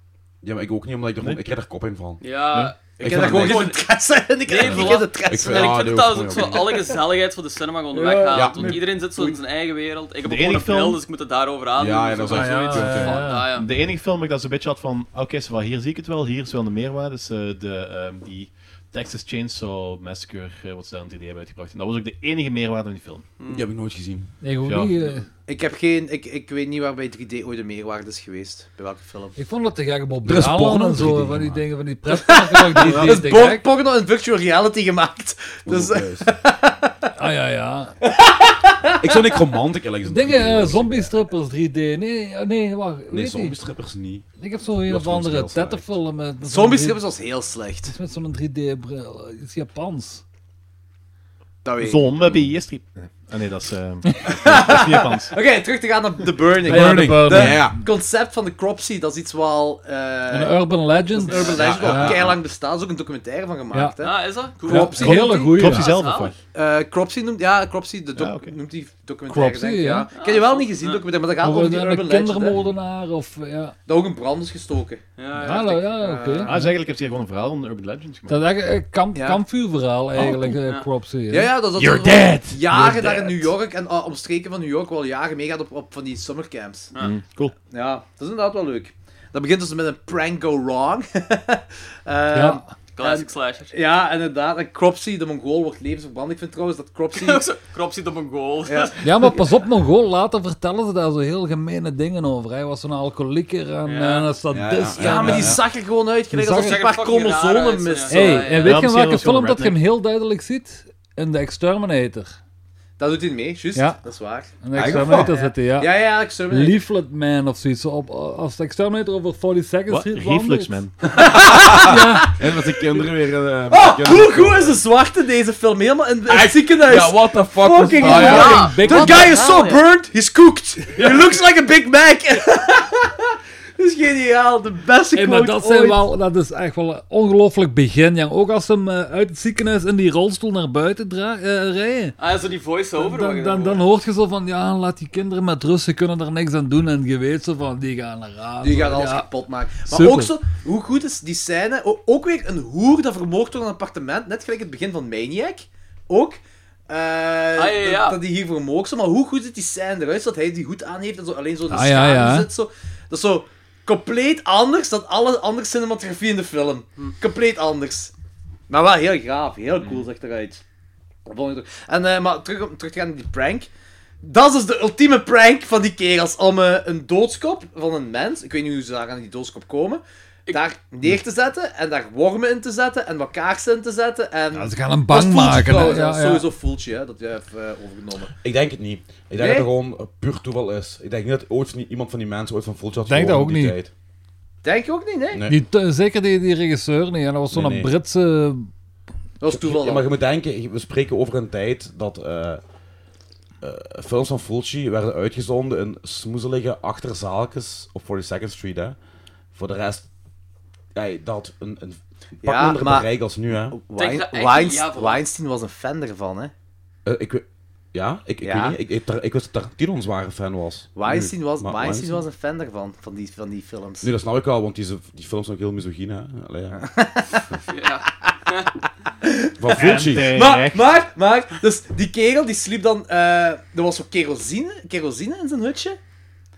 [SPEAKER 1] Ja, maar ik ook niet, omdat ik er, gewoon- ik heb er kop in van.
[SPEAKER 5] Ja,
[SPEAKER 1] Nee.
[SPEAKER 5] ik
[SPEAKER 1] vind
[SPEAKER 3] heb
[SPEAKER 1] het
[SPEAKER 3] gewoon
[SPEAKER 1] niks.
[SPEAKER 3] interesse in. Ik heb
[SPEAKER 5] Nee,
[SPEAKER 3] ik
[SPEAKER 5] voilà.
[SPEAKER 3] heb
[SPEAKER 1] Ik
[SPEAKER 3] interesse
[SPEAKER 1] vind-
[SPEAKER 5] En
[SPEAKER 1] Ja,
[SPEAKER 5] ik vind
[SPEAKER 1] Ah, die
[SPEAKER 5] dat
[SPEAKER 1] hoeft
[SPEAKER 5] ook
[SPEAKER 1] ook
[SPEAKER 5] zo
[SPEAKER 1] niet.
[SPEAKER 5] alle gezelligheid van de cinema gewoon
[SPEAKER 1] Ja,
[SPEAKER 5] weghaalt.
[SPEAKER 1] ja.
[SPEAKER 5] want iedereen zit zo in zijn eigen wereld. Ik
[SPEAKER 2] De
[SPEAKER 5] heb ook gewoon een
[SPEAKER 2] enige
[SPEAKER 5] bril,
[SPEAKER 2] film-
[SPEAKER 5] dus ik moet het daarover aan
[SPEAKER 1] Ja,
[SPEAKER 5] doen,
[SPEAKER 1] ja,
[SPEAKER 5] dus
[SPEAKER 1] dat
[SPEAKER 5] ik
[SPEAKER 1] is
[SPEAKER 5] zoiets
[SPEAKER 1] ja,
[SPEAKER 5] van,
[SPEAKER 1] ja,
[SPEAKER 5] fuck, ah, ja.
[SPEAKER 2] De enige film waar ik dat zo'n beetje had van, oké, zowel hier zie ik het wel, hier is wel de meerwaarde, is eh, de, ehm, die Texas Chainsaw Massacre, eh, wat ze daar in 3D hebben uitgebracht. En dat was ook de enige meerwaarde van die film.
[SPEAKER 1] Die heb ik nooit gezien.
[SPEAKER 4] Nee,
[SPEAKER 2] Ja.
[SPEAKER 4] gewoon niet. eh.
[SPEAKER 3] Ik heb geen... Ik, ik weet niet waar bij 3D ooit de meerwaarde is geweest. Bij welke film.
[SPEAKER 4] Ik vond dat te gek, Bob.
[SPEAKER 3] Er is
[SPEAKER 4] Brown
[SPEAKER 3] porno
[SPEAKER 4] en zo,
[SPEAKER 3] in 3D
[SPEAKER 4] van die dingen, van die pretparken. die- die-
[SPEAKER 3] Er is
[SPEAKER 4] die-
[SPEAKER 3] por- porno en virtual reality gemaakt. Dus...
[SPEAKER 4] Ah, ja, ja.
[SPEAKER 1] Ik zou niks romantisch eerlijk gezegd.
[SPEAKER 4] Dingen, eh, zombie-strippers 3D. Nee, eh, nee, wacht.
[SPEAKER 1] Nee,
[SPEAKER 4] weet niet.
[SPEAKER 1] zombie-strippers niet.
[SPEAKER 4] Ik heb zo'n een
[SPEAKER 1] Dat
[SPEAKER 4] of
[SPEAKER 1] vond ik
[SPEAKER 4] andere
[SPEAKER 1] heel slecht.
[SPEAKER 4] tettenfilm. met- met zo'n
[SPEAKER 3] Zombie-strippers was
[SPEAKER 4] drie-
[SPEAKER 3] heel slecht.
[SPEAKER 4] Met zo'n 3D-bril. Het is Eh, Japans.
[SPEAKER 3] Dat weet ik.
[SPEAKER 2] Zombie is die- Ah nee, dat is, ehm, dat is niet Japans.
[SPEAKER 3] Oké, terug te gaan naar The Burning.
[SPEAKER 2] Ja, The
[SPEAKER 1] eh,
[SPEAKER 2] Burning.
[SPEAKER 3] De-
[SPEAKER 2] Ja.
[SPEAKER 3] concept van de cropsy, dat is iets wel... eh,
[SPEAKER 4] Een urban legend.
[SPEAKER 3] dat is Een urban
[SPEAKER 4] Ja,
[SPEAKER 3] legend,
[SPEAKER 4] ja.
[SPEAKER 3] wat keilang bestaat. Er is ook een documentaire van gemaakt.
[SPEAKER 4] Ja.
[SPEAKER 3] Hè?
[SPEAKER 4] Ah, is dat? Cool.
[SPEAKER 3] Cropsy.
[SPEAKER 4] Ja, een hele goeie. Cropsy
[SPEAKER 3] Ja,
[SPEAKER 4] zelf,
[SPEAKER 3] zalig.
[SPEAKER 4] of wat?
[SPEAKER 2] Ah,
[SPEAKER 3] Eh, Cropsy noemt... Ja, Cropsy de doc- noemt die documentaire,
[SPEAKER 4] Cropsy,
[SPEAKER 3] denk ik. Ja.
[SPEAKER 4] ja.
[SPEAKER 3] Ik heb je wel niet gezien, documentaire, maar dat gaat
[SPEAKER 4] Over
[SPEAKER 3] over die
[SPEAKER 4] een
[SPEAKER 3] urban legend. hè.
[SPEAKER 4] kindermoordenaar of... eh, Ja.
[SPEAKER 3] Dat ook in brand is gestoken.
[SPEAKER 5] Ja,
[SPEAKER 4] ja, Hallo, ja, ja, oké.
[SPEAKER 2] Ah, dus eigenlijk heeft hij gewoon een verhaal van Urban Legends gemaakt.
[SPEAKER 4] Dat is eigenlijk een kamp,
[SPEAKER 2] Ja.
[SPEAKER 4] kampvuurverhaal eigenlijk,
[SPEAKER 2] Oh,
[SPEAKER 4] eh,
[SPEAKER 2] ja.
[SPEAKER 4] Cropsy. hè?
[SPEAKER 3] Ja, ja, dat is
[SPEAKER 2] You're
[SPEAKER 3] dat er al
[SPEAKER 2] dead.
[SPEAKER 3] jaren
[SPEAKER 2] You're
[SPEAKER 3] daar in
[SPEAKER 2] dead.
[SPEAKER 3] New York en ah, omstreken van New York wel jaren meegaat op, op van die summercamps.
[SPEAKER 2] Ah. Mm, cool.
[SPEAKER 3] Ja, dat is inderdaad wel leuk. Dat begint dus met een prank go wrong. Eh,
[SPEAKER 5] Ja. Classic slasher.
[SPEAKER 3] Ja, inderdaad. En Cropsy, de Mongool, wordt levensverbrand. Ik vind trouwens dat Cropsy...
[SPEAKER 5] Cropsy de Mongool.
[SPEAKER 3] Ja.
[SPEAKER 4] Ja, maar pas op, Mongool, later vertellen ze daar zo heel gemene dingen over. Hij was een alcoholieker en, en een sadist.
[SPEAKER 3] Ja, maar die zag er gewoon uit, gelijk alsof ze een paar chromosomen mist.
[SPEAKER 4] Hey, en weet je in welke film dat je hem
[SPEAKER 3] hem
[SPEAKER 4] heel duidelijk ziet? In The Exterminator.
[SPEAKER 3] Dat doet hij mee, juist.
[SPEAKER 4] Ja.
[SPEAKER 3] Dat is waar.
[SPEAKER 4] In The Exterminator zit hij, ja.
[SPEAKER 3] Ja, ja, Exterminator.
[SPEAKER 4] Leaflet Man of zoiets. zo Op, als de Exterminator over 40 Seconds
[SPEAKER 2] Wat?
[SPEAKER 4] hier
[SPEAKER 2] Reflex
[SPEAKER 4] wandelt.
[SPEAKER 2] Man.
[SPEAKER 4] ja.
[SPEAKER 1] En met de kinderen weer... eh, met de
[SPEAKER 3] Oh,
[SPEAKER 1] kinderen-
[SPEAKER 3] hoe goed is de zwarte deze film? Helemaal in in het ziekenhuis.
[SPEAKER 1] Ja, what the fuck was
[SPEAKER 3] Fucking
[SPEAKER 4] Oh,
[SPEAKER 1] dat, ja?
[SPEAKER 3] hell.
[SPEAKER 1] Ja, Big
[SPEAKER 3] That
[SPEAKER 1] Mac.
[SPEAKER 3] guy is so
[SPEAKER 1] Ja.
[SPEAKER 3] burned, he's cooked. He looks like a Big Mac. dat is geniaal. De beste
[SPEAKER 4] Hey,
[SPEAKER 3] quote
[SPEAKER 4] maar dat,
[SPEAKER 3] ooit.
[SPEAKER 4] zijn wel, dat is echt wel een ongelooflijk begin, jong. Ook als ze hem eh, uit het ziekenhuis in die rolstoel naar buiten dra- eh, rijden.
[SPEAKER 5] Ah, zo die voice-over. wat je
[SPEAKER 4] Dan, dan, dan hoort je zo van, ja, laat die kinderen met rust, ze kunnen er niks aan doen. En je weet zo van, die gaan naar raad.
[SPEAKER 3] Die gaat alles kapot maken. Maar
[SPEAKER 4] Super.
[SPEAKER 3] ook zo, hoe goed is die scène? O- ook weer een hoer dat vermoord wordt in een appartement. Net gelijk het begin van Maniac. Ook. eh,
[SPEAKER 5] Ah, ja, ja.
[SPEAKER 3] Dat, dat die hier vermoord is. Maar hoe goed is die scène eruit? Dat hij die goed aan heeft en zo alleen zo in de
[SPEAKER 4] Ah, ja,
[SPEAKER 3] schaduw
[SPEAKER 4] ja.
[SPEAKER 3] zit. Zo. Dat is zo compleet anders dan alle andere cinematografie in de film.
[SPEAKER 1] Hm.
[SPEAKER 3] Compleet anders. Maar wel heel gaaf. Heel cool, zegt eruit. Dat vond ik ook. En, eh, maar terug, om- terug te gaan naar die prank. Dat is dus de ultieme prank van die kerels. Om eh, een doodskop van een mens, ik weet niet hoe ze daar aan die doodskop komen, daar neer te zetten en daar wormen in te zetten en wat kaarsen in te zetten. En...
[SPEAKER 4] ze gaan hem bang maken, hè.
[SPEAKER 3] Trouwens,
[SPEAKER 4] Ja,
[SPEAKER 3] dat is
[SPEAKER 4] ja.
[SPEAKER 3] sowieso voeltje, hè, dat jij hebt eh, overgenomen.
[SPEAKER 1] Ik denk het niet. Ik
[SPEAKER 3] Nee?
[SPEAKER 1] denk dat het gewoon eh, puur toeval is. Ik denk niet dat ooit van die- iemand van die mensen ooit van Fultje had
[SPEAKER 4] Denk dat
[SPEAKER 1] gehoord in
[SPEAKER 4] ook
[SPEAKER 1] die
[SPEAKER 4] niet.
[SPEAKER 1] tijd.
[SPEAKER 3] Denk je ook niet, nee?
[SPEAKER 1] Nee.
[SPEAKER 4] Die, te- Eh, zeker die, die regisseur niet. En dat was zo'n
[SPEAKER 1] Nee, nee.
[SPEAKER 4] Britse...
[SPEAKER 3] Dat was toeval
[SPEAKER 1] Ja, maar je moet denken, je- we spreken over een tijd dat eh, eh, films van Fulci werden uitgezonden in smoezelige achterzaaltjes op 42nd Street. Hè. Voor de rest, ja, dat een, een Pak me onder de regels nu, hè.
[SPEAKER 5] Tegen-
[SPEAKER 3] Wein-
[SPEAKER 5] eigenlijk,
[SPEAKER 3] Weinst-
[SPEAKER 5] ja, voilà.
[SPEAKER 3] Weinstein was een fan ervan, hè.
[SPEAKER 1] Eh, ik, we- ja, ik, ik,
[SPEAKER 3] Ja.
[SPEAKER 1] Weet niet, ik, ik, tar- ik wist dat Tarantino een zware fan was.
[SPEAKER 3] Weinstein
[SPEAKER 1] Nu,
[SPEAKER 3] was,
[SPEAKER 1] Hmm. maar
[SPEAKER 3] Weinstein was een fan ervan, van die, van die films.
[SPEAKER 1] Nu, dat snap ik al, want die, die films zijn ook heel misogyne, hè. Allee, ja. Van Fulci.
[SPEAKER 4] eh,
[SPEAKER 3] Maar, maar, maar, dus die kerel die sliep dan, eh, er was zo kerosine, kerosine in zijn hutje.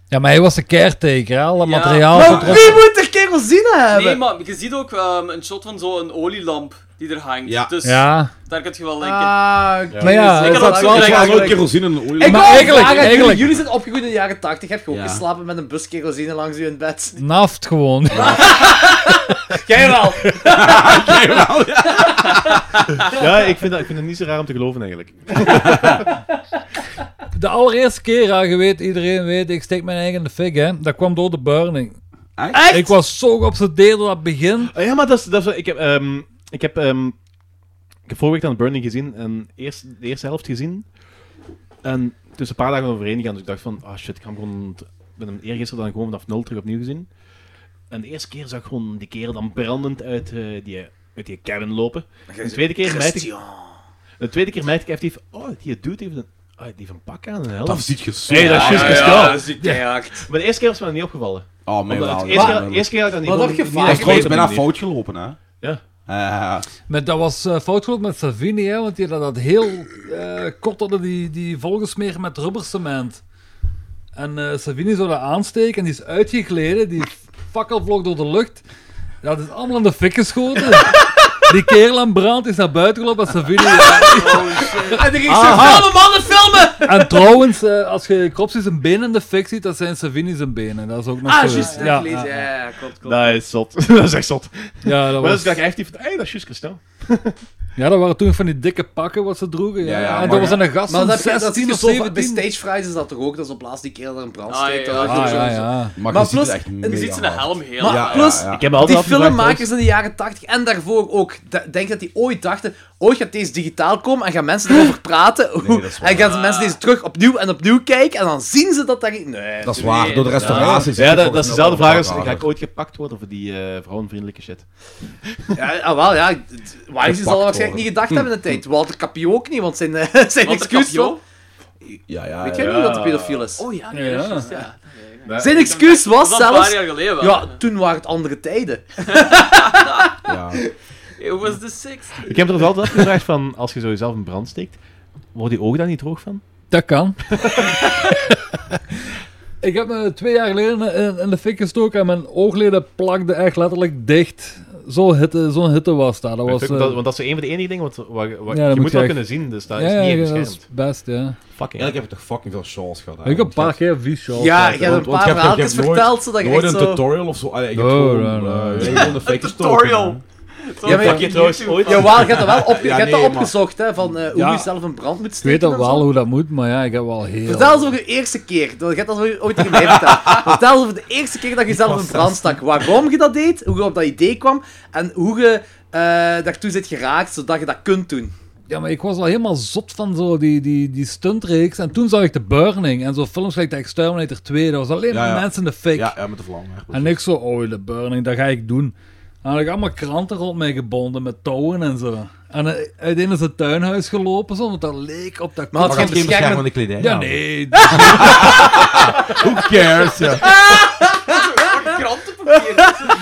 [SPEAKER 4] Ja, maar hij was de caretaker, hè. Alle
[SPEAKER 5] Ja.
[SPEAKER 4] materiaal
[SPEAKER 3] Maar
[SPEAKER 4] zat erop.
[SPEAKER 3] wie moet er kerosine hebben?
[SPEAKER 5] Nee, maar je ziet ook ehm, een shot van zo'n olielamp die er hangt.
[SPEAKER 1] Ja.
[SPEAKER 5] Dus
[SPEAKER 4] Ja.
[SPEAKER 5] daar kan je wel denken.
[SPEAKER 3] Ah, oké.
[SPEAKER 4] Maar ja,
[SPEAKER 3] Dus
[SPEAKER 5] ik had
[SPEAKER 3] dat
[SPEAKER 5] het
[SPEAKER 3] wel
[SPEAKER 5] zo
[SPEAKER 1] Ik ga
[SPEAKER 3] eigenlijk-
[SPEAKER 1] nooit kerosine in een olie.
[SPEAKER 3] Ik
[SPEAKER 4] Maar
[SPEAKER 3] wou
[SPEAKER 4] eigenlijk-
[SPEAKER 3] vragen, jullie-
[SPEAKER 4] eigenlijk-
[SPEAKER 3] Jullie zijn opgegroeid in de jaren 80, heb je ook
[SPEAKER 1] Ja.
[SPEAKER 3] geslapen met een bus kerosine langs je in bed.
[SPEAKER 4] Naft gewoon.
[SPEAKER 3] Jij wel.
[SPEAKER 2] Ja, ik vind, dat, ik vind dat niet zo raar om te geloven eigenlijk.
[SPEAKER 4] De allereerste keer, hè, je weet, iedereen weet, ik steek mijn eigen in de fik, hè. Dat kwam door de burning.
[SPEAKER 1] Echt?
[SPEAKER 4] Ik was zo geobsedeerd door dat begin.
[SPEAKER 2] Ah, ja, maar dat is... Dat is ik heb, ehm, ik heb, ehm, ik heb vorige week dan Burning gezien en eerst, de eerste helft gezien. En toen is een paar dagen overheen gegaan, dus ik dacht van, ah shit, ik ga hem gewoon... t- Ik ben hem eergisteren dan gewoon vanaf nul terug opnieuw gezien. En de eerste keer zag ik gewoon die kerel dan brandend uit, eh, die, uit die cabin lopen. De tweede keer merkte ik... De tweede keer merkte ik effectief, oh, die dude heeft een, ah, die heeft een pak aan en een helm.
[SPEAKER 1] Dat ziet je zo.
[SPEAKER 2] Hey, dat is juist
[SPEAKER 5] ja,
[SPEAKER 2] gestoord.
[SPEAKER 5] dat
[SPEAKER 3] is keihard.
[SPEAKER 2] Maar de eerste keer was me dat niet opgevallen.
[SPEAKER 1] Oh, mijn
[SPEAKER 2] Omdat
[SPEAKER 1] wel.
[SPEAKER 2] het eerste,
[SPEAKER 1] ja.
[SPEAKER 2] keer, eerste keer had ik dat niet
[SPEAKER 3] Wat
[SPEAKER 2] gewoon-
[SPEAKER 3] heb je
[SPEAKER 2] niet
[SPEAKER 3] vaak-
[SPEAKER 1] Dat is trouwens
[SPEAKER 2] opgevallen
[SPEAKER 1] bijna
[SPEAKER 2] op die
[SPEAKER 1] fout gelopen, hè.
[SPEAKER 2] manier. Ja.
[SPEAKER 1] Eh,
[SPEAKER 4] Met, dat was eh, fout gelopen met Savini, hè, want die had dat heel eh kotterde die, die volgesmeren met rubbercement. En eh, Savini zou dat aansteken en die is uitgegleden, die fakkel vloog door de lucht. Dat is allemaal in de fik geschoten. Die kerel aan brand is naar buiten gelopen en Savini...
[SPEAKER 3] En de regisseur, film mannen, filmen!
[SPEAKER 4] En trouwens, eh, als je Kropsi zijn benen in de fik ziet, dat zijn Savini zijn benen. Dat is ook nog
[SPEAKER 3] Ah,
[SPEAKER 4] zo.
[SPEAKER 3] juist, ja,
[SPEAKER 4] ja,
[SPEAKER 3] gelezen.
[SPEAKER 4] ja.
[SPEAKER 3] Ja, ja, klopt, klopt.
[SPEAKER 2] Dat is zot. dat is echt zot.
[SPEAKER 4] Ja, dat
[SPEAKER 2] Maar dat
[SPEAKER 4] was,
[SPEAKER 2] is dat ik echt die van, hey, dat is juist gestel.
[SPEAKER 4] ja, dat waren toen van die dikke pakken wat ze droegen. Ja.
[SPEAKER 1] Ja, ja,
[SPEAKER 4] en
[SPEAKER 1] maar-
[SPEAKER 4] dat was aan een gast
[SPEAKER 3] Maar
[SPEAKER 4] van
[SPEAKER 3] dat, heb je- dat zie
[SPEAKER 4] 16
[SPEAKER 3] je
[SPEAKER 4] of
[SPEAKER 3] zo vaak- bij
[SPEAKER 4] 17.
[SPEAKER 3] stage fries is dat toch ook, dat is op laatst die kerel er een brand
[SPEAKER 5] Ah,
[SPEAKER 3] steekt.
[SPEAKER 5] ja,
[SPEAKER 3] dat is
[SPEAKER 5] ja,
[SPEAKER 4] Ah,
[SPEAKER 3] ook
[SPEAKER 4] ja,
[SPEAKER 3] zo-
[SPEAKER 4] ja.
[SPEAKER 1] Maar
[SPEAKER 3] Maar
[SPEAKER 1] je ziet
[SPEAKER 3] plus-
[SPEAKER 1] het echt
[SPEAKER 5] Je
[SPEAKER 1] mega
[SPEAKER 5] ziet zijn
[SPEAKER 1] hard.
[SPEAKER 5] helm heel
[SPEAKER 3] Maar
[SPEAKER 5] hard.
[SPEAKER 3] plus-
[SPEAKER 1] ja.
[SPEAKER 2] Ik heb me
[SPEAKER 3] Die
[SPEAKER 2] altijd afgevraagd,
[SPEAKER 3] filmmakers in de jaren 80 en daarvoor ook, d- denk dat die ooit dachten, ooit gaat deze digitaal komen en gaan mensen erover praten.
[SPEAKER 1] Nee, dat is waar.
[SPEAKER 3] en gaan mensen deze terug opnieuw en opnieuw kijken en dan zien ze dat daar... Nee.
[SPEAKER 1] Dat is waar, door de restauratie.
[SPEAKER 2] Ja, dat, dat is dezelfde vraag als, ga ik
[SPEAKER 1] ik
[SPEAKER 2] ooit gepakt worden voor die eh, vrouwenvriendelijke shit?
[SPEAKER 3] Ja, ah, wel, ja. d- d- Wise zal
[SPEAKER 1] worden.
[SPEAKER 3] waarschijnlijk niet gedacht hebben in de tijd. Walter Capio ook niet, want zijn, eh, zijn
[SPEAKER 5] Walter
[SPEAKER 3] excuus...
[SPEAKER 5] Capio?
[SPEAKER 3] was-
[SPEAKER 1] Ja, ja,
[SPEAKER 3] Weet
[SPEAKER 1] Ah, ja.
[SPEAKER 3] jij niet dat de pedofiel is?
[SPEAKER 5] Oh ja,
[SPEAKER 4] Ja.
[SPEAKER 5] nee, dat is juist, ja.
[SPEAKER 3] zijn excuus was
[SPEAKER 5] Dat is al een paar
[SPEAKER 3] zelfs...
[SPEAKER 5] jaar geleden wel.
[SPEAKER 3] Ja, toen waren het andere tijden.
[SPEAKER 1] ja.
[SPEAKER 5] It was the sixth.
[SPEAKER 2] Ik heb er dus altijd afgevraagd van, als je zo jezelf in brand steekt, worden die ogen daar niet droog van?
[SPEAKER 4] Dat kan. Ik heb me twee jaar geleden in, in de fik gestoken en mijn oogleden plakten echt letterlijk dicht. Zo'n hitte, zo'n hitte was dat. Dat was...
[SPEAKER 2] want, dat,
[SPEAKER 4] eh,
[SPEAKER 2] want dat is een van de enige dingen, wat, wat, wat-
[SPEAKER 4] Ja, dat
[SPEAKER 2] je moet
[SPEAKER 4] moet je
[SPEAKER 2] wel
[SPEAKER 4] echt-
[SPEAKER 2] kunnen zien, dus dat
[SPEAKER 4] ja,
[SPEAKER 2] is
[SPEAKER 4] ja,
[SPEAKER 2] niet
[SPEAKER 4] ja, dat
[SPEAKER 2] beschermd.
[SPEAKER 4] is best, ja.
[SPEAKER 2] Fucking
[SPEAKER 1] Eigenlijk heb ik toch fucking veel shows gehad.
[SPEAKER 4] Ik heb een
[SPEAKER 1] eigenlijk.
[SPEAKER 4] paar keer V-shots.
[SPEAKER 3] Ja, je hebt een
[SPEAKER 1] Want- want
[SPEAKER 3] paar
[SPEAKER 1] je hebt- je
[SPEAKER 3] verhaaltjes
[SPEAKER 1] hebt nooit-
[SPEAKER 3] verteld, zodat je
[SPEAKER 1] Nooit
[SPEAKER 3] echt
[SPEAKER 1] een
[SPEAKER 3] zo...
[SPEAKER 1] tutorial of zo. Allee, ik heb
[SPEAKER 4] Oh,
[SPEAKER 1] gewoon,
[SPEAKER 4] nee, nee.
[SPEAKER 1] eh, ik heb gewoon de fake
[SPEAKER 5] Tutorial.
[SPEAKER 3] Ja, maar
[SPEAKER 2] Pak je trouwens ooit...
[SPEAKER 3] Ja, Waal, je hebt dat wel opge-
[SPEAKER 1] Ja,
[SPEAKER 3] je hebt dat
[SPEAKER 1] nee, maar-
[SPEAKER 3] opgezocht, hè, van eh, hoe
[SPEAKER 4] Ja.
[SPEAKER 3] je zelf een brand moet
[SPEAKER 4] Ik weet
[SPEAKER 3] steken.
[SPEAKER 4] dat
[SPEAKER 3] en zo.
[SPEAKER 4] wel hoe dat moet, maar ja, ik heb wel heel...
[SPEAKER 3] Vertel eens over je eerste keer. Dat- Je hebt dat ooit- ooit tegen mij verteld. Vertel eens over de eerste keer dat je zelf
[SPEAKER 1] was
[SPEAKER 3] een brand stak. Waarom je dat deed, hoe je op dat idee kwam en hoe je eh, daartoe zit geraakt zodat je dat kunt doen.
[SPEAKER 4] Ja, maar ik was al helemaal zot van zo die, die, die stuntreeks. En toen zag ik The Burning en zo films gelijk de Exterminator 2. Dat was alleen maar
[SPEAKER 1] Ja, ja.
[SPEAKER 4] mensen in de fik.
[SPEAKER 1] Ja, ja, met de vlam.
[SPEAKER 4] en ik zo, oh, The Burning, dat ga ik doen. En dan had ik allemaal kranten rond mij gebonden met touwen en zo. En eh, uiteindelijk is het tuinhuis gelopen, zo, want dat leek op dat...
[SPEAKER 3] Maar had
[SPEAKER 4] kort-
[SPEAKER 3] geen beschermen-
[SPEAKER 1] de kledij.
[SPEAKER 4] Ja,
[SPEAKER 1] aan?
[SPEAKER 4] nee.
[SPEAKER 1] Who cares? Ja,
[SPEAKER 5] Krantenpapier.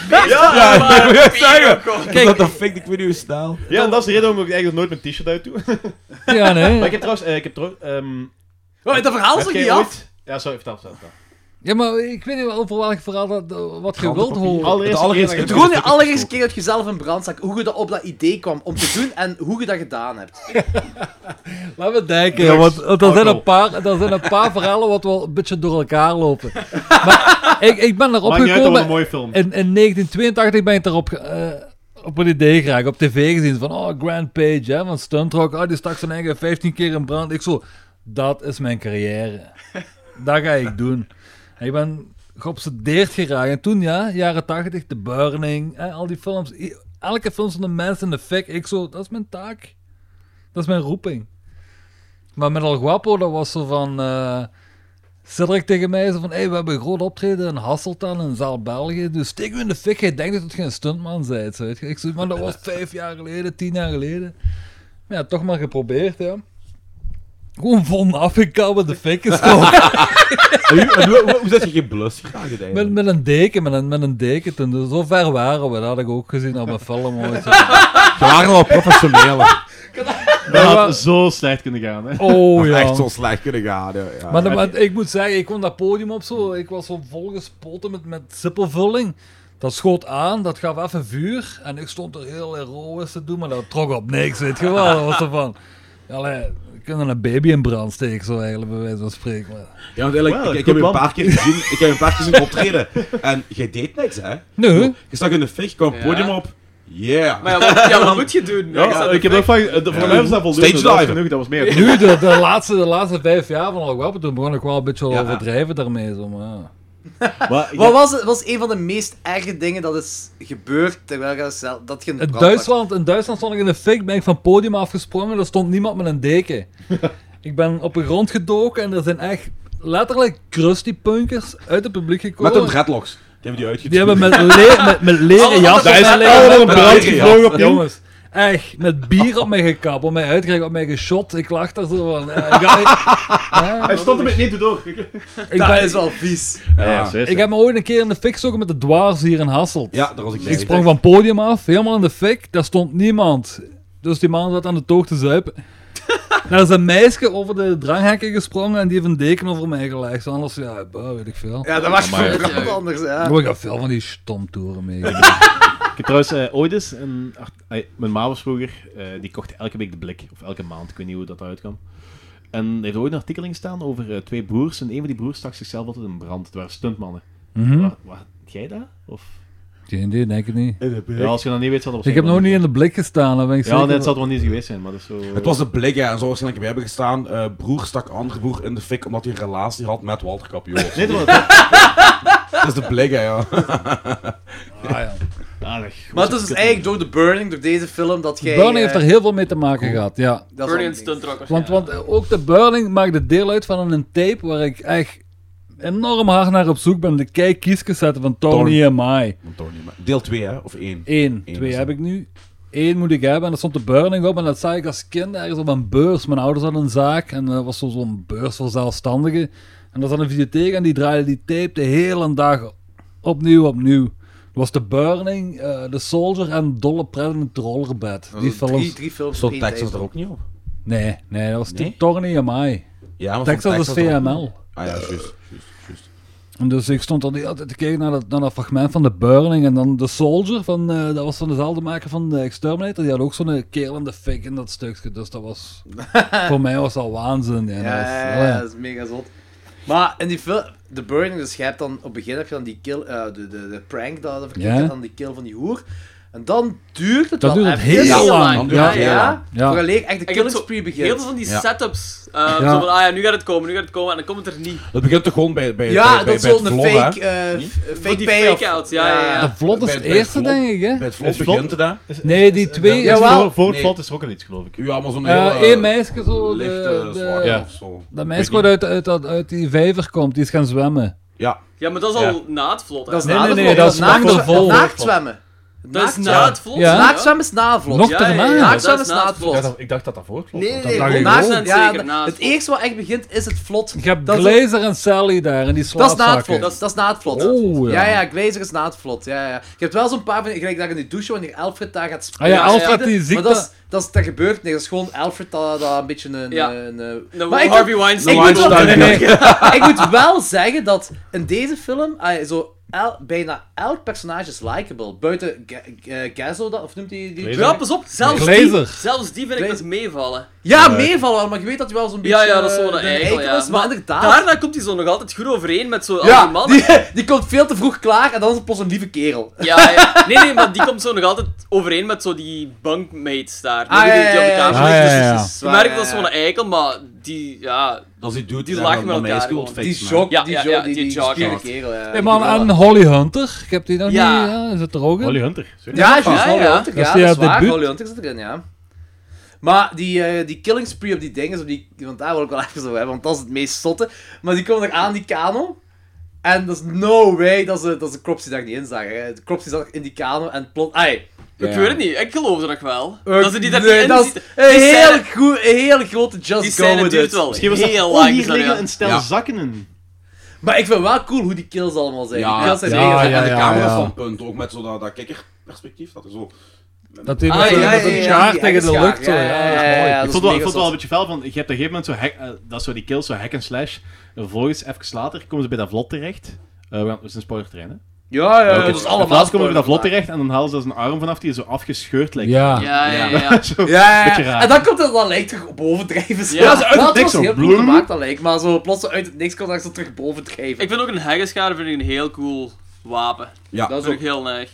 [SPEAKER 1] ja, ik wil het zeggen.
[SPEAKER 4] Kijk.
[SPEAKER 1] Dat dat fake, ik weet niet hoe snel.
[SPEAKER 2] Ja, en dat is de reden waarom ik eigenlijk nooit mijn t-shirt uit doe. maar
[SPEAKER 4] ja, nee.
[SPEAKER 2] ik heb trouwens... eh, ik heb trouwens ehm,
[SPEAKER 3] Oh, dat verhaal is
[SPEAKER 2] heb
[SPEAKER 3] er
[SPEAKER 2] jij
[SPEAKER 3] niet af.
[SPEAKER 2] ooit- Ja, sorry, vertel, vertel. vertel.
[SPEAKER 4] Ja, maar ik weet niet wel over welk verhaal dat, eh, wat je wilt
[SPEAKER 1] Krantenpapier.
[SPEAKER 4] horen.
[SPEAKER 2] Allereerste
[SPEAKER 1] Het
[SPEAKER 2] keer dat
[SPEAKER 1] allereerste
[SPEAKER 2] ik-
[SPEAKER 1] keer-
[SPEAKER 3] Gewoon de allereerste keer dat je zelf een brand stak, hoe je dat op dat idee kwam om te doen en hoe je dat gedaan hebt.
[SPEAKER 4] Laten we denken,
[SPEAKER 2] Drugs.
[SPEAKER 4] want want er zijn,
[SPEAKER 2] Alcohol.
[SPEAKER 4] een paar, er zijn een paar verhalen wat wel een beetje door elkaar lopen. Maar ik, ik ben erop
[SPEAKER 2] Maakt niet uit, dat was
[SPEAKER 4] gekomen...
[SPEAKER 2] een mooie film.
[SPEAKER 4] In, in 1982 ben ik erop ge- eh, op een idee geraakt, op tv gezien. Van, oh, Grand Page, hè, van Stuntrock. Oh, die stak zijn eigen 15 keer in brand. Ik zo, dat is mijn carrière. dat ga ik doen. En ik ben geobsedeerd geraakt. En toen, ja, jaren 80, The Burning, hè, al die films. I- Elke film van de mensen in de fik. Ik zo, dat is mijn taak. Dat is mijn roeping. Maar met Al Guapo, dat was zo van... eh, Cedric tegen mij zei van, hey, we hebben een groot optreden in Hasselt aan in zaal België, dus steek u in de fik, jij denkt dat je een stuntman bent. Weet je. Ik zei, maar dat was vijf jaar geleden, tien jaar geleden. Maar ja, toch maar geprobeerd, ja. Gewoon vol afgekouwen de fik gestoken.
[SPEAKER 1] En hoe- en hoe- hoe- hoe zet je geen blus geraakt uiteindelijk?
[SPEAKER 4] Met, met een deken, met een, met een deken. toen. Dus zo ver waren we, dat had ik ook gezien op mijn film. ooit.
[SPEAKER 1] Ze waren al professioneel.
[SPEAKER 2] Dat had zo slecht kunnen gaan, hè.
[SPEAKER 4] Oh ja.
[SPEAKER 1] Echt zo slecht kunnen gaan. Ja, ja.
[SPEAKER 4] Maar, dan- maar ik moet zeggen, ik kwam dat podium op zo. Ik was zo volgespoten met, met zippelvulling. Dat schoot aan, dat gaf even vuur. En ik stond er heel heroïs te doen, maar dat trok op niks, weet je wel. Dat was zo van... Allee, we kunnen een baby in brand steken, zo eigenlijk, bij wijze van spreken. Maar...
[SPEAKER 1] Ja, want eigenlijk,
[SPEAKER 4] Wel,
[SPEAKER 1] ik, ik heb
[SPEAKER 4] goed
[SPEAKER 1] je een
[SPEAKER 4] plan.
[SPEAKER 1] paar keer gezien, ik heb je een paar keer zien optreden. En jij deed niks, hè?
[SPEAKER 4] Nee.
[SPEAKER 1] Je stak in de fik, kwam het
[SPEAKER 5] Ja.
[SPEAKER 1] podium op. Yeah.
[SPEAKER 5] Maar ja, wat- ja, wat moet je doen? Ja, je staat in de
[SPEAKER 2] ik heb
[SPEAKER 5] fik.
[SPEAKER 2] ook van... eh, de- Voor mij was dat voldoende.
[SPEAKER 1] Stage
[SPEAKER 2] dat was
[SPEAKER 1] diven.
[SPEAKER 2] genoeg, dat was meer.
[SPEAKER 4] Nu, de, de, laatste, de laatste vijf jaar van Alwappen, toen begon ik wel een beetje overdrijven daarmee. Zo, maar, ja.
[SPEAKER 3] Wat was, het- was een van de meest erge dingen dat is gebeurd terwijl je zelf, dat je een
[SPEAKER 4] In
[SPEAKER 3] brand had?
[SPEAKER 4] Duitsland, in Duitsland stond ik in een fik, ben ik van het podium afgesprongen, er stond niemand met een deken. ik ben op de grond gedoken en er zijn echt letterlijk crusty punkers uit het publiek gekomen.
[SPEAKER 1] Met hun dreadlocks. Die hebben die uitgetrokken.
[SPEAKER 4] Die hebben met, leer, met, met leren
[SPEAKER 1] Allemaal
[SPEAKER 4] jas.
[SPEAKER 1] met een brand
[SPEAKER 4] leren- met leren
[SPEAKER 1] gevlogen
[SPEAKER 4] jas.
[SPEAKER 1] opnieuw.
[SPEAKER 4] Jongens, echt, met bier op mij gekapt, op mij uitgereikt, op mij geschot. Ik lag daar zo van. eh, ik ga- ik-
[SPEAKER 2] Hij stond er met niet door.
[SPEAKER 4] Ik
[SPEAKER 3] Dat
[SPEAKER 4] ben-
[SPEAKER 3] is wel vies.
[SPEAKER 2] Ja,
[SPEAKER 4] ik heb me ooit een keer in de fik gestoken met de dwaars hier in Hasselt.
[SPEAKER 1] Ja, daar was ik bij.
[SPEAKER 4] Ik sprong van het podium af, helemaal in de fik, daar stond niemand. Dus die man zat aan de toog te zuipen. Daar is een meisje over de dranghekken gesprongen en die heeft een deken over mij gelegd. Zo, Anders, ja, bah, weet ik veel.
[SPEAKER 3] Ja, dat was
[SPEAKER 2] Amai.
[SPEAKER 3] voor brand anders. Ja.
[SPEAKER 4] Oh, ik heb veel van die stomtoeren mee.
[SPEAKER 2] Ik heb trouwens eh, ooit eens een... art- eh, mijn ma was vroeger, eh, die kocht elke week de blik. Of elke maand, ik weet niet hoe dat eruit kwam. En er heeft ooit een artikel in gestaan over eh, twee broers. En een van die broers stak zichzelf altijd in brand. Het waren stuntmannen.
[SPEAKER 4] Mhm.
[SPEAKER 2] Wa- wa- jij dat? Of...
[SPEAKER 4] Geen idee, denk ik niet.
[SPEAKER 2] Ja, als je dat niet weet, zal dat
[SPEAKER 4] Ik heb nog niet in de blik gestaan, dat ben ik
[SPEAKER 2] Ja,
[SPEAKER 4] zeker.
[SPEAKER 2] nee, het zal het wel niet eens geweest zijn, maar dat is zo...
[SPEAKER 1] Het was de blik, hè. En zo waarschijnlijk bij hebben gestaan. eh, broer stak andere broer in de fik omdat hij een relatie had met Walter Kampioen.
[SPEAKER 2] Nee, dat was...
[SPEAKER 1] Dat is de blik, hè, ja.
[SPEAKER 4] Ah, ja.
[SPEAKER 2] Aardig.
[SPEAKER 3] Maar het is dus eigenlijk door The Burning, door deze film, dat jij...
[SPEAKER 4] Burning
[SPEAKER 3] eh,
[SPEAKER 4] heeft er heel veel mee te maken gehad, ja.
[SPEAKER 3] dat is
[SPEAKER 5] Burning
[SPEAKER 3] al
[SPEAKER 5] en stunt rock
[SPEAKER 4] Want,
[SPEAKER 5] waarschijnlijk.
[SPEAKER 4] want eh, ook de Burning maakte deel uit van een tape waar ik echt enorm hard naar op zoek ben. De kei kiescassette van Tony
[SPEAKER 1] Tony.
[SPEAKER 4] en Mai.
[SPEAKER 1] Antonio, maar- Deel 2, hè? Of 1.
[SPEAKER 4] Eén.
[SPEAKER 1] Eén
[SPEAKER 4] Twee
[SPEAKER 1] is
[SPEAKER 4] heb
[SPEAKER 1] dat.
[SPEAKER 4] ik nu. Eén moet ik hebben. En dat stond de Burning op. En dat zag ik als kind ergens op een beurs. Mijn ouders hadden een zaak. En dat was zo- zo'n beurs voor zelfstandigen. En daar zat een videotheek. En die draaide die tape de hele dag opnieuw, opnieuw. Dat was de Burning, eh The Soldier en Dolle President Rollerbed. Die
[SPEAKER 1] was een
[SPEAKER 4] films.
[SPEAKER 3] Drie, E drie films op
[SPEAKER 1] Stond
[SPEAKER 3] één
[SPEAKER 1] Texas
[SPEAKER 3] tijd.
[SPEAKER 1] er ook niet op?
[SPEAKER 4] Nee, nee, dat was
[SPEAKER 1] Nee?
[SPEAKER 4] Tony en Mai.
[SPEAKER 1] Ja, maar stond
[SPEAKER 4] Texas was
[SPEAKER 1] er ook niet?
[SPEAKER 4] VML.
[SPEAKER 1] Ah ja, juist. juist, juist.
[SPEAKER 4] En dus ik stond al die hele tijd te kijken naar dat, naar dat fragment van The Burning en dan The Soldier, van, eh, dat was van dezelfde maker van The Exterminator, die had ook zo'n kerel in de fik in dat stukje, dus dat was, voor mij was dat waanzin. Ja, dat was-
[SPEAKER 3] Ja,
[SPEAKER 4] oh
[SPEAKER 3] ja,
[SPEAKER 4] ja.
[SPEAKER 3] dat is mega zot. Maar in die film, The Burning, dus je hebt dan, op het begin heb je dan die kill, eh, de, de, de prank, dat dat verkeerd
[SPEAKER 4] Ja.
[SPEAKER 3] gaat, dan die kill van die hoer. En dan duurt het
[SPEAKER 4] Dat
[SPEAKER 3] wel
[SPEAKER 4] duurt het
[SPEAKER 3] even. Ja,
[SPEAKER 4] heel lang.
[SPEAKER 3] Ja,
[SPEAKER 4] Ja,
[SPEAKER 3] ja.
[SPEAKER 4] Ja.
[SPEAKER 3] Vooraleer echt de
[SPEAKER 5] Ik heb
[SPEAKER 3] killing
[SPEAKER 5] zo
[SPEAKER 3] spree
[SPEAKER 5] Heel veel
[SPEAKER 3] begint.
[SPEAKER 5] van die
[SPEAKER 1] Ja.
[SPEAKER 5] setups. eh, Zo van, ah ja, nu gaat het komen, nu gaat het komen. En dan komt het er niet.
[SPEAKER 1] Dat begint toch gewoon bij, bij,
[SPEAKER 3] Ja,
[SPEAKER 1] bij, bij,
[SPEAKER 3] dat is
[SPEAKER 1] bij het
[SPEAKER 3] zo'n
[SPEAKER 1] vlog, hè?
[SPEAKER 3] fake, eh, f- eh,
[SPEAKER 5] Van
[SPEAKER 3] fake
[SPEAKER 5] die
[SPEAKER 3] payoff.
[SPEAKER 5] fake-outs, ja, ja, ja.
[SPEAKER 4] De vlot is
[SPEAKER 1] Bij-
[SPEAKER 4] het
[SPEAKER 1] bij het
[SPEAKER 4] eerste,
[SPEAKER 1] vlog.
[SPEAKER 4] denk ik, hè?
[SPEAKER 1] Bij het vlog
[SPEAKER 2] Het vlog-
[SPEAKER 1] begint het, hè?
[SPEAKER 4] Nee, die twee...
[SPEAKER 2] Ja,
[SPEAKER 4] is
[SPEAKER 3] Jawel.
[SPEAKER 2] voor, voor het
[SPEAKER 1] Nee.
[SPEAKER 2] plot is er ook al iets, geloof ik.
[SPEAKER 1] Ja, maar zo'n
[SPEAKER 4] Eh,
[SPEAKER 1] heel...
[SPEAKER 4] één meisje zo, de-
[SPEAKER 1] Lichte,
[SPEAKER 4] de-
[SPEAKER 1] zwart
[SPEAKER 2] Ja.
[SPEAKER 1] of zo.
[SPEAKER 4] dat meisje wat uit, uit, dat- uit die vijver komt, die is gaan zwemmen.
[SPEAKER 1] Ja.
[SPEAKER 5] Ja, maar dat is al na het vlot. hè.
[SPEAKER 3] Dat is
[SPEAKER 4] Nee,
[SPEAKER 3] na de
[SPEAKER 4] nee, nee,
[SPEAKER 3] vlog,
[SPEAKER 4] dat is
[SPEAKER 3] naakt-
[SPEAKER 4] lang ervoor.
[SPEAKER 3] Naaktzwemmen.
[SPEAKER 5] Dat is
[SPEAKER 3] Naaktzwemmen.
[SPEAKER 5] na het vlot.
[SPEAKER 4] Ja.
[SPEAKER 5] hè?
[SPEAKER 3] Naaktzwemmen is na vlot.
[SPEAKER 4] Nog
[SPEAKER 5] Ja,
[SPEAKER 4] daarna.
[SPEAKER 5] ja, ja.
[SPEAKER 3] Naaktzwemmen is
[SPEAKER 5] dat is
[SPEAKER 3] na
[SPEAKER 5] na
[SPEAKER 3] het
[SPEAKER 5] het
[SPEAKER 3] vlot.
[SPEAKER 9] Ik dacht dat dat voor het vlot
[SPEAKER 3] Nee,
[SPEAKER 9] was.
[SPEAKER 3] nee, nee.
[SPEAKER 4] dacht ik
[SPEAKER 3] naakt-
[SPEAKER 5] ook.
[SPEAKER 3] ja,
[SPEAKER 5] Zeker, na het
[SPEAKER 3] het
[SPEAKER 5] vlot.
[SPEAKER 3] eerste wat echt begint is het vlot.
[SPEAKER 4] Je hebt
[SPEAKER 3] Dat is-
[SPEAKER 4] Glazer en Sally daar, en die
[SPEAKER 3] Dat is na het
[SPEAKER 4] slaapzakken.
[SPEAKER 3] vlot. Dat is na het vlot.
[SPEAKER 4] Oh,
[SPEAKER 3] ja,
[SPEAKER 4] ja.
[SPEAKER 3] ja, Glazer is na het vlot. Ja, ja. Je hebt wel zo'n paar van die, gelijk daar in de douche wanneer Alfred daar gaat
[SPEAKER 4] Ah
[SPEAKER 3] spelen.
[SPEAKER 4] ja, Alfred die ziek
[SPEAKER 3] Maar dat, is, dat, is, dat gebeurt niet. Dat is gewoon Alfred dat, dat een beetje een...
[SPEAKER 5] Ja.
[SPEAKER 3] een, eh,
[SPEAKER 5] Nou,
[SPEAKER 3] maar ik,
[SPEAKER 5] Harvey Weinstein.
[SPEAKER 3] ik moet wel-
[SPEAKER 1] Weinstein.
[SPEAKER 3] nee, nee, ik moet wel zeggen dat in deze film ah, zo el- bijna elk personage is likable. Buiten Ga- eh, Gazzo, dat, of noemt hij die...
[SPEAKER 5] Ja, pas op. Zelfs die,
[SPEAKER 4] Glazer.
[SPEAKER 5] zelfs die vind ik
[SPEAKER 3] Glazer.
[SPEAKER 5] dat meevallen.
[SPEAKER 3] Ja, meevallen, maar je weet dat hij wel zo'n beetje...
[SPEAKER 5] Ja, ja, dat is wel
[SPEAKER 3] eh,
[SPEAKER 5] een
[SPEAKER 3] een
[SPEAKER 5] eikel, ja.
[SPEAKER 3] is, maar, inderdaad...
[SPEAKER 5] Daarna komt hij zo nog altijd goed overeen met zo al die
[SPEAKER 3] ja,
[SPEAKER 5] mannen.
[SPEAKER 3] die, die komt veel te vroeg klaar en dan is het plots een lieve kerel.
[SPEAKER 5] Ja, ja. Nee, nee, maar die komt zo nog altijd overeen met zo die bunkmates daar.
[SPEAKER 3] Ah,
[SPEAKER 5] die,
[SPEAKER 3] ja,
[SPEAKER 5] die, die op de
[SPEAKER 3] ja, ja,
[SPEAKER 5] tafel
[SPEAKER 4] ja.
[SPEAKER 5] liggen.
[SPEAKER 4] Ah, ja, ja, ja.
[SPEAKER 5] Dus Je merkt dat is zo'n eikel, maar die, ja...
[SPEAKER 1] Als die dude
[SPEAKER 5] Die
[SPEAKER 1] daar dat
[SPEAKER 5] lachen met elkaar
[SPEAKER 1] meisje wil
[SPEAKER 5] gewoon.
[SPEAKER 3] Die
[SPEAKER 1] fixen, hè.
[SPEAKER 3] jog,
[SPEAKER 5] Ja,
[SPEAKER 3] die
[SPEAKER 5] ja,
[SPEAKER 3] jog,
[SPEAKER 5] ja,
[SPEAKER 3] die,
[SPEAKER 5] die
[SPEAKER 3] die,
[SPEAKER 5] jog,
[SPEAKER 3] schiere
[SPEAKER 5] ja.
[SPEAKER 3] kerel. Ja,
[SPEAKER 4] Hey, man,
[SPEAKER 3] aan
[SPEAKER 4] en Holly Hunter, ik heb die nog
[SPEAKER 5] Ja.
[SPEAKER 4] niet, ja, zit er ook in?
[SPEAKER 2] Holly Hunter. zeker.
[SPEAKER 3] Ja, juist,
[SPEAKER 5] Ja,
[SPEAKER 3] Holly
[SPEAKER 5] ja.
[SPEAKER 3] Hunter,
[SPEAKER 4] Dat
[SPEAKER 3] ja,
[SPEAKER 4] is
[SPEAKER 3] dat
[SPEAKER 4] die
[SPEAKER 3] is
[SPEAKER 4] haar
[SPEAKER 3] waar,
[SPEAKER 4] debuut.
[SPEAKER 3] Holly Hunter zit erin, ja. Maar die, eh, die killing spree op die dingen, op die, want daar wil ik wel even over hebben, want dat is het meest zotte. Maar die komen er aan, die kano. En dat is no way dat ze, dat ze Cropsy daar niet in zagen. hè. De Cropsy zat in die kano en plot... Ai,
[SPEAKER 5] Ik weet het niet, ik geloof er nog wel.
[SPEAKER 3] eh,
[SPEAKER 5] dat ze die daar
[SPEAKER 3] nee,
[SPEAKER 5] in
[SPEAKER 3] dat is
[SPEAKER 5] zitten.
[SPEAKER 3] een
[SPEAKER 5] Die
[SPEAKER 3] heel,
[SPEAKER 5] scène-
[SPEAKER 3] goe- een hele grote just
[SPEAKER 5] Die
[SPEAKER 3] go
[SPEAKER 5] scène
[SPEAKER 3] with
[SPEAKER 5] duurt
[SPEAKER 3] it.
[SPEAKER 5] wel
[SPEAKER 2] Misschien was dat,
[SPEAKER 5] heel
[SPEAKER 2] oh,
[SPEAKER 5] lang.
[SPEAKER 2] hier
[SPEAKER 5] zo,
[SPEAKER 2] liggen
[SPEAKER 5] ja.
[SPEAKER 2] een stel
[SPEAKER 1] Ja.
[SPEAKER 2] zakkenen.
[SPEAKER 3] Maar ik vind wel cool hoe die kills allemaal zijn.
[SPEAKER 1] Ja.
[SPEAKER 3] die kills zijn
[SPEAKER 4] Ja,
[SPEAKER 3] heel-
[SPEAKER 1] en de
[SPEAKER 4] ja,
[SPEAKER 1] camerastandpunt, ook met zo dat, dat kikkerperspectief, dat er zo...
[SPEAKER 4] Dat hij
[SPEAKER 3] Ah,
[SPEAKER 4] met, zo-
[SPEAKER 3] ja, ja,
[SPEAKER 4] met een
[SPEAKER 3] ja,
[SPEAKER 4] schaar
[SPEAKER 3] die
[SPEAKER 4] tegen de
[SPEAKER 3] eggenschaar.
[SPEAKER 4] lucht. zo,
[SPEAKER 3] Ja, ja, ja, ja, ja, dat
[SPEAKER 2] ik vond
[SPEAKER 3] is
[SPEAKER 2] wel, ik
[SPEAKER 3] mega
[SPEAKER 2] vond wel
[SPEAKER 3] zot.
[SPEAKER 2] een beetje fel, van je hebt op een gegeven moment zo hack, eh, dat is zo die kills, zo hack en slash. En vervolgens, even later, komen ze bij dat vlot terecht. Eh, we gaan- we zijn spoilerterrein, hè?
[SPEAKER 3] Ja, ja, ja,
[SPEAKER 2] Oké.
[SPEAKER 3] Eh,
[SPEAKER 2] dus
[SPEAKER 3] dat is allemaal...
[SPEAKER 2] En laatst komen we bij dat vlot
[SPEAKER 3] spoiler.
[SPEAKER 2] terecht en dan halen ze als een arm vanaf die zo afgescheurd lijkt.
[SPEAKER 4] Ja.
[SPEAKER 5] Ja, ja, ja. ja.
[SPEAKER 2] Zo,
[SPEAKER 3] Ja, ja,
[SPEAKER 2] beetje
[SPEAKER 3] ja.
[SPEAKER 2] raar.
[SPEAKER 3] en dan komt dat, dat lijkt terug bovendrijven. zo.
[SPEAKER 5] Ja, dat is
[SPEAKER 2] uit het
[SPEAKER 3] dat
[SPEAKER 2] niks
[SPEAKER 3] was
[SPEAKER 2] zo,
[SPEAKER 3] heel goed
[SPEAKER 2] bloem.
[SPEAKER 3] gemaakt, dat lijkt. Maar zo plots uit het niks komt dat ze terug bovendrijven.
[SPEAKER 5] Ik vind ook een heggenschade vind ik een heel cool wapen.
[SPEAKER 1] Ja.
[SPEAKER 5] Dat is ook heel neig.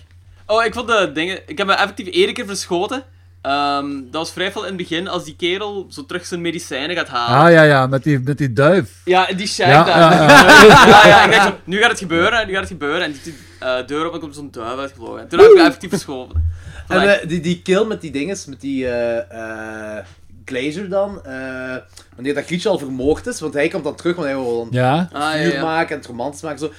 [SPEAKER 5] Oh, ik vond de dingen... Ik heb me effectief één keer verschoten. Ehm, dat was vrij veel in het begin, als die kerel zo terug zijn medicijnen gaat halen.
[SPEAKER 4] Ah ja, ja, met die, met die duif.
[SPEAKER 5] Ja, die shag
[SPEAKER 4] Ja,
[SPEAKER 5] daar.
[SPEAKER 4] ja,
[SPEAKER 5] Ja,
[SPEAKER 4] ja.
[SPEAKER 5] ja, ik dacht zo, nu gaat het gebeuren, nu gaat het gebeuren. En die doet die eh, deur op en komt zo'n duif uitgevlogen. En toen heb ik me effectief verschoven.
[SPEAKER 3] En
[SPEAKER 5] Like,
[SPEAKER 3] eh, die, die kill met die dinges, met die eh, eh, Glazer dan, eh, wanneer dat Grietje al vermoord is, want hij komt dan terug, want hij wil dan
[SPEAKER 4] Ja.
[SPEAKER 5] ah, ja,
[SPEAKER 3] vuur
[SPEAKER 5] ja.
[SPEAKER 3] maken en het romantisch maken. Zo.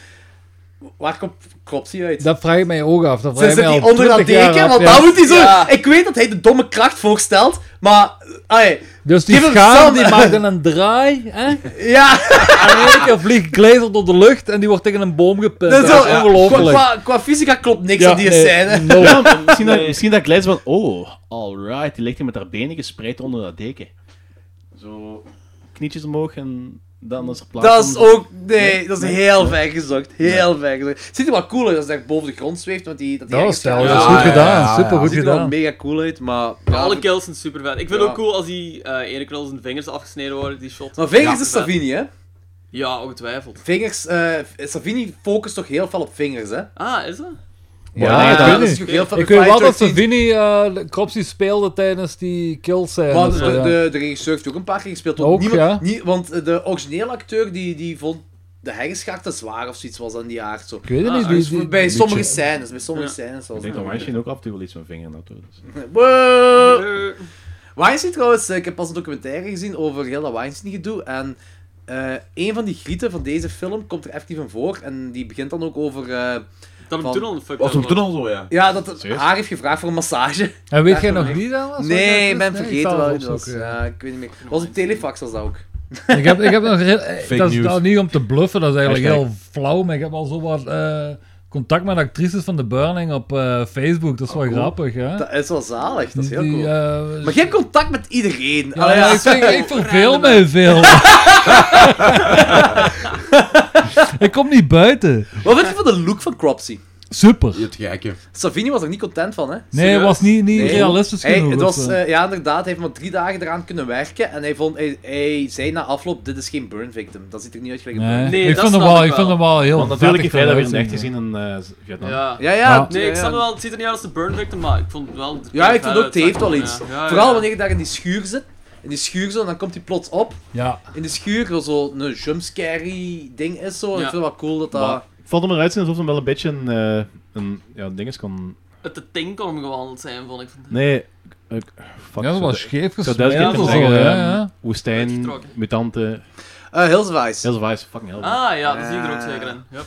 [SPEAKER 3] Waar komt Cropsy uit?
[SPEAKER 4] Dat vraag ik mij ook af. Dat vraag
[SPEAKER 3] Zit
[SPEAKER 4] ik mij
[SPEAKER 3] zit hij
[SPEAKER 4] al
[SPEAKER 3] onder dat
[SPEAKER 4] 20 jaar
[SPEAKER 3] deken?
[SPEAKER 4] af,
[SPEAKER 3] Want
[SPEAKER 4] ja.
[SPEAKER 3] dan moet hij zo...
[SPEAKER 5] Ja.
[SPEAKER 3] Ik weet dat hij de domme kracht voorstelt, maar... eh, ai,
[SPEAKER 4] Dus die
[SPEAKER 3] Give him
[SPEAKER 4] schaar
[SPEAKER 3] some-
[SPEAKER 4] die maakt dan een draai. Hè?
[SPEAKER 3] ja,
[SPEAKER 4] En in één keer vliegt Glazer door de lucht en die wordt tegen een boom
[SPEAKER 3] dat
[SPEAKER 4] gepint. Dat
[SPEAKER 3] is
[SPEAKER 4] is
[SPEAKER 3] wel-
[SPEAKER 4] ongelooflijk.
[SPEAKER 3] Qua, qua fysica klopt niks
[SPEAKER 4] Ja,
[SPEAKER 3] aan die
[SPEAKER 4] nee,
[SPEAKER 3] scène.
[SPEAKER 4] no.
[SPEAKER 2] Ja, maar misschien, dat, misschien dat ik lees van, oh, alright, die ligt hier met haar benen gespreid onder dat deken. Zo, knietjes omhoog en dan is er plaats.
[SPEAKER 3] Dat is
[SPEAKER 2] om-
[SPEAKER 3] ook... Nee, dat is heel ver gezocht. Heel ver gezocht. Het ziet er wel cool uit als hij boven de grond zweeft, want die... Dat, die
[SPEAKER 4] Dat was
[SPEAKER 3] ergens- Ja,
[SPEAKER 4] stel, dat is
[SPEAKER 1] ja,
[SPEAKER 4] goed
[SPEAKER 1] ja,
[SPEAKER 4] gedaan.
[SPEAKER 1] ja,
[SPEAKER 4] Super goed
[SPEAKER 3] ziet er wel
[SPEAKER 4] gedaan.
[SPEAKER 3] mega cool uit, maar...
[SPEAKER 5] Maar alle
[SPEAKER 3] ja,
[SPEAKER 5] kills zijn super vet. Ik vind
[SPEAKER 3] Ja.
[SPEAKER 5] ook cool als die eh ene kerel zijn vingers afgesneden worden, die shot.
[SPEAKER 3] Maar Vingers
[SPEAKER 5] Ja,
[SPEAKER 3] is
[SPEAKER 5] vet.
[SPEAKER 3] Savini, hè?
[SPEAKER 5] Ja, ongetwijfeld.
[SPEAKER 3] Vingers, eh, Savini focust toch heel veel op Vingers, hè?
[SPEAKER 5] Ah, is dat?
[SPEAKER 4] Ja,
[SPEAKER 2] nee,
[SPEAKER 4] ik
[SPEAKER 2] dat
[SPEAKER 4] weet
[SPEAKER 3] is
[SPEAKER 4] niet.
[SPEAKER 3] toch heel veel
[SPEAKER 4] Ik weet wel dat
[SPEAKER 3] 513.
[SPEAKER 4] Savini eh Cropsy speelde tijdens die
[SPEAKER 3] Maar
[SPEAKER 4] killscène.
[SPEAKER 3] de,
[SPEAKER 4] zo, ja.
[SPEAKER 3] de, de regisseur heeft ook een paar keer gespeeld. Want,
[SPEAKER 4] Ook,
[SPEAKER 3] niemand,
[SPEAKER 4] ja.
[SPEAKER 3] nie- want eh, de originele acteur die, die vond de heggenschaar te zwaar of zoiets was aan die aard. Zo.
[SPEAKER 4] Ik weet het
[SPEAKER 5] Ah,
[SPEAKER 4] niet.
[SPEAKER 5] dus
[SPEAKER 4] Die, die,
[SPEAKER 3] bij sommige
[SPEAKER 4] beetje-
[SPEAKER 3] scènes, bij sommige
[SPEAKER 5] Ja.
[SPEAKER 3] scènes.
[SPEAKER 2] Ik
[SPEAKER 3] Zoals
[SPEAKER 2] denk dat Weinstein ook af en toe wel iets met vinger naartoe. Dus.
[SPEAKER 3] Wow.
[SPEAKER 5] Eh,
[SPEAKER 3] Weinstein trouwens, eh, ik heb pas een documentaire gezien over heel dat Weinstein gedoe. En eh, een van die grieten van deze film komt er effectief in voor. En die begint dan ook over... eh,
[SPEAKER 5] dat
[SPEAKER 3] Van-
[SPEAKER 5] hem toen al een fuck
[SPEAKER 1] Was hem toen al zo, ja.
[SPEAKER 3] ja, dat het
[SPEAKER 2] Serieus?
[SPEAKER 3] haar heeft gevraagd voor een massage.
[SPEAKER 4] En weet jij
[SPEAKER 3] Ja,
[SPEAKER 4] nog
[SPEAKER 3] nee.
[SPEAKER 4] wie dat was?
[SPEAKER 3] Nee, ik ben
[SPEAKER 4] ik
[SPEAKER 3] vergeten
[SPEAKER 4] zal
[SPEAKER 3] wel
[SPEAKER 4] het
[SPEAKER 3] wie dat was.
[SPEAKER 4] opzoeken, ja.
[SPEAKER 3] Ja, ik weet niet meer. Was op Telefax was dat ook.
[SPEAKER 4] Ik heb, ik heb nog... heel- eh,
[SPEAKER 1] Fake
[SPEAKER 4] dat is
[SPEAKER 1] news.
[SPEAKER 4] nou niet om te bluffen, dat is eigenlijk
[SPEAKER 2] Hashtag.
[SPEAKER 4] heel flauw, maar ik heb al zo wat eh, contact met actrices van The Burning op eh, Facebook. Dat is wel grappig, hè?
[SPEAKER 3] Oh, Dat is wel zalig, dat is heel
[SPEAKER 4] Die,
[SPEAKER 3] cool.
[SPEAKER 4] eh,
[SPEAKER 3] Maar je hebt contact met iedereen.
[SPEAKER 4] ja,
[SPEAKER 3] Allee, ja.
[SPEAKER 4] ik, vind- ik verveel
[SPEAKER 5] Random.
[SPEAKER 4] mij veel. ik kom niet buiten.
[SPEAKER 3] Wat vind je van de look van Cropsy?
[SPEAKER 4] Super.
[SPEAKER 1] Het gekke.
[SPEAKER 3] Savini was er niet content van, hè?
[SPEAKER 4] Nee, het was niet, niet
[SPEAKER 3] Nee.
[SPEAKER 4] realistisch
[SPEAKER 3] Hij,
[SPEAKER 4] genoeg.
[SPEAKER 3] het
[SPEAKER 4] of
[SPEAKER 3] was,
[SPEAKER 4] zo.
[SPEAKER 3] eh, ja, inderdaad, hij heeft maar drie dagen eraan kunnen werken en hij, vond, hij, hij zei na afloop, dit is geen burn victim. Dat ziet er niet uit gelijk een
[SPEAKER 4] nee.
[SPEAKER 3] burn
[SPEAKER 5] Nee,
[SPEAKER 4] ik,
[SPEAKER 5] dat
[SPEAKER 4] vond hem
[SPEAKER 5] snap
[SPEAKER 4] wel,
[SPEAKER 5] ik
[SPEAKER 4] ik vond
[SPEAKER 5] wel.
[SPEAKER 4] hem wel heel
[SPEAKER 2] Want natuurlijk heeft hij dat weer in
[SPEAKER 4] eruit
[SPEAKER 2] het echt
[SPEAKER 4] zien, ja.
[SPEAKER 2] gezien in eh, Vietnam.
[SPEAKER 5] Ja.
[SPEAKER 3] Ja, ja.
[SPEAKER 4] Ja.
[SPEAKER 5] Nee, ik
[SPEAKER 3] ja,
[SPEAKER 5] snap
[SPEAKER 3] ja.
[SPEAKER 5] het wel, het ziet er niet uit als de burn victim, maar ik vond het wel... eh,
[SPEAKER 3] Ja, ik vond ook, het heeft wel iets.
[SPEAKER 5] Ja, ja,
[SPEAKER 3] Vooral
[SPEAKER 5] ja.
[SPEAKER 3] wanneer je daar in die schuur zit. In die schuur zo, en dan komt hij plots op.
[SPEAKER 4] Ja.
[SPEAKER 3] In de schuur, waar zo'n jumpscary ding is zo. en
[SPEAKER 5] Ja.
[SPEAKER 3] Ik vind het wel cool dat dat...
[SPEAKER 2] Maar ik vond hem eruit zien alsof hem wel een beetje een, eh, een ja, dinges kon...
[SPEAKER 5] Het te tink om gewandeld zijn, vond ik.
[SPEAKER 2] Nee, ik- fuck,
[SPEAKER 4] Ja, dat
[SPEAKER 2] zo
[SPEAKER 4] was
[SPEAKER 2] de-
[SPEAKER 4] scheef
[SPEAKER 2] ik zou
[SPEAKER 4] gespeeld.
[SPEAKER 2] duizend keer
[SPEAKER 4] of
[SPEAKER 2] kunnen
[SPEAKER 4] zo,
[SPEAKER 2] zeggen,
[SPEAKER 4] ja,
[SPEAKER 2] eh,
[SPEAKER 4] ja.
[SPEAKER 2] woestijn,
[SPEAKER 5] Uitgetrokken.
[SPEAKER 2] mutanten,
[SPEAKER 3] Eh, Hills of Ice.
[SPEAKER 2] heel veel vibes, fucking hell.
[SPEAKER 5] Ah ja, dat zie ik er ook
[SPEAKER 3] Ja.
[SPEAKER 5] zeker in. Ja.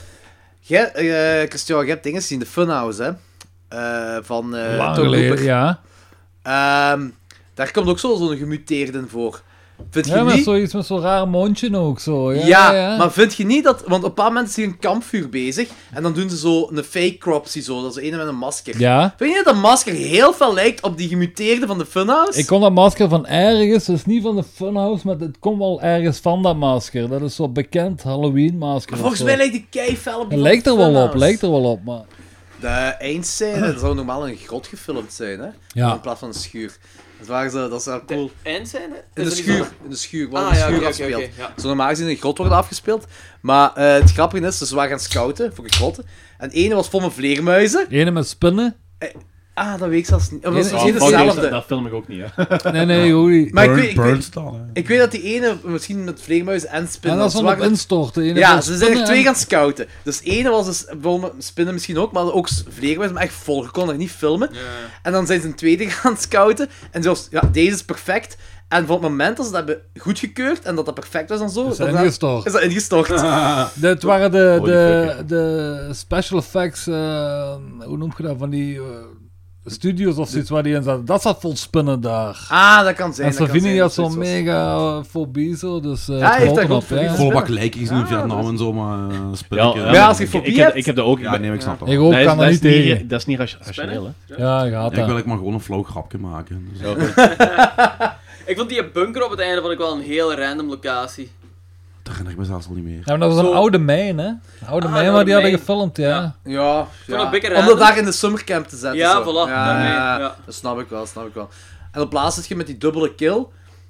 [SPEAKER 3] Jij, eh, Christian, je hebt dingen gezien, de Funhouse, hè? Eh, van eh
[SPEAKER 4] Lang
[SPEAKER 3] Tom
[SPEAKER 4] geleden,
[SPEAKER 3] Hooper.
[SPEAKER 4] ja.
[SPEAKER 3] Ehm, daar komt ook zo- zo'n gemuteerde in voor. Vind je
[SPEAKER 4] Ja, met
[SPEAKER 3] niet?
[SPEAKER 4] zoiets met zo'n raar mondje ook zo. Ja,
[SPEAKER 3] ja,
[SPEAKER 4] ja.
[SPEAKER 3] maar vind je niet dat... Want op een bepaald moment is hier een kampvuur bezig en dan doen ze zo een fake cropsy zo. Dat is een met een masker.
[SPEAKER 4] Ja.
[SPEAKER 3] Vind je niet dat dat masker heel veel lijkt op die gemuteerde van de Funhouse?
[SPEAKER 4] Ik kon dat masker van ergens, dus niet van de Funhouse, maar het komt wel ergens van dat masker. Dat is zo bekend Halloween masker.
[SPEAKER 3] Maar
[SPEAKER 4] of
[SPEAKER 3] volgens
[SPEAKER 4] zo.
[SPEAKER 3] mij lijkt die kei fel op die
[SPEAKER 4] Het
[SPEAKER 3] van
[SPEAKER 4] lijkt
[SPEAKER 3] de
[SPEAKER 4] er wel op,
[SPEAKER 3] Funhouse.
[SPEAKER 4] lijkt er wel op, maar...
[SPEAKER 3] De eindscène dat zou normaal in een grot gefilmd zijn, hè?
[SPEAKER 4] Ja.
[SPEAKER 3] In plaats van een schuur. Dat, waren ze, dat is wel cool.
[SPEAKER 5] En zijn het?
[SPEAKER 3] In de schuur. In de schuur. Wat
[SPEAKER 5] Ah,
[SPEAKER 3] in de
[SPEAKER 5] ja,
[SPEAKER 3] schuur
[SPEAKER 5] oké, oké,
[SPEAKER 3] afspeelt.
[SPEAKER 5] oké, ja.
[SPEAKER 3] Zo normaal gezien in een grot worden afgespeeld. Maar eh, het grappige is, dus we waren gaan scouten voor de grotten. En de ene was vol met vleermuizen.
[SPEAKER 4] Ene met spinnen.
[SPEAKER 3] Ah, dat weet ik zelfs niet. Oh, dat is
[SPEAKER 2] Nee,
[SPEAKER 3] misschien
[SPEAKER 2] oh, fuck, dat-
[SPEAKER 3] hetzelfde.
[SPEAKER 2] dat film ik ook niet, hè.
[SPEAKER 4] Nee, nee, hoor die-
[SPEAKER 3] Maar ik
[SPEAKER 4] Burn-
[SPEAKER 3] weet, ik, weet,
[SPEAKER 4] Burnstar, hè.
[SPEAKER 3] ik weet dat die ene misschien met vleermuis en spinnen...
[SPEAKER 4] En dat
[SPEAKER 3] want
[SPEAKER 4] is van
[SPEAKER 3] ze waren-
[SPEAKER 4] op instorten, ene
[SPEAKER 3] Ja,
[SPEAKER 4] van
[SPEAKER 3] ze zijn er
[SPEAKER 4] spinnen
[SPEAKER 3] twee
[SPEAKER 4] en-
[SPEAKER 3] gaan scouten. Dus ene was dus, wel met spinnen misschien ook, maar ook s- vleermuis, maar echt vol. Je kon er niet filmen. En dan zijn ze een tweede gaan scouten. En zelfs, ja, deze is perfect. En van het moment dat ze dat hebben goedgekeurd en dat dat perfect was en zo...
[SPEAKER 4] Is
[SPEAKER 3] dat
[SPEAKER 4] dat
[SPEAKER 3] dan-
[SPEAKER 4] ingestort?
[SPEAKER 3] Is dat ingestort.
[SPEAKER 4] Dat waren de, de, de special effects, eh, hoe noem je dat, van die eh, studios of zoiets waar die in zaten. Dat zat vol spinnen daar.
[SPEAKER 3] Ah, dat kan zijn,
[SPEAKER 4] En
[SPEAKER 3] dat kan
[SPEAKER 4] Savini
[SPEAKER 3] zijn, dat
[SPEAKER 4] had zo'n
[SPEAKER 3] zoiets was.
[SPEAKER 4] mega eh, fobie zo, dus eh,
[SPEAKER 3] Ja, hij
[SPEAKER 4] het
[SPEAKER 3] heeft
[SPEAKER 4] rolt
[SPEAKER 3] daar
[SPEAKER 4] erop,
[SPEAKER 3] ook fobie
[SPEAKER 4] ja.
[SPEAKER 3] van
[SPEAKER 1] Volle bak lijkjes in Vietnam en zo, maar eh, spinnen.
[SPEAKER 2] Ja,
[SPEAKER 1] kennen-
[SPEAKER 2] ja, als je fobie
[SPEAKER 1] heb-
[SPEAKER 2] hebt-
[SPEAKER 1] Ja, nee, maar ik snap
[SPEAKER 2] Ja.
[SPEAKER 1] dat.
[SPEAKER 2] Ik ook, Dat is- kan er dat is niet niet- tegen.
[SPEAKER 1] Dat is niet
[SPEAKER 2] rationeel, hè.
[SPEAKER 4] Ja, je gaat
[SPEAKER 1] Ik wil
[SPEAKER 4] dat.
[SPEAKER 1] ik maar gewoon een flauw grapje maken. dus-
[SPEAKER 5] Ik vond die bunker op het einde vond ik wel een heel random locatie.
[SPEAKER 1] Dat herinner ik mezelf al niet meer.
[SPEAKER 4] Ja, maar dat was een oude mijn, hè? Een oude
[SPEAKER 5] Ah,
[SPEAKER 4] mijn
[SPEAKER 5] een
[SPEAKER 4] waar die
[SPEAKER 5] oude
[SPEAKER 4] hadden gefilmd, ja.
[SPEAKER 3] Ja,
[SPEAKER 5] dat
[SPEAKER 3] ja.
[SPEAKER 5] een beetje
[SPEAKER 3] om dat
[SPEAKER 5] random.
[SPEAKER 3] daar in de summercamp te zetten.
[SPEAKER 5] Ja,
[SPEAKER 3] zo.
[SPEAKER 5] voilà, daarmee, ja.
[SPEAKER 3] Dat snap ik wel, snap ik wel. En dan plaats het je met die dubbele kill.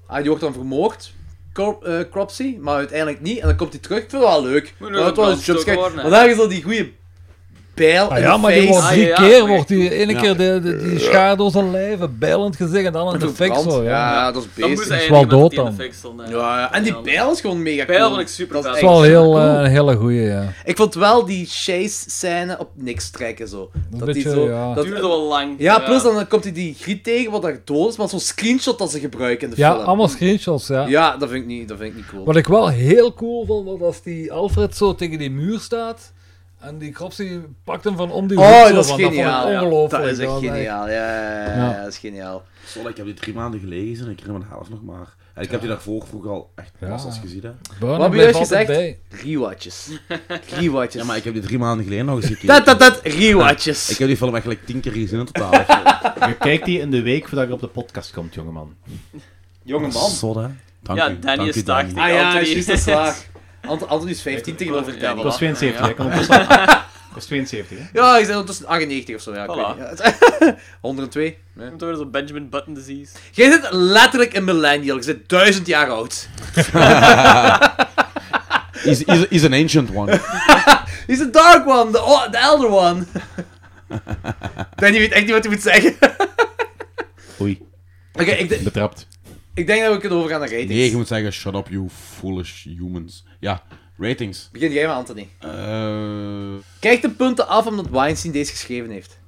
[SPEAKER 3] Ah, die wordt dan vermoord, Cor eh, Cropsy, maar uiteindelijk niet. En dan komt hij terug. Ik vind het wel leuk.
[SPEAKER 5] Moet
[SPEAKER 3] Maar
[SPEAKER 5] er
[SPEAKER 3] dat was
[SPEAKER 5] ook
[SPEAKER 3] een
[SPEAKER 5] brandstoken
[SPEAKER 3] jumpscare.
[SPEAKER 5] worden, hè.
[SPEAKER 3] Maar daar is al die goede bijl
[SPEAKER 4] Ah
[SPEAKER 3] in
[SPEAKER 4] ja,
[SPEAKER 3] de
[SPEAKER 4] maar die
[SPEAKER 3] face.
[SPEAKER 4] wordt drie
[SPEAKER 5] Ah, ja, ja,
[SPEAKER 4] keer,
[SPEAKER 5] oké.
[SPEAKER 4] wordt die ene
[SPEAKER 1] Ja.
[SPEAKER 4] keer de, de- die schaar door zijn lijf, een bijl in het gezicht en dan in de fik
[SPEAKER 3] Verbrand.
[SPEAKER 4] zo,
[SPEAKER 3] ja.
[SPEAKER 4] ja.
[SPEAKER 3] dat is
[SPEAKER 5] Dan moest
[SPEAKER 3] beest.
[SPEAKER 5] hij
[SPEAKER 4] is wel
[SPEAKER 5] eigenlijk iemand
[SPEAKER 4] dood
[SPEAKER 5] die in de
[SPEAKER 4] dan.
[SPEAKER 5] fik stond. hè.
[SPEAKER 3] Ja, ja. En die
[SPEAKER 5] Ja.
[SPEAKER 3] bijl is gewoon mega
[SPEAKER 5] Bijl
[SPEAKER 3] cool.
[SPEAKER 5] vond ik super
[SPEAKER 3] Dat
[SPEAKER 5] vet.
[SPEAKER 4] Dat
[SPEAKER 3] echt
[SPEAKER 4] is wel
[SPEAKER 3] super
[SPEAKER 4] heel,
[SPEAKER 3] cool.
[SPEAKER 4] eh, een hele goeie, ja.
[SPEAKER 3] Ik vond wel die chase-scène op niks trekken, zo. Dat
[SPEAKER 4] beetje,
[SPEAKER 3] die zo...
[SPEAKER 4] ja.
[SPEAKER 5] Dat
[SPEAKER 3] Dat,
[SPEAKER 5] duurde wel lang.
[SPEAKER 3] Ja, plus dan komt hij die griet tegen wat daar dood is, maar zo'n screenshot dat ze gebruiken in de
[SPEAKER 4] Ja,
[SPEAKER 3] film.
[SPEAKER 4] allemaal screenshots, ja.
[SPEAKER 3] Ja, dat vind ik niet, dat vind ik niet cool.
[SPEAKER 4] Wat ik wel heel cool vond, was als die Alfred zo tegen die muur staat. En die Kropsy pakt hem van om die hoek
[SPEAKER 3] oh,
[SPEAKER 4] zo,
[SPEAKER 3] dat is
[SPEAKER 4] want vond ik
[SPEAKER 3] geniaal. ja.
[SPEAKER 4] Ongelooflijk.
[SPEAKER 3] dat is echt
[SPEAKER 4] was
[SPEAKER 3] geniaal. Ja, ja, ja, ja,
[SPEAKER 4] Ja.
[SPEAKER 3] dat is geniaal.
[SPEAKER 1] Sorry, ik heb die drie maanden gelezen en ik herinner me de helft nog maar. En ik heb die daarvoor vroeger al echt
[SPEAKER 4] Ja.
[SPEAKER 1] pas als gezien. Hè.
[SPEAKER 4] Burner
[SPEAKER 3] Wat heb je
[SPEAKER 4] blijft
[SPEAKER 3] juist
[SPEAKER 4] altijd
[SPEAKER 3] gezegd?
[SPEAKER 4] bij.
[SPEAKER 3] Rewatches. Rewatches.
[SPEAKER 1] Ja, maar ik heb die drie maanden geleden nog eens gekeken.
[SPEAKER 3] Dat, dat, dat, rewatches.
[SPEAKER 1] Ik heb die film echt like, tien keer gezien in totaal. of zo.
[SPEAKER 2] Je kijkt die in de week voordat je op de podcast komt, jongeman.
[SPEAKER 3] Jongeman.
[SPEAKER 1] Zot, hè? Dank
[SPEAKER 5] Ja,
[SPEAKER 1] u,
[SPEAKER 5] Danny
[SPEAKER 1] dank
[SPEAKER 5] is
[SPEAKER 1] u, Danny.
[SPEAKER 5] 80.
[SPEAKER 3] Ah ja,
[SPEAKER 5] Anthony.
[SPEAKER 3] juist, dat is waar. Ant Anthony is 15 tegenover
[SPEAKER 5] Ja,
[SPEAKER 2] Ik
[SPEAKER 3] Danny.
[SPEAKER 4] Ah,
[SPEAKER 2] was
[SPEAKER 5] voilà.
[SPEAKER 2] 72, hè. Ik kan ondertussen- Ik was 72, hè.
[SPEAKER 3] Ja, ik ben ondertussen 98 of zo. Ja, ik
[SPEAKER 5] Voilà.
[SPEAKER 3] weet niet. Ja. 102.
[SPEAKER 5] Ik heb toch weer zo'n Benjamin Button disease.
[SPEAKER 3] Jij zit letterlijk een millennial. Je zit duizend jaar oud.
[SPEAKER 1] Is, is, is an ancient one.
[SPEAKER 3] He's the dark one, the, o- the elder one. Danny weet echt niet wat hij moet zeggen.
[SPEAKER 2] Oei,
[SPEAKER 3] Oké, ik, de-
[SPEAKER 2] betrapt.
[SPEAKER 3] ik denk dat we kunnen overgaan naar ratings.
[SPEAKER 1] Nee, je moet zeggen, shut up you foolish humans. Ja, ratings.
[SPEAKER 3] Begin jij maar, Anthony.
[SPEAKER 1] Eh
[SPEAKER 3] Krijgt de punten af omdat Weinstein deze geschreven heeft.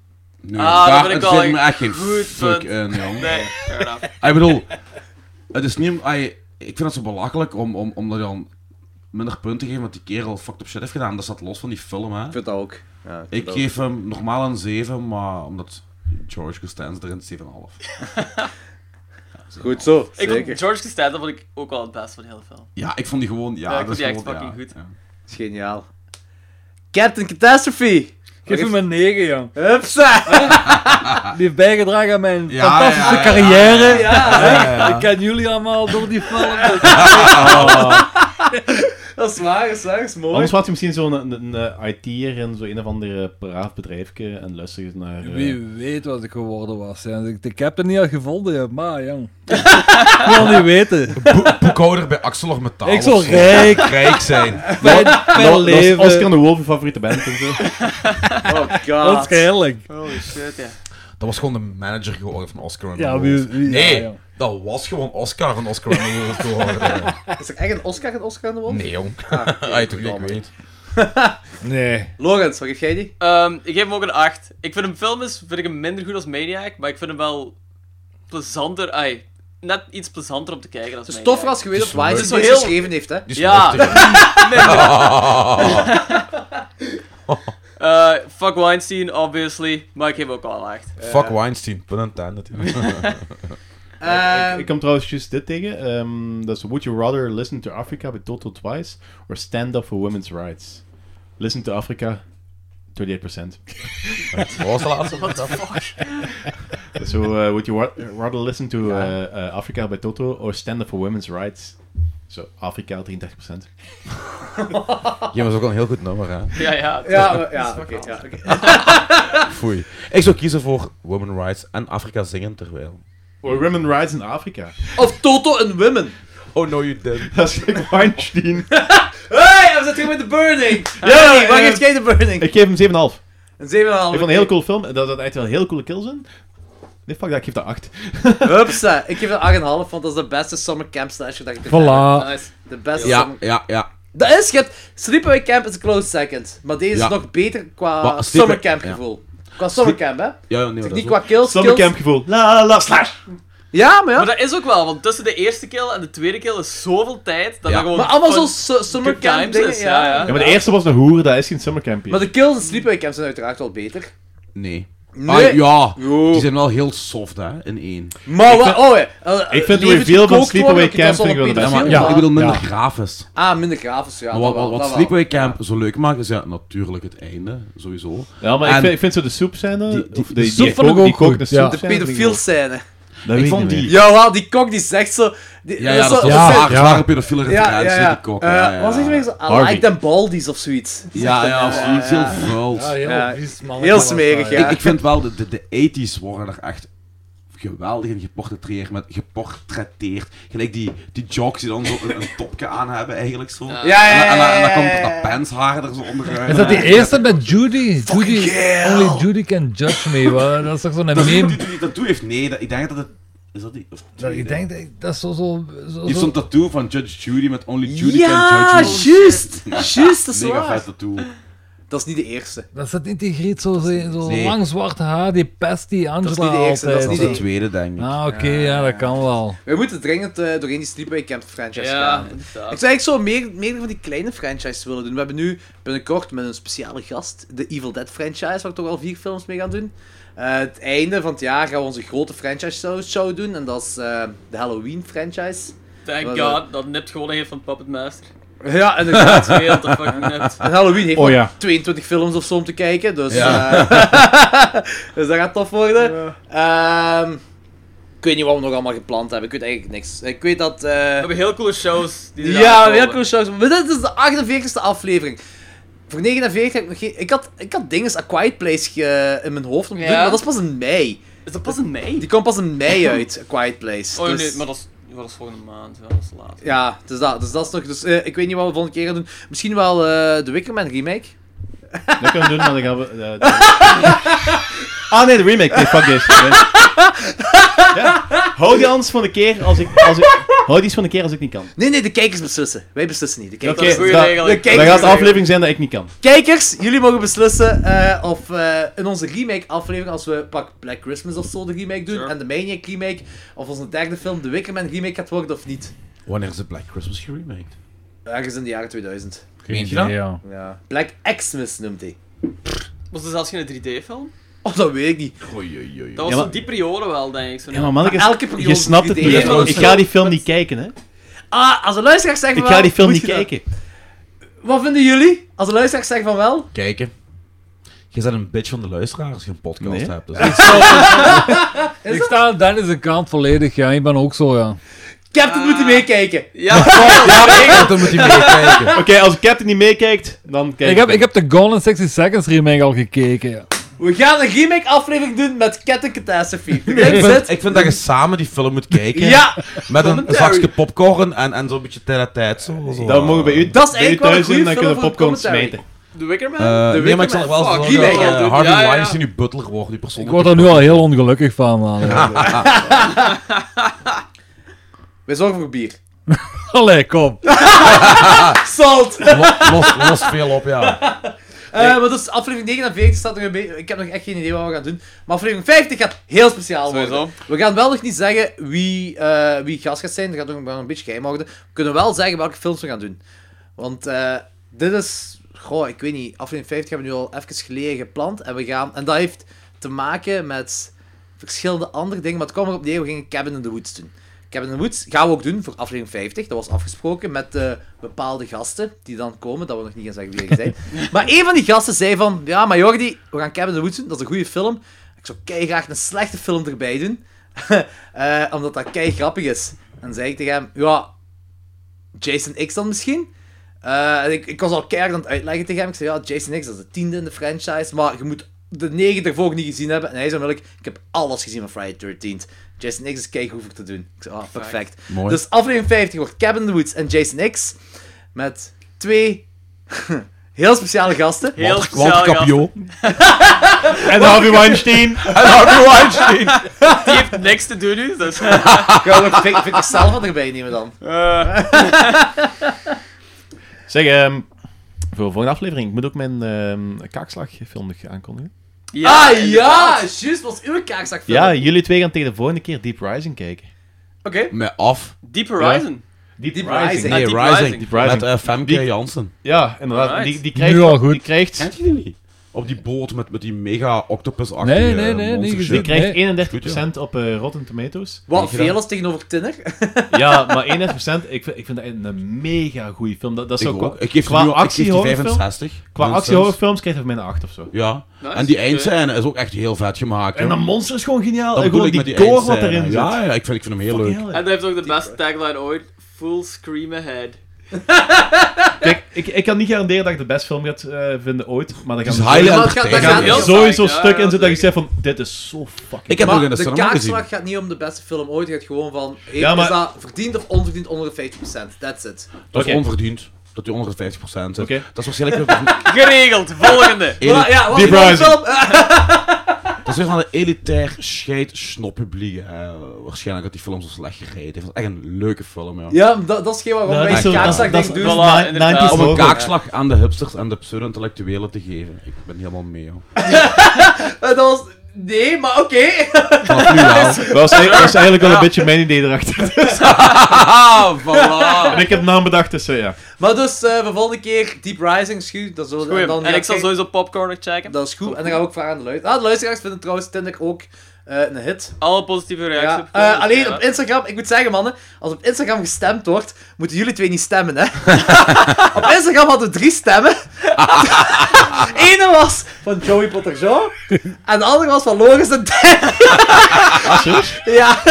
[SPEAKER 1] nee,
[SPEAKER 5] Ah, dat
[SPEAKER 1] daar
[SPEAKER 5] vind ik
[SPEAKER 1] zit
[SPEAKER 5] wel
[SPEAKER 1] me
[SPEAKER 5] een
[SPEAKER 1] echt geen
[SPEAKER 5] goed
[SPEAKER 1] fuck
[SPEAKER 5] punt.
[SPEAKER 1] in, jong.
[SPEAKER 5] Nee, fair enough.
[SPEAKER 1] Ik bedoel, het is niet... om- ai, ik vind het zo belachelijk om, om, om dat dan minder punten te geven, want die kerel fucked up shit heeft gedaan. Dat staat los van die film, hè.
[SPEAKER 3] Ik vind dat ook. Ja, vind
[SPEAKER 1] Ik
[SPEAKER 3] dat
[SPEAKER 1] geef hem normaal een 7, maar omdat George Costanza erin 7,5.
[SPEAKER 3] ook. Goed zo,
[SPEAKER 5] Ik
[SPEAKER 3] zeker.
[SPEAKER 5] vond George Costanza vond ik ook wel het best van heel veel.
[SPEAKER 1] Ja, ik vond die gewoon... Ja,
[SPEAKER 5] Ja,
[SPEAKER 1] dat
[SPEAKER 5] ik vond
[SPEAKER 1] is
[SPEAKER 5] die echt
[SPEAKER 1] gewoon-
[SPEAKER 5] fucking
[SPEAKER 1] ja,
[SPEAKER 5] goed.
[SPEAKER 1] ja.
[SPEAKER 3] Dat is geniaal. Captain Catastrophe!
[SPEAKER 4] Geef hem een 9, jong.
[SPEAKER 3] Hupsa!
[SPEAKER 4] Die heeft bijgedragen aan mijn
[SPEAKER 1] Ja,
[SPEAKER 4] fantastische
[SPEAKER 1] ja, ja,
[SPEAKER 4] carrière.
[SPEAKER 3] Ja,
[SPEAKER 4] Ik ken jullie allemaal door die film. Dus
[SPEAKER 3] dat is waar, dat is waar, dat is mooi.
[SPEAKER 2] Anders was je misschien zo'n een, een, eh, IT'er in zo'n een of andere braaf bedrijfje en luister je naar... eh,
[SPEAKER 4] Wie weet wat ik geworden was. ja. Ik, ik heb het niet al gevonden, ja, maar jong. ik wil niet weten.
[SPEAKER 1] Boek- boekhouder bij ArcelorMittal.
[SPEAKER 4] Ik zou
[SPEAKER 1] of zo.
[SPEAKER 4] rijk,
[SPEAKER 1] Rijk zijn.
[SPEAKER 4] fijn,
[SPEAKER 2] Dat-
[SPEAKER 4] fijn
[SPEAKER 2] dat is
[SPEAKER 4] leven.
[SPEAKER 2] Oscar de Wolf, je favoriete band en zo.
[SPEAKER 3] Oh god.
[SPEAKER 4] Waarschijnlijk.
[SPEAKER 5] Holy shit, ja.
[SPEAKER 1] Dat was gewoon de manager geworden van Oscar. en
[SPEAKER 4] Ja,
[SPEAKER 1] de
[SPEAKER 4] wie-
[SPEAKER 1] Wolf.
[SPEAKER 4] wie-
[SPEAKER 1] nee,
[SPEAKER 4] ja, ja.
[SPEAKER 1] dat was gewoon Oscar en Oscar en de Wolf geworden.
[SPEAKER 3] Is er echt een Oscar, een Oscar aan de wand?
[SPEAKER 1] Nee, jong.
[SPEAKER 3] Ah,
[SPEAKER 1] Ai, toch, ik weet niet.
[SPEAKER 4] Nee.
[SPEAKER 3] Lorenz, wat geef jij die?
[SPEAKER 5] Ehm, ik geef hem ook een 8. Ik vind hem filmisch vind ik hem minder goed als Maniac, maar ik vind hem wel plezanter. Ai, net iets plezanter om te kijken dan
[SPEAKER 3] Het is
[SPEAKER 5] Maniac.
[SPEAKER 3] toffer als je weet dat
[SPEAKER 1] Het is
[SPEAKER 3] Weinstein
[SPEAKER 5] zo
[SPEAKER 3] deze
[SPEAKER 5] heel-
[SPEAKER 3] geschreven heeft, hè?
[SPEAKER 1] Die is
[SPEAKER 5] Ja.
[SPEAKER 1] vluchtig.
[SPEAKER 5] Eh, fuck Weinstein, obviously, maar ik geef hem ook al een 8.
[SPEAKER 1] Fuck Weinstein, pun intended.
[SPEAKER 3] Ehm,
[SPEAKER 2] Ik kom trouwens juist dit tegen. ehm, dat is Would You Rather Listen to Africa by Toto Twice or Stand Up for Women's Rights? Listen to Africa, 38%.
[SPEAKER 1] Wat was de laatste?
[SPEAKER 2] So uh, Would You wa- Rather Listen to uh, uh, Africa by Toto or Stand Up for Women's Rights? Zo, Afrika 33%.
[SPEAKER 1] Je was ook al een heel goed nummer, hè.
[SPEAKER 5] Ja, ja.
[SPEAKER 3] Ja, maar- ja, oké. ja, oké.
[SPEAKER 1] Foei. Ik zou kiezen voor Women Rights en Afrika zingen terwijl.
[SPEAKER 2] Or Women's Rights in Africa.
[SPEAKER 3] Of Toto en Women.
[SPEAKER 1] Oh no, you didn't.
[SPEAKER 2] Dat is gelijk Weinstein.
[SPEAKER 3] Hey, we zitten hier met de Burning! Ja, wat
[SPEAKER 2] eh,
[SPEAKER 3] geeft jij de Burning?
[SPEAKER 2] Ik geef hem 7,5.
[SPEAKER 3] Een 7,5. Ik
[SPEAKER 2] vond het een heel cool film. Dat had echt wel heel coole kills in. Nee, fuck dat, ik geef dat 8.
[SPEAKER 3] Hupsa, ik geef het 8,5, want dat is de beste summer camp slasher dat je kunt
[SPEAKER 4] Voilà.
[SPEAKER 3] hebben. Nice. De beste
[SPEAKER 1] Ja,
[SPEAKER 3] summer...
[SPEAKER 1] ja, ja.
[SPEAKER 3] Dat is, je hebt... Sleepaway Camp is een close second, maar deze
[SPEAKER 1] Ja.
[SPEAKER 3] is nog beter qua
[SPEAKER 1] Maar Sleepaway-
[SPEAKER 3] summer camp
[SPEAKER 1] ja.
[SPEAKER 3] gevoel. Qua summer camp, hè.
[SPEAKER 1] Ja, nee, maar
[SPEAKER 3] Dus
[SPEAKER 1] dat
[SPEAKER 3] niet
[SPEAKER 1] is
[SPEAKER 3] qua
[SPEAKER 1] wel-
[SPEAKER 3] kills,
[SPEAKER 2] Summercamp
[SPEAKER 3] kills...
[SPEAKER 2] gevoel. La la slash.
[SPEAKER 3] Ja, maar ja.
[SPEAKER 5] Maar dat is ook wel, want tussen de eerste kill en de tweede kill is zoveel tijd dat
[SPEAKER 1] Ja.
[SPEAKER 5] dat gewoon...
[SPEAKER 3] Maar allemaal
[SPEAKER 5] fun-
[SPEAKER 3] zo'n su- summer
[SPEAKER 5] good
[SPEAKER 3] camp
[SPEAKER 5] times
[SPEAKER 3] dingen,
[SPEAKER 5] is, ja, ja.
[SPEAKER 2] Ja, maar de eerste was een hoer, dat is geen summercamp hier.
[SPEAKER 3] Maar de kills in Sleepaway Camp zijn uiteraard wel beter.
[SPEAKER 2] Ah,
[SPEAKER 1] Nee.
[SPEAKER 3] Nee.
[SPEAKER 1] Ah, ja,
[SPEAKER 3] Jo.
[SPEAKER 1] die zijn wel heel soft, hè, in één.
[SPEAKER 3] Maar
[SPEAKER 2] Ik
[SPEAKER 3] wat... Oh, ja.
[SPEAKER 2] ik vind de reveal van Sleepaway Camp vind ik wel de beste.
[SPEAKER 1] Ja, maar
[SPEAKER 4] Ja.
[SPEAKER 1] ik bedoel minder
[SPEAKER 4] Ja.
[SPEAKER 1] grafisch.
[SPEAKER 3] Ah, minder grafisch, ja.
[SPEAKER 1] Maar
[SPEAKER 3] dat
[SPEAKER 1] wat,
[SPEAKER 3] wel,
[SPEAKER 1] wat, wat
[SPEAKER 3] dat wel.
[SPEAKER 1] Sleepaway Camp zo leuk maakt, is ja, natuurlijk het einde, sowieso.
[SPEAKER 2] Ja, maar ik
[SPEAKER 1] En-
[SPEAKER 2] vind, ik vind zo de soep scène.
[SPEAKER 1] Die- die-
[SPEAKER 2] of de,
[SPEAKER 4] de
[SPEAKER 2] die,
[SPEAKER 4] soep
[SPEAKER 2] die
[SPEAKER 4] vond ik
[SPEAKER 2] kook- die
[SPEAKER 4] ook
[SPEAKER 2] kook-
[SPEAKER 4] goed,
[SPEAKER 2] de
[SPEAKER 4] ja.
[SPEAKER 2] soep
[SPEAKER 3] De
[SPEAKER 2] scène vind ik
[SPEAKER 3] pedofiel scène.
[SPEAKER 2] ook- dat weet
[SPEAKER 1] Ik vond
[SPEAKER 2] niet meer.
[SPEAKER 1] die...
[SPEAKER 3] Ja, wel, die kok die zegt zo... Die,
[SPEAKER 1] Ja, ja, dat is
[SPEAKER 3] zo-
[SPEAKER 1] wel
[SPEAKER 4] Ja,
[SPEAKER 1] een zwaar-
[SPEAKER 4] ja.
[SPEAKER 1] zware pedofiele
[SPEAKER 3] Ja, ja,
[SPEAKER 1] referentie,
[SPEAKER 3] ja.
[SPEAKER 1] die kok.
[SPEAKER 3] Eh,
[SPEAKER 1] Ja, ja,
[SPEAKER 3] Wat zeg je
[SPEAKER 1] ja.
[SPEAKER 3] weer zo? I
[SPEAKER 2] Harvey.
[SPEAKER 3] like them baldies of zoiets.
[SPEAKER 1] Ja, ja, of zoiets heel vuils.
[SPEAKER 4] Ja, heel
[SPEAKER 3] Ja,
[SPEAKER 4] Ah, vies, man.
[SPEAKER 3] heel smerig, ja.
[SPEAKER 1] Ik, ik vind wel, de, de, de 80s worden er echt geweldig in geportretteerd. Met, geportretteerd. Gelijk die, die jocks die dan zo een, een topje aan hebben, eigenlijk zo.
[SPEAKER 5] Ja.
[SPEAKER 1] En,
[SPEAKER 3] Ja, ja,
[SPEAKER 1] dan- en, dan-
[SPEAKER 3] ja,
[SPEAKER 1] en dan
[SPEAKER 3] ja,
[SPEAKER 1] komt
[SPEAKER 3] ja.
[SPEAKER 1] dat penshaar er zo onderuit.
[SPEAKER 4] Is dat die eerste met Judy? Judy only Judy can judge me. wa? Dat is toch zo'n
[SPEAKER 1] Dat, die, die,
[SPEAKER 4] meme?
[SPEAKER 1] die tattoo heeft, nee, dat, ik denk dat het... Is dat die? Of,
[SPEAKER 4] Dat
[SPEAKER 1] nee.
[SPEAKER 4] Ik denk dat dat is zo... zo, zo,
[SPEAKER 1] Die heeft zo'n
[SPEAKER 4] zo.
[SPEAKER 1] tattoo van Judge Judy met Only Judy
[SPEAKER 3] Ja,
[SPEAKER 1] Can Judge Me.
[SPEAKER 3] juist! Juist, dat is
[SPEAKER 1] Mega
[SPEAKER 3] waar.
[SPEAKER 1] vet tattoo.
[SPEAKER 3] Dat is niet de eerste.
[SPEAKER 4] Dat zit niet die griet, zo, zo, zo
[SPEAKER 1] Nee.
[SPEAKER 4] lang zwart haar, die pest die Angela
[SPEAKER 3] is niet de eerste, dat is
[SPEAKER 4] altijd.
[SPEAKER 1] Dat is
[SPEAKER 3] niet
[SPEAKER 1] de tweede, denk ik.
[SPEAKER 4] Ah, oké, ja, dat kan wel.
[SPEAKER 3] We moeten dringend eh, doorheen die Sleepaway Camp franchise
[SPEAKER 5] Ja,
[SPEAKER 3] gaan.
[SPEAKER 5] inderdaad.
[SPEAKER 3] Ik zou eigenlijk zo meer, meer van die kleine franchises willen doen. We hebben nu binnenkort met een speciale gast de Evil Dead franchise, waar we toch al vier films mee gaan doen. Eh, het einde van het jaar gaan we onze grote franchise show, show doen, en dat is eh, de Halloween franchise.
[SPEAKER 5] Thank
[SPEAKER 3] Wat,
[SPEAKER 5] god, dat nipt gewoon heeft van Puppet Master.
[SPEAKER 3] Ja, inderdaad.
[SPEAKER 5] Dat is heel te fucking nipt.
[SPEAKER 3] En Halloween heeft
[SPEAKER 2] Oh,
[SPEAKER 3] nog
[SPEAKER 2] ja.
[SPEAKER 3] 22 films of zo om te kijken, dus,
[SPEAKER 1] Ja.
[SPEAKER 3] eh, dus dat gaat tof worden. Ehm, ik weet niet wat we nog allemaal gepland hebben, ik weet eigenlijk niks. Ik weet dat... eh,
[SPEAKER 5] We hebben heel coole shows. Die eraan
[SPEAKER 3] ja,
[SPEAKER 5] komen.
[SPEAKER 3] heel cool shows. Maar dit is de 48e aflevering. Voor 49 heb ik nog geen... Ik had, ik had dinges A Quiet Place ge- in mijn hoofd om te
[SPEAKER 5] Ja.
[SPEAKER 3] doen, maar dat is pas in mei.
[SPEAKER 5] Is dat pas in mei?
[SPEAKER 3] Die komt pas in mei uit, A Quiet Place.
[SPEAKER 5] Oh
[SPEAKER 3] Dus-
[SPEAKER 5] nee, maar dat is, dat is volgende maand. Ja, dat is laat.
[SPEAKER 3] Ja, dus dat, dus dat is nog... Dus, eh, ik weet niet wat we volgende keer gaan doen. Misschien wel eh de Wickerman remake?
[SPEAKER 2] Dat kunnen we doen, maar dan gaan we... eh, de- ah nee, de remake. Nee, fuck this. Nee. Ja. Hou die anders van de keer als ik... Als ik hou die eens van de keer als ik niet kan.
[SPEAKER 3] Nee, nee, de kijkers beslissen. Wij beslissen niet. De kijkers.
[SPEAKER 5] Dat is een goede
[SPEAKER 2] dat-
[SPEAKER 5] regel.
[SPEAKER 3] de kijk-
[SPEAKER 2] Dan gaat de aflevering zijn dat ik niet kan.
[SPEAKER 3] Kijkers, jullie mogen beslissen eh, of eh, in onze remake-aflevering, als we pak Black Christmas of zo de remake doen,
[SPEAKER 5] Sure.
[SPEAKER 3] en de Maniac remake, of onze derde film, de Wickerman remake gaat worden of niet.
[SPEAKER 1] Wanneer is de Black Christmas geremaked?
[SPEAKER 3] Ergens in de jaren 2000.
[SPEAKER 1] Meen je dat?
[SPEAKER 4] Ja.
[SPEAKER 3] Ja. Black Xmas noemt hij.
[SPEAKER 5] Was er zelfs geen 3D-film?
[SPEAKER 3] Oh, dat weet ik niet.
[SPEAKER 1] Oei, oei, oei.
[SPEAKER 5] Dat was
[SPEAKER 2] Ja, maar-
[SPEAKER 5] zo'n die periode wel, denk ik. Zo
[SPEAKER 2] Ja, maar mannetjes,
[SPEAKER 3] elke periode
[SPEAKER 2] je snapt het
[SPEAKER 3] die
[SPEAKER 2] niet.
[SPEAKER 3] idee
[SPEAKER 5] is wel
[SPEAKER 2] Ik
[SPEAKER 5] zo.
[SPEAKER 2] ga die film niet kijken, hè.
[SPEAKER 3] Ah, als de luisteraars zeggen
[SPEAKER 2] Ik
[SPEAKER 3] van
[SPEAKER 2] ga
[SPEAKER 3] wel,
[SPEAKER 2] die film
[SPEAKER 3] moet
[SPEAKER 2] niet
[SPEAKER 3] je dat-
[SPEAKER 2] kijken.
[SPEAKER 3] Wat vinden jullie? Als de luisteraars zeggen van wel?
[SPEAKER 1] Kijken. Je bent een bitch van de luisteraar als je een podcast
[SPEAKER 2] Nee.
[SPEAKER 1] hebt. Dus
[SPEAKER 4] Ik sta aan Dennis' kant volledig, ja. Ik ben ook zo, ja.
[SPEAKER 3] Captain
[SPEAKER 5] Ah.
[SPEAKER 3] moet hij meekijken.
[SPEAKER 5] Ja,
[SPEAKER 1] dan moet je meekijken.
[SPEAKER 2] Oké, als Captain niet meekijkt, dan kijk
[SPEAKER 4] Ik heb, ik heb de Gone in 60 Seconds remake al gekeken, ja.
[SPEAKER 3] We gaan een remake-aflevering doen met Cat and Catastrophe.
[SPEAKER 1] Ik
[SPEAKER 3] That's
[SPEAKER 1] vind,
[SPEAKER 3] it.
[SPEAKER 1] ik vind dat je samen die film moet kijken.
[SPEAKER 3] Ja,
[SPEAKER 1] Met een
[SPEAKER 5] Commentary.
[SPEAKER 1] zakje popcorn en, en zo'n beetje tijd aan tijd. Zo, zo.
[SPEAKER 2] Dan mogen we bij u,
[SPEAKER 3] Dat is
[SPEAKER 2] bij u
[SPEAKER 3] eigenlijk wel een
[SPEAKER 2] thuis
[SPEAKER 3] goede
[SPEAKER 2] in,
[SPEAKER 3] film
[SPEAKER 2] dan kunnen we
[SPEAKER 3] voor een
[SPEAKER 2] popcorn
[SPEAKER 3] commentary.
[SPEAKER 2] smijten.
[SPEAKER 5] de Wickerman?
[SPEAKER 1] Eh, nee, maar ik zal
[SPEAKER 3] Wickerman.
[SPEAKER 1] er wel
[SPEAKER 5] Fuck,
[SPEAKER 1] zo
[SPEAKER 5] die
[SPEAKER 1] dat,
[SPEAKER 5] wil ik
[SPEAKER 1] eh,
[SPEAKER 5] wel doen.
[SPEAKER 1] Harvey
[SPEAKER 5] Ja, ja, ja.
[SPEAKER 1] Weinstein nu butler wordt, die persoon.
[SPEAKER 4] Ik word er nu al heel ongelukkig van, man. ja.
[SPEAKER 3] wij zorgen voor bier.
[SPEAKER 4] Allee, kom.
[SPEAKER 3] Salt!
[SPEAKER 1] Lo- Los, los veel op, ja.
[SPEAKER 3] Eh, maar dus aflevering 49 staat nog een beetje... Ik heb nog echt geen idee wat we gaan doen. Maar aflevering 50 gaat heel speciaal worden.
[SPEAKER 5] Sowieso.
[SPEAKER 3] We gaan wel nog niet zeggen wie, eh, wie gast gaat zijn. Dat gaat nog wel een beetje geheim houden. We kunnen wel zeggen welke films we gaan doen. Want eh, dit is... Goh, ik weet niet. Aflevering 50 hebben we nu al even geleden gepland. En, we gaan, en dat heeft te maken met verschillende andere dingen. Maar het kwam erop neer, we gingen Cabin in the Woods doen. Cabin in the Woods gaan we ook doen voor aflevering 50. Dat was afgesproken met eh, bepaalde gasten die dan komen. Dat we nog niet gaan zeggen wie er zijn. maar een van die gasten zei van... Ja, maar Jordi, we gaan Cabin in the Woods doen. Dat is een goede film. Ik zou graag een slechte film erbij doen. Eh, omdat dat kei grappig is. En dan zei ik tegen hem... Ja, Jason X dan misschien? Eh, en ik, ik was al keihard aan het uitleggen tegen hem. Ik zei, ja, Jason X, dat is de tiende in de franchise, maar je moet de negen daarvoor ook niet gezien hebben. En hij zei, onmiddellijk, ik heb alles gezien van Friday the 13th. Jason X is kei goed voor te doen. Ik zei, ah, perfect.
[SPEAKER 1] Mooi.
[SPEAKER 3] Dus aflevering 50 wordt Cabin in the Woods en Jason X met twee Heel speciale gasten.
[SPEAKER 5] Heel Walter- speciale Walter Capio.
[SPEAKER 3] en
[SPEAKER 5] Harvey Weinstein. En Harvey Weinstein. Die heeft niks te doen nu, dus-
[SPEAKER 3] Gaan we ook Vic- Victor Salva erbij nemen dan?
[SPEAKER 2] Zeg, ehm, voor de volgende aflevering, ik moet ook mijn ehm, kaakslagfilm nog aankondigen.
[SPEAKER 3] ah ja, juist, was uw kaakzak
[SPEAKER 2] Ja, jullie twee gaan tegen de volgende keer Deep Rising kijken.
[SPEAKER 3] Oké.
[SPEAKER 1] Met af.
[SPEAKER 5] Deep Horizon.
[SPEAKER 2] Deep,
[SPEAKER 3] Deep
[SPEAKER 2] Rising.
[SPEAKER 3] Rising.
[SPEAKER 1] Nee,
[SPEAKER 3] Ah, Deep
[SPEAKER 1] Rising.
[SPEAKER 3] Rising.
[SPEAKER 2] Deep Rising.
[SPEAKER 1] Met eh, Femke
[SPEAKER 2] Die-
[SPEAKER 1] Jansen.
[SPEAKER 2] Ja, inderdaad.
[SPEAKER 5] Alright.
[SPEAKER 2] Die, die krijgt...
[SPEAKER 4] Nu al goed.
[SPEAKER 2] Die krijgt,
[SPEAKER 1] Kent je die niet? Op die boot met, met die mega eh, octopus achter
[SPEAKER 4] Nee, nee, nee, niet gezien.
[SPEAKER 2] die krijgt
[SPEAKER 4] Nee.
[SPEAKER 2] 31% op eh, Rotten Tomatoes.
[SPEAKER 3] Wat veel als tegenover Tinner.
[SPEAKER 2] Ja, maar 31%, ik vind, ik vind dat een mega goede film. Dat, dat
[SPEAKER 1] Ik,
[SPEAKER 2] zou qua-
[SPEAKER 1] ook. ik geef
[SPEAKER 2] qua
[SPEAKER 1] die nu ik geef die
[SPEAKER 2] actiehorrorfilm-
[SPEAKER 1] 65.
[SPEAKER 2] Qua
[SPEAKER 1] Nonsense.
[SPEAKER 2] actiehorrorfilms krijgt hij van mij een 8 of zo.
[SPEAKER 1] Ja.
[SPEAKER 5] Nice.
[SPEAKER 1] En die eindscène is ook echt heel vet gemaakt.
[SPEAKER 2] En
[SPEAKER 1] hoor.
[SPEAKER 2] dat monster is gewoon geniaal.
[SPEAKER 1] Dat
[SPEAKER 2] en
[SPEAKER 1] bedoel
[SPEAKER 2] gewoon
[SPEAKER 1] ik met die
[SPEAKER 2] die gore wat
[SPEAKER 1] eindscène.
[SPEAKER 2] erin zit.
[SPEAKER 1] Ja, ja, ik vind, ik vind hem heel leuk.
[SPEAKER 5] En dat heeft ook de beste tagline ooit. Full scream ahead.
[SPEAKER 2] Kijk, ik, ik kan niet garanderen dat ik de beste film ga eh, vinden ooit, maar dan
[SPEAKER 1] Het
[SPEAKER 2] gaan
[SPEAKER 1] is
[SPEAKER 2] we
[SPEAKER 1] highly
[SPEAKER 3] Maar het gaat-
[SPEAKER 2] Er
[SPEAKER 3] dat
[SPEAKER 2] gaan
[SPEAKER 3] Ja,
[SPEAKER 1] entertaining.
[SPEAKER 3] gaat-
[SPEAKER 2] sowieso
[SPEAKER 5] ja,
[SPEAKER 2] stukken in
[SPEAKER 5] ja,
[SPEAKER 2] zitten dat je zegt
[SPEAKER 5] zeker.
[SPEAKER 2] van, dit is zo fucking...
[SPEAKER 1] Ik heb
[SPEAKER 3] Maar
[SPEAKER 1] nog in de
[SPEAKER 3] de
[SPEAKER 1] cinema gezien.
[SPEAKER 3] kaakslag gaat niet om de beste film ooit. Het gaat gewoon van, hey,
[SPEAKER 2] Ja, maar-
[SPEAKER 3] is dat verdiend of onverdiend onder de 50%? That's it.
[SPEAKER 1] Dat is
[SPEAKER 2] Oké.
[SPEAKER 1] onverdiend. Dat die onder de 50% zit.
[SPEAKER 2] Oké.
[SPEAKER 1] Dat is waarschijnlijk weer van-
[SPEAKER 5] Geregeld, volgende.
[SPEAKER 1] elit-
[SPEAKER 3] ja, wat
[SPEAKER 2] Deep
[SPEAKER 3] is dat
[SPEAKER 2] Rising.
[SPEAKER 3] film? Ah,
[SPEAKER 1] dat is weer van een elitair scheid snoppubliek. eh, waarschijnlijk dat die film zo slecht gereden heeft. Dat is echt een leuke film, ja.
[SPEAKER 3] Ja, dat, dat is geen waarom
[SPEAKER 2] Nou,
[SPEAKER 3] wij
[SPEAKER 2] dat is zo-
[SPEAKER 3] kaakzak
[SPEAKER 2] dat- dat
[SPEAKER 3] dingen
[SPEAKER 2] is-
[SPEAKER 3] doen.
[SPEAKER 2] dat
[SPEAKER 5] wel-
[SPEAKER 2] is
[SPEAKER 5] Voilà,
[SPEAKER 2] na-
[SPEAKER 5] inderdaad.
[SPEAKER 2] 90s
[SPEAKER 1] Om een
[SPEAKER 2] horror.
[SPEAKER 1] kaakslag aan de hipsters en de pseudo-intellectuelen te geven. Ik ben helemaal mee, joh.
[SPEAKER 3] Eh, Dat was... Nee, maar oké.
[SPEAKER 1] Vanaf nu wel.
[SPEAKER 2] Dat was, dat was eigenlijk wel een beetje mijn idee erachter.
[SPEAKER 1] Haha, voilà.
[SPEAKER 2] En ik heb de naam bedacht, dus eh, ja.
[SPEAKER 3] Maar dus, eh de volgende keer Deep Rising, schuw. Dat is zo,
[SPEAKER 5] Goed, en
[SPEAKER 3] ja,
[SPEAKER 5] ik zal
[SPEAKER 3] kijk,
[SPEAKER 5] sowieso popcorn nog checken.
[SPEAKER 3] Dat is goed. En dan gaan we ook vragen aan de luisteraars. Ah, de luisteraars vinden trouwens Tinder ook eh, een hit.
[SPEAKER 5] Alle positieve reacties.
[SPEAKER 3] Ja.
[SPEAKER 5] op
[SPEAKER 3] Eh,
[SPEAKER 5] Twitter,
[SPEAKER 3] alleen
[SPEAKER 5] ja.
[SPEAKER 3] op Instagram, ik moet zeggen mannen, als op Instagram gestemd wordt, moeten jullie twee niet stemmen, hè. op Instagram hadden we drie stemmen. Ene was van Joey Potterjo en de andere was van Loris de Dijk.
[SPEAKER 2] Ah,
[SPEAKER 3] ja,
[SPEAKER 5] Ik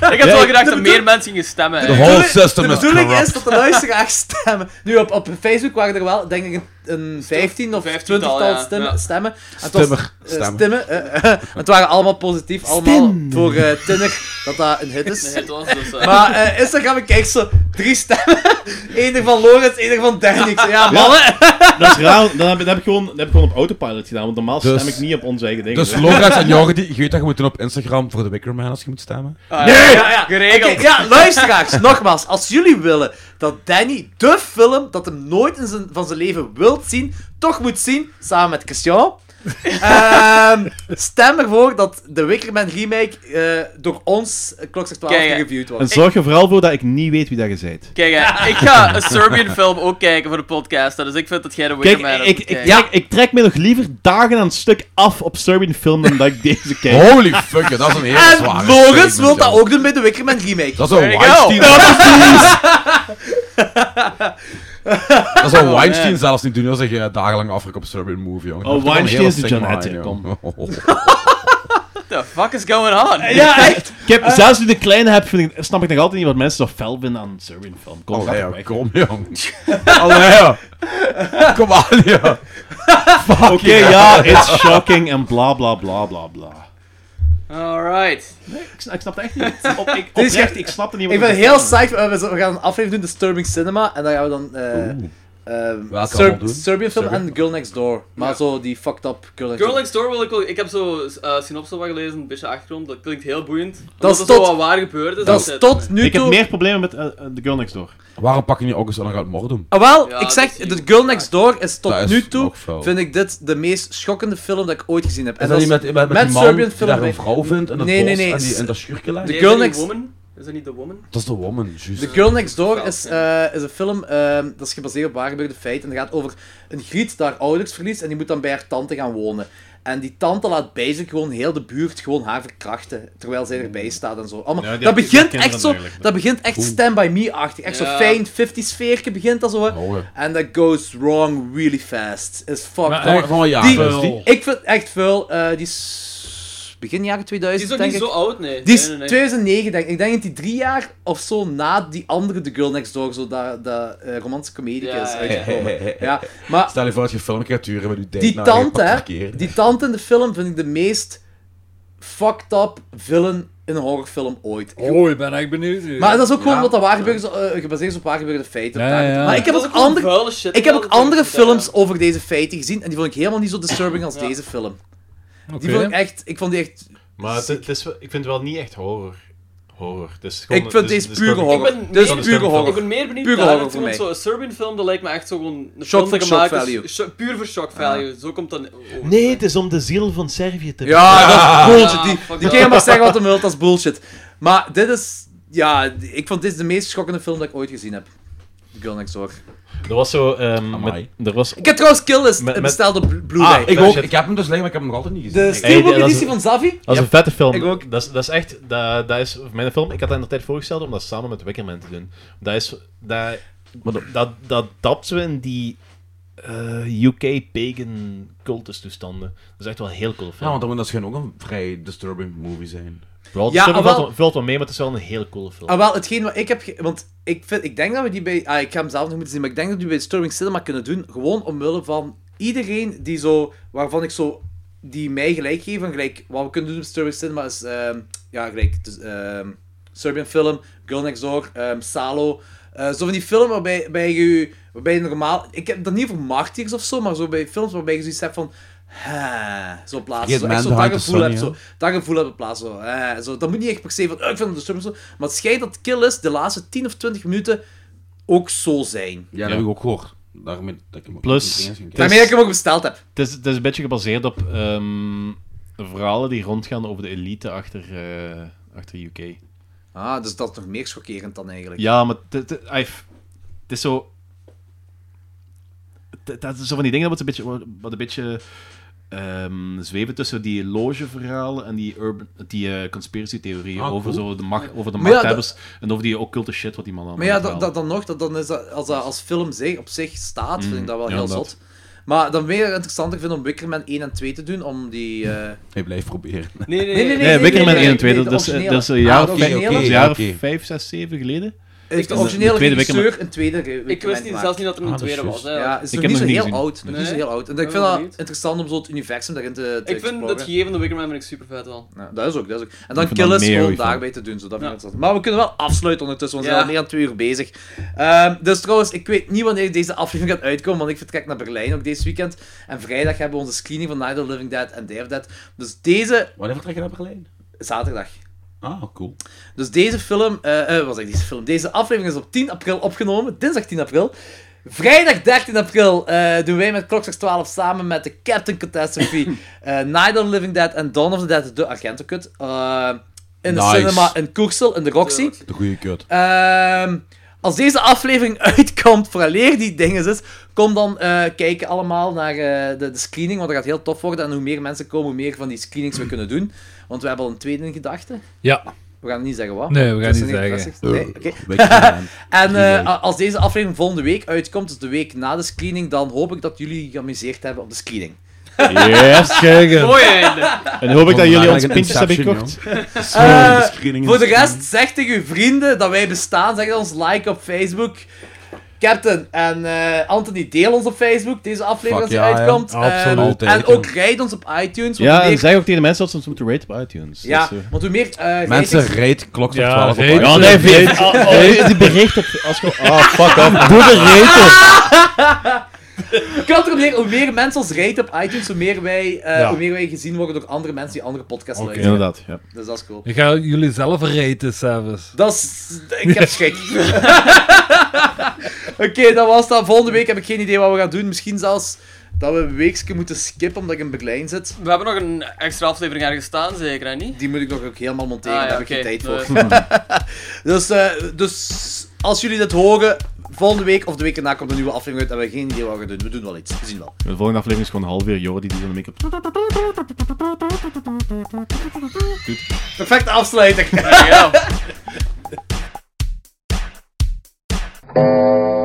[SPEAKER 5] had
[SPEAKER 2] Ja,
[SPEAKER 5] wel
[SPEAKER 2] ik-
[SPEAKER 5] gedacht
[SPEAKER 3] de
[SPEAKER 5] dat
[SPEAKER 3] bedoel-
[SPEAKER 5] meer mensen gingen stemmen.
[SPEAKER 1] The
[SPEAKER 5] eigenlijk.
[SPEAKER 1] whole
[SPEAKER 3] bedoeling-
[SPEAKER 1] system
[SPEAKER 3] Eh, de
[SPEAKER 1] is
[SPEAKER 3] bedoeling is
[SPEAKER 1] corrupt.
[SPEAKER 3] dat de luisteraars stemmen. Nu, op, op Facebook waren er wel, denk ik, een, een 15 of
[SPEAKER 5] 15-tal,
[SPEAKER 3] 20-tal
[SPEAKER 5] ja.
[SPEAKER 3] stemmen.
[SPEAKER 5] Ja.
[SPEAKER 3] stemmen. En het was-
[SPEAKER 1] Stemmer.
[SPEAKER 3] eh,
[SPEAKER 1] Stemmen.
[SPEAKER 3] stemmen, eh, eh, het waren allemaal positief, allemaal voor eh Tinner, dat dat een hit is.
[SPEAKER 5] Het was dus, eh,
[SPEAKER 3] Maar eh Instagram, ik kijk zo, drie stemmen. Eén van Lorenz, één van Dernix. Ja, mannen.
[SPEAKER 2] Dat is raar, dat heb, dat heb ik gewoon, dat heb ik gewoon op autopilot gedaan, want normaal
[SPEAKER 1] Dus-
[SPEAKER 2] stem ik niet op onze eigen dingen.
[SPEAKER 1] Dus Lorenz en Jordi, je weet dat je moet doen op Instagram voor de Wicker Man als je moet stemmen.
[SPEAKER 5] ah, ja, ja, ja. Geregeld.
[SPEAKER 3] Kijk, ja, luisteraars, nogmaals. Als jullie willen dat Danny de film dat hem nooit in zijn, van zijn leven wilt zien, toch moet zien, samen met Christian. Ehm, stem ervoor dat de Wickerman remake eh, door ons eh, Klokslag 12
[SPEAKER 5] Kijk, ja.
[SPEAKER 3] gereviewd
[SPEAKER 2] En
[SPEAKER 3] wordt.
[SPEAKER 2] zorg er vooral voor dat ik niet weet wie dat je bent.
[SPEAKER 5] Kijk, hè, ik ga een Serbian film ook kijken voor de podcast, hè, dus ik vind dat jij de
[SPEAKER 2] Kijk,
[SPEAKER 5] Wicker Man
[SPEAKER 2] ik, ik,
[SPEAKER 5] kijken.
[SPEAKER 2] trek, ik trek me nog liever dagen aan een stuk af op Serbian film dan dat ik deze kijk.
[SPEAKER 1] Holy fuck, dat is een hele zware
[SPEAKER 3] En Lorenz
[SPEAKER 1] statement,
[SPEAKER 3] wil dat
[SPEAKER 1] joh.
[SPEAKER 3] ook doen bij de Wickerman remake.
[SPEAKER 1] Dat is een
[SPEAKER 5] There you go.
[SPEAKER 1] Weinstein. Dat zou Weinstein
[SPEAKER 5] Oh, man.
[SPEAKER 1] zelfs niet doen als je dagenlang afrek op Serbian Movie, jongen. Dat Oh, is toch een
[SPEAKER 2] Weinstein
[SPEAKER 1] hele
[SPEAKER 2] is de John
[SPEAKER 1] stigma,
[SPEAKER 2] Hatter,
[SPEAKER 1] joh. Oh,
[SPEAKER 2] kom.
[SPEAKER 5] Oh, What the fuck is going on?
[SPEAKER 2] Ja, echt. Ik heb,
[SPEAKER 3] Eh.
[SPEAKER 2] zelfs nu de kleine heb, vind ik, snap ik nog altijd niet wat mensen zo fel vinden aan een Serbian film.
[SPEAKER 5] oh,
[SPEAKER 2] Kom,
[SPEAKER 1] Allee,
[SPEAKER 2] ga
[SPEAKER 1] joh,
[SPEAKER 2] weg.
[SPEAKER 1] kom, jong. Allee, joh. Kom aan, joh.
[SPEAKER 2] Oké, ja, it's shocking en bla bla bla bla bla.
[SPEAKER 5] Alright.
[SPEAKER 2] Ik, sna- ik snap het echt niet. Op, ik,
[SPEAKER 3] Dit is
[SPEAKER 2] oprecht,
[SPEAKER 3] echt-
[SPEAKER 2] ik snap het niet.
[SPEAKER 3] Ik
[SPEAKER 2] wat
[SPEAKER 3] ben
[SPEAKER 2] ik
[SPEAKER 3] heel
[SPEAKER 2] vertel.
[SPEAKER 3] psyched. eh, We z- we gaan een aflevering doen, Disturbing Cinema. En dan gaan we dan... eh, ehm,
[SPEAKER 1] Welke
[SPEAKER 3] Serb-
[SPEAKER 1] allemaal doen?
[SPEAKER 3] Serbian film
[SPEAKER 1] Serbian.
[SPEAKER 3] en Girl Next Door. Maar
[SPEAKER 5] Ja.
[SPEAKER 3] zo die fucked up Girl Next
[SPEAKER 5] Girl
[SPEAKER 3] Door.
[SPEAKER 5] Next Door wil ik ook... Ik heb zo eh synopsis wat gelezen, een beetje achtergrond. Dat klinkt heel boeiend. Omdat
[SPEAKER 3] Dat is
[SPEAKER 5] zo
[SPEAKER 3] tot-
[SPEAKER 5] wat waar gebeurd is.
[SPEAKER 3] Dat is
[SPEAKER 5] altijd.
[SPEAKER 3] tot nu
[SPEAKER 2] Ik heb
[SPEAKER 3] toe...
[SPEAKER 2] meer problemen met eh, eh, The Girl Next Door.
[SPEAKER 1] Waarom pakken jullie August en dan gaat Mordum?
[SPEAKER 3] Ah, wel,
[SPEAKER 5] Ja,
[SPEAKER 3] ik
[SPEAKER 5] dat
[SPEAKER 3] zeg,
[SPEAKER 5] zie
[SPEAKER 3] The
[SPEAKER 5] ik.
[SPEAKER 3] Girl Next Door is tot
[SPEAKER 1] Dat is
[SPEAKER 3] nu toe,
[SPEAKER 1] nog vuil.
[SPEAKER 3] vind ik dit de meest schokkende film dat ik ooit gezien heb.
[SPEAKER 1] Is
[SPEAKER 3] En
[SPEAKER 1] dat
[SPEAKER 3] dat
[SPEAKER 1] niet
[SPEAKER 3] is
[SPEAKER 1] met, met, met,
[SPEAKER 3] met
[SPEAKER 1] die man
[SPEAKER 3] Serbian
[SPEAKER 1] die
[SPEAKER 3] film
[SPEAKER 1] daar een
[SPEAKER 3] erbij.
[SPEAKER 1] vrouw vindt in het
[SPEAKER 3] Nee, nee,
[SPEAKER 1] bos
[SPEAKER 3] nee,
[SPEAKER 1] en, die,
[SPEAKER 3] is-
[SPEAKER 1] en dat schuurtje lijkt?
[SPEAKER 5] Nee,
[SPEAKER 3] Girl
[SPEAKER 5] is dat niet
[SPEAKER 3] Next-
[SPEAKER 5] Woman? Is dat niet The Woman?
[SPEAKER 1] Dat is de woman, juist.
[SPEAKER 3] The Girl Next Door is,
[SPEAKER 5] Ja.
[SPEAKER 3] eh, is een film ehm, dat is gebaseerd op waargebeurde feiten. En dat gaat over een griet die haar ouders verliest en die moet dan bij haar tante gaan wonen. En die tante laat bij zich gewoon heel de buurt gewoon haar verkrachten, terwijl zij erbij staat en zo. Allemaal,
[SPEAKER 2] Ja, die-
[SPEAKER 3] dat,
[SPEAKER 2] die
[SPEAKER 3] begint
[SPEAKER 2] kinderen
[SPEAKER 3] echt zo,
[SPEAKER 2] eigenlijk.
[SPEAKER 3] dat begint echt Stand By Me-achtig. Echt
[SPEAKER 5] Ja.
[SPEAKER 3] zo fijn 50-sfeertje begint dat zo. hè.
[SPEAKER 1] Oh, ja.
[SPEAKER 3] En dat goes wrong really fast. Is fucked
[SPEAKER 4] Maar
[SPEAKER 1] Van,
[SPEAKER 3] up.
[SPEAKER 4] echt-
[SPEAKER 1] van wat jaar
[SPEAKER 3] Die-
[SPEAKER 1] is die?
[SPEAKER 3] Ik vind echt veel. eh, die is begin jaren
[SPEAKER 5] Die
[SPEAKER 3] 2000,
[SPEAKER 5] is ook
[SPEAKER 3] denk
[SPEAKER 5] niet
[SPEAKER 3] ik.
[SPEAKER 5] zo oud, nee.
[SPEAKER 3] Die is
[SPEAKER 5] Nee, nee, nee.
[SPEAKER 3] 2009, denk ik. Ik denk dat die drie jaar of zo na die andere The Girl Next Door, zo dat, dat eh, romantische comedie
[SPEAKER 5] Ja,
[SPEAKER 3] is
[SPEAKER 5] ja, ja.
[SPEAKER 3] uitgekomen. Ja, maar
[SPEAKER 1] Stel je voor dat je film gaat duren met je nou, date
[SPEAKER 3] die
[SPEAKER 1] naar je
[SPEAKER 3] tante,
[SPEAKER 1] pakt
[SPEAKER 3] hè,
[SPEAKER 1] verkeer.
[SPEAKER 3] die tante in de film vind ik de meest fucked up villain in een horrorfilm ooit.
[SPEAKER 4] Oh, ik ben echt benieuwd. hier.
[SPEAKER 3] Maar dat is ook gewoon omdat dat waar gebeurde, eh, gebaseerd is op waar gebeurde feiten.
[SPEAKER 4] Ja,
[SPEAKER 3] Daar-
[SPEAKER 4] ja, ja.
[SPEAKER 3] Maar ik heb
[SPEAKER 5] Dat
[SPEAKER 3] ook
[SPEAKER 5] is ook gewoon vuile
[SPEAKER 3] andere,
[SPEAKER 5] shit,
[SPEAKER 3] ik heb
[SPEAKER 5] ja,
[SPEAKER 3] ook
[SPEAKER 5] dat
[SPEAKER 3] andere
[SPEAKER 5] is eh, het, ja,
[SPEAKER 3] films over deze feiten gezien en die vond ik helemaal niet zo disturbing als deze film.
[SPEAKER 4] Oké.
[SPEAKER 3] Die vond ik echt, ik vond die echt...
[SPEAKER 2] Maar het, het is, wel- ik vind het wel niet echt horror. horror. Het is gewoon,
[SPEAKER 3] Ik vind
[SPEAKER 2] het is-
[SPEAKER 3] deze
[SPEAKER 2] het is
[SPEAKER 3] pure
[SPEAKER 2] gewoon-
[SPEAKER 5] Ik
[SPEAKER 3] horror.
[SPEAKER 5] ben
[SPEAKER 3] Dit is
[SPEAKER 2] meer-
[SPEAKER 3] pure
[SPEAKER 5] Ik
[SPEAKER 3] horror.
[SPEAKER 5] ben meer benieuwd
[SPEAKER 3] Puur
[SPEAKER 5] naar
[SPEAKER 3] horror
[SPEAKER 5] het,
[SPEAKER 3] voor
[SPEAKER 5] want
[SPEAKER 3] mij.
[SPEAKER 5] zo'n Serbian film, dat lijkt me echt zo gewoon... een
[SPEAKER 3] Shock
[SPEAKER 5] film dat
[SPEAKER 3] for
[SPEAKER 5] gemaakt
[SPEAKER 3] shock
[SPEAKER 5] is-
[SPEAKER 3] value. Ah.
[SPEAKER 5] sho- puur voor shock value. Zo komt dat... over.
[SPEAKER 2] Nee, het is om de ziel van Servië te
[SPEAKER 3] Ja, dat is bullshit.
[SPEAKER 5] Ja,
[SPEAKER 3] Die,
[SPEAKER 5] fuck
[SPEAKER 3] die
[SPEAKER 5] dat.
[SPEAKER 3] kan je maar zeggen wat hem wilt, dat is bullshit. Maar dit is... Ja, ik vond dit is de meest schokkende film dat ik ooit gezien heb. Girl Next Door.
[SPEAKER 2] Er was zo... ehm
[SPEAKER 1] Amai.
[SPEAKER 2] met, er was...
[SPEAKER 3] Ik heb trouwens Kill List
[SPEAKER 2] Met- met-
[SPEAKER 3] besteld op Blu- Blu-ray.
[SPEAKER 1] Ik, ook,
[SPEAKER 2] shit.
[SPEAKER 1] ik heb hem dus liggen, maar ik heb hem nog altijd niet gezien.
[SPEAKER 3] de
[SPEAKER 1] Ik-
[SPEAKER 2] Hey,
[SPEAKER 3] Steelbook
[SPEAKER 2] dat is-
[SPEAKER 3] editie van Zavi.
[SPEAKER 2] Dat is een vette film.
[SPEAKER 3] Ik ook.
[SPEAKER 2] Dat is, dat is echt... Dat, dat is mijn film. Ik had dat in de tijd voorgesteld om dat samen met Wickerman te doen. Dat is... Dat, dat, dat dapt zo in die... eh, UK pagan cultus toestanden. Dat is echt wel een heel cool
[SPEAKER 1] Ja,
[SPEAKER 2] film.
[SPEAKER 1] want dan moet dat schijn ook een vrij disturbing movie zijn.
[SPEAKER 2] Wel,
[SPEAKER 3] Ja,
[SPEAKER 2] ja, valt,
[SPEAKER 3] wel-
[SPEAKER 2] wel, valt wel mee, maar het is wel een heel coole film.
[SPEAKER 3] Ah, wel, hetgeen wat ik heb... ge- Want ik, vind, ik denk dat we die bij... Ah, ik ga hem zelf nog moeten zien, maar ik denk dat we die bij Disturbing Cinema kunnen doen. Gewoon omwille van iedereen die zo... Waarvan ik zo... Die mij gelijk geven. Gelijk, wat we kunnen doen bij Disturbing Cinema is... ehm, ja, gelijk... Dus, ehm, Serbian film, Girl Next Door, ehm, Salo. Eh, zo van die film waarbij, waarbij je... Waarbij je normaal... Ik heb dat niet voor martyrs of zo, maar zo bij films waarbij je zoiets hebt van... "Hè," Zo plaatsen.
[SPEAKER 1] Get
[SPEAKER 3] Zo,
[SPEAKER 1] Man
[SPEAKER 3] echt zo dat
[SPEAKER 1] Behind the
[SPEAKER 3] gevoel
[SPEAKER 1] Sun,
[SPEAKER 3] heb.
[SPEAKER 1] ja.
[SPEAKER 3] Zo, dat gevoel hebben plaats. Zo. Eh, zo. Dat moet niet echt per se van, "Eh, ik vind het disturbing zo. Maar het schijnt dat kill is de laatste 10 of 20 minuten ook zo zijn.
[SPEAKER 1] Ja, dat heb ik ook gehoord. Daarmee dat ik hem ook
[SPEAKER 2] Plus-
[SPEAKER 1] niet eens ging kijken.
[SPEAKER 3] Daarmee dat ik hem ook besteld heb.
[SPEAKER 2] Het is, het is een beetje gebaseerd op ehm, verhalen die rondgaan over de elite achter, eh, achter UK.
[SPEAKER 3] Ah, dus dat is nog meer schokkerend dan eigenlijk.
[SPEAKER 2] Ja, maar het- het hij heeft- het is zo... het- Dat is zo van die dingen wat een beetje, wat een beetje ehm, zweven tussen die logeverhalen en die, urban, die eh, conspiracy-theorieën
[SPEAKER 1] Ah,
[SPEAKER 2] over,
[SPEAKER 1] cool.
[SPEAKER 2] zo de, macht, over de
[SPEAKER 3] Maar ja,
[SPEAKER 2] machthebbers en over die occulte shit wat die man
[SPEAKER 3] Maar ja, dat, dat, dan nog, dat, dan is dat, als dat als film zich, op zich staat, vind ik dat wel
[SPEAKER 2] ja,
[SPEAKER 3] heel
[SPEAKER 2] inderdaad.
[SPEAKER 3] zot. Maar dan weer interessanter vind ik om Wickerman 1 en 2 te doen, om die... eh,
[SPEAKER 1] Ik blijf proberen.
[SPEAKER 5] Nee, nee,
[SPEAKER 3] Nee, nee,
[SPEAKER 5] nee.
[SPEAKER 2] Nee, Wickerman
[SPEAKER 3] nee,
[SPEAKER 2] 1 en 2,
[SPEAKER 3] nee,
[SPEAKER 2] dat
[SPEAKER 3] de
[SPEAKER 2] is, dat is een
[SPEAKER 3] originele.
[SPEAKER 2] jaar,
[SPEAKER 3] Ah, de
[SPEAKER 1] oké,
[SPEAKER 3] originele.
[SPEAKER 1] oké.
[SPEAKER 2] jaar 5, 6, 7 geleden.
[SPEAKER 3] Heeft de
[SPEAKER 5] de
[SPEAKER 3] originele
[SPEAKER 2] tweede
[SPEAKER 3] regisseur
[SPEAKER 2] Wickerman.
[SPEAKER 3] een tweede re-
[SPEAKER 5] Ik
[SPEAKER 3] Wickerman
[SPEAKER 5] wist niet,
[SPEAKER 3] gemaakt?
[SPEAKER 5] zelfs niet dat er een
[SPEAKER 1] Ah, dat is
[SPEAKER 5] tweede was.
[SPEAKER 1] juist.
[SPEAKER 5] hè.
[SPEAKER 3] Ja, het is
[SPEAKER 2] Ik
[SPEAKER 3] nog
[SPEAKER 2] heb
[SPEAKER 3] niet zo
[SPEAKER 2] hem niet
[SPEAKER 3] heel
[SPEAKER 2] gezien.
[SPEAKER 3] oud. Nog niet zo
[SPEAKER 5] Nee.
[SPEAKER 3] heel oud. En ik
[SPEAKER 5] Ik
[SPEAKER 3] vind
[SPEAKER 5] ben
[SPEAKER 3] dat
[SPEAKER 5] benieuwd.
[SPEAKER 3] interessant om zo het universum daarin te, te
[SPEAKER 5] Ik vind
[SPEAKER 3] exploren.
[SPEAKER 5] dat gegeven van Wickerman vind ik super vet wel.
[SPEAKER 3] Ja, dat is ook, dat is ook. En dan
[SPEAKER 2] vind
[SPEAKER 3] killen
[SPEAKER 2] dat
[SPEAKER 3] is
[SPEAKER 2] meer
[SPEAKER 3] gewoon
[SPEAKER 2] goeie film.
[SPEAKER 3] daarbij te doen, zodat
[SPEAKER 5] Ja.
[SPEAKER 3] we dat Maar we kunnen wel afsluiten ondertussen, want we zijn
[SPEAKER 5] Ja.
[SPEAKER 3] al meer dan twee uur bezig. Ehm, dus trouwens, ik weet niet wanneer deze aflevering gaat uitkomen, want ik vertrek naar Berlijn ook deze weekend. En vrijdag hebben we onze screening van Night of the Living Dead en Day of Dead. Dus deze
[SPEAKER 1] Wanneer vertrek je naar Berlijn?
[SPEAKER 3] zaterdag.
[SPEAKER 1] Ah, cool.
[SPEAKER 3] Dus deze film, eh eh, wat zeg ik, deze film, deze aflevering is op 10 april opgenomen, dinsdag 10 april. Vrijdag 13 april eh, doen wij met Klokslag 12 samen met de Captain Catastrophe, eh Night of the Living Dead en Dawn of the Dead, de Argento Cut, eh, in de
[SPEAKER 1] Nice.
[SPEAKER 3] cinema in Koersel, in de Roxy.
[SPEAKER 1] De goede kut.
[SPEAKER 3] Ehm, als deze aflevering uitkomt, vooraleer die dingen is, kom dan eh, kijken allemaal naar eh, de, de screening, want dat gaat heel tof worden. En hoe meer mensen komen, hoe meer van die screenings we kunnen doen. Want we hebben al een tweede in gedachten.
[SPEAKER 4] Ja.
[SPEAKER 3] We gaan niet zeggen wat.
[SPEAKER 4] Nee, we gaan
[SPEAKER 3] Dus
[SPEAKER 4] niet
[SPEAKER 3] zijn
[SPEAKER 4] zeggen.
[SPEAKER 3] gevestigd? Nee, oké.
[SPEAKER 1] Weet je, man.
[SPEAKER 3] En
[SPEAKER 1] Die
[SPEAKER 3] eh,
[SPEAKER 1] week.
[SPEAKER 3] a- als deze aflevering volgende week uitkomt, dus de week na de screening, dan hoop ik dat jullie geamuseerd hebben op de screening.
[SPEAKER 2] Yes!
[SPEAKER 4] Kijken.
[SPEAKER 5] Mooi einde.
[SPEAKER 2] En hoop ik dat jullie
[SPEAKER 1] Vandaag
[SPEAKER 2] onze
[SPEAKER 1] een
[SPEAKER 2] pintjes hebben
[SPEAKER 1] Inception,
[SPEAKER 2] gekocht.
[SPEAKER 1] Snel
[SPEAKER 3] Eh,
[SPEAKER 1] de screening
[SPEAKER 3] Voor de
[SPEAKER 1] is-
[SPEAKER 3] rest, zeg tegen uw vrienden dat wij bestaan. Zeg ons like op Facebook. Captain en eh, Anthony, deel ons op Facebook, deze aflevering
[SPEAKER 1] Fuck
[SPEAKER 3] als
[SPEAKER 1] ja,
[SPEAKER 3] die
[SPEAKER 1] ja.
[SPEAKER 3] uitkomt.
[SPEAKER 1] Absoluut.
[SPEAKER 3] Eh,
[SPEAKER 1] Altijd,
[SPEAKER 3] en
[SPEAKER 1] ja.
[SPEAKER 3] ook rijd ons op iTunes. want
[SPEAKER 2] Ja,
[SPEAKER 3] hoe
[SPEAKER 2] en
[SPEAKER 3] meer-
[SPEAKER 2] zeg ook tegen de mensen dat ze ons moeten raten op iTunes.
[SPEAKER 3] ja,
[SPEAKER 2] Dat is, eh,
[SPEAKER 3] want hoe meer eh,
[SPEAKER 1] Mensen,
[SPEAKER 3] ratings-
[SPEAKER 1] reed klok tot
[SPEAKER 4] Ja,
[SPEAKER 1] 12
[SPEAKER 4] reed.
[SPEAKER 1] op.
[SPEAKER 4] Ja,
[SPEAKER 2] Oh nee, Veet. Oh, oh, die bericht op... Als we, ah, fuck off. Doe de reten.
[SPEAKER 3] Ik kan het erop neer, hoe meer mensen ons rijden op iTunes, hoe meer, wij, eh,
[SPEAKER 4] Ja.
[SPEAKER 3] hoe meer wij gezien worden door andere mensen die andere podcasts luisteren.
[SPEAKER 2] Inderdaad, ja.
[SPEAKER 3] Dus dat is cool.
[SPEAKER 4] Ik ga jullie zelf raten, Savas.
[SPEAKER 3] Dat is... Ik heb schrik. Oké, dat was dat. Volgende week heb ik geen idee wat we gaan doen. Misschien zelfs dat we een weekje moeten skippen omdat ik in Berlijn zit.
[SPEAKER 5] We hebben nog een extra aflevering ergens staan, zeker, hè, niet?
[SPEAKER 3] Die moet ik nog ook helemaal monteren.
[SPEAKER 5] Ah,
[SPEAKER 3] daar
[SPEAKER 5] ja,
[SPEAKER 3] heb ik
[SPEAKER 5] oké.
[SPEAKER 3] geen tijd voor.
[SPEAKER 5] Nee.
[SPEAKER 3] Dus, eh, dus als jullie dit horen, volgende week of de week erna komt een nieuwe aflevering uit en we hebben geen idee wat we gaan doen. We doen wel iets. We zien wel.
[SPEAKER 2] De volgende aflevering is gewoon half uur Jordi die zo'n make-up...
[SPEAKER 3] Perfecte afsluiter.
[SPEAKER 5] Ja.